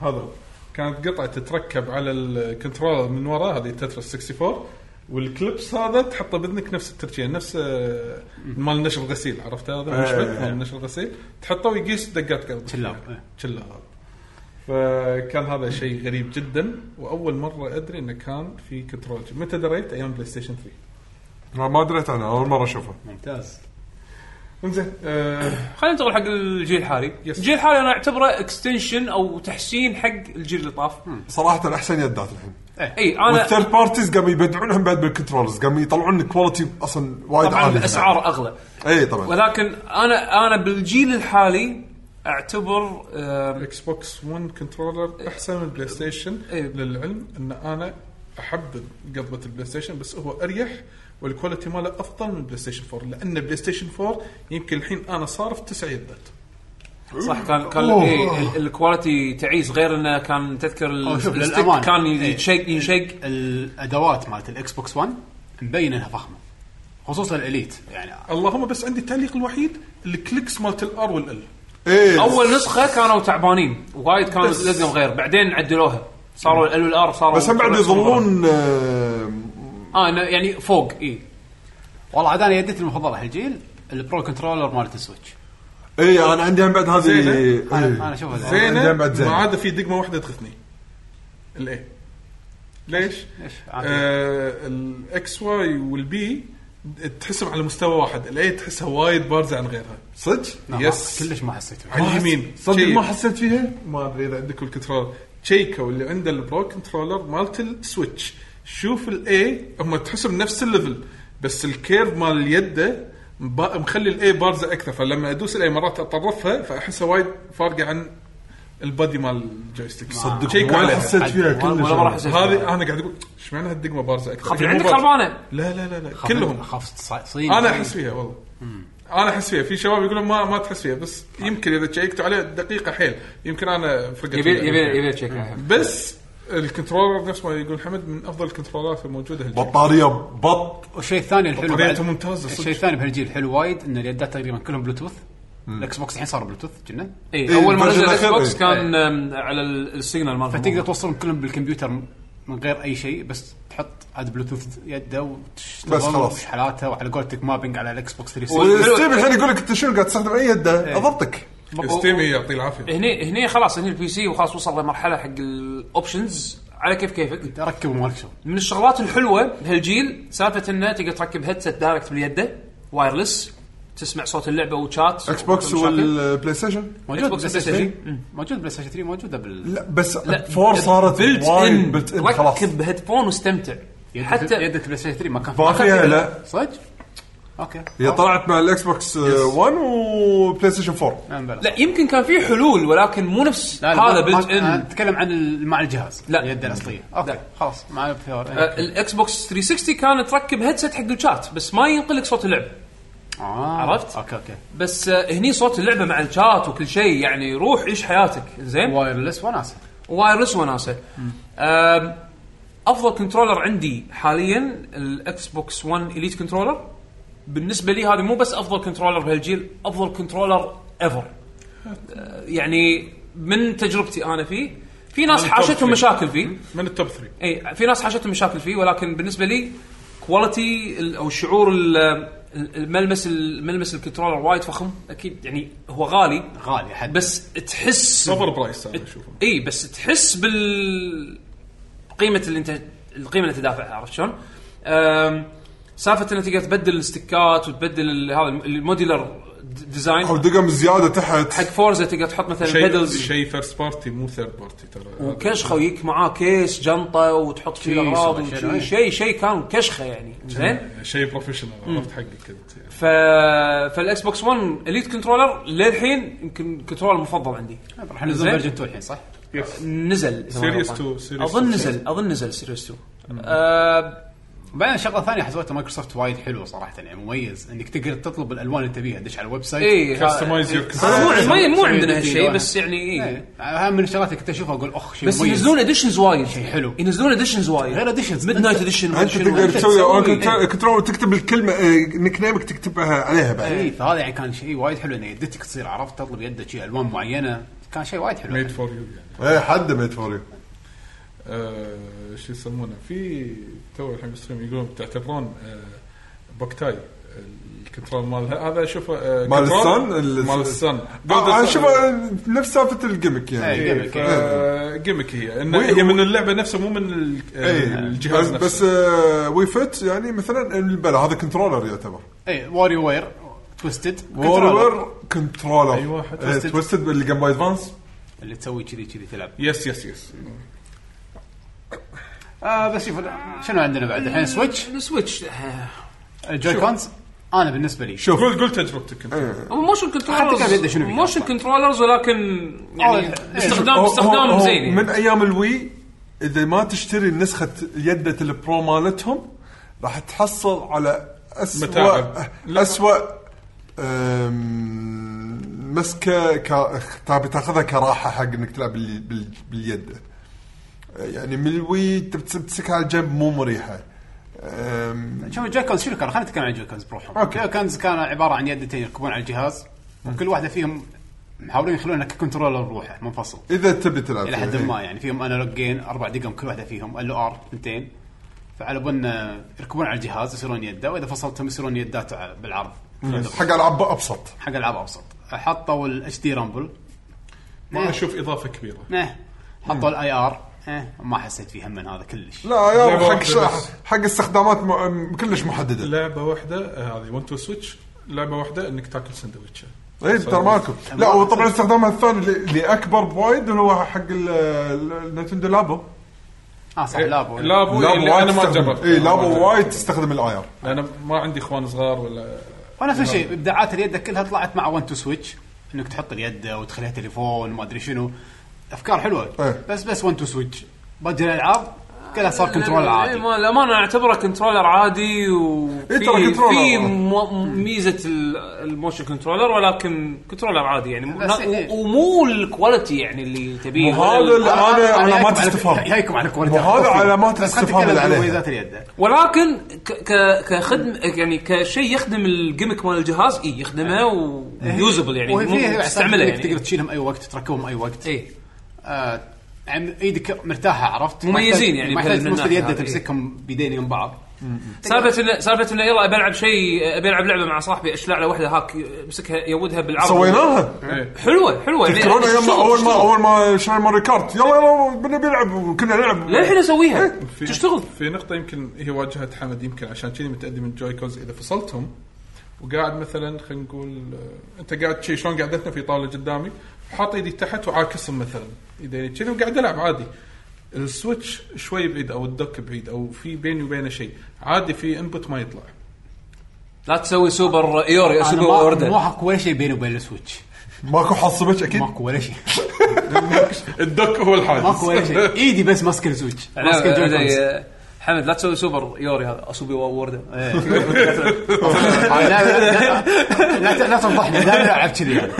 هذا هو. كانت قطعه تتركب على الكنترولر من ورا هذه تترس 64 والكلبس هذا تحطه باذنك نفس التركيه نفس آه، مال نشر غسيل عرفت هذا المشبك مال نشر غسيل تحطه ويقيس دقات قلبك
إيه. شلاب، إيه.
شلاب هذا فكان هذا شيء غريب جدا واول مره ادري انه كان في كنترول متى دريت ايام بلاي ستيشن 3
ما ما دريت عنها اول مره اشوفها
ممتاز
انزين آه،
خلينا ننتقل حق الجيل الحالي
يس.
الجيل الحالي انا اعتبره اكستنشن او تحسين حق الجيل اللي طاف
صراحه الاحسن يدات الحين
اي انا
والثيرد بارتيز قاموا يبدعونهم بعد بالكنترولز قاموا يطلعون كواليتي اصلا وايد
طبعا
عالي إيه،
الاسعار اغلى
اي طبعا
ولكن انا انا بالجيل الحالي اعتبر آم،
اكس بوكس 1 كنترولر احسن من البلاي ستيشن
إيه.
للعلم ان انا احب قضبه البلاي ستيشن بس هو اريح والكواليتي ماله افضل من بلاي ستيشن 4 لان بلاي ستيشن 4 يمكن الحين انا صارف تسع يدات
صح كان كان
أوه.
إيه ال- الكواليتي تعيس غير انه كان تذكر ال-
أو شوف،
الستيك
للأمان.
كان
إيه.
يشيك ينشق
الادوات مالت الاكس بوكس 1 مبين انها فخمه خصوصا الاليت يعني
اللهم بس عندي التعليق الوحيد الكليكس مالت الار والال
اي
اول نسخه كانوا تعبانين وايد كان
بس-
لازم غير بعدين عدلوها صاروا ال الار صاروا
بس هم بعد يظلون آه،
اه إنه يعني فوق اي
والله عاد انا يدتي المفضله هالجيل البرو كنترولر مالت السويتش
اي انا إيه، عندي هم بعد هذه إيه.
زينة.
إي.
انا انا اشوفها
آه،
زين
زينه
زين بعد زين.
ما عاد في دقمه واحده تغثني الاي ليش؟
ليش؟ عادي.
آه الاكس واي والبي تحسهم على مستوى واحد الاي تحسها وايد بارزه عن غيرها
صدق؟
لا، ما-
يس.
كلش ما حسيت فيها
على اليمين
صدق
شيء.
ما حسيت فيها؟
ما ادري اذا عندكم الكنترولر تشيكو اللي عنده البرو كنترولر مالت السويتش شوف الاي هم تحسهم نفس الليفل بس الكيرف مال اليد مخلي الاي بارزه اكثر فلما ادوس الاي مرات اطرفها فاحسها وايد فارقه عن البادي مال الجويستيك
صدق
شيك
ولا
عليها.
حسيت فيها
ولا- ولا
كلش
مرة حسيت.
هذه انا قاعد اقول اشمعنى هالدقمه بارزه اكثر؟
خاف
يعني
عندك
مو بارزة.
خربانه
لا لا لا لا كلهم
اخاف ص- صين
انا احس فيها والله انا احس فيها في شباب يقولون ما ما تحس فيها بس يمكن اذا شيكتوا عليه دقيقه حيل يمكن انا فقدت
يبي
فيها.
يبي يبي تشيك عليها.
بس الكنترولر نفس ما يقول حمد من افضل الكنترولرات الموجوده هالجيل
بطاريه بط
والشيء الثاني الحلو بعد-
طريقته ممتازه
الشيء
صدق
الثاني بهالجيل حلو وايد ان اليدات تقريبا كلهم بلوتوث الاكس بوكس الحين صار بلوتوث كنا
اي
إيه،
اول ما
الفيرجن
نزل الاكس
الأخير،
بوكس
إيه.
كان أم، على ال- السيجنال مالهم
فتقدر توصلهم كلهم بالكمبيوتر من غير اي شيء بس تحط هاد بلوتوث يده وتشتغل
بس خلاص.
وشحالاته وعلى قولتك مابنج على الاكس بوكس 360
والستيم إيه، الحين يقول لك انت شنو قاعد تستخدم اي
إيه.
يده اضبطك
ستيم يعطيه العافيه
هني هني خلاص هني البي سي وخلاص وصل لمرحله حق الاوبشنز على كيف كيفك
ركب مالك شغل
من الشغلات الحلوه بهالجيل سالفه انه تقدر تركب هيدسет دايركت باليده وايرلس تسمع صوت اللعبه وتشات
اكس بوكس والبلاي ستيشن
موجود
Xbox
بلاي
وبلاي
ستيشن
ستيشن.
3 موجود بلاي ستيشن 3 موجوده بال
لا بس فور صارت
بلت
وايد
ان
بلت ان خلاص
ركب هيدفون واستمتع
يدة-
حتى
يدة بلاي ستيشن 3 ما كان
ما فيها لا
صدق؟ اوكي
هي طلعت مع الاكس بوكس 1 وبلاي ستيشن 4
لا بلا.
لا يمكن كان في حلول ولكن مو نفس
لا،
هذا
ما- ما-
بلت
أنا
ان
اتكلم عن ال- مع الجهاز
لا. أه،
اليد الاصليه اوكي خلاص مع الفيور
الاكس بوكس 360 كان تركب هيدسет حق الشات بس ما ينقلك صوت اللعبه
آه.
عرفت؟
اوكي اوكي
بس آه، هني صوت اللعبه مع الشات وكل شيء يعني روح عيش حياتك زين
وايرلس وناسه
وايرلس وناسه آم، افضل كنترولر عندي حاليا الاكس بوكس 1 اليت كنترولر بالنسبه لي هذه مو بس افضل كنترولر بهالجيل افضل كنترولر ايفر يعني من تجربتي انا فيه في ناس
من التوب
حاشتهم
ثري.
مشاكل فيه
من التوب 3
اي إيه، في ناس حاشتهم مشاكل فيه ولكن بالنسبه لي كواليتي ال- او شعور ال- ال- الملمس الملمس الكنترولر وايد فخم اكيد يعني هو غالي
غالي حد
بس تحس
اوفر برايس
إيه.
انا اشوفه
اي بس تحس بال قيمه اللي انت القيمه اللي تدافعها عرفت شلون؟ أم، سالفه انك تقدر تبدل الستيكات وتبدل ال- هذا الموديلر د- ديزاين
او دقم زياده تحت
حق فورزا تقدر تحط مثلا
شيء
بيدلز
شيء فيرست بارتي مو ثيرد بارتي ترى
وكشخه ويك معاه كيس جنطه وتحط فيه
كيس
الاغراض
ولا شيء،
وشي-
إيه.
شيء شيء كان كشخه يعني زين
شيء بروفيشنال عرفت حقك انت يعني.
ف... فالاكس بوكس 1 اليت كنترولر للحين يمكن كنترول المفضل عندي
نعم، راح ننزل
زين.
فيرجن 2 الحين صح؟
نزل إذا ما
Series
غلطان.
2 Series
اظن
2.
نزل اظن نزل سيريس 2 آه...
بعدين شغله ثانيه حسوتها مايكروسوفت وايد حلوه صراحه يعني مميز انك تقدر تطلب الالوان اللي تبيها دش على الويب سايت
اي
كستمايز يور
مو ما- مو
سوي
عندنا هالشيء
فيديو
بس يعني اي
إيه. هم من الشغلات اللي كنت اشوفها اقول اخ شيء
بس
مميز. إيه،
ينزلون اديشنز وايد
حلو.
ينزلون اديشنز وايد
غير editions.
ميد نايت اديشن
انت تقدر تسوي كنترول تكتب آه، الكلمه نيك نيمك تكتبها عليها بعد
اي فهذا يعني كان شيء وايد حلو ان يدتك تصير عرفت تطلب يدك شيء الوان معينه كان شيء وايد حلو
ميد فور يو يعني
ايه حد ميد فور يو
آه، شو يسمونه في تو الحين بالستريم يقولون تعتبرون آه، بوكتاي الكنترول مال هذا شوفه آه،
مال
كنترول
السن؟ ال-
مال السن
آه، انا شوف نفس سالفه الجيمك يعني
إيه. جيمك.
جيمك هي إن
وي-
هي من اللعبه نفسها مو من ال-
ايه
إيه، الجهاز
بس-
نفسه
بس آه، وي فت يعني مثلا بلا هذا كنترولر يعتبر
اي واري وير توستد
وورور كنترولر
أي واحد.
توستد توستد بالجيم بوي ادفانس
اللي تسوي كذي كذي تلعب
يس يس يس
آه بس شوف شنو عندنا بعد الحين سويتش
سويتش
الجوي كونز انا بالنسبه لي
شوف قول قول تجربتك انت
هم موشن
حتى قاعد يدري
كنترولرز
شنو فيه.
موشن كنترولرز ولكن يعني
آه،
استخدام
إيه، هو- هو-
استخدام
هو
زين يعني.
من ايام الوي اذا ما تشتري نسخه يده البرو مالتهم راح تحصل على اسوء
متاعب.
اسوء أم، مسكه كا- تبي تاخذها كراحه حق انك تلعب بال- بال- باليد يعني من الوي تب- تمسكها على الجنب مو مريحه أم،
شوف الجوي كونز شنو كان خلينا نتكلم عن الجوي كونز بروحهم الجوي كونز كان عباره عن يدتين يركبون على الجهاز وكل واحده فيهم محاولين يخلونها ككنترولر روحه منفصل
اذا تبي تلعب
الى حد
فيها.
ما يعني فيهم انالوجين اربع دقم كل واحده فيهم ال ار اثنتين فعلى بالنا يركبون على الجهاز يصيرون يده واذا فصلتهم يصيرون يدات ع- بالعرض
حق العاب ابسط
حق العاب اوسط حطوا الاتش دي رامبل
ما اشوف اضافه كبيره
نه إيه. حطوا الاي ار إيه. ما حسيت فيه هم من هذا كلش
لا يا
لعبة
أبو حق
واحدة
شا-
بس.
حق استخدامات م- م- كلش محدده
لعبه واحده آه، هذه 1 تو سويتش لعبه واحده انك تاكل سندويتش
اي ترى مالكم إيه، لا وطبعا استخدامها الثاني اللي- اللي اكبر بوايد اللي هو حق ال- ال- النتندو لابو
اه صح
إيه،
لابو
لابو اللي انا ما جربت
اي
أنا ما
إيه، لابو
جربت.
وايد تستخدم الاي ار
انا ما عندي اخوان صغار ولا
ونفس
نعم.
الشيء ابداعات اليد كلها طلعت مع 1 تو سويتش انك تحط اليد وتخليها تليفون وما ادري شنو افكار حلوه
إيه.
بس بس 1 تو سويتش باقي الالعاب كلها صار كنترول عادي
إيه، ما للامانه اعتبره كنترولر عادي وفي
إيه ترى كنترولر.
في مو- ميزه ال- الموشن كنترولر ولكن كنترولر عادي يعني مو-
بس
و-
إيه.
ومو الكواليتي يعني اللي تبيه ولا
هذا
ال-
اللي انا علامات
جايكم على-
استفهام
جايكم على كواليتي
وهذا علامات استفهام اللي عليها.
مميزات
يعني
اليد
ولكن ك- ك- كخدم يعني كشيء يخدم الجيمك مال الجهاز اي
إيه.
يخدمه ويوزبل يعني
وهي
مو-
فيها
تستعمله يعني إيه.
تقدر تشيلهم اي وقت تركبهم اي وقت
اي
آه، يعني ايدك مرتاحه عرفت ما
مميزين
يحتاج-
يعني
ما يحتاج
بهالمناحة
تمس اليد
هذه.
تمسكهم بيدين يم بعض
سالفه انه سالفه انه يلا ابي العب شيء ابي العب لعبه مع صاحبي اشلع له واحده هاك امسكها يودها بالعرض
سويناها
حلوه حلوه يعني
تذكرون
شغل-
ايام اول ما
شغل.
اول ما شرينا ماري كارت يلا يلا بدنا بنلعب كنا نلعب
للحين
إيه،
اسويها
في
تشتغل
في نقطة يمكن هي واجهت حمد يمكن عشان كذي متأدي من جويكوز إذا فصلتهم وقاعد مثلا خلينا نقول آه، أنت قاعد شي شلون قعدتنا في طاولة قدامي وحاط إيدي تحت وعاكسهم مثلا إيديني كذي وقاعد ألعب عادي السويتش شوي بعيد أو الدك بعيد أو في بيني وبينه شيء عادي في انبوت ما يطلع
لا تسوي سوبر ايوري
أنا
سوبر
ما- مو
اوردر
حق ولا شيء بيني وبين السويتش
ماكو حصبك اكيد
ماكو ولا
(laughs)
شيء
الدك هو الحادث
ماكو ولا
(laughs)
شيء ايدي بس ماسك السويتش ماسك الجويكونز
حمد لا تسوي سوبر ايوري هذا اسوبي اوردر
إيه. (laughs) لا لا- لا- لا لا تفضحني دائما العب كذي يعني.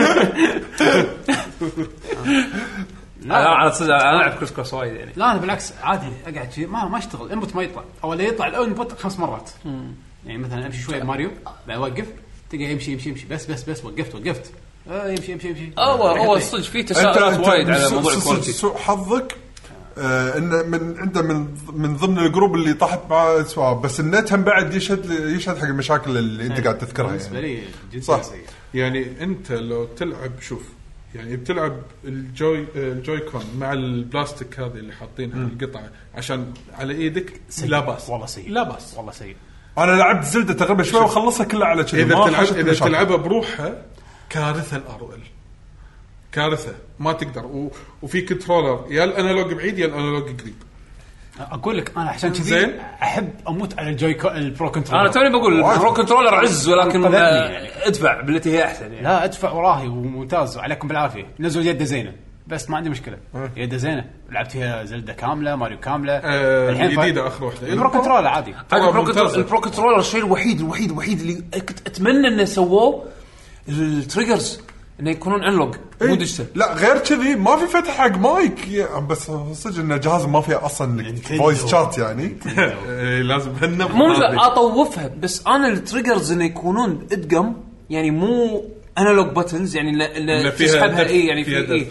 انا أنا صدق انا العب كروس كروس وايد يعني
لا انا بالعكس عادي اقعد شيء ما ما اشتغل الانبوت ما يطلع او اللي يطلع الانبوت خمس مرات يعني مثلا امشي شوي بماريو بعدين اوقف تلقى يمشي يمشي يمشي بس بس بس وقفت وقفت آه يمشي يمشي يمشي
هو هو صدق في تساؤلات وايد على
س-
موضوع
س- س-
الكواليتي
سوء حظك آه انه من انت من من ضمن الجروب اللي طاحت مع سواب بس النت هم بعد يشهد يشهد حق المشاكل اللي انت قاعد تذكرها
بالنسبه
يعني.
لي جدا
صح.
سيء
يعني انت لو تلعب شوف يعني بتلعب الجوي الجوي كون مع البلاستيك هذه اللي حاطينها القطعه عشان على ايدك لا باس
والله سيء
لا باس
والله سيء
انا لعبت زلده تقريبا شوي وخلصها كلها على كذي
اذا
ما
تلعب
حشت
اذا
مشاكل.
تلعبها بروحها كارثه الار ال كارثه ما تقدر و... وفي كنترولر يا الانالوج بعيد يا الانالوج قريب
اقول لك انا عشان كذي
زين.
احب اموت على الجوي كو- البرو كنترول
انا توني بقول البرو كنترولر عز ولكن
انقذتني
آه،
يعني.
ادفع بالتي هي احسن يعني
لا ادفع وراهي وممتاز وعليكم بالعافيه نزل يده زينه بس ما عندي مشكله يده زينه لعبت فيها زلده كامله ماريو كامله
آه،
ف-
الجديدة آخر واحدة.
البرو كنترول عادي
هذا
طبعاً
البرو كنترولر
ممتازة.
البرو كنترولر الشيء الوحيد الوحيد الوحيد اللي كنت اتمنى انه سووه التريجرز انه يكونون انلوج مو
إيه.
ديجيتال
لا غير كذي ما في فتح حق مايك يا- بس صدق ان جهاز ما فيه اصلا فويس شات يعني
إيه، (laughs) لازم هن
مو مثل اطوفها بس انا التريجرز انه يكونون ادقم يعني مو انالوج بتنز يعني لا- لا
إنه فيها
تسحبها
دف-
اي يعني في
فيها
اي
دف.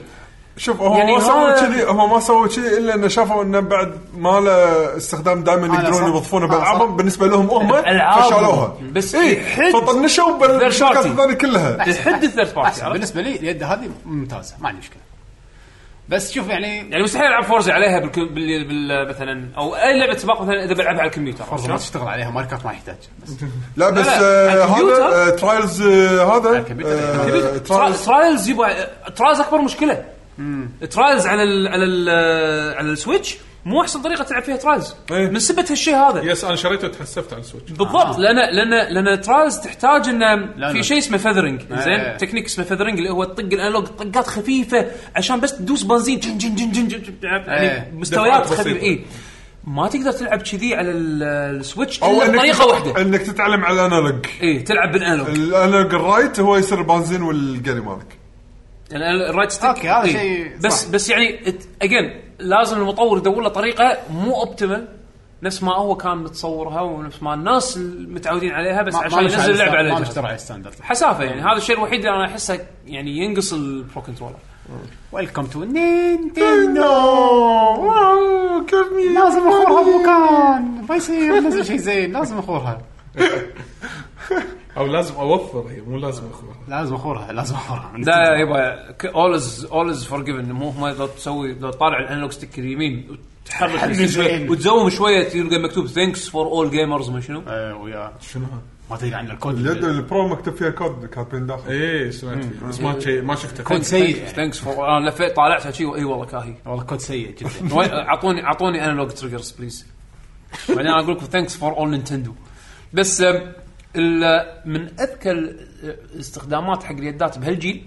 شوف هو
يعني
ما سووا
هذا-
كذي هو ما سووا كذي الا انه شافوا انه بعد ما له استخدام دائما
أنا
يقدرون
صح.
يوظفونه
أنا
بالعابهم
صح.
بالنسبه لهم هم
ألعابهم.
فشلوها
بس
اي
يحد
فطنشوا بالشركات
بارتي.
الثانيه كلها
لحد الثيرد
أحسن.
بارتي
بالنسبه لي اليد هذه ممتازه ما عندي مشكله بس شوف يعني
يعني مستحيل العب فورزا عليها بالك... بال... بال... مثلا او اي لعبه سباق مثلا اذا بلعبها على الكمبيوتر
فرصه ما
عرفت شلون؟
تشتغل عليها ماركات ما يحتاج بس
لا بس
لا،
آه،
الكمبيوتر.
هذا آه، ترايلز آه، هذا
الكمبيوتر.
ترا-
آه، ترايلز
ترايلز يبا ترايلز اكبر مشكله ترايلز على ال... على ال... على السويتش مو احسن طريقه تلعب فيها ترايلز
إيه.
من سبه هالشيء هذا
يس انا شريته وتحسفت على السويتش
بالضبط لان لان لان ترايلز تحتاج انه
لا.
في شيء اسمه فذرنج
إيه.
زين تكنيك اسمه فذرنج اللي هو تطق الانالوج طقات خفيفه عشان بس تدوس بنزين جن جن جن جن, جن, جن يعني
إيه.
مستويات
دفعات
خفيفه
بسيطة.
اي ما تقدر تلعب كذي على ال- السويتش
أو
الا
إنك
بطريقه
تت-
واحده
انك تتعلم على الانالوج
اي إيه، تلعب بالانالوج
الانالوج الرايت هو يصير البنزين والقري مالك
يعني الرايت ستيك
أوكي، هذا
إيه.
شيء
بس
صح.
بس يعني اجين لازم المطور يدور له طريقه مو اوبتيمال نفس ما هو كان متصورها ونفس ما الناس المتعودين عليها بس
ما- ما
عشان
نشتغل
ينزل اللعبه على
ما
الجهاز.
نشتغل على الستاندرد
حسافه يعني هذا الشيء الوحيد اللي انا احسه يعني ينقص البرو كنترولر
ويلكم تو نينتندو واو لازم اخورها بمكان ما يصير لازم شيء زين لازم اخورها
او لازم اوفر هي مو لازم اخورها
لازم اخورها لازم اخورها
لا يبا اول از اول از فورجيفن مو هم لو تسوي لو تطالع الانالوج ستيك اليمين وتحرك
حلو
يصير شوي
زين.
وتزوم شويه تلقى مكتوب ثانكس فور اول جيمرز ما شنو
آه، ويا
شنو هذا؟
ما تدري عن الكود
اليد البرو مكتوب فيها كود كاتبين
إيه.
داخل
ايه سمعت فيه بس ما شي- ما شفته
كود سيء يعني.
ثانكس فور انا آه، لفيت طالعتها شي اي والله كاهي
والله كود سيء جدا
(laughs) وين- اعطوني اعطوني انالوج تريجرز بليز بعدين أنا اقول لكم ثانكس فور اول نينتندو بس آم، ال- من آه، اذكى الاستخدامات حق اليدات بهالجيل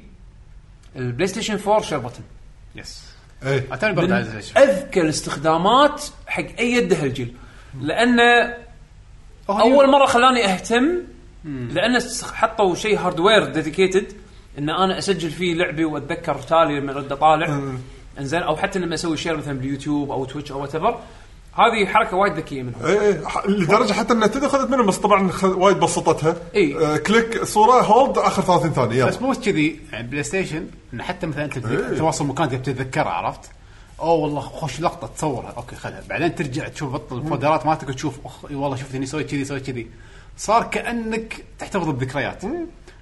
البلاي ستيشن 4 شير بتن
يس
ايه
اعتبر برد
من
عزيز شوي.
اذكى الاستخدامات حق اي يد هالجيل لانه
Oh,
اول مره خلاني اهتم لان است- حطوا شيء هاردوير ديديكيتد ان انا اسجل فيه لعبي واتذكر تالي لما ارد اطالع انزين او حتى لما اسوي شير مثلا باليوتيوب او تويتش او وات هذه حركه وايد ذكيه منهم
إيه، إيه، ح- لدرجه حتى انها تدري خذت منهم بس طبعا خ- وايد بسطتها
إيه.
آه كليك صوره هولد اخر 30 ثانيه
بس
يلا
مو بس كذي يعني بلاي ستيشن انه حتى مثلا انت تت- تواصل مكانك بتتذكره عرفت؟ اوه والله خوش لقطه تصورها اوكي خلها بعدين ترجع تشوف بطل الفولدرات مالتك وتشوف اخ إي والله شفت اني سويت كذي سويت كذي صار كانك تحتفظ بذكريات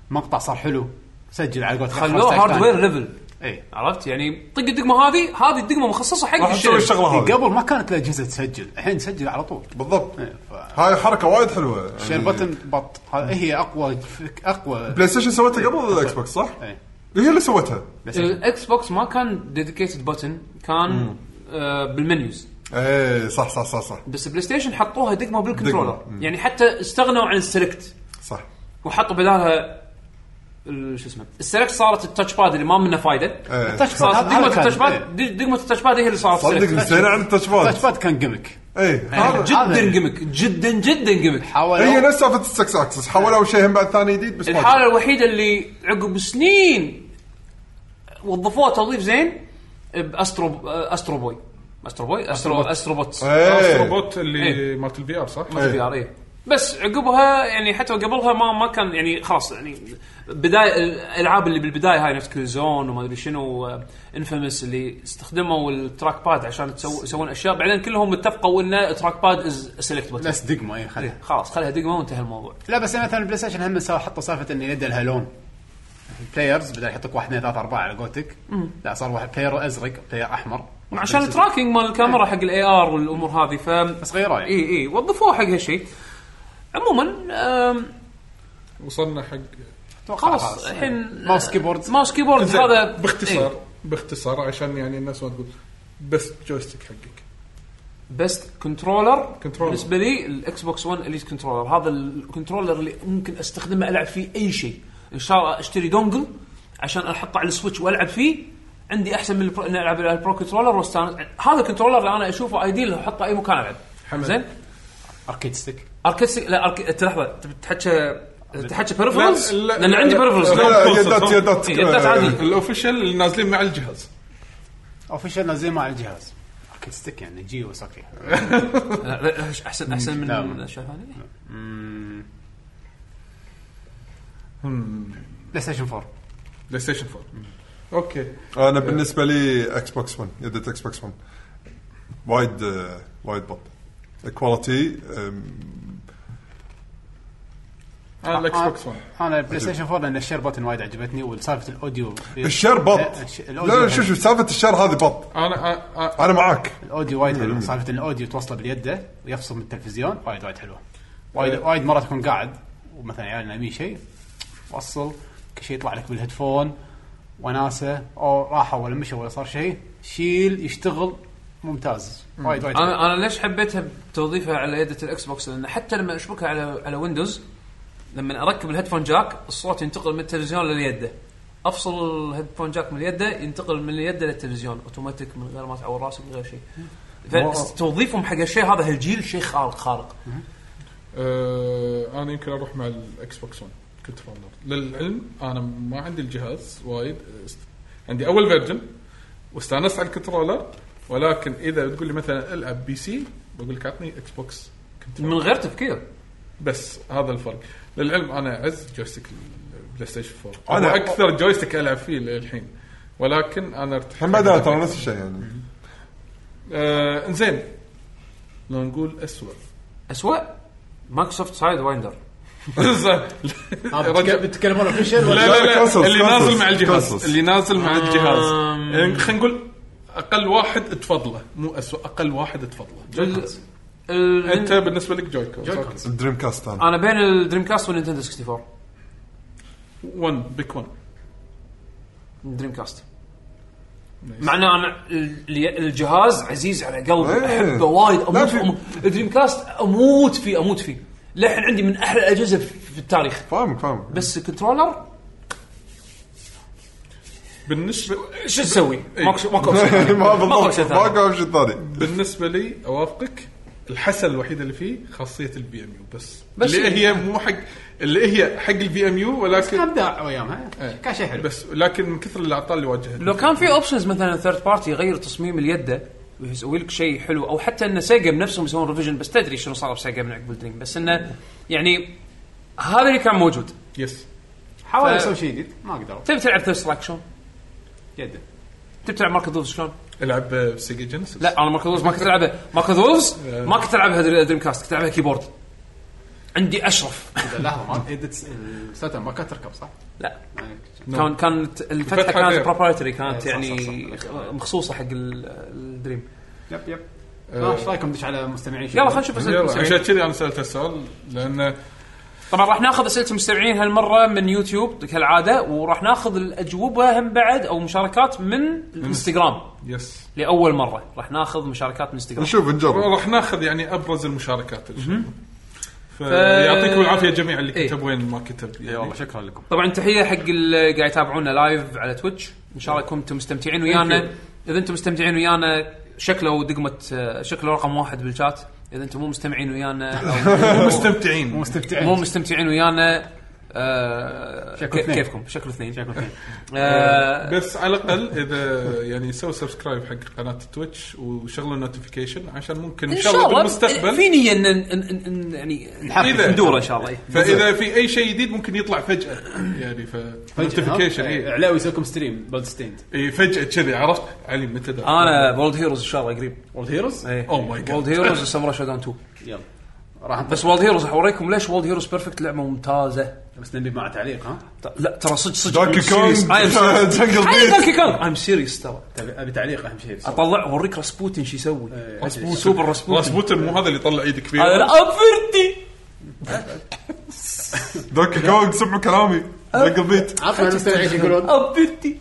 مقطع صار حلو سجل على قولتك إيه.
خلوه هاردوير ليفل
اي
عرفت يعني طق الدقمه هذه هذه الدقمه مخصصه حق
راح تسوي
الشير
الشغله هذه
إيه، قبل ما كانت الاجهزه تسجل الحين تسجل على طول
بالضبط
إيه، ف-
هاي حركه وايد يعني حلوه
شير بتن بط هذه هي اقوى فك- اقوى
بلاي ستيشن سوتها قبل الاكس بوكس صح؟
إيه.
هي اللي سوتها
الاكس بوكس ما كان ديديكيتد بوتن كان آه بالمنيوز
ايه صح صح صح صح
بس بلاي ستيشن حطوها دقمه بالكنترولر
دقمة. مم.
يعني حتى استغنوا عن السلكت
صح
وحطوا بدالها ال- شو اسمه السلكت صارت التاتش باد اللي ما منه فايده
إيه.
التاتش باد
صارت
هذا-
دقمه
هذا كان-
التاتش
إيه.
باد دق- دقمه التاتش باد هي اللي صارت
صدق
سلكت.
نسينا عن التاتش باد
التاتش باد كان جيمك
اي
يعني
هذا
جدا
هذا-
جيمك جدا جدا جيمك
هي
حاولوا
نفس سالفه السكس اكسس حولوا شيء هم بعد ثاني جديد
إيه،
بس ما
الحاله الوحيده اللي عقب سنين وظفوه توظيف زين باسترو استرو بوي استرو بوي استرو استروبوتس
إيه.
روبوت اللي
إيه.
مالت البي ار صح؟
في ار اي بس عقبها يعني حتى قبلها ما ما كان يعني خلاص يعني بدايه الالعاب اللي بالبدايه هاي نفس كل زون وما ادري شنو انفيمس اللي استخدموا التراك باد عشان تسو- يسوون اشياء بعدين كلهم اتفقوا ان التراك باد از سيلكت بوتن
بس دقمه اي خلها
خلاص خلها دقمه وانتهى الموضوع
لا بس يعني مثلا البلاي ستيشن هم سوا حطوا سالفه ان يد لها لون البلايرز بدل يحطك واحد اثنين ثلاثة أربعة على قولتك لا صار واحد بلاير أزرق بلاير أحمر
نعم، عشان التراكنج مال الكاميرا حق الاي ار والامور هذه ف
بس غيروه يعني
اي اي وظفوه حق هالشيء عموما آم،
وصلنا حق
خلاص الحين
ماوس كيبورد
ماوس كيبورد
زين،
هذا إيه.
باختصار باختصار عشان يعني الناس ما تقول بس جويستيك حقك
بس كنترولر
كنترولر.
بالنسبه لي الاكس بوكس 1 اليت كنترولر هذا الكنترولر اللي ممكن استخدمه العب فيه اي شيء ان شاء الله اشتري دونجل عشان احطه على السويتش والعب فيه عندي احسن من البرو... إني العب على البرو كنترولر واستانس هذا الكنترولر اللي انا اشوفه ايديل احطه اي مكان العب
حمد.
زين
أركيد ستيك
اركيد سي- لا أركي... أنت لحظه تبي تحكي تحكي
لا،
بيرفرنس
لا،
لان عندي
لا،
بيرفرنس
لا،
لا يدات يدات
إيه، يدات عادي.
الاوفيشال اللي نازلين مع الجهاز
أوفيشال نازلين مع الجهاز أركيد ستيك يعني جي وس أوكي
احسن احسن من
لا.
نعم.
الاشياء الثانيه
بلاي ستيشن 4
بلاي ستيشن 4 اوكي
انا بالنسبه لي اكس بوكس 1 يدة اكس بوكس 1 وايد آه، وايد بط كواليتي
آه.
انا الاكس بوكس 1
أنا البلاي ستيشن 4 لأن الشير بوتن وايد عجبتني وسالفة الأوديو
الشر بط
لا، الش-
لا
الأوديو
لا
حلو.
شوف شوف سالفه الشر هذه بط
انا أ- أ-
انا معاك
الأوديو وايد حلو سالفة إن الأوديو توصله باليده ويفصل من التلفزيون وايد وايد حلوة وايد وايد مرات تكون قاعد ومثلا عيال نايمين شيء وصل كل شيء يطلع لك بالهيدفون وناسه او راحوا ولا مشوا ولا صار شيء شيل يشتغل ممتاز وايد وايد حلو.
انا انا ليش حبيتها بتوظيفها على يده الاكس بوكس لان حتى لما اشبكها على على ويندوز لما اركب الهيدفون جاك الصوت ينتقل من التلفزيون لليده افصل الهيدفون جاك من اليده ينتقل من اليده للتلفزيون اوتوماتيك من غير ما تعور راسك من غير شيء فتوظيفهم حق الشيء هذا هالجيل شيء خارق خارق
أه، انا يمكن اروح مع الاكس بوكس 1 كنترولر للعلم انا ما عندي الجهاز وايد است- عندي اول فيرجن واستانست على الكنترولر ولكن اذا بتقول لي مثلا العب بي سي بقول لك اعطني اكس بوكس كنترولر
من غير تفكير
بس هذا الفرق للعلم انا اعز جويستيك البلاي ستيشن 4
أنا-
انا اكثر جويستيك العب فيه للحين ولكن انا ارتحت
هم بعدها ترى نفس الشيء يعني
آه انزين لو نقول (laughs) اسوء
اسوء مايكروسوفت سايد وايندر
رجع-
بتتكلمون اوفيشال
لا لا لا
كونسولز،
اللي
كونسولز،
نازل مع الجهاز
كونسولز.
اللي نازل مع الجهاز
أم.
يعني خلينا نقول اقل واحد تفضله مو اسوء اقل واحد تفضله
ال-
انت بالنسبه لك جوي كون
الدريم كاست انا
انا بين الدريم كاست والنينتندو 64
1 بيك 1
دريم كاست مع ان انا ال- ال- الجهاز عزيز على قلبي
إيه.
احبه وايد
لا
اموت
في-
في دريم كاست اموت فيه اموت فيه للحين عندي من احلى الاجهزه في في التاريخ
فاهمك فاهمك
بس كنترولر
بالنسبه
شو تسوي؟
إي.
ماكو
(laughs)
ماكو شيء ثاني.
(laughs) إيه. ما
ماكو
بالضبط
شيء
ما
ثاني
قام شيء ثاني
بالنسبه لي اوافقك الحسن الوحيد اللي فيه خاصيه البي ام يو بس,
بس
بس اللي
يعني.
هي مو حق اللي هي حق البي ام يو ولكن
كان ابداع ايامها كان شيء حلو
بس لكن من كثر الاعطال اللي واجهتني
لو كان في اوبشنز مثلا ثيرد بارتي يغير تصميم اليده ويسوي لك شيء حلو او حتى ان سيجا بنفسهم يسوون ريفيجن بس تدري شنو صار بسيجا من عقب دريم بس انه يعني هذا اللي كان موجود
يس
حاولوا
ف-
يسوون شيء جديد ما قدروا
تبي تلعب ثيرد سترايك شلون؟
جدا
تبي تلعب ماركت وولفز شلون؟
العب آه، سيجا جينيسيس
لا انا ماركت وولفز ما كنت العبها ماركت وولفز ما كنت العبها دري- دريم كاست كنت العبها كيبورد عندي اشرف
إذا لحظه ما إذا تس- الساتر ما كانت تركب صح؟
(laughs) لا
ما-
كان كانت الفتحه
الفتحة
كانت
غير.
بروبرايتري
نعم. إيه،
كانت
صح، صح،
يعني
صح.
مخصوصه حق ال- الدريم
يب يب آه، ايش رايكم ندش على مستمعين
يلا خلينا نشوف اسئله
يلا عشان
المستمعين.
كذي انا سالت السؤال لان
طبعا راح ناخذ اسئله المستمعين هالمره من يوتيوب كالعاده وراح ناخذ الاجوبه هم بعد او مشاركات من الانستغرام
يس
لاول مره راح ناخذ مشاركات من انستغرام
نشوف نجرب
راح ناخذ يعني بروز المشاركات إن شاء الله. فيعطيكم العافيه جميعا اللي
إيه.
كتب وين ما كتب يعني
شكرا لكم
طبعا تحيه حق اللي قاعد يتابعونا لايف على تويتش ان شاء الله كنتم مستمتعين ويانا اذا انتم مستمتعين ويانا شكلوا دقمه آه، شكلوا رقم واحد بالشات اذا انتم مو مستمعين ويانا
(laughs)
أو
مستمتعين
مستمتعين
مو مستمتعين ويانا آه
شكلوا
كي-
اثنين.
كيفكم شكلوا اثنين
شكراً لكم.
آه
بس على الاقل اذا يعني سووا سبسكرايب حق قناه تويتش وشغلوا النوتيفيكيشن عشان ممكن
ان شاء الله
بالمستقبل
في نيه ان إن- إن- إن- يعني
إذا-
ندوره ان شاء الله
فاذا في اي شيء جديد ممكن يطلع فجاه يعني ف نوتيفيكيشن
إيه،
اي
علاوي يسوي لكم ستريم بولد ستيند
إي، فجاه إيه، كذي عرفت علي متى ده؟
انا وولد هيروز ان شاء الله قريب
وولد هيروز
Oh my God.
وولد هيروز وساموراي شوداون 2
إيه. يلا راح نطلع
(laughs)
بس وولد هيروز راح اوريكم ليش وولد هيروز بيرفكت لعبه ممتازه
بس نبي مع تعليق ها
ت- لا ترى صدق صدق
دونكي كونج
I'm
(laughs)
(laughs)
serious.
جنجل
على
بيت
دونكي كونج ايم سيريس ترى
تبي- ابي تعليق اهم شيء
اطلع اوريك راسبوتين شو يسوي
إيه.
راسبوتين سوبر راسبوتين
راسبوتن مو هذا اللي يطلع ايد كبيره
هذا آه، لا افرتي
دوكي كونج سمعوا كلامي جنجل بيت
عفوا المستمعين شو يقولون
افرتي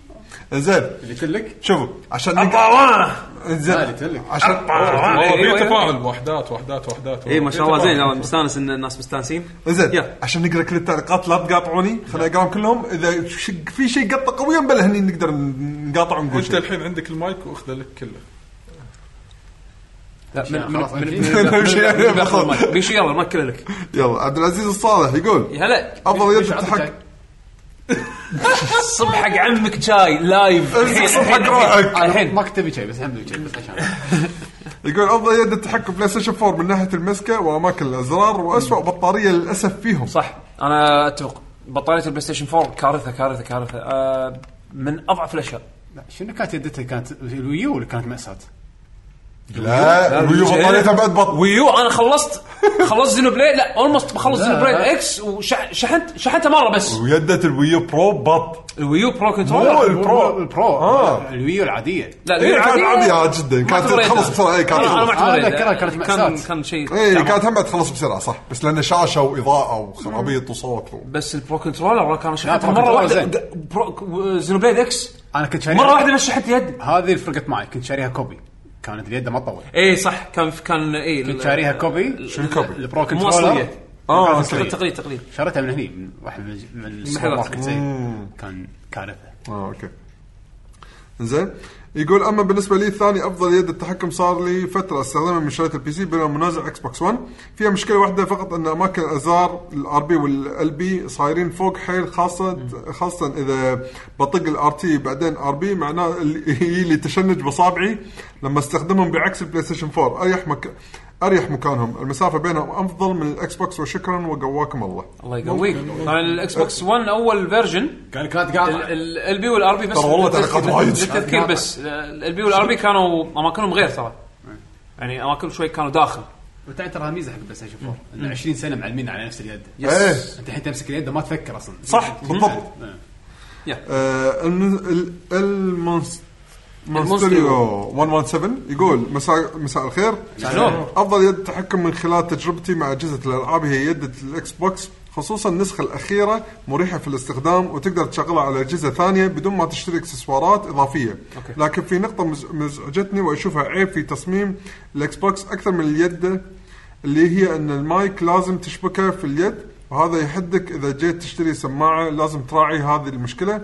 زين
اللي تلك
شوفوا عشان نقدر-
لا
زين
اللي تلك
عشان
والله
إيه، إيه.
في تفاعل وحدات وحدات وحدات
اي إيه، ما شاء
إيه،
الله زين أنا مستانس ان الناس مستانسين
زين
يلا.
عشان نقرا كل التعليقات لا تقاطعوني خليني اقراهم كلهم اذا ش- في شيء قطه قويه بلا هني نقدر نقاطع ونقول
انت
شيء
الحين عندك المايك واخذه لك كله
لا من من
خلاص،
من-
(laughs) أمشي.
من- من- بياخذ المايك. بيشي يلا المايك كله لك
يلا عبد العزيز الصالح يقول
يا هلا
افضل يد
إيش عندك؟
تحك
صب حق عمك جاي لايف الحين
صب حق
الحين- آه،
روحك.
الحين
ما كنت ابي شيء بس هم ابي شيء بس عشان
يقول افضل يد التحكم بلاي ستيشن 4 من ناحيه المسكه واماكن الازرار واسوء بطاريه للاسف فيهم
صح انا اتفق بطاريه البلاي ستيشن 4 كارثه كارثه كارثه آه، من اضعف الاشياء
لا، شنو كانت يدتها كانت الويو اللي كانت مأساة
لا ويو بطاريتها بعد بط
ويو انا
(laughs)
خلصت خلصت زينو بلاي لا اولموست بخلص
لا.
زينو بلاي اكس وشحنت شحنتها مره بس
ويدة الويو برو بط
الويو برو
مو
كنترول
البرو.
البرو
آه.
الويو العادية
لا
هي إيه، كانت
العادية
عادية جدا،
ما
كانت
اعتبرها
تخلص
يد.
بسرعة، هي كانت
أنا- أنا ما
تخلص. إيه.
اعتبرها
أنا
يد.
أذكرها كانت
كان
مأساة.
كان شيء
اي كانت هم تخلص بسرعه صح بس لان شاشه واضاءه وخرابيط وصوت و-
بس البرو كنترولر كان شحنتها
آه،
برو
مره
كنترولر
واحده
زين.
ق- برو زينو بلاي اكس
انا كنت شاريها
مره واحده بس شحنت يد
هذه اللي فرقت معي كنت شاريها كوبي كانت اليد ما تطول
اي إيه، صح كان كان إيه، اي
كنت شاريها كوبي
شنو كوبي؟
البرو
مو
كنترولر
اصليه
اه
كانت
اوكي
أصلية.
آه، تقليد تقليد
شريتها من هني من واحد من الج- من السوبر
المحلات.
ماركت زي كان كارثه
اه اوكي زين يقول اما بالنسبه لي ثاني افضل يد التحكم صار لي فتره استخدمها من شريط البي سي بينما منازع اكس بوكس 1 فيها مشكله واحده فقط ان اماكن الازرار الار بي والال بي صايرين فوق حيل خاصه خاصه اذا بطق الار تي بعدين ار بي معناه اللي- يجي لي تشنج بصابعي لما استخدمهم بعكس البلاي ستيشن 4 اريح مك... اريح مكانهم المسافه بينهم افضل من الاكس بوكس وشكرا وقواكم الله
الله يقويك طبعا الاكس بوكس 1 اول فيرجن
كان كانت قاطعه
ال بي والار بي بس
ترى والله تعليقات وايد.
للتذكير بس ال بي والار بي كانوا اماكنهم غير ترى يعني اماكنهم شوي كانوا داخل
وتعي ترى ميزه حق البلاي ستيشن 4 انه 20 سنه معلمين على نفس اليد
إيه.
انت الحين تمسك اليد ما تفكر اصلا
صح بالضبط
إيه.
آه، الم- ال- المنس-
المونستريو.
المونستريو 117 يقول مساء مساء الخير
النور.
افضل يد تحكم من خلال تجربتي مع اجهزه الالعاب هي يد الاكس بوكس خصوصا النسخه الاخيره مريحه في الاستخدام وتقدر تشغلها على اجهزه ثانيه بدون ما تشتري اكسسوارات اضافيه
أوكي.
لكن في نقطه مز- مزعجتني واشوفها عيب في تصميم الاكس بوكس اكثر من اليد اللي هي ان المايك لازم تشبكه في اليد وهذا يحدك اذا جيت تشتري سماعه لازم تراعي هذه المشكله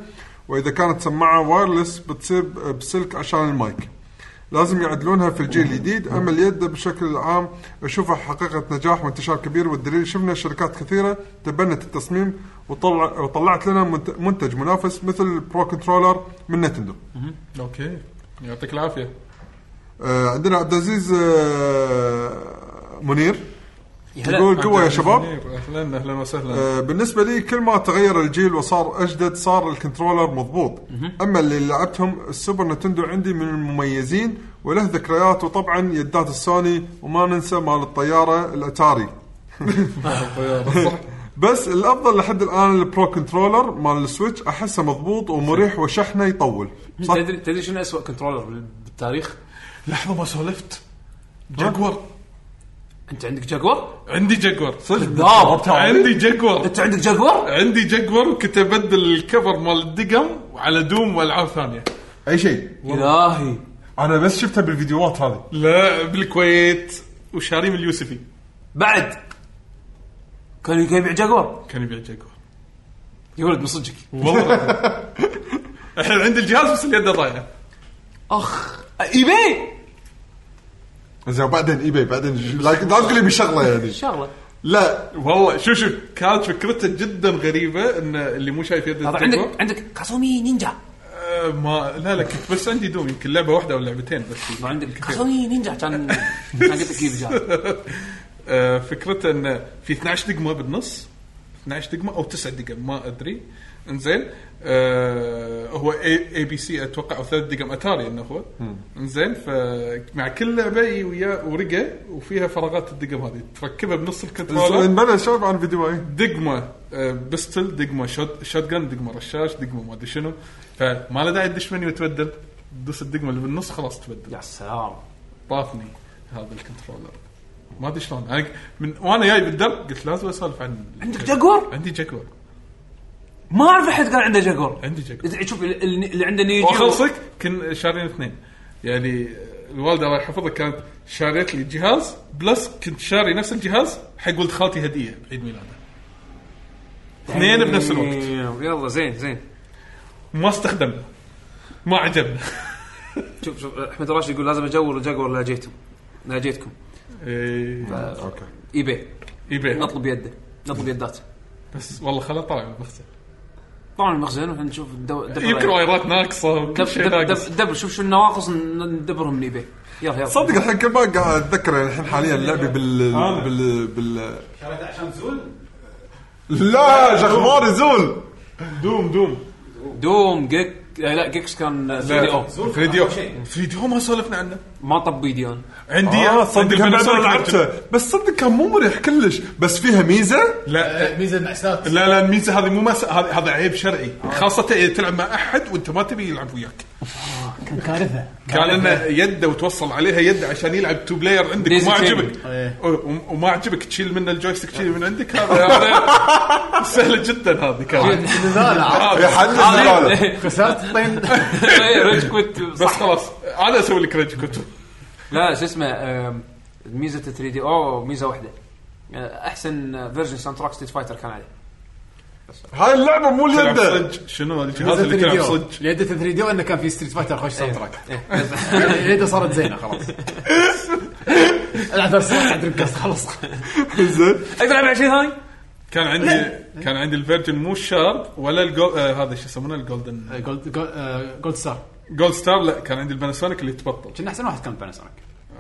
واذا كانت سماعه وايرلس بتصير ب- بسلك عشان المايك لازم يعدلونها في الجيل الجديد اما اليد بشكل عام اشوفها حققت نجاح وانتشار كبير والدليل شفنا شركات كثيره تبنت التصميم وطلع وطلعت لنا منت- منتج منافس مثل البرو كنترولر من نتندو
اوكي يعطيك العافيه
آه، عندنا عبد العزيز آه، منير يقول قوه يا شباب
اهلا اهلا وسهلا
آه، بالنسبه لي كل ما تغير الجيل وصار اجدد صار الكنترولر مضبوط اما اللي لعبتهم السوبر نتندو عندي من المميزين وله ذكريات وطبعا يدات السوني وما ننسى مال الطياره الاتاري بس الافضل لحد الان البرو كنترولر مال السويتش احسه مضبوط ومريح وشحنه يطول صح
تدري تدري شنو اسوء كنترولر بال- بالتاريخ؟
لحظه ما سولفت جاكور
انت عندك جاكور؟
إيه،
عندي جاكور
كذاب
عندي جاكور
انت عندك جاكور؟
عندي جاكور وكنت ابدل الكفر مال الدقم على دوم والعاب ثانيه
اي شيء
الهي
انا بس شفتها بالفيديوهات هذه
لا بالكويت وشاري من اليوسفي
بعد كان كان يبيع جاكور
كان يبيع جاكور
يا ولد من صدقك
والله الحين عندي الجهاز بس اليد ضايعه
اخ ايباي
زين وبعدين ايباي بعدين لا لا تقول لي بشغله يعني
شغله
لا
والله شو شو كانت فكرته جدا غريبه ان اللي مو شايف يده
هذا
الجاكور،
عندك عندك كاسومي نينجا
آه، ما لا لا كنت بس عندي دوم يمكن لعبه واحده او لعبتين بس
عندك كاسومي نينجا كان كان قلت لك
(laughs)
يبيع
آه، فكرته ان في 12 دقمه بالنص 12 دقمه او 9 دقم ما ادري انزين آه هو اي بي سي اتوقع او ثلاث دقم اتاري انه هو انزين فمع كل لعبه يجي وياه ورقه وفيها فراغات الدقم هذه تركبها بنص الكنترولر
بلا شباب عن فيديو اي
دقمه آه، بستل دقمه شوت شوت جن دقمه رشاش دقمه ما ادري شنو فما له داعي تدش منيو تبدل تدوس الدقمه اللي بالنص خلاص تبدل
يا سلام
طافني هذا الكنترولر ما ادري شلون انا من وانا جاي بالدرب قلت لازم اسولف عن
عندك جاكور؟
عندي جاكور
ما اعرف احد كان عنده جاكور
عندي جاكور
شوف ال- ال- اللي عنده نيجي
واخلصك كن شارين اثنين يعني الوالده الله يحفظها كانت شاريت لي جهاز بلس كنت شاري نفس الجهاز حق ولد خالتي هديه بعيد ميلاده اثنين بنفس الوقت
يلا زين زين
ما استخدمنا ما عجبنا
شوف شوف احمد راشد يقول لازم اجور الجاكور لاجيتهم لاجيتكم
إيه،
ايباي
يبيع
نطلب يده نطلب يدات
بس والله خلا طلع من المخزن إيه،
طبعا المخزن وإحنا نشوف الدو- الدبر
يمكن وايرات ناقصه
دب
وكل شيء
دب
ناقص
دب دبر شوف شو النواقص ن- ندبرهم من ايباي يلا يلا
صدق الحين كل ما قاعد اتذكر الحين حاليا لعبي بال
آه.
بال بال
شريته عشان تزول
لا شخبار زول
دوم دوم
دوم جيك آه، لا جيكس كان 3 دي او
فيديو فيديو ما سولفنا عنه
ما طب بيدي (laughs)
(laughs)
انا
عندي
آه
إياه،
صدق
عندي
أنا بعد
البنسول
ما لعبته بس صدق كان مو مريح كلش بس فيها ميزه
لا
ميزه المأساة
لا لا الميزه هذه مو مس... هذا هذا عيب شرعي خاصه اذا تلعب مع احد وانت ما تبي يلعب وياك
كان كارثه
آه،
كان انه يده وتوصل عليها يده عشان يلعب تو بلاير عندك
Daisy
وما
Chain.
عجبك
إيه.
وم- وما عجبك تشيل منه الجويستيك تشيل من عندك
(laughs)
هذا- (laughs) هذا سهله جدا هذه كانت
نزالة
يا حل
(laughs)
الزباله
(laughs) خسرت طين
إيه، ريج كويت
بس خلاص انا اسوي لك ريج كنت
لا شو اسمه آم، ميزه 3 دي او ميزه واحده آه، احسن فيرجن ساوند تراك ستيت فايتر كان عليه
هاي اللعبه مو
تلعب
اليد
صج شنو الجهاز اللي تلعب صج
يده 3 دي انه كان في ستريت فايتر خوش ساوند تراك (laughs)
إيه.
يده صارت زينه خلاص العب بس دريم كاست خلص (laughs)
زين
اقدر العب على شيء ثاني؟
كان عندي
إيه.
كان عندي الفيرجن مو الشارب ولا الجو... آه هذا شو يسمونه الجولدن
جولد جولد ستار
جولد ستار لا كان عندي الباناسونيك اللي تبطل
آه، كنا احسن واحد كان باناسونيك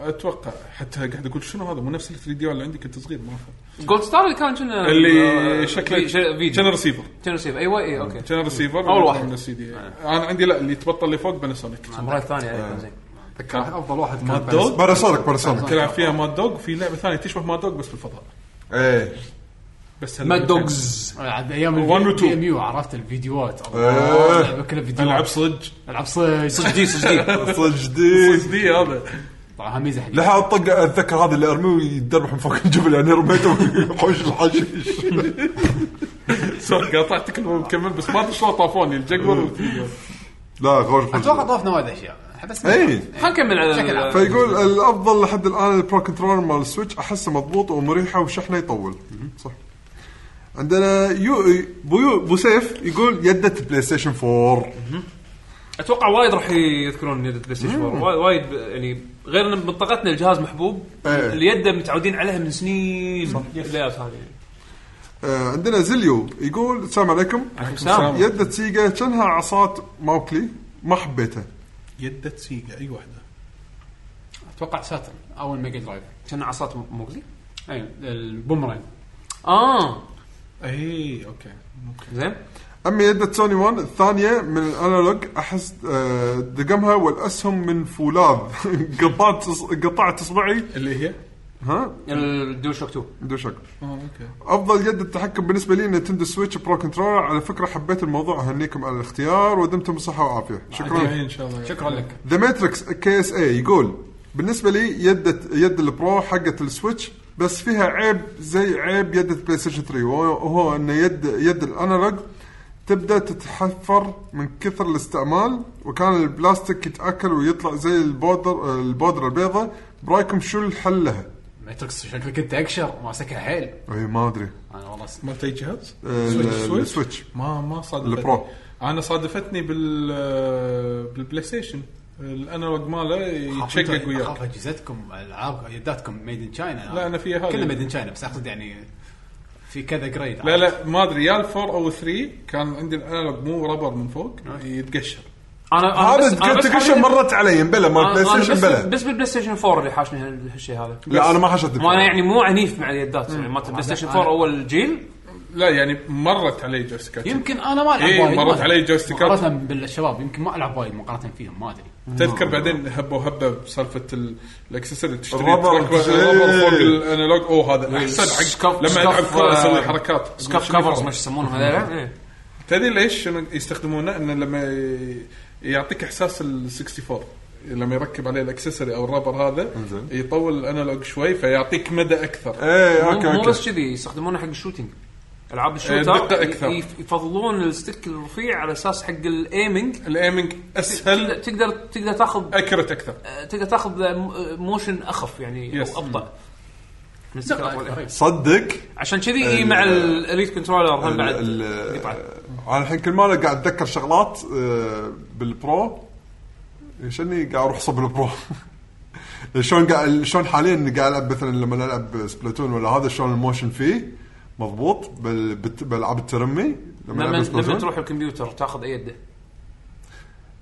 اتوقع حتى قاعد اقول شنو هذا مو نفس ال 3 دي اللي عندي كنت صغير ما افهم
جولد ستار اللي كان كنا آه، في-
اللي
شا-
شكله كان
فيديو
ريسيفر
كان رسيف ايوه اي اوكي
كان ريسيفر
أول واحد. آه.
من السي دي انا عندي لا اللي تبطل اللي فوق باناسونيك
مرات ثانيه
آه.
إيه، كان زين
كان افضل واحد كان
ماد دوغ
باراسولك باراسولك
تلعب فيها ماد دوغ وفي لعبه ثانيه تشبه ماد دوغ بس بالفضاء
ايه
بس
ماد دوجز
باناسونيك. عاد ايام
One
الفي-
or two.
بي ام يو عرفت الفيديوهات
إيه.
الله كلها
العب
فيديوهات
صج
العب صيد
صدق صدق
صدق جديد
صج دي هذا
طبعا هم ميزه حقيقيه
لحال طق اتذكر هذا اللي ارميه ويدربح من فوق الجبل يعني رميته (laughs) وحوش الحشيش
سوري قاطعتك المهم كمل بس ما ادري شلون طافوني الجقور
لا إيه. خوش
اتوقع طافنا وايد اشياء بس
اي
خلينا نكمل
بشكل عام.
على
فيقول الافضل لحد الان البرو كنترول مال السويتش احسه مضبوط ومريحه وشحنه يطول صح عندنا يو بو, بو سيف يقول يدة بلاي ستيشن 4
اتوقع وايد راح يذكرون يد بلاي ستيشن 4 وايد- وايد يعني غير ان منطقتنا الجهاز محبوب
إيه.
اللي يده متعودين عليها من سنين بلايات هذه
آه، عندنا زليو يقول السلام عليكم
السلام.
يدة سيجا كانها عصات موكلي ما حبيتها
يدة سيجا اي واحده
اتوقع ساتر او الميجا درايف
كان عصات موكلي
اي إيه، البومرين
اه
آه.
اي اوكي
زين
اما يدة سوني 1 الثانيه من الانالوج احس آه، دقمها والاسهم من فولاذ (laughs) قطعت قطعت اصبعي
اللي هي
ها
الدول شوك 2
دوشك
اه اوكي
افضل يد التحكم بالنسبه لي نتندو سويتش برو كنترولر على فكره حبيت الموضوع اهنيكم على الاختيار ودمتم بصحه وعافيه شكرا
الحين ان شاء الله
شكرا لك
ذا ماتريكس كي اس اي يقول بالنسبه لي يد يد البرو حقه السويتش بس فيها عيب زي عيب يد البلاي ستيشن 3 وهو- وهو ان يد يد الانالوج تبدا تتحفر من كثر الاستعمال وكان البلاستيك يتاكل ويطلع زي البودر البودره البيضاء برايكم شو الحل لها؟
ماتريكس شكلك انت اكشر ماسكها حيل
اي ما ادري
انا والله س-
مالت اي جهاز؟
آه،
سويتش
ال-
سويتش؟
السويتش.
ما ما صادفتني
البرو.
انا صادفتني بال بالبلاي ستيشن الانالوج ماله يتشقق
أنتوا-
وياك
اخاف اجهزتكم العاب يداتكم ميد ان تشاينا
لا، أنا فيها هذه.
كلها ميد ان تشاينا بس اقصد يعني في كذا جريد
لا لا ما ادري يا الفور او 3 كان عندي الانالوج مو ربر من فوق يتقشر
انا انا
هذا
بس أنا بس
الكونتكشن
حبيت-
مرت علي بلا مال
أنا-
بلاي
أنا
ستيشن
بس-
بلا
بس بالبلاي ستيشن 4 اللي حاشني هال- هالشيء هذا
لا انا ما حشدت
ما انا يعني مو عنيف مع اليدات يعني مالت البلاي ستيشن 4 اول جيل
لا يعني مرت علي جويستيكات
يمكن انا ما العب
إيه،
وايد
مرت علي جويستيكات.
مقارنه بالشباب يمكن ما العب وايد مقارنه فيهم ما ادري
تذكر بعدين هبوا هبه بسالفه ال- الاكسسوار اللي تشتريه
الربر.
تركبه- الربر فوق الانالوج اوه هذا احسن حق
سكاف-
لما العب
سكاف-
كره اسوي حركات
سكاف كفرز ما يسمونهم
(laughs)
هذول إيه.
تدري ليش شنو يستخدمونه انه لما ي- يعطيك احساس ال 64 لما يركب عليه الاكسسوري او الرابر هذا
إنزين.
يطول الانالوج شوي فيعطيك مدى اكثر
ايه
مو-
اوكي
مو
اوكي
بس كذي يستخدمونه حق الشوتينج العاب الشوتر
إيه، دقة أكثر.
ي- يفضلون الستيك الرفيع على اساس حق الايمنج
الايمنج اسهل
تقدر تقدر تاخذ
اكرت اكثر
تقدر تاخذ موشن اخف يعني
Yes.
او ابطا من الستيك الأول.
صدق
عشان كذي إي
ال-
مع الاليت كنترولر هم بعد
ال-
قطعة.
انا الحين كل ما انا قاعد اتذكر شغلات آه، بالبرو إيه، شني قاعد اروح صب البرو (laughs) شلون قاعد شلون حاليا قاعد العب مثلا لما العب سبلاتون ولا هذا شلون الموشن فيه مضبوط بال- بت- بالعاب الترمي لما
لما
ألعب
لما
سبلاتون.
تروح الكمبيوتر تاخذ اي يده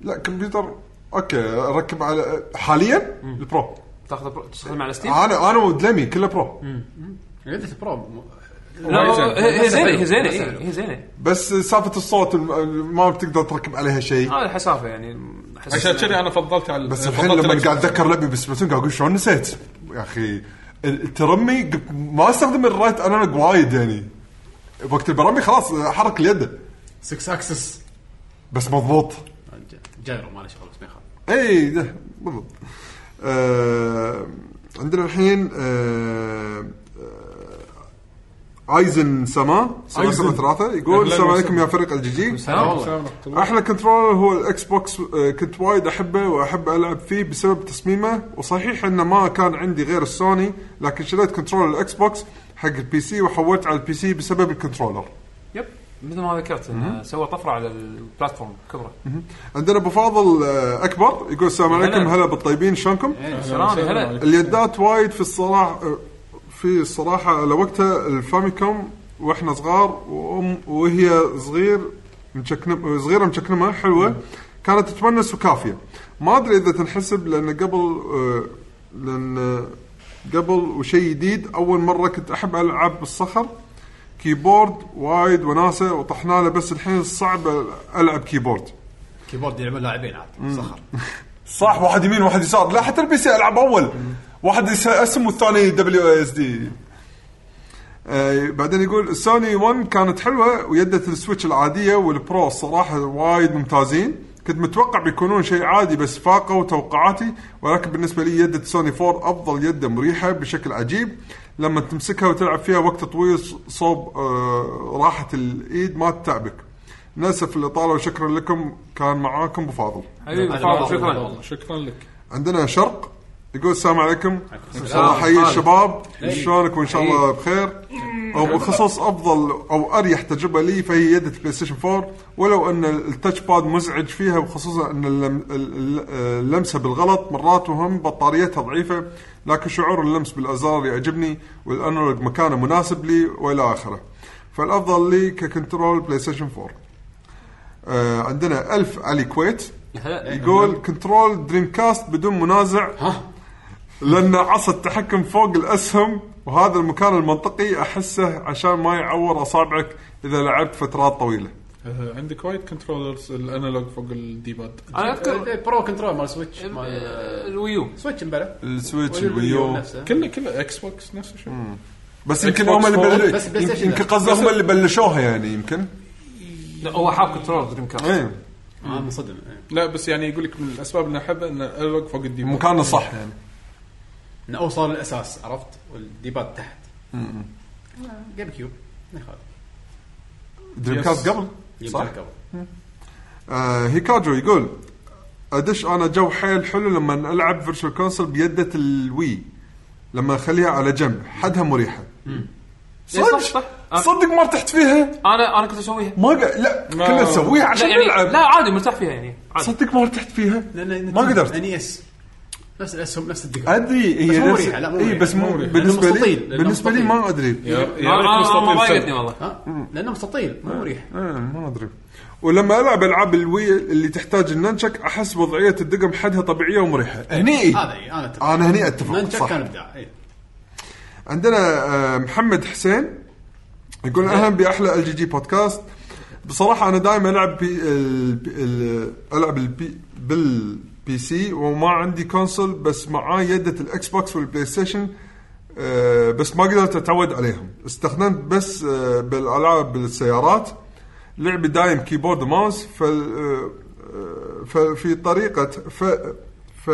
لا كمبيوتر اوكي ركب على حاليا البرو
تاخذ برو- تستخدم على ستيم
انا انا ودلمي كله برو
يده البرو م-
لا
وايد
هو-
زين.
هي هي زينه هي زينه
حلو. بس
إي،
حلو.
هي زينه
بس سالفه الصوت الم- ما بتقدر تركب عليها شيء
آه.
هذا حسافه يعني أحس
عشان
إنه-
كذي انا فضلت على
بس
فضلت
الحين لما
الأكس-
قاعد اتذكر لعبي بسبلاتون قاعد اقول شلون نسيت يا اخي الترمي قلت ما استخدم الرايت انالوج وايد يعني وقت البرامي خلاص حرك اليد
6 اكسس
بس مضبوط
جايرو ما له شغل بس ما يخالف
اي ده بالضبط آه عندنا الحين آه آه، ايزن سما سما
أيزن.
سما ثلاثة يقول
أهلاً
السلام عليكم
وسهلاً.
يا فريق الجي جي
السلام ورحمة الله.
احلى كنترولر هو الاكس بوكس آه، كنت وايد احبه واحب العب فيه بسبب تصميمه وصحيح انه ما كان عندي غير السوني لكن شريت كنترولر الاكس بوكس حق البي سي وحولت على البي سي بسبب الكنترولر
يب مثل ما ذكرت إنه سوى طفره على البلاتفورم كبره
عندنا ابو فاضل آه، اكبر يقول السلام عليكم هلا بالطيبين شلونكم
سلام
وسهلاً
هلا
عليكم.
اليدات وايد في الصراحه آه، في الصراحه على وقتها الفاميكوم واحنا صغار وام وهي صغير مشكنم صغيره مشكنمه حلوه كانت تونس وكافيه ما ادري اذا تنحسب لان قبل آه، لان آه، قبل وشيء جديد اول مره كنت احب العب بالصخر كيبورد وايد وناسه وطحنا له بس الحين صعب العب كيبورد
كيبورد يلعبون لاعبين عاد صخر
صح واحد يمين واحد يسار لا حتى البي سي العب اول واحد يس- اسم والثاني دبليو اس دي آه، بعدين يقول السوني 1 كانت حلوه ويدة السويتش العاديه والبرو الصراحه وايد ممتازين كنت متوقع بيكونون شيء عادي بس فاقوا توقعاتي ولكن بالنسبه لي يدة سوني 4 افضل يده مريحه بشكل عجيب لما تمسكها وتلعب فيها وقت طويل ص- صوب آه، راحه الايد ما تتعبك ناسف الاطاله وشكرا لكم كان معاكم ابو فاضل
حبيبي فاضل شكرا
شكرا لك
عندنا شرق يقول السلام عليكم صراحة حي الشباب شلونك وان شاء الله بخير وبخصوص افضل او اريح تجربه لي فهي يد البلاي ستيشن 4 ولو ان التاتش باد مزعج فيها وخصوصا ان اللم- ال- ال- اللمسه بالغلط مرات وهم بطاريتها ضعيفه لكن شعور اللمس بالازرار يعجبني والانالوج مكانه مناسب لي والى اخره فالافضل لي ككنترول بلاي ستيشن 4 آه، عندنا الف علي كويت يقول كنترول دريم كاست بدون منازع لان عصا التحكم فوق الاسهم وهذا المكان المنطقي احسه عشان ما يعور اصابعك اذا لعبت فترات طويله
آه، عندك وايد كنترولرز الانالوج فوق الديباد
انا اذكر
برو كنترول إيه، مال سويتش
إيه.
آه،
مال
الويو
سويتش مبلا
السويتش الويو
نفسه
كله كله اكس بوكس نفس الشيء
بس يمكن
Xbox
هم اللي
Four.
بل...
بس بلاي ستيشن
يمكن
لا.
قصده هم اللي بلشوها يعني يمكن
لا، هو حاب كنترول دريم كاست
ايه
انا منصدم إيه.
لا بس يعني يقول لك من الاسباب اللي احبها ان الانالوج فوق الديباد
مكانه صح يعني
انه هو صار الاساس عرفت والديباد تحت آه، جيم كيوب ما يخالف.
دريم
Yes.
كاست قبل
يبدأ
صح
الكفر.
آه هيكاجو يقول ادش انا جو حيل حلو لما العب فيرتشوال كونسل بيدة الوي لما اخليها على جنب حدها مريحه
إيه،
صدق
صح، صح.
صدق ما ارتحت فيها
انا انا كنت اسويها
ما قا... لا كنا نسويها عشان
لا يعني
نلعب
لا عادي مرتاح فيها يعني عادي
صدق ما ارتحت فيها
لأن
ما قدرت.
ان اس نفس الاسهم نفس الدقائق
ادري
بس
هي
مو
نفس-
مريحة، لا، مو
إي
مريحة.
بس مو
مو مريحة.
بالنسبه لي
لأنه مستطيل، لأنه
بالنسبه لي ما ادري
يا
انا
يا ريت
أنا- أنا ما
مستطيل
عجبتني
فن.
والله
ها لانه مستطيل مو مريح
آه، ما ادري ولما العب العاب الوي اللي تحتاج الننشك احس وضعيه الدقم حدها طبيعيه ومريحه هني إي.
هذا إيه، انا اتفق
انا هني اتفق
نانشك
صح
كان ابداع إيه.
عندنا آه، محمد حسين يقول اهلا باحلى ال جي جي بودكاست بصراحه انا دائما العب بي ال ال العب البي بالبي سي وما عندي كونسول بس معاي يده الاكس بوكس والبلاي ستيشن آه، بس ما قدرت اتعود عليهم استخدمت بس آه، بالالعاب السيارات لعبي دايم كيبورد وماوس فال آه، آه، ففي طريقه ف ف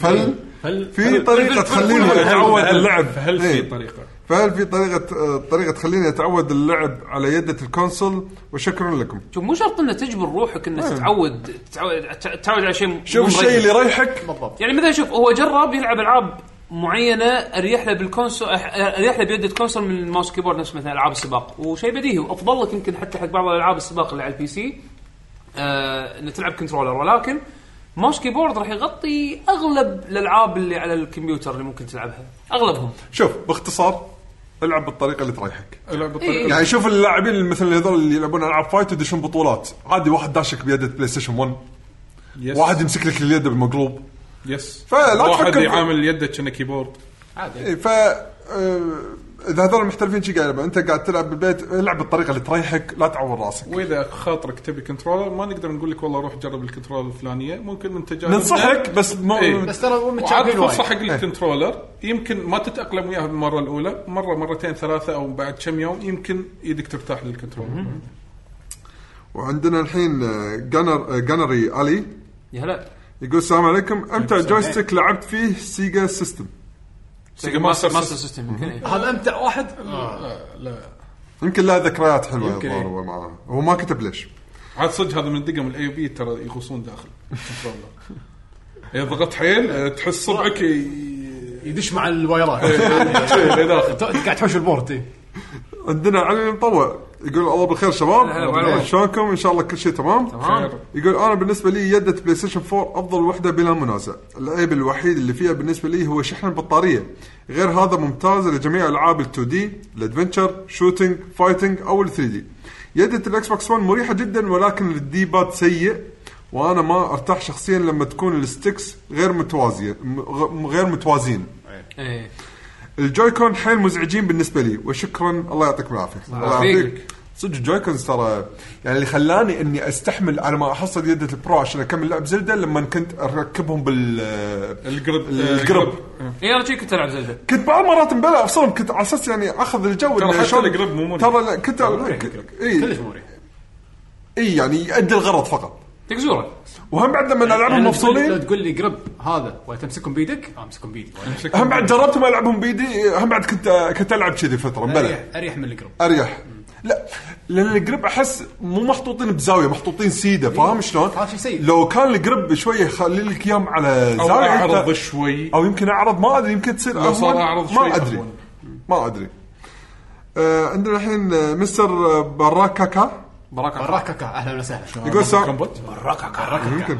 فل
فل-
في طريقه تخليني اتعود اللعب
فهل في
إيه.
طريقه؟
فهل في طريقة آه، طريقة تخليني أتعود اللعب على يدة الكونسول وشكرا لكم
شوف مو شرط انه تجبر روحك انك تتعود تتعود تتعود على شيء
نعم. شوف
مريح.
الشيء اللي يريحك
بالضبط
يعني مثلا شوف هو جرب يلعب العاب معينه اريح له بالكونسول أح- اريح له بيده كونسول من الماوس كيبورد نفس مثلا العاب السباق وشيء بديهي وافضل لك يمكن حتى حق بعض الالعاب السباق اللي على البي سي آه ان تلعب كنترولر ولكن ماوس كيبورد راح يغطي اغلب الالعاب اللي على الكمبيوتر اللي ممكن تلعبها اغلبهم
شوف باختصار العب بالطريقة اللي تريحك
العب
إيه.
بالطريقه
يعني شوف اللاعبين اللي مثل هذول اللي يلعبون ألعاب فايت ويدشون بطولات عادي واحد داشك بيدة بلاي ستيشن 1
يس.
واحد يمسك لك اليد بالمقلوب
يس
فلا
واحد
تفكر في-
يعامل يده كأنه كيبورد
إيه، ف آه، إذا هذول محترفين شي قاعد يلعبون، أنت قاعد تلعب بالبيت العب بالطريقة اللي تريحك لا تعور راسك
واذا خاطرك تبي كنترولر ما نقدر نقول لك والله روح جرب الكنترولر الفلانيه ممكن من تجاربنا
ننصحك إيه. بس مو
إيه.
بس ترى هو
وعاد
متشابهين
فرصه
وايد
حق الكنترولر يمكن ما تتاقلم وياها بالمره الاولى مره مرتين ثلاثه او بعد كم يوم يمكن يدك ترتاح للكنترولر
وعندنا الحين آه، جنر آه، جنري علي
يا هلا
يقول السلام عليكم امتع جويستيك لعبت فيه سيجا سيستم
سيجا ماستر
ماستر سيستم يمكن (laughs) إيه.
هذا امتع واحد
لا، لا
يمكن لها ذكريات حلوه
يمكن
الظاهر
إيه.
هو معاه هو ما كتب ليش
عاد صدق هذا من الدقم الاي بي ترى يغوصون داخل الكنترولر اذا ضغطت حيل آه، تحس صبعك
(laughs)
ي-
يدش مع
إيه،
الوايرات
لداخل.
قاعد تحوش البورد إيه.
عندنا علي المطوع يقول الله بالخير
هلا
شباب
وعلا.
شلونكم ان شاء الله كل شيء تمام
خير.
يقول انا بالنسبه لي يده بلاي ستيشن 4 افضل وحده بلا منازع العيب الوحيد اللي فيها بالنسبه لي هو شحن البطاريه غير هذا ممتازه لجميع العاب ال2 دي الادفنتشر شوتنج فايتنج او ال3 دي يده الاكس بوكس 1 مريحه جدا ولكن الدي باد سيء وانا ما ارتاح شخصيا لما تكون الستكس غير متوازيه م- غير متوازين
إيه.
الجويكون حيل مزعجين بالنسبه لي وشكرا الله يعطيكم العافيه الله يعافيك صدق الجويكونز ترى يعني اللي خلاني اني استحمل على ما احصل يده البرو عشان اكمل لعب زلده لما كنت اركبهم بال
القرب
القرب
اي انا إيه، شي كنت العب زلده
كنت بعض مرات مبلع افصلهم كنت على اساس يعني اخذ الجو
ترى
إنه
حتى
شلون-
القرب مو مريح.
ترى لا كنت
مريح القرب.
كلش
اي
مريح
اي يعني يؤدي الغرض فقط
تكزوره
وهم بعد لما العبهم
يعني لو تقول- لو
مفصولين
تقول لي قرب هذا ولا تمسكهم بايدك امسكهم بايدي
آه،
هم بعد جربتهم العبهم بايدي هم بعد كنت كنت العب كذي فتره مبلع
اريح اريح من القرب
اريح لا لان القرب احس مو محطوطين بزاويه محطوطين
إيه.
سيده فاهم شلون؟
هذا شيء سيء.
لو كان القرب شويه يخلي لك اياهم على
او
زاويه أنت-
اعرض شوي
او يمكن اعرض ما ادري يمكن تصير
لو صار
أهون،
أعرض شوي
ما ادري
أهون.
ما ادري آه، عندنا الحين آه، مستر براكاكا
براك
براكك اهلا وسهلا
آه،
يقول السلام
كومبوت
يمكن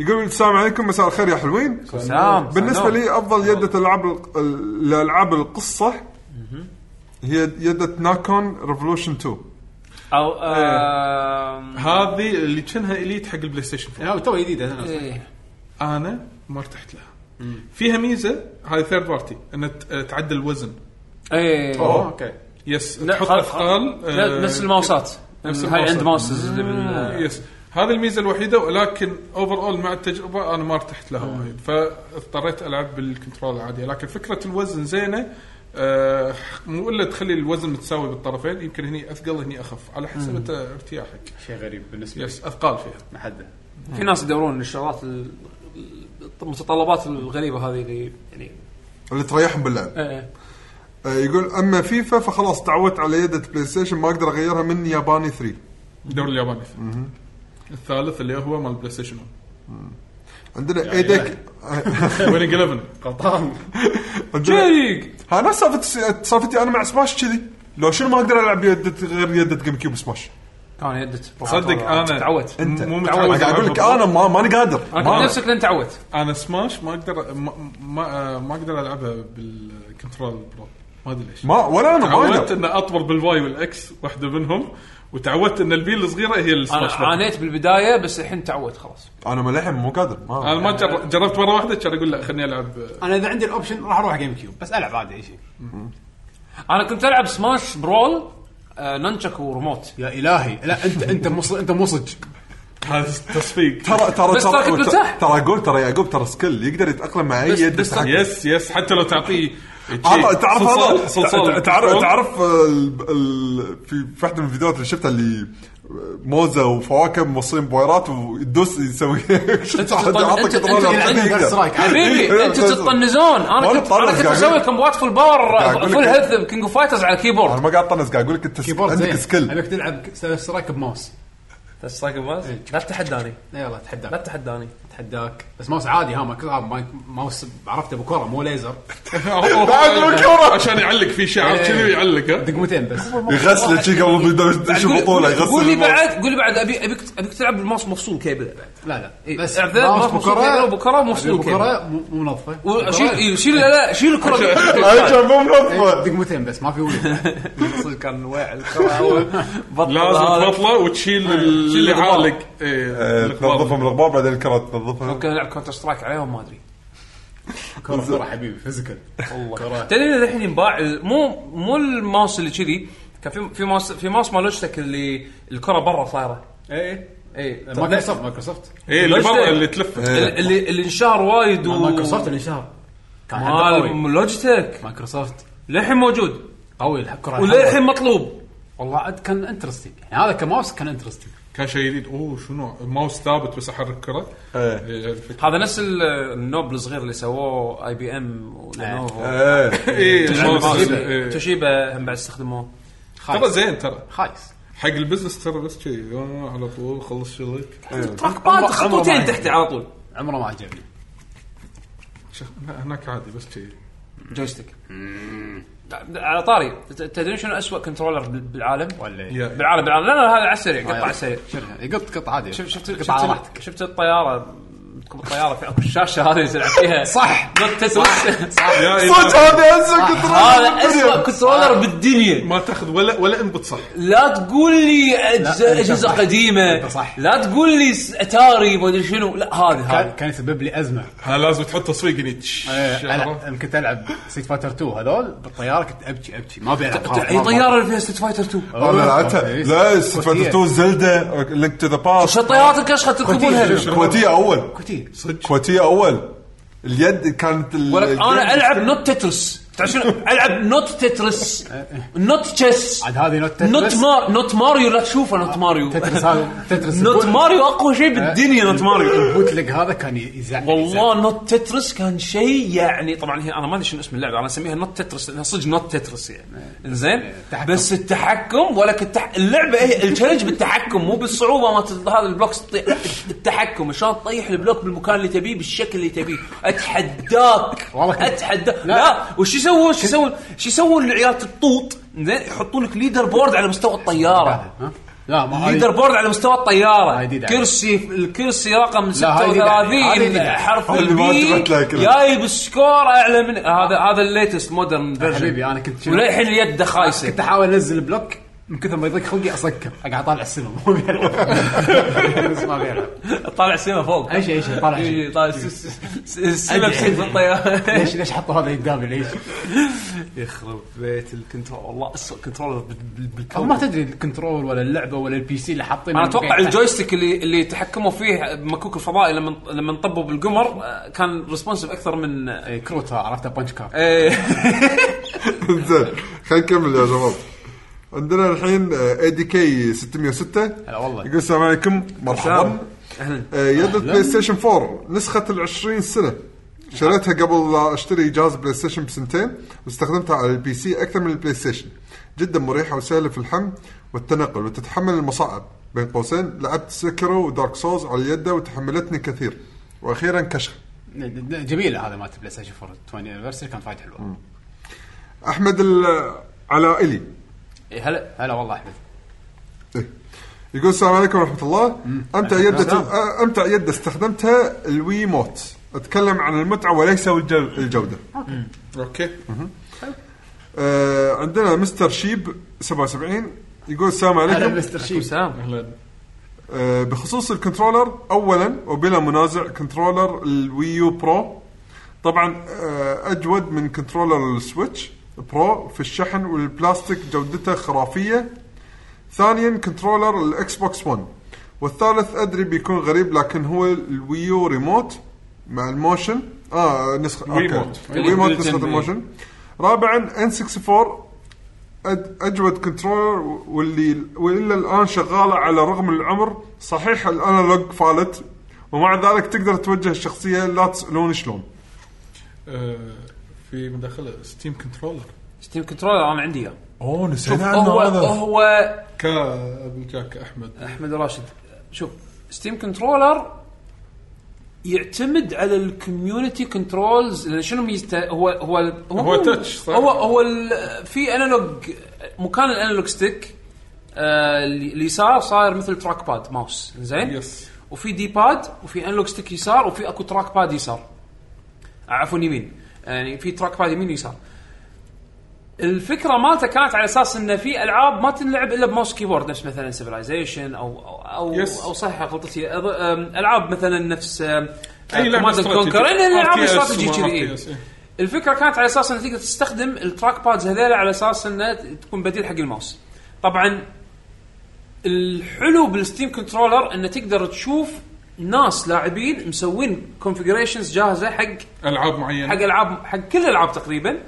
يقول السلام عليكم مساء الخير يا حلوين
سلام
بالنسبه لي افضل يده العاب الق- ال- الالعاب القصه هي يده ناكون ريفولوشن 2
او آم،
هذه اللي كانها اليت حق البلاي ستيشن 4
تو جديده
إيه.
انا ما ارتحت لها فيها ميزه هذه ثيرد بارتي ان ت- تعدل الوزن
إيه.
ايه
اوه اوكي
يس
لا،
تحط
خل-
اثقال
لا،
آه،
نفس آه. الماوسات
نفس
هاي عند
الماوسات.
ماوسز اللي بال
يس هذه الميزه الوحيده ولكن اوفر اول مع التجربه انا ما ارتحت لها وايد فاضطريت العب بالكنترول العاديه لكن فكره الوزن زينه آه، مو الا تخلي الوزن متساوي بالطرفين يمكن هني اثقل هني اخف على حسب انت ارتياحك
شيء غريب بالنسبه لي
يس اثقال فيها
ما
(laughs)
حد
آه.
في ناس يدورون الشغلات ال- المتطلبات الغريبه هذه اللي يعني
اللي تريحهم باللعب
إيه.
آه، يقول اما فيفا فخلاص تعودت على يده بلاي ستيشن ما اقدر اغيرها من ياباني 3
الدوري الياباني الثالث اللي هو مال بلاي ستيشن
عندنا ايديك
1 وين 11
غلطان
عندنا- ها نفس سالفه سالفتي انا مع سماش كذي لو شنو ما اقدر العب يدة غير يدة جيم كيوب سماش
كان يدت
صدق انا
تعودت
انت
مو
أنا
متعود
قاعد اقول لك انا ما ماني قادر
لكن
ما
نفسك لين تعودت
انا سماش ما اقدر ما ما, ما اقدر العبها بالكنترول برو ما ادري ليش
ما ولا انا ما
تعودت
اقدر
ان اطول بالواي والاكس واحده منهم وتعودت ان البي الصغيره هي
انا
السماش بتن.
عانيت بالبدايه بس الحين تعودت خلاص
انا ما للحين مو قادر ما
انا ما جر- جربت مره واحده كان اقول لا آه، خليني العب
انا اذا عندي الاوبشن راح اروح جيم كيوب بس العب عادي اي شيء
انا كنت العب سماش برول آه، ننشك وريموت
يا الهي لا انت انت مص انت مصج
هذا التصفيق
ترى ترى
بس ترى كنت مرتاح.
ترى ترى اقول ترى يعقوب ترى سكيل يقدر يتاقلم مع اي
بس-
يد
بس
تحكم.
(laughs) يس يس حتى لو تعطيه
عطى- آه، تعرف هذا
صلصال- صلصال.
تع- تعرف تعرف آه، ال- ال- في في واحده من الفيديوهات اللي شفتها اللي موزه وفواكه موصلين بوايرات ويدوس يسوي (laughs)
أنت تطلع- أنت- أنت
طلع-
تلعب
يقدر.
Counter Strike.
حبيبي انت تطنزون انا
وأنا
كنت انا
بطنز،
كنت
قاعد
اسوي
أقول-
كومبات فول
قاعد
باور
أقول
فول
لك-
هيلث بكينج اوف فايترز على
انا
الكيبورد
ما قاعد اطنز قاعد اقول لك انت سك-
كيبورد
عندك
زين
سكيل
ابيك تلعب ثلاث سترايك بماوس إيه،
لا تتحداني
يلا تحداك
لا تتحداني
تحداك بس ماوس عادي ها ما كل- آه، ما- ماوس عرفته بكره مو ليزر
بعد بالكرة.
عشان يعلق في شعر
إيه.
كذي ويعلق ها
دقمتين بس
يغسله شي قبل ما يشوف بطوله يغسل
قول لي
الموز.
بعد قول لي بعد ابي ابيك ابيك تلعب بالماوس مفصول كيبل بعد
لا لا
إيه،
بس
أعذار، ماوس بكرة، بكرة مفصول
أبي بكره
كيبل.
مو مو منظفه
وشيل
بكرة
إيه، شيل لا لا (laughs) شيل الكره
أنا كان مو منظفه
أيوة، دقمتين بس ما في ولد
كان واعي الكره
لازم تبطله وتشيل إيه. اللي
الغبار.
عالق إيه،
آه،
الغبار.
تنظفها من الغبار بعدين الكره تنظفها
ممكن العب كونتر سترايك عليهم ما ادري
كره كره حبيبي فيزيكال والله
تدري إن الحين ينباع ال- مو مو الماوس اللي كذي كان في في ماوس في ماوس مال لوجتك اللي الكره برا طايره
اي
اي
مايكروسوفت
طيب.
مايكروسوفت
ايه إيه، اللي برا
لوجتك.
اللي تلفه
إيه.
ال- اللي اللي انشهر وايد و...
آه، مايكروسوفت اللي انشهر كان حد قوي
مال لوجتك
مايكروسوفت
للحين موجود
قوي الكره
وللحين مطلوب
والله عاد كان انترستنج يعني هذا كماوس كان انترستنج
كان شيء جديد اوه شنو ماوس ثابت بس احرك كره
إيه.
إيه، الفكرة.
هذا نفس ال- النوبل الصغير اللي سووه اي بي ام
آه.
ولينوفو
ايه
ايه الماوس
توشيبا.
إيه.
توشيبا هم بعد استخدموه
ترى زين ترى
خايس
حق البزنس ترى بس كذي آه، على طول خلص شغلك
تراك باد خطوتين تحته على طول
عمره ما عجبني
شخ- هناك عادي بس كذي
جويستيك على طاري ت- تدري شنو اسوء كنترولر بال- بالعالم؟
ولا إيه؟
يا-
بالعالم بالعالم لا لا هذا على السريع قطع على السريع
شنو يقط إيه، قط عادي
شفت شفت
قط
شفت,
على آه، راحتك
شفت, شفت الطياره تكون الطياره في اكو الشاشه هذه اللي تلعب فيها
صح.
نوت تسويس
يا
صدق
إلهي.
هذا هسه كنت
هذا اسوء كنترولر بالدنيا
ما تاخذ ولا ولا انبت صح
لا تقول لي أجز-
لا، أنت
اجهزه
صح.
قديمه
أنت صح.
لا تقول لي س- اتاري ما ادري شنو لا هذه
كان
هذه
كان يسبب لي ازمه
ها لازم تحط تصويق هني تش-
إيه،
شعره.
انا كنت العب سيت فايتر 2 هذول بالطياره كنت ابكي ابكي ما ابي العب خلاص،
اي
ما-
طياره اللي فيها ستيت فايتر 2
انا لعبتها
إيه.
لا ستفاتو زلدا لينك تو ذا
شو
باست
الطيارات الكشخه تركبونها
كويتيه اول
كوتي
كويتيه اول اليد كانت ال-
ولك انا العب نوت تترس تعرف شنو العب نوت تترس نوت تشيس
عاد هذه نوت
نوت
تترس
مار نوت ماريو لا تشوفه نوت ماريو
تترس هذا تترس
نوت
البوت-
ماريو اقوى شيء بالدنيا نوت ماريو
البوتلق هذا كان يزعل
والله نوت تترس كان شيء يعني طبعا هي انا ما ادري شنو اسم اللعبه انا اسميها نوت تترس لانها صدق نوت تترس يعني انزين
التحكم.
بس التحكم ولك التح... اللعبه هي التشالنج بالتحكم مو بالصعوبه مالت هذا البلوك تطيح لا التحكم شلون تطيح البلوك بالمكان اللي تبيه بالشكل اللي تبيه اتحداك
والله كنت-
اتحداك لا,
لا.
وش يسوون شو يسوون شو يسوون العيال الطوط زين يحطون لك ليدر بورد على مستوى الطياره
ها؟ لا ما هاي-
ليدر بورد على مستوى
هاي
الطياره
جديدة عليك.
كرسي الكرسي رقم
هاي جديدة عليك. هاي جديدة
36
عليك.
حرف
هاي اللي ما
البي
انتبهت لها كلها.
جايب سكور اعلى من هذا هذا الليتست مودرن
حبيبي انا كنت شنو-
وللحين اليد خايسه
كنت احاول انزل بلوك من كثر ما يضيق خلقي اسكر اقعد اطالع السما مو بيلعب (laughs) بس ما بيلعب
طالع سيما فوق
اي شيء اي شيء طالع شيء
إي، طالع س- س- س- السيما بسيف في الطياره
ليش ليش حطوا هذا قدامي ليش؟
(laughs) يخرب بيت الكنترول والله اسوء كنترولر
هو ما
بالكون
تدري الكنترول ولا اللعبه ولا البي سي اللي حاطينه
انا
من
اتوقع
فوق.
الجويستيك اللي اللي تحكموا فيه بمكوك الفضائي لما لما انطبوا بالقمر آه، كان ريسبونسيف اكثر من آه،
إيه، كروت ها، عرفتها بانش كارد
إيه.
(laughs) زين خلينا نكمل يا شباب عندنا الحين آه، اي دي كي 606
هلا والله.
يقول السلام عليكم مرحبا آه، يد بلاي ستيشن 4 نسخة ال 20 سنة شريتها قبل لا اشتري جهاز بلاي ستيشن بسنتين واستخدمتها على البي سي اكثر من البلاي ستيشن جدا مريحة وسهلة في الحمل والتنقل وتتحمل المصاعب بين قوسين لعبت سكرو ودارك سولز على يده وتحملتني كثير واخيرا كشخ
إيه، جميله هذا مالت بلاي ستيشن 4 20 انيفرسري كانت وايد حلوه
احمد ال- علاء
إيه، هلا هلا والله احمد
إيه. يقول السلام عليكم ورحمه الله امتع يد امتع يد استخدمتها الوي موت اتكلم عن المتعه وليس الجو- الجوده
اوكي
آه عندنا مستر شيب 77 يقول السلام
هلا
عليكم
مستر
(laughs)
شيف
اهلا
آه بخصوص الكنترولر اولا وبلا منازع كنترولر الويو برو طبعا آه اجود من كنترولر السويتش برو في الشحن والبلاستيك جودته خرافيه ثانيا كنترولر الاكس بوكس 1 والثالث ادري بيكون غريب لكن هو الويو ريموت مع الموشن اه نسخه
ويموت.
الويموت
البلتن
نسخه
بي.
الموشن رابعا ان 64 أد- اجود كنترولر واللي والا الان شغاله على رغم من العمر صحيح الانالوج فالت ومع ذلك تقدر توجه الشخصيه لا تسالون شلون
آه، في مداخله ستيم كنترولر
ستيم كنترولر انا عندي اياه
اوه
شوف
نسينا عنه
هو
هذا
هو
كابل جاك احمد
احمد راشد شوف ستيم كنترولر يعتمد على الكوميونتي كنترولز لان شنو ميزته هو هو هو,
هو touch، صح؟
هو هو ال- في انالوج مكان الانالوج ستيك آه، اللي- اليسار صاير مثل تراك باد ماوس زين
يس
وفي دي باد وفي انلوج ستيك يسار وفي اكو تراك باد يسار آه، عفوا يمين يعني في تراك باد يمين ويسار الفكره مالته كانت على اساس انه في العاب ما تنلعب الا بماوس كيبورد نفس مثلا سيفلايزيشن او او او,
Yes.
أو صح غلطتي أظ- أم، العاب مثلا نفس
اي لعبه استراتيجي.
كونكر العاب
RTS
استراتيجي
وما
كذي
RTS، إيه.
الفكره كانت على اساس انك تقدر تستخدم التراك بادز هذيلا على اساس انها تكون بديل حق الماوس. طبعا الحلو بالستيم كنترولر انه تقدر تشوف ناس لاعبين مسوين كونفجريشنز جاهزه حق
العاب معينه
حق العاب حق كل الالعاب تقريبا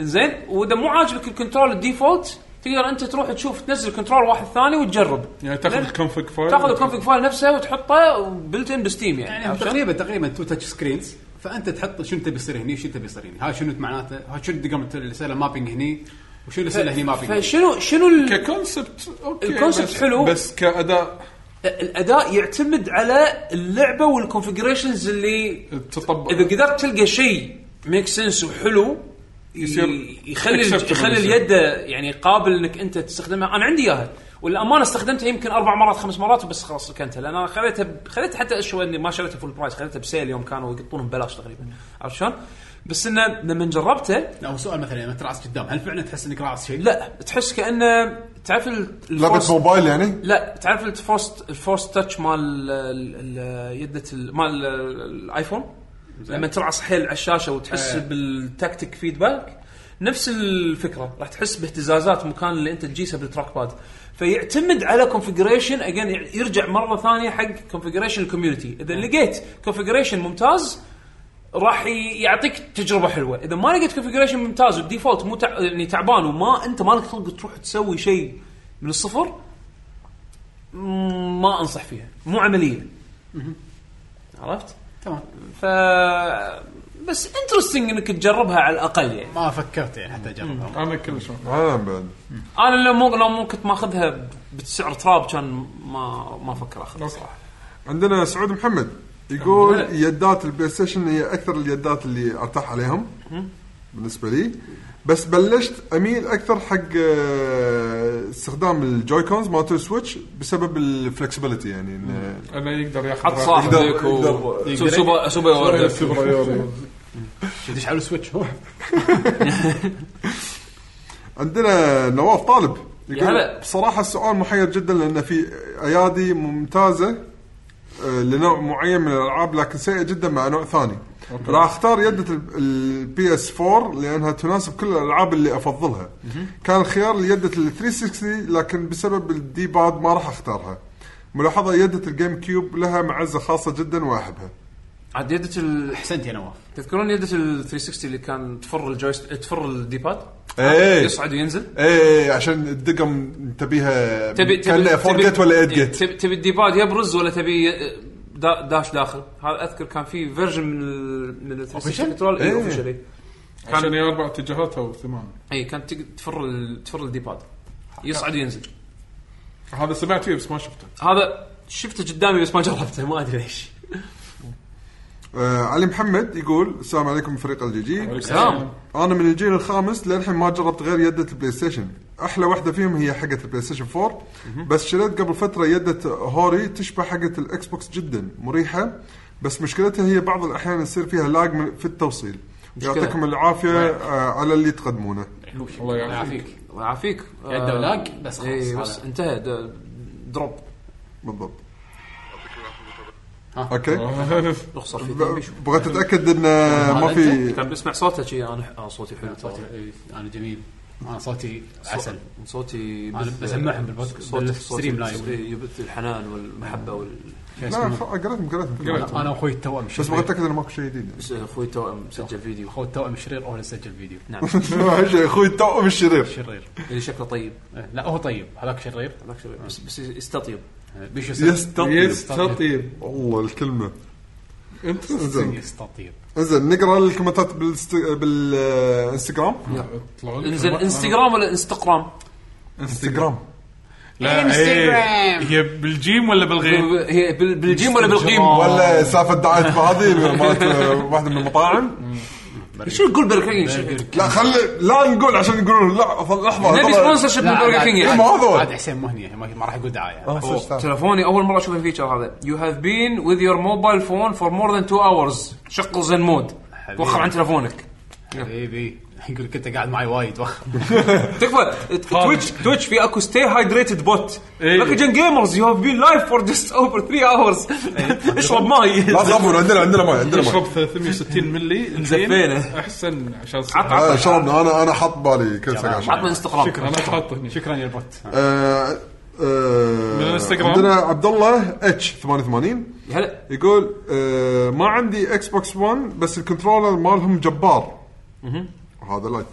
زين واذا مو عاجبك الكنترول الديفولت تقدر انت تروح تشوف تنزل كنترول واحد ثاني وتجرب
يعني تاخذ
لأن-
الكونفج فايل
تاخذ الكونفج فايل نفسه وتحطه بلت ان بستيم يعني,
يعني هم تقريبا تقريبا تو تاتش سكرينز فانت تحط شنو تبي يصير هني وشنو تبي يصير هني هاي شنو معناته هاي شنو الدقم اللي يصير له مابينج هني وشنو يصير له هني مابينج هني.
فشنو شنو ال-
ككونسبت اوكي
الكونسبت
بس-
حلو.
بس كاداء
الاداء يعتمد على اللعبه والكونفجريشنز اللي
تطبق
اذا قدرت تلقى شيء ميك سنس وحلو ي-
يصير
يخلي
acceptable
يخلي
يصير.
اليد يعني قابل انك انت تستخدمها انا عندي اياها والامانه استخدمتها يمكن اربع مرات خمس مرات وبس خلاص ركنتها لان انا خليتها ب... خليتها حتى اشوى اني ما شريتها فول برايس خليتها بسيل يوم كانوا يقطونهم ببلاش تقريبا عرفت شلون؟ بس انه لما جربته
لا هو سؤال مثلا لما تراس قدام هل فعلا تحس انك راس شيء؟
لا تحس كانه تعرف ال-
لعبه
الفرص-
موبايل يعني
لا تعرف الفورست الفورست تاتش مال ال- ال- يدة ال- مال ال- الايفون لما ترعص حيل على الشاشه وتحس
إيه.
بالتكتيك فيدباك نفس الفكره راح تحس باهتزازات مكان اللي انت تجيسه بالتراك باد فيعتمد على كونفجريشن اجين يرجع مره ثانيه حق كونفجريشن الكوميونتي اذا لقيت كونفجريشن ممتاز راح ي- يعطيك تجربه حلوه اذا ما لقيت كونفجريشن ممتاز والديفولت مو تع... يعني تعبان وما انت مالك خلق تروح تسوي شيء من الصفر مم، ما انصح فيها مو عمليه عرفت
تمام
ف بس انترستنج انك تجربها على الاقل يعني
ما فكرت يعني حتى اجربها
انا كلش ما-
عالم بعد
انا لو مو لو مو كنت ماخذها ب- بسعر تراب كان ما ما افكر اخذها صراحه
عندنا سعود محمد يقول يدات البلاي ستيشن هي اكثر اليدات اللي ارتاح عليهم بالنسبه لي بس بلشت اميل اكثر حق آه، استخدام الجويكونز مالت السويتش بسبب الفلكسبيتي يعني إنه
انه يقدر ياخذ
حط صاحبك
يقدر-
و
يقدر-
سو- سوبر سوبر أوردر.
يدش على السويتش هو
عندنا نواف طالب
يا
يقول
هلا.
بصراحه السؤال محير جدا لان في ايادي ممتازه آه، لنوع معين من الالعاب لكن سيئه جدا مع نوع ثاني راح اختار يدة البي اس 4 لانها تناسب كل الالعاب اللي افضلها كان الخيار ليدة ال 360 لكن بسبب الدي باد ما راح اختارها ملاحظه يدة الجيم كيوب لها معزه خاصه جدا واحبها
عاد يدة ال...
احسنت يا نواف
تذكرون يدة ال 360 اللي كان تفر الجويست تفر الديباد
ايه
يصعد وينزل
ايه عشان الدقم تبيها
تبي
كان 4 جيت ولا 8 جيت
تبي, تبي الديباد يبرز ولا تبي ي- دا داش داخل هذا اذكر كان في فيرجن من ال من ال 360 كنترول اي
إيه.
اوفشلي
عشان هي اربع اتجاهات او ثمان
اي كانت إيه، تق- تفر ال- تفر الديباد يصعد وينزل
هذا سمعت فيه بس ما شفته
هذا شفته قدامي بس ما جربته ما ادري ليش
آه علي محمد يقول السلام عليكم فريق الجي جي
سلام
انا من الجيل الخامس للحين ما جربت غير يدة البلاي ستيشن احلى واحده فيهم هي حقه البلاي ستيشن 4 بس شريت قبل فتره يدة هوري تشبه حقه الاكس بوكس جدا مريحه بس مشكلتها هي بعض الاحيان يصير فيها لاج من- في التوصيل يعطيكم العافيه آه على اللي تقدمونه
الله يعافيك
يعافيك
الله يعافيك
عنده
آه،
لاج، بس خلاص
إي،
هذا.
بس انتهى د- دروب
بالضبط
(laughs) أه.
اوكي
اخسر
ب-
فيه
بغيت اتاكد ان ما في
كان بسمع صوته شي انا آه، صوتي حلو ترى.
صوتي إيه، انا جميل انا صوتي عسل
صوتي
أنا
بث-
بسمعهم بالبودكاست-
صوت-
بالستريم
صوت-
لاين.
إي، يبث الحنان والمحبه وال
لا خ- قريتهم قريتهم
انا أنا واخوي التوأم
بس بغيت اتاكد انه ماكو شيء جديد
بس اخوي تو مسجل فيديو
اخوي التوأم شرير هو اللي سجل فيديو (laughs)
نعم
(laughs) يعني اخوي التوأم الشرير
شرير
اللي شكله طيب
إيه، لا هو طيب هذاك شرير
هذاك شوي. بس
طيب.
بس يستطيب
إيه، بيش يصير؟
يستطيب
يستطيب
والله الكلمه انزين
يستطيب
انزين نقرا الكومنتات بالست... بالانستغرام
طلعوا لي
انزين
كلمات.
انستغرام ولا انستغرام؟
انستغرام
إيه،
لا إيه. انستغرام هي بالجيم ولا بالغين؟
هي بال- بالجيم ولا بالقيم؟
ولا سالفه دعايه هذه مالت واحده من المطاعم
شو نقول برجر كينج؟ شو-
لا خلي لا نقول عشان يقولون لا أف- لحظه
نبي
طبعاً.
سبونسر شيب من برجر كينج
لا،
إيه،
يعني
إيه، ما هو.
عاد حسين مو هني ما ما راح يقول دعايه
آه، صح، صح.
تلفوني اول مره اشوف الفيتشر هذا يو هاف بين وذ يور موبايل فون فور مور ذان 2 اورز شق زين مود
حبيبي.
وخر عن تلفونك
حبيبي إيه، يقول كنت قاعد معي
(laughs)
وايد (laughs) إيه، وخ
تكفى تويتش تويتش في اكو ستي هايدريتد بوت لكن جيمرز يو هاف بين لايف فور جست اوفر 3 اورز اشرب ماي
لا تخافون عندنا عندنا ماي عندنا ماي
اشرب 360
(laughs)
ملي
زفينه.
احسن عشان
عطنا.
صحة.
آه، شربنا انا انا حاط بالي كل ساعه
عطنا
عشان.
انستغرام
انا حاطه هنا
شكرا يا البوت
آه، آه،
من الانستغرام.
عندنا عبد الله اتش 88
يا هلا
يقول آه، ما عندي اكس بوكس 1 بس الكنترولر مالهم جبار هذا لايك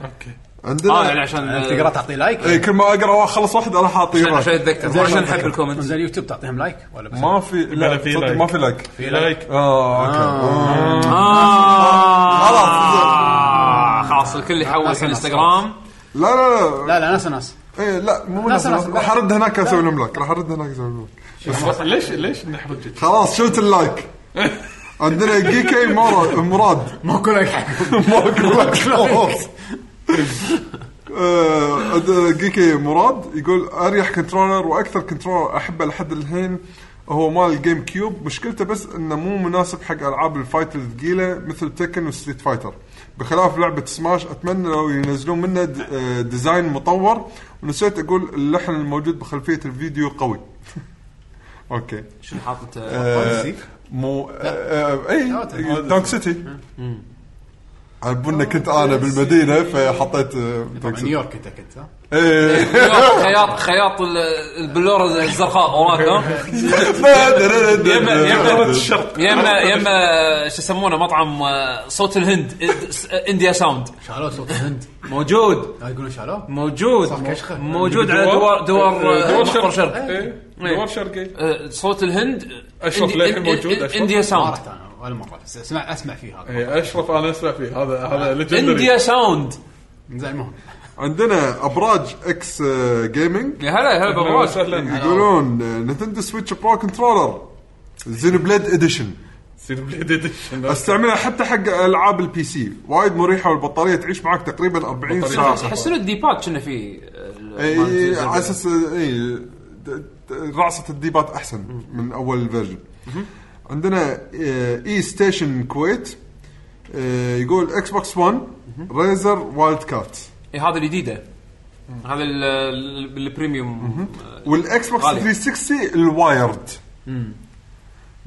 اوكي
عندنا
اه يعني عشان
تقرا تعطي لايك
اي كل ما اقرا واخلص واحده راح اعطيه
عشان- عشان
رايك
اتذكر عشان نحب الكومنت
زين يوتيوب تعطيهم لايك ولا بس إيه،
ما في لا
لا، في
تصدق
لايك.
ما في لايك
في لايك
اه اوكي آه.
اه خلاص الكل يحول
ناس- ناس-
انستغرام
لا لا لا
لا لا ناس ناس
ايه لا مو
ناس-
ناس
ناس.
راح ارد هناك اسوي لهم لايك راح ارد هناك اسوي لهم لايك
بس ليش ليش نحرج جد؟
خلاص شلت
(laughs)
اللايك عندنا جيكي مراد مراد
ماكو لايك حقهم
(laughs) ماكو لايك خلاص آه، عندنا جيكي مراد يقول اريح كنترولر واكثر كنترولر احبه لحد الحين هو مال الجيم كيوب مشكلته بس انه مو مناسب حق العاب الفايت الثقيله مثل تكن وستريت فايتر بخلاف لعبه سماش اتمنى لو ينزلون منه د- آه، ديزاين مطور ونسيت اقول اللحن الموجود بخلفيه الفيديو قوي (laughs) اوكي
شنو حاط انت
آه، مو آه، آه، اي دونك سيتي على بنا كنت انا بالمدينه فحطيت آه، دونك سيتي
نيويورك انت كنت ها؟
إيه.
خياط خياط ال- البلور الزرقاء وراك ها؟ يما
(laughs)
يما يما يما شو يسمونه مطعم آه، صوت الهند إد- س- انديا ساوند
شالوه صوت الهند
موجود
لا يقولون شالوه
موجود
صح كشخة.
موجود على دوار دوار آه،
دول
مخبر
إيه، شرق
شرق
إيه، دول شرقي
آه، صوت الهند
أشرف
إندي-
للحين
إن-
موجود،
إن-
أشرف.
انديا
ما
ساوند
رحت انا ولا مره بس اسمع اسمع فيه هذا
إيه، اشرف انا اسمع فيه هذا
آه،
هذا ليجندري
انديا ساوند
زين المهم
عندنا ابراج اكس آه، جيمنج
يا هلا هلا
اهلا
بابا
وسهلا
يقولون نتندو سويتش برو كنترولر زين بليد اديشن
تصير بليد اديشن
استعملها حتى حق العاب البي سي وايد مريحه والبطاريه تعيش معك تقريبا 40 ساعه
تحس انه الديباد كنا فيه آه،
إي، إيه، على اساس اي د- د- رعصه الديبات احسن من اول فيرجن عندنا آه، اي ستيشن كويت آه، يقول اكس بوكس 1 ريزر وايلد كات
اي إيه، هذا الجديده هذا ال- ال- البريميوم آه،
والاكس بوكس
غالي.
360 الوايرد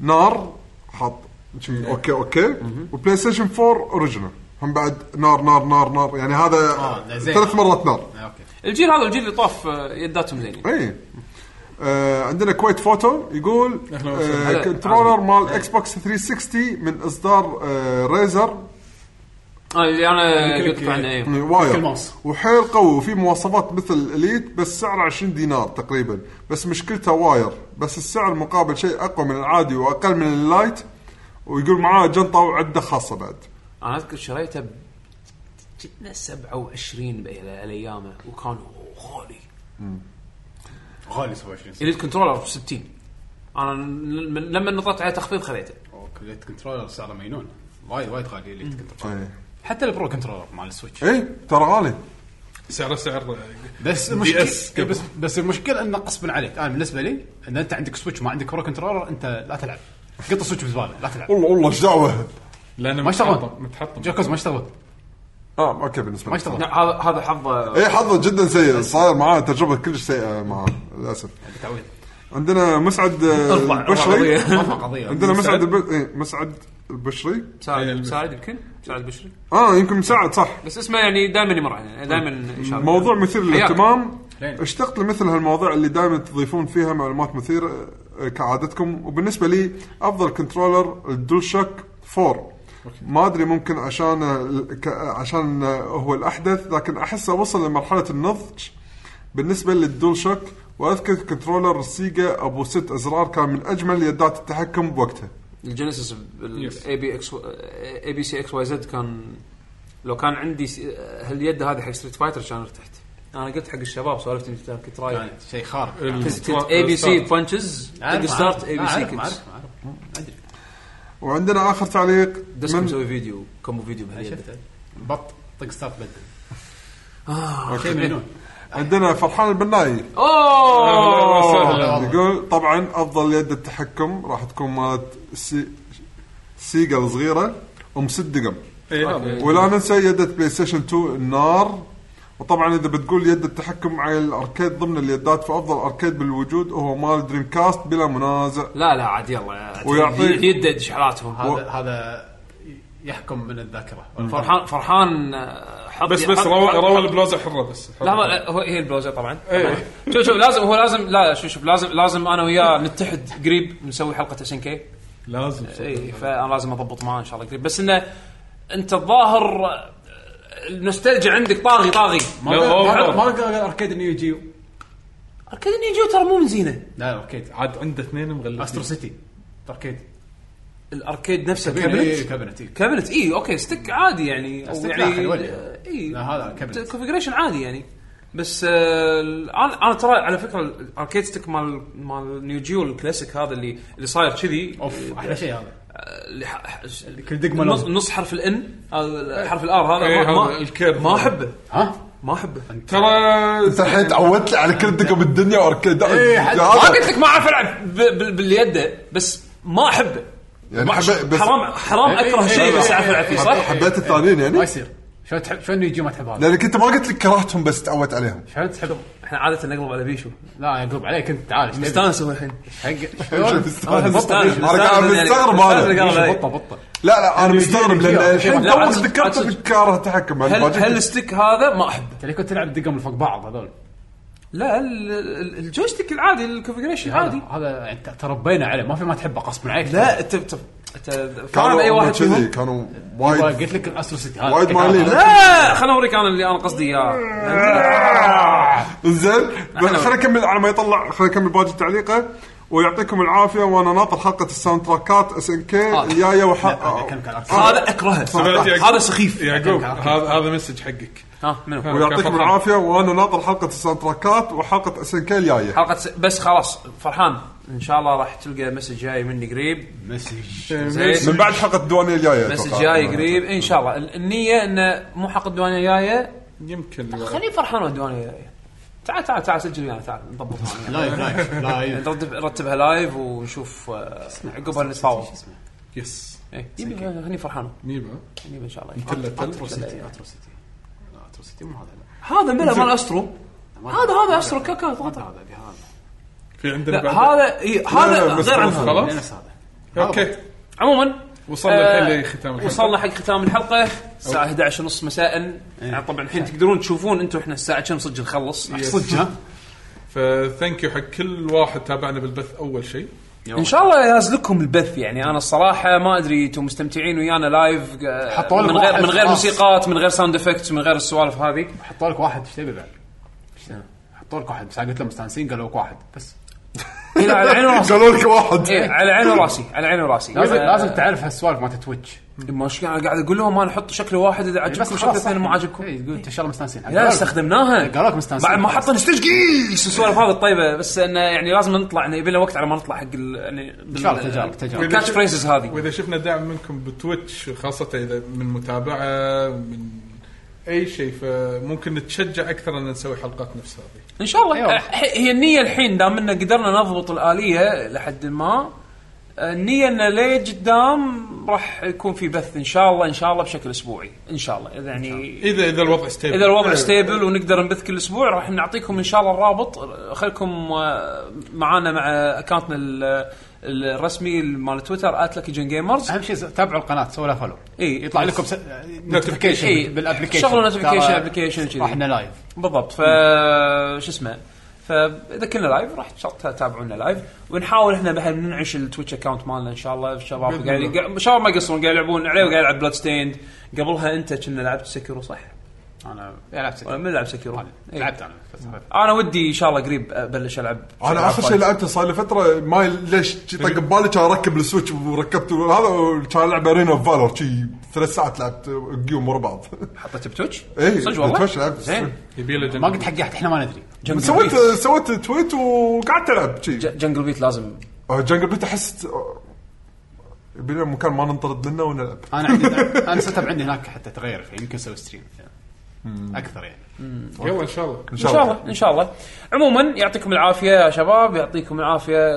نار حط شي-
إيه.
اوكي اوكي وبلاي ستيشن 4 اوريجنال هم بعد نار نار نار نار يعني هذا
آه، لا، زين.
ثلاث مرات نار
آه، اوكي
الجيل هذا الجيل اللي طاف آه، يداتهم زينين
اي إيه. آه عندنا كويت فوتو يقول
أهلا وسهلا.
آه كنترولر مال اكس بوكس 360 من اصدار آه ريزر
آه، اللي انا
يمكن-
قلت عنه إيه.
واير
الماوس.
يعني وحيل قوي وفي مواصفات مثل الاليت بس سعره 20 دينار تقريبا بس مشكلته واير بس السعر مقابل شيء اقوى من العادي واقل من اللايت ويقول معاه جنطه وعده خاصه بعد
انا اذكر شريته ب كنا 27 على ايامه وكان غالي
غالي 27 سنه
اليت كنترولر ب 60 انا لما- لما نطيت عليه تخفيض خذيته
أوكي، اليت كنترولر سعره مجنون وايد وايد غالي اليت كنترولر
اي
حتى البرو كنترولر مال السويتش
اي إيه؟ ترى غالي
سعره سعر
بس
DS
المشكله
قبل.
بس, بس المشكله انه غصبا عليك انا بالنسبه لي ان انت عندك سويتش ما عندك برو كنترولر انت لا تلعب قط السويتش بالزباله لا تلعب
والله والله ايش دعوه
لانه
ما يشتغلون.
متحطم متحطم
جوكوز ما اشتغل
اه اوكي بالنسبه
ما
لي
اشتغل
لا، هذا هذا آه، حظه
اي حظه جدا إيه، سيء صاير معاه تجربه كلش سيئه معاه للاسف
تعويض
عندنا مسعد آه،
ارفع
البشري
ما قضيه
عندنا مسعد
مسعد؟
الب... إيه، مسعد البشري إيه.
مساعد مساعد يمكن مساعد بشري
اه يمكن مساعد صح
بس اسمه يعني دائما يمر علينا دائما يشارك
إيه. موضوع مثير
حياك.
للاهتمام
لين.
اشتقت لمثل هالمواضيع اللي دائما تضيفون فيها معلومات مثيرة آه، كعادتكم وبالنسبة لي أفضل كنترولر الدول شوك 4 ما ادري ممكن عشان ال- ك- عشان هو الاحدث لكن احسه وصل لمرحله النضج بالنسبه للدول شوك واذكر كنترولر السيجا ابو ست ازرار كان من اجمل يدات التحكم بوقتها
الجينيسيس
Yes.
اي بي اكس اي بي سي اكس واي زد كان لو كان عندي س- هاليد هذه حق ستريت فايتر كان ارتحت انا قلت حق الشباب سولفت انت كنت
يعني
رايح
كان شيء خارق
اي بي سي بانشز
عارف،
ستارت
عارف.
اي بي
عارف،
سي
عارف،
كيكس
عارف، عارف. ادري
وعندنا اخر تعليق
دسك مسوي فيديو كم فيديو
أنا
بهاليد
شفته بط طق ستارت بدل شيء مجنون
عندنا فرحان البناي
أهلا وسهلا.
اوه
يقول طبعا افضل يد التحكم راح تكون مالت سي... سيجا الصغيره ام ست دقم
آه.
إي، إيه، هذا.
ولا ننسى يدة بلاي ستيشن 2 النار وطبعا اذا بتقول يد التحكم على الاركيد ضمن اليدات فافضل اركيد بالوجود هو مال دريم كاست بلا منازع
لا لا عاد يلا
ويعطيك-
يدد شحلاتهم
هذا هذا يحكم من الذاكره
فرحان فرحان آه، حط
بس بس
حط-
روى
حط-
روى البلوزه حره بس حرة.
لحظه لا، هو هي البلوزه طبعا
إيه.
شوف شوف لازم هو لازم لا شوف شوف لازم لازم انا وياه نتحد قريب نسوي حلقه اس ان كي
لازم
اي فانا لازم اضبط معاه ان شاء الله قريب بس انه انت الظاهر آه، النوستالجيا عندك طاغي طاغي
ما
لا، هو-
ما- ما لقى غير اركيد نيو جيو
اركيد نيجو ترى مو من زينه
لا اركيد
عاد عنده اثنين مغلفين
استرو سيتي اركيد
الاركيد نفسه
إيه،
كابنت
كابنت إيه.
كابنت اي اوكي ستيك عادي يعني
ستيك
يعني
داخل ولا؟
اي
لا، هذا كابنت.
كونفجريشن عادي يعني بس آه، ال- انا انا ترى على فكره الاركيد ستيك مال مال نيو جيو الكلاسيك هذا اللي اللي صاير كذي آه،
اوف احلى شيء هذا
اللي ح- ح-
كل دقمة
نص,
لون.
نص حرف الان حرف الار هذا
إيه،
ما-
هذا
ما,
الكيرف.
ما احبه
ها
ما احبه
ترى
انت الحين تعودت على كل دقه بالدنيا واركيد
إيه، حد-
ما قلت لك ما اعرف العب ب- ب- باليد بس ما احبه
يعني
ما-
حب- بس-
حرام حرام
إيه،
اكره
إيه،
شيء
إيه،
بس اعرف
إيه،
العب فيه
إيه،
صح؟ آه،
إيه.
حبيت الثانيين
ما
يعني
يصير شلون تحب شلون نيو جيو ما تحب هذا
لانك انت ما قلت لك كرهتهم بس تعودت عليهم
شلون تحب
احنا عاده نقلب على بيشو
لا يقلب عليك انت تعال إيش تبي؟
مستانس هو الحين
حق
مستانس.
شلون؟
أنا قاعد
يعني
مستغرب هذا.
بطه بطه
لا لا انا مستغرب لان الحين
لا،
توك
عكس-
ذكرت
عكس-
بالكاره التحكم
هل
باجيك-
هل الستيك هذا ما احبه
انت ليه يعني كنت تلعب دقم فوق بعض هذول
لا ال- ال- الجويستيك العادي الكونفجريشن عادي
هذا هذا انت تربينا عليه ما في ما تحبه غصبا عليك
لا انت انت أنت فاهم
كانوا
اي واحد
كذي،
فيهم
كانوا
ترى
وايد
قلت لك الاسترو سيتي هذا
وايد مالين.
لا خليني اوريك انا اللي انا قصدي اياه
زين
نعم.
خلينا نكمل على ما يطلع خلينا نكمل باقي تعليقه ويعطيكم العافيه وانا ناطر حلقه الساوند تراكات اس ان
آه.
كي الجايه وح... آه.
لا، كم كان أكثر.
هذا اكرهه هذا سخيف
يعقوب هذا هذا مسج حقك
ها منو
ويعطيكم
كفو.
العافيه وانا ناطر حلقه الساوند تراكات وحلقه اس ان كي الجايه
حلقه س- بس خلاص فرحان ان شاء الله راح تلقى مسج جاي مني قريب
مسج
زين
من بعد حلقه الديوانيه الجايه
مسج
أتوقع.
جاي قريب ان شاء الله ال- النيه انه مو حق الديوانيه جايه
يمكن
خليني فرحان بالديوانيه جايه تعال تعال تعال سجل ويانا تعال نضبطها
(laughs) لايف لايف
(laughs)
لايف
نرتب- نرتبها لايف ونشوف آه، عقبها نتفاوض
يس
إيه، يبي- خليني فرحان
نيبا
يبي ان شاء الله
تلا تل
اتروسيتي اتروسيتي لا، اتروسيتي مو هذا لا.
هذا بلا مال استرو
ما
هذا هذا استرو كا كا
هذا
ضغط.
هذا هذا
في عندنا
لا
بعد
هذا إي، هذا
لا، بس
غير عن
خلاص.
هذا.
خلاص
نفس هذا
اوكي
عموما
وصلنا
آه،
الحين لختام الحلقه
وصلنا حق ختام الحلقه الساعه 11 ونص مساء
إيه.
يعني طبعا الحين تقدرون تشوفون انتم احنا الساعه كم صدق نخلص
صدق ها
فثانك يو حق كل واحد تابعنا بالبث اول شيء
ان شاء الله يازلكم البث يعني انا الصراحه ما ادري انتم مستمتعين ويانا لايف آه،
حطوا لك
من غير
واحد
من غير
خلاص.
موسيقات من غير ساوند افكتس من غير السوالف هذه
حطوا لك واحد ايش تبي بعد؟ حطوا لك واحد بس قلت لهم مستانسين قالوا لك واحد بس إيه،
هنا على عيني وراسي
قالوا لك
(laughs)
واحد
إيه، على عيني وراسي على عيني وراسي
لازم
آه،
لازم تعرف هالسوالف مالت تويتش
مش انا قاعد اقول لهم انا احط شكل واحد اذا عجبكم شكل
إيه، خلاص.
ثاني ما عجبكم
إيه، تقول انت ان شاء الله مستانسين
لا استخدمناها
قالوا لك مستانسين.
بعد ما حطنا نستج قيس السوالف هذه الطيبه بس انه يعني لازم نطلع انه يبي لنا وقت على ما نطلع حق ال- يعني ان
شاء الله تجارب- تجارب.
الكاتش فريزز هذه
واذا شفنا دعم منكم بتويتش خاصه اذا من متابعه من اي شيء فممكن نتشجع اكثر ان نسوي حلقات نفس هذه
ان شاء الله
أيوة.
أح- هي النيه الحين دام ان قدرنا نضبط الاليه لحد ما النيه انه ليه قدام راح يكون في بث ان شاء الله ان شاء الله بشكل اسبوعي ان شاء الله إيه. اذا يعني
اذا اذا الوضع إيه. ستيبل
اذا الوضع ستيبل ونقدر نبث كل اسبوع راح نعطيكم ان شاء الله الرابط خلكم آه، معانا مع اكونتنا ال- الرسمي مال تويتر @luckygengamers جيمرز
اهم شيء تابعوا القناه سووا لها فولو
اي
يطلع لكم
إيه،
نوتيفيكيشن بالابلكيشن
شغلوا notification
ترى
application كذي.
احنا لايف
بالضبط ف شو اسمه فاذا كنا لايف راح ان شاء الله تتابعونا لايف ونحاول احنا بعد ننعش التويتش اكونت مالنا ان شاء الله الشباب قاعد قاعد- الشباب ما يقصرون قاعد يلعبون عليه وقاعد يلعب بلاد ستيند قبلها انت كنا لعبت سكيرو صح؟
انا لعبت
ولا من لعب سكيرو؟ إيه.
لعبت انا بس
انا ودي ان شاء الله قريب ابلش العب
انا اخر شيء لعبته صار لي فتره ما ليش شي طق ببالي كان اركب السويتش وركبته هذا كان العب ارينا اوف فالور شي ثلاث ساعات لعبت جيوم ورا بعض
حطيت بتويتش؟
إيه،
صدق والله؟
بتويتش لعبت.
زين
يبي له
ما
جنب.
قد حقحت احنا ما ندري
سويت سويت تويت وقعدت العب شي
ج- جنجل بيت لازم
آه، جنجل بيت احس آه، يبي لنا مكان ما ننطرد منه ونلعب
انا عندي انا سيت اب عندي هناك حتى تغير يعني فيمكن اسوي ستريم اكثر يعني
يلا ان شاء الله
ان
ان شاء الله ان شاء الله عموما يعطيكم العافيه يا شباب يعطيكم العافيه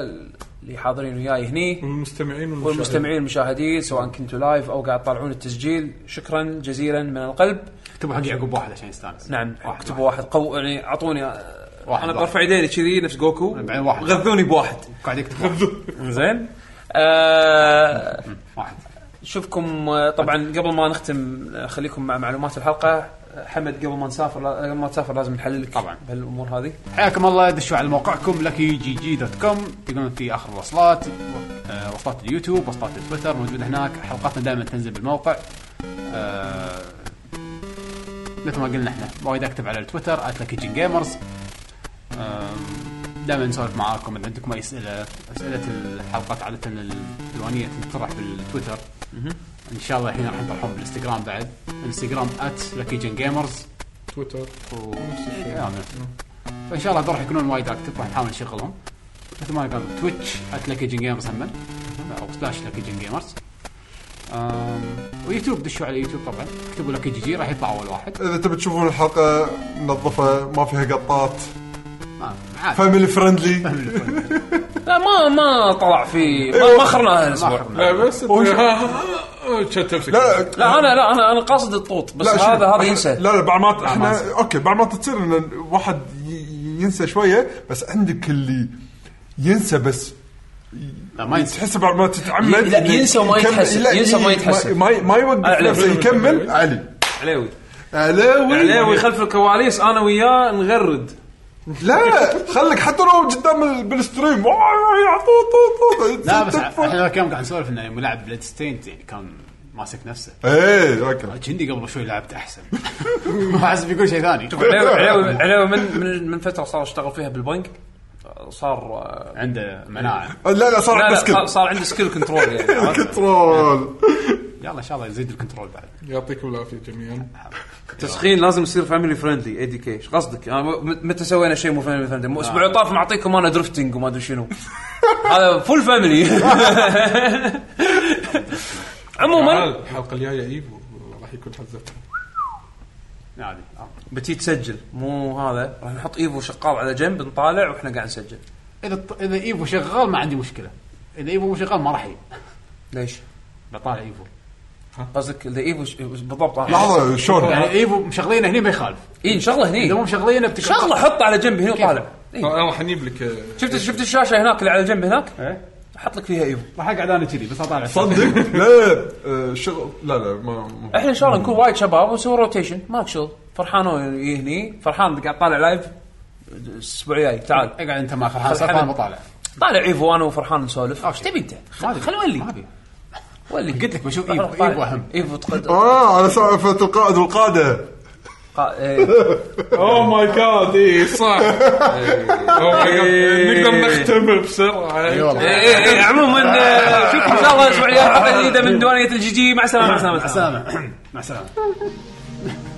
اللي حاضرين وياي هني
والمستمعين والمشاهدين
والمستمعين المشاهدين سواء كنتوا لايف او قاعد تطالعون التسجيل شكرا جزيلا من القلب
اكتبوا حق يعقوب واحد عشان يستانس
نعم
واحد
اكتبوا واحد قو يعني اعطوني آه،
واحد
انا
واحد.
برفع يديني كذي نفس جوكو
بعدين واحد.
غذوني
(laughs)
بواحد
قاعد يكتب
(laughs)
واحد.
زين آه
واحد
شوفكم آه، طبعا قبل ما نختم آه، خليكم مع معلومات الحلقه آه، حمد قبل ما نسافر لا- قبل ما تسافر لازم نحلل لك
طبعاً.
بهالامور هذه
حياكم الله دشوا على موقعكم لكي جي جي دوت كوم تلقون في اخر الوصلات آه، وصلات اليوتيوب وصلات التويتر موجوده هناك حلقاتنا دائما تنزل بالموقع آه، مثل ما قلنا احنا وايد اكتب على التويتر @لكيجن جيمرز دائما نسولف معاكم اذا عندكم اي اسئله اسئله الحلقات عاده الديوانيه تنطرح بالتويتر ان شاء الله الحين راح نطرحهم بالانستغرام بعد انستغرام @لكيجن جيمرز
تويتر
ونفس الشيء فان إيه، شاء الله راح يكونون وايد اكتف راح نحاول نشغلهم مثل ما قال تويتش @لكيجن جيمرز هم او سلاش لكيجن جيمرز ويوتيوب دشوا على يوتيوب طبعا اكتبوا لكي جي جي راح يطلع اول واحد
اذا تبي تشوفون الحلقه منظفه ما فيها قطات
آه، عادي
فاميلي فرندلي
لا ما ما طلع في
أيوه.
ما, ما خرناها الاسبوع
لا بس انت- ها- ها- ها- شو تمسك
لا
لا انا لا انا انا قاصد الطوط بس
شوف،
هذا
أيوه.
هذا
إحنا-
ينسى
لا لا بعد ما
ما
احنا
أنسى.
اوكي بعد ما تصير ان واحد ي- ينسى شويه بس عندك اللي ينسى بس
لا ما ينسى
تحس بعد ما تتعمد
ي- لا،
إنه
ينسى وما
يكمل-
يتحسب،
لا،
ينسى وما
ي-
يتحسب.
ما ما يوقف
علي.
نفسه يكمل علي
عليوي
علاوي
عليوي خلف الكواليس انا وياه نغرد
لا خليك حتى لو قدام ال- بالستريم آه، طو- طو- طو- (laughs)
لا بس
تكفى.
احنا ذاك اليوم قاعد نسولف انه ملاعب بلاد ستينت يعني كان ماسك نفسه
ايه اوكي
كندي قبل شوي لعبت احسن (laughs) ما حسب بيقول شيء ثاني
عليوي عليوي عليوي من من من فتره صار اشتغل فيها بالبنك صار آه،
عنده مناعه
لا لا صار
لا
عندي
لا صار-
سكيل
صار عنده سكيل كنترول يعني عرفت؟
كنترول
يلا ان شاء الله يزيد الكنترول بعد
يعطيكم العافيه جميعا
تسخين لازم يصير فاميلي فريندلي اي دي كي ايش نعم. قصدك؟ أنا م- متى سوينا شيء مو فاميلي فريندلي؟ مو- اسبوع طاف معطيكم انا درفتنج وما ادري شنو هذا فول فاميلي عموما
تعال، الحلقه الجايه ايفو راح يكون حزتهم
عادي آه.
بتجي تسجل مو هذا راح نحط ايفو شغال على جنب نطالع واحنا قاعد نسجل
اذا الط- اذا ايفو شغال ما عندي مشكله اذا ايفو مو شغال ما راح يجي
ليش؟
بطالع ايفو
قصدك ذا ايفو ش- بالضبط إيه،
لحظه شلون
يعني ايفو مشغلينه هنا ما يخالف
اي شغله
اذا مو
هني
مشغلينه بتكفى
شغله حطه على جنب هنا وطالع إيه.
انا راح اجيب لك آه،
شفت شفت الشاشه هناك اللي على الجنب هناك
إيه؟
احط لك فيها إيوه. ايفو
راح اقعد انا كذي بس اطالع
صدق لا آه، شغل لا لا ما ما-
احنا ان شاء الله نكون وايد شباب ونسوي روتيشن ماك شغل فرحان هو هني فرحان قاعد طالع لايف الاسبوع الجاي تعال
اقعد انت مع فرحان
خل-
صار انا
خل-
بطالع
طالع ايفو انا وفرحان نسولف ايش تبي انت؟
ما أدري.
خل
ما
ولي
أدري.
ولي
قلت لك بشوف
طالع-
ايفو ايفو اهم
ايفو تقد
اه على سالفه القائد والقاده
قا- إيه.
اوه ماي جاد اي صح اوه ماي جاد نقدر نختم بسرعه
اي والله
إيه، إيه، إيه، عموما آه، شوف ان شاء
(laughs)
الله الاسبوع الجاي حلقه جديده من ديوانيه الجي جي مع السلامه مع السلامه
مع السلامه مع السلامه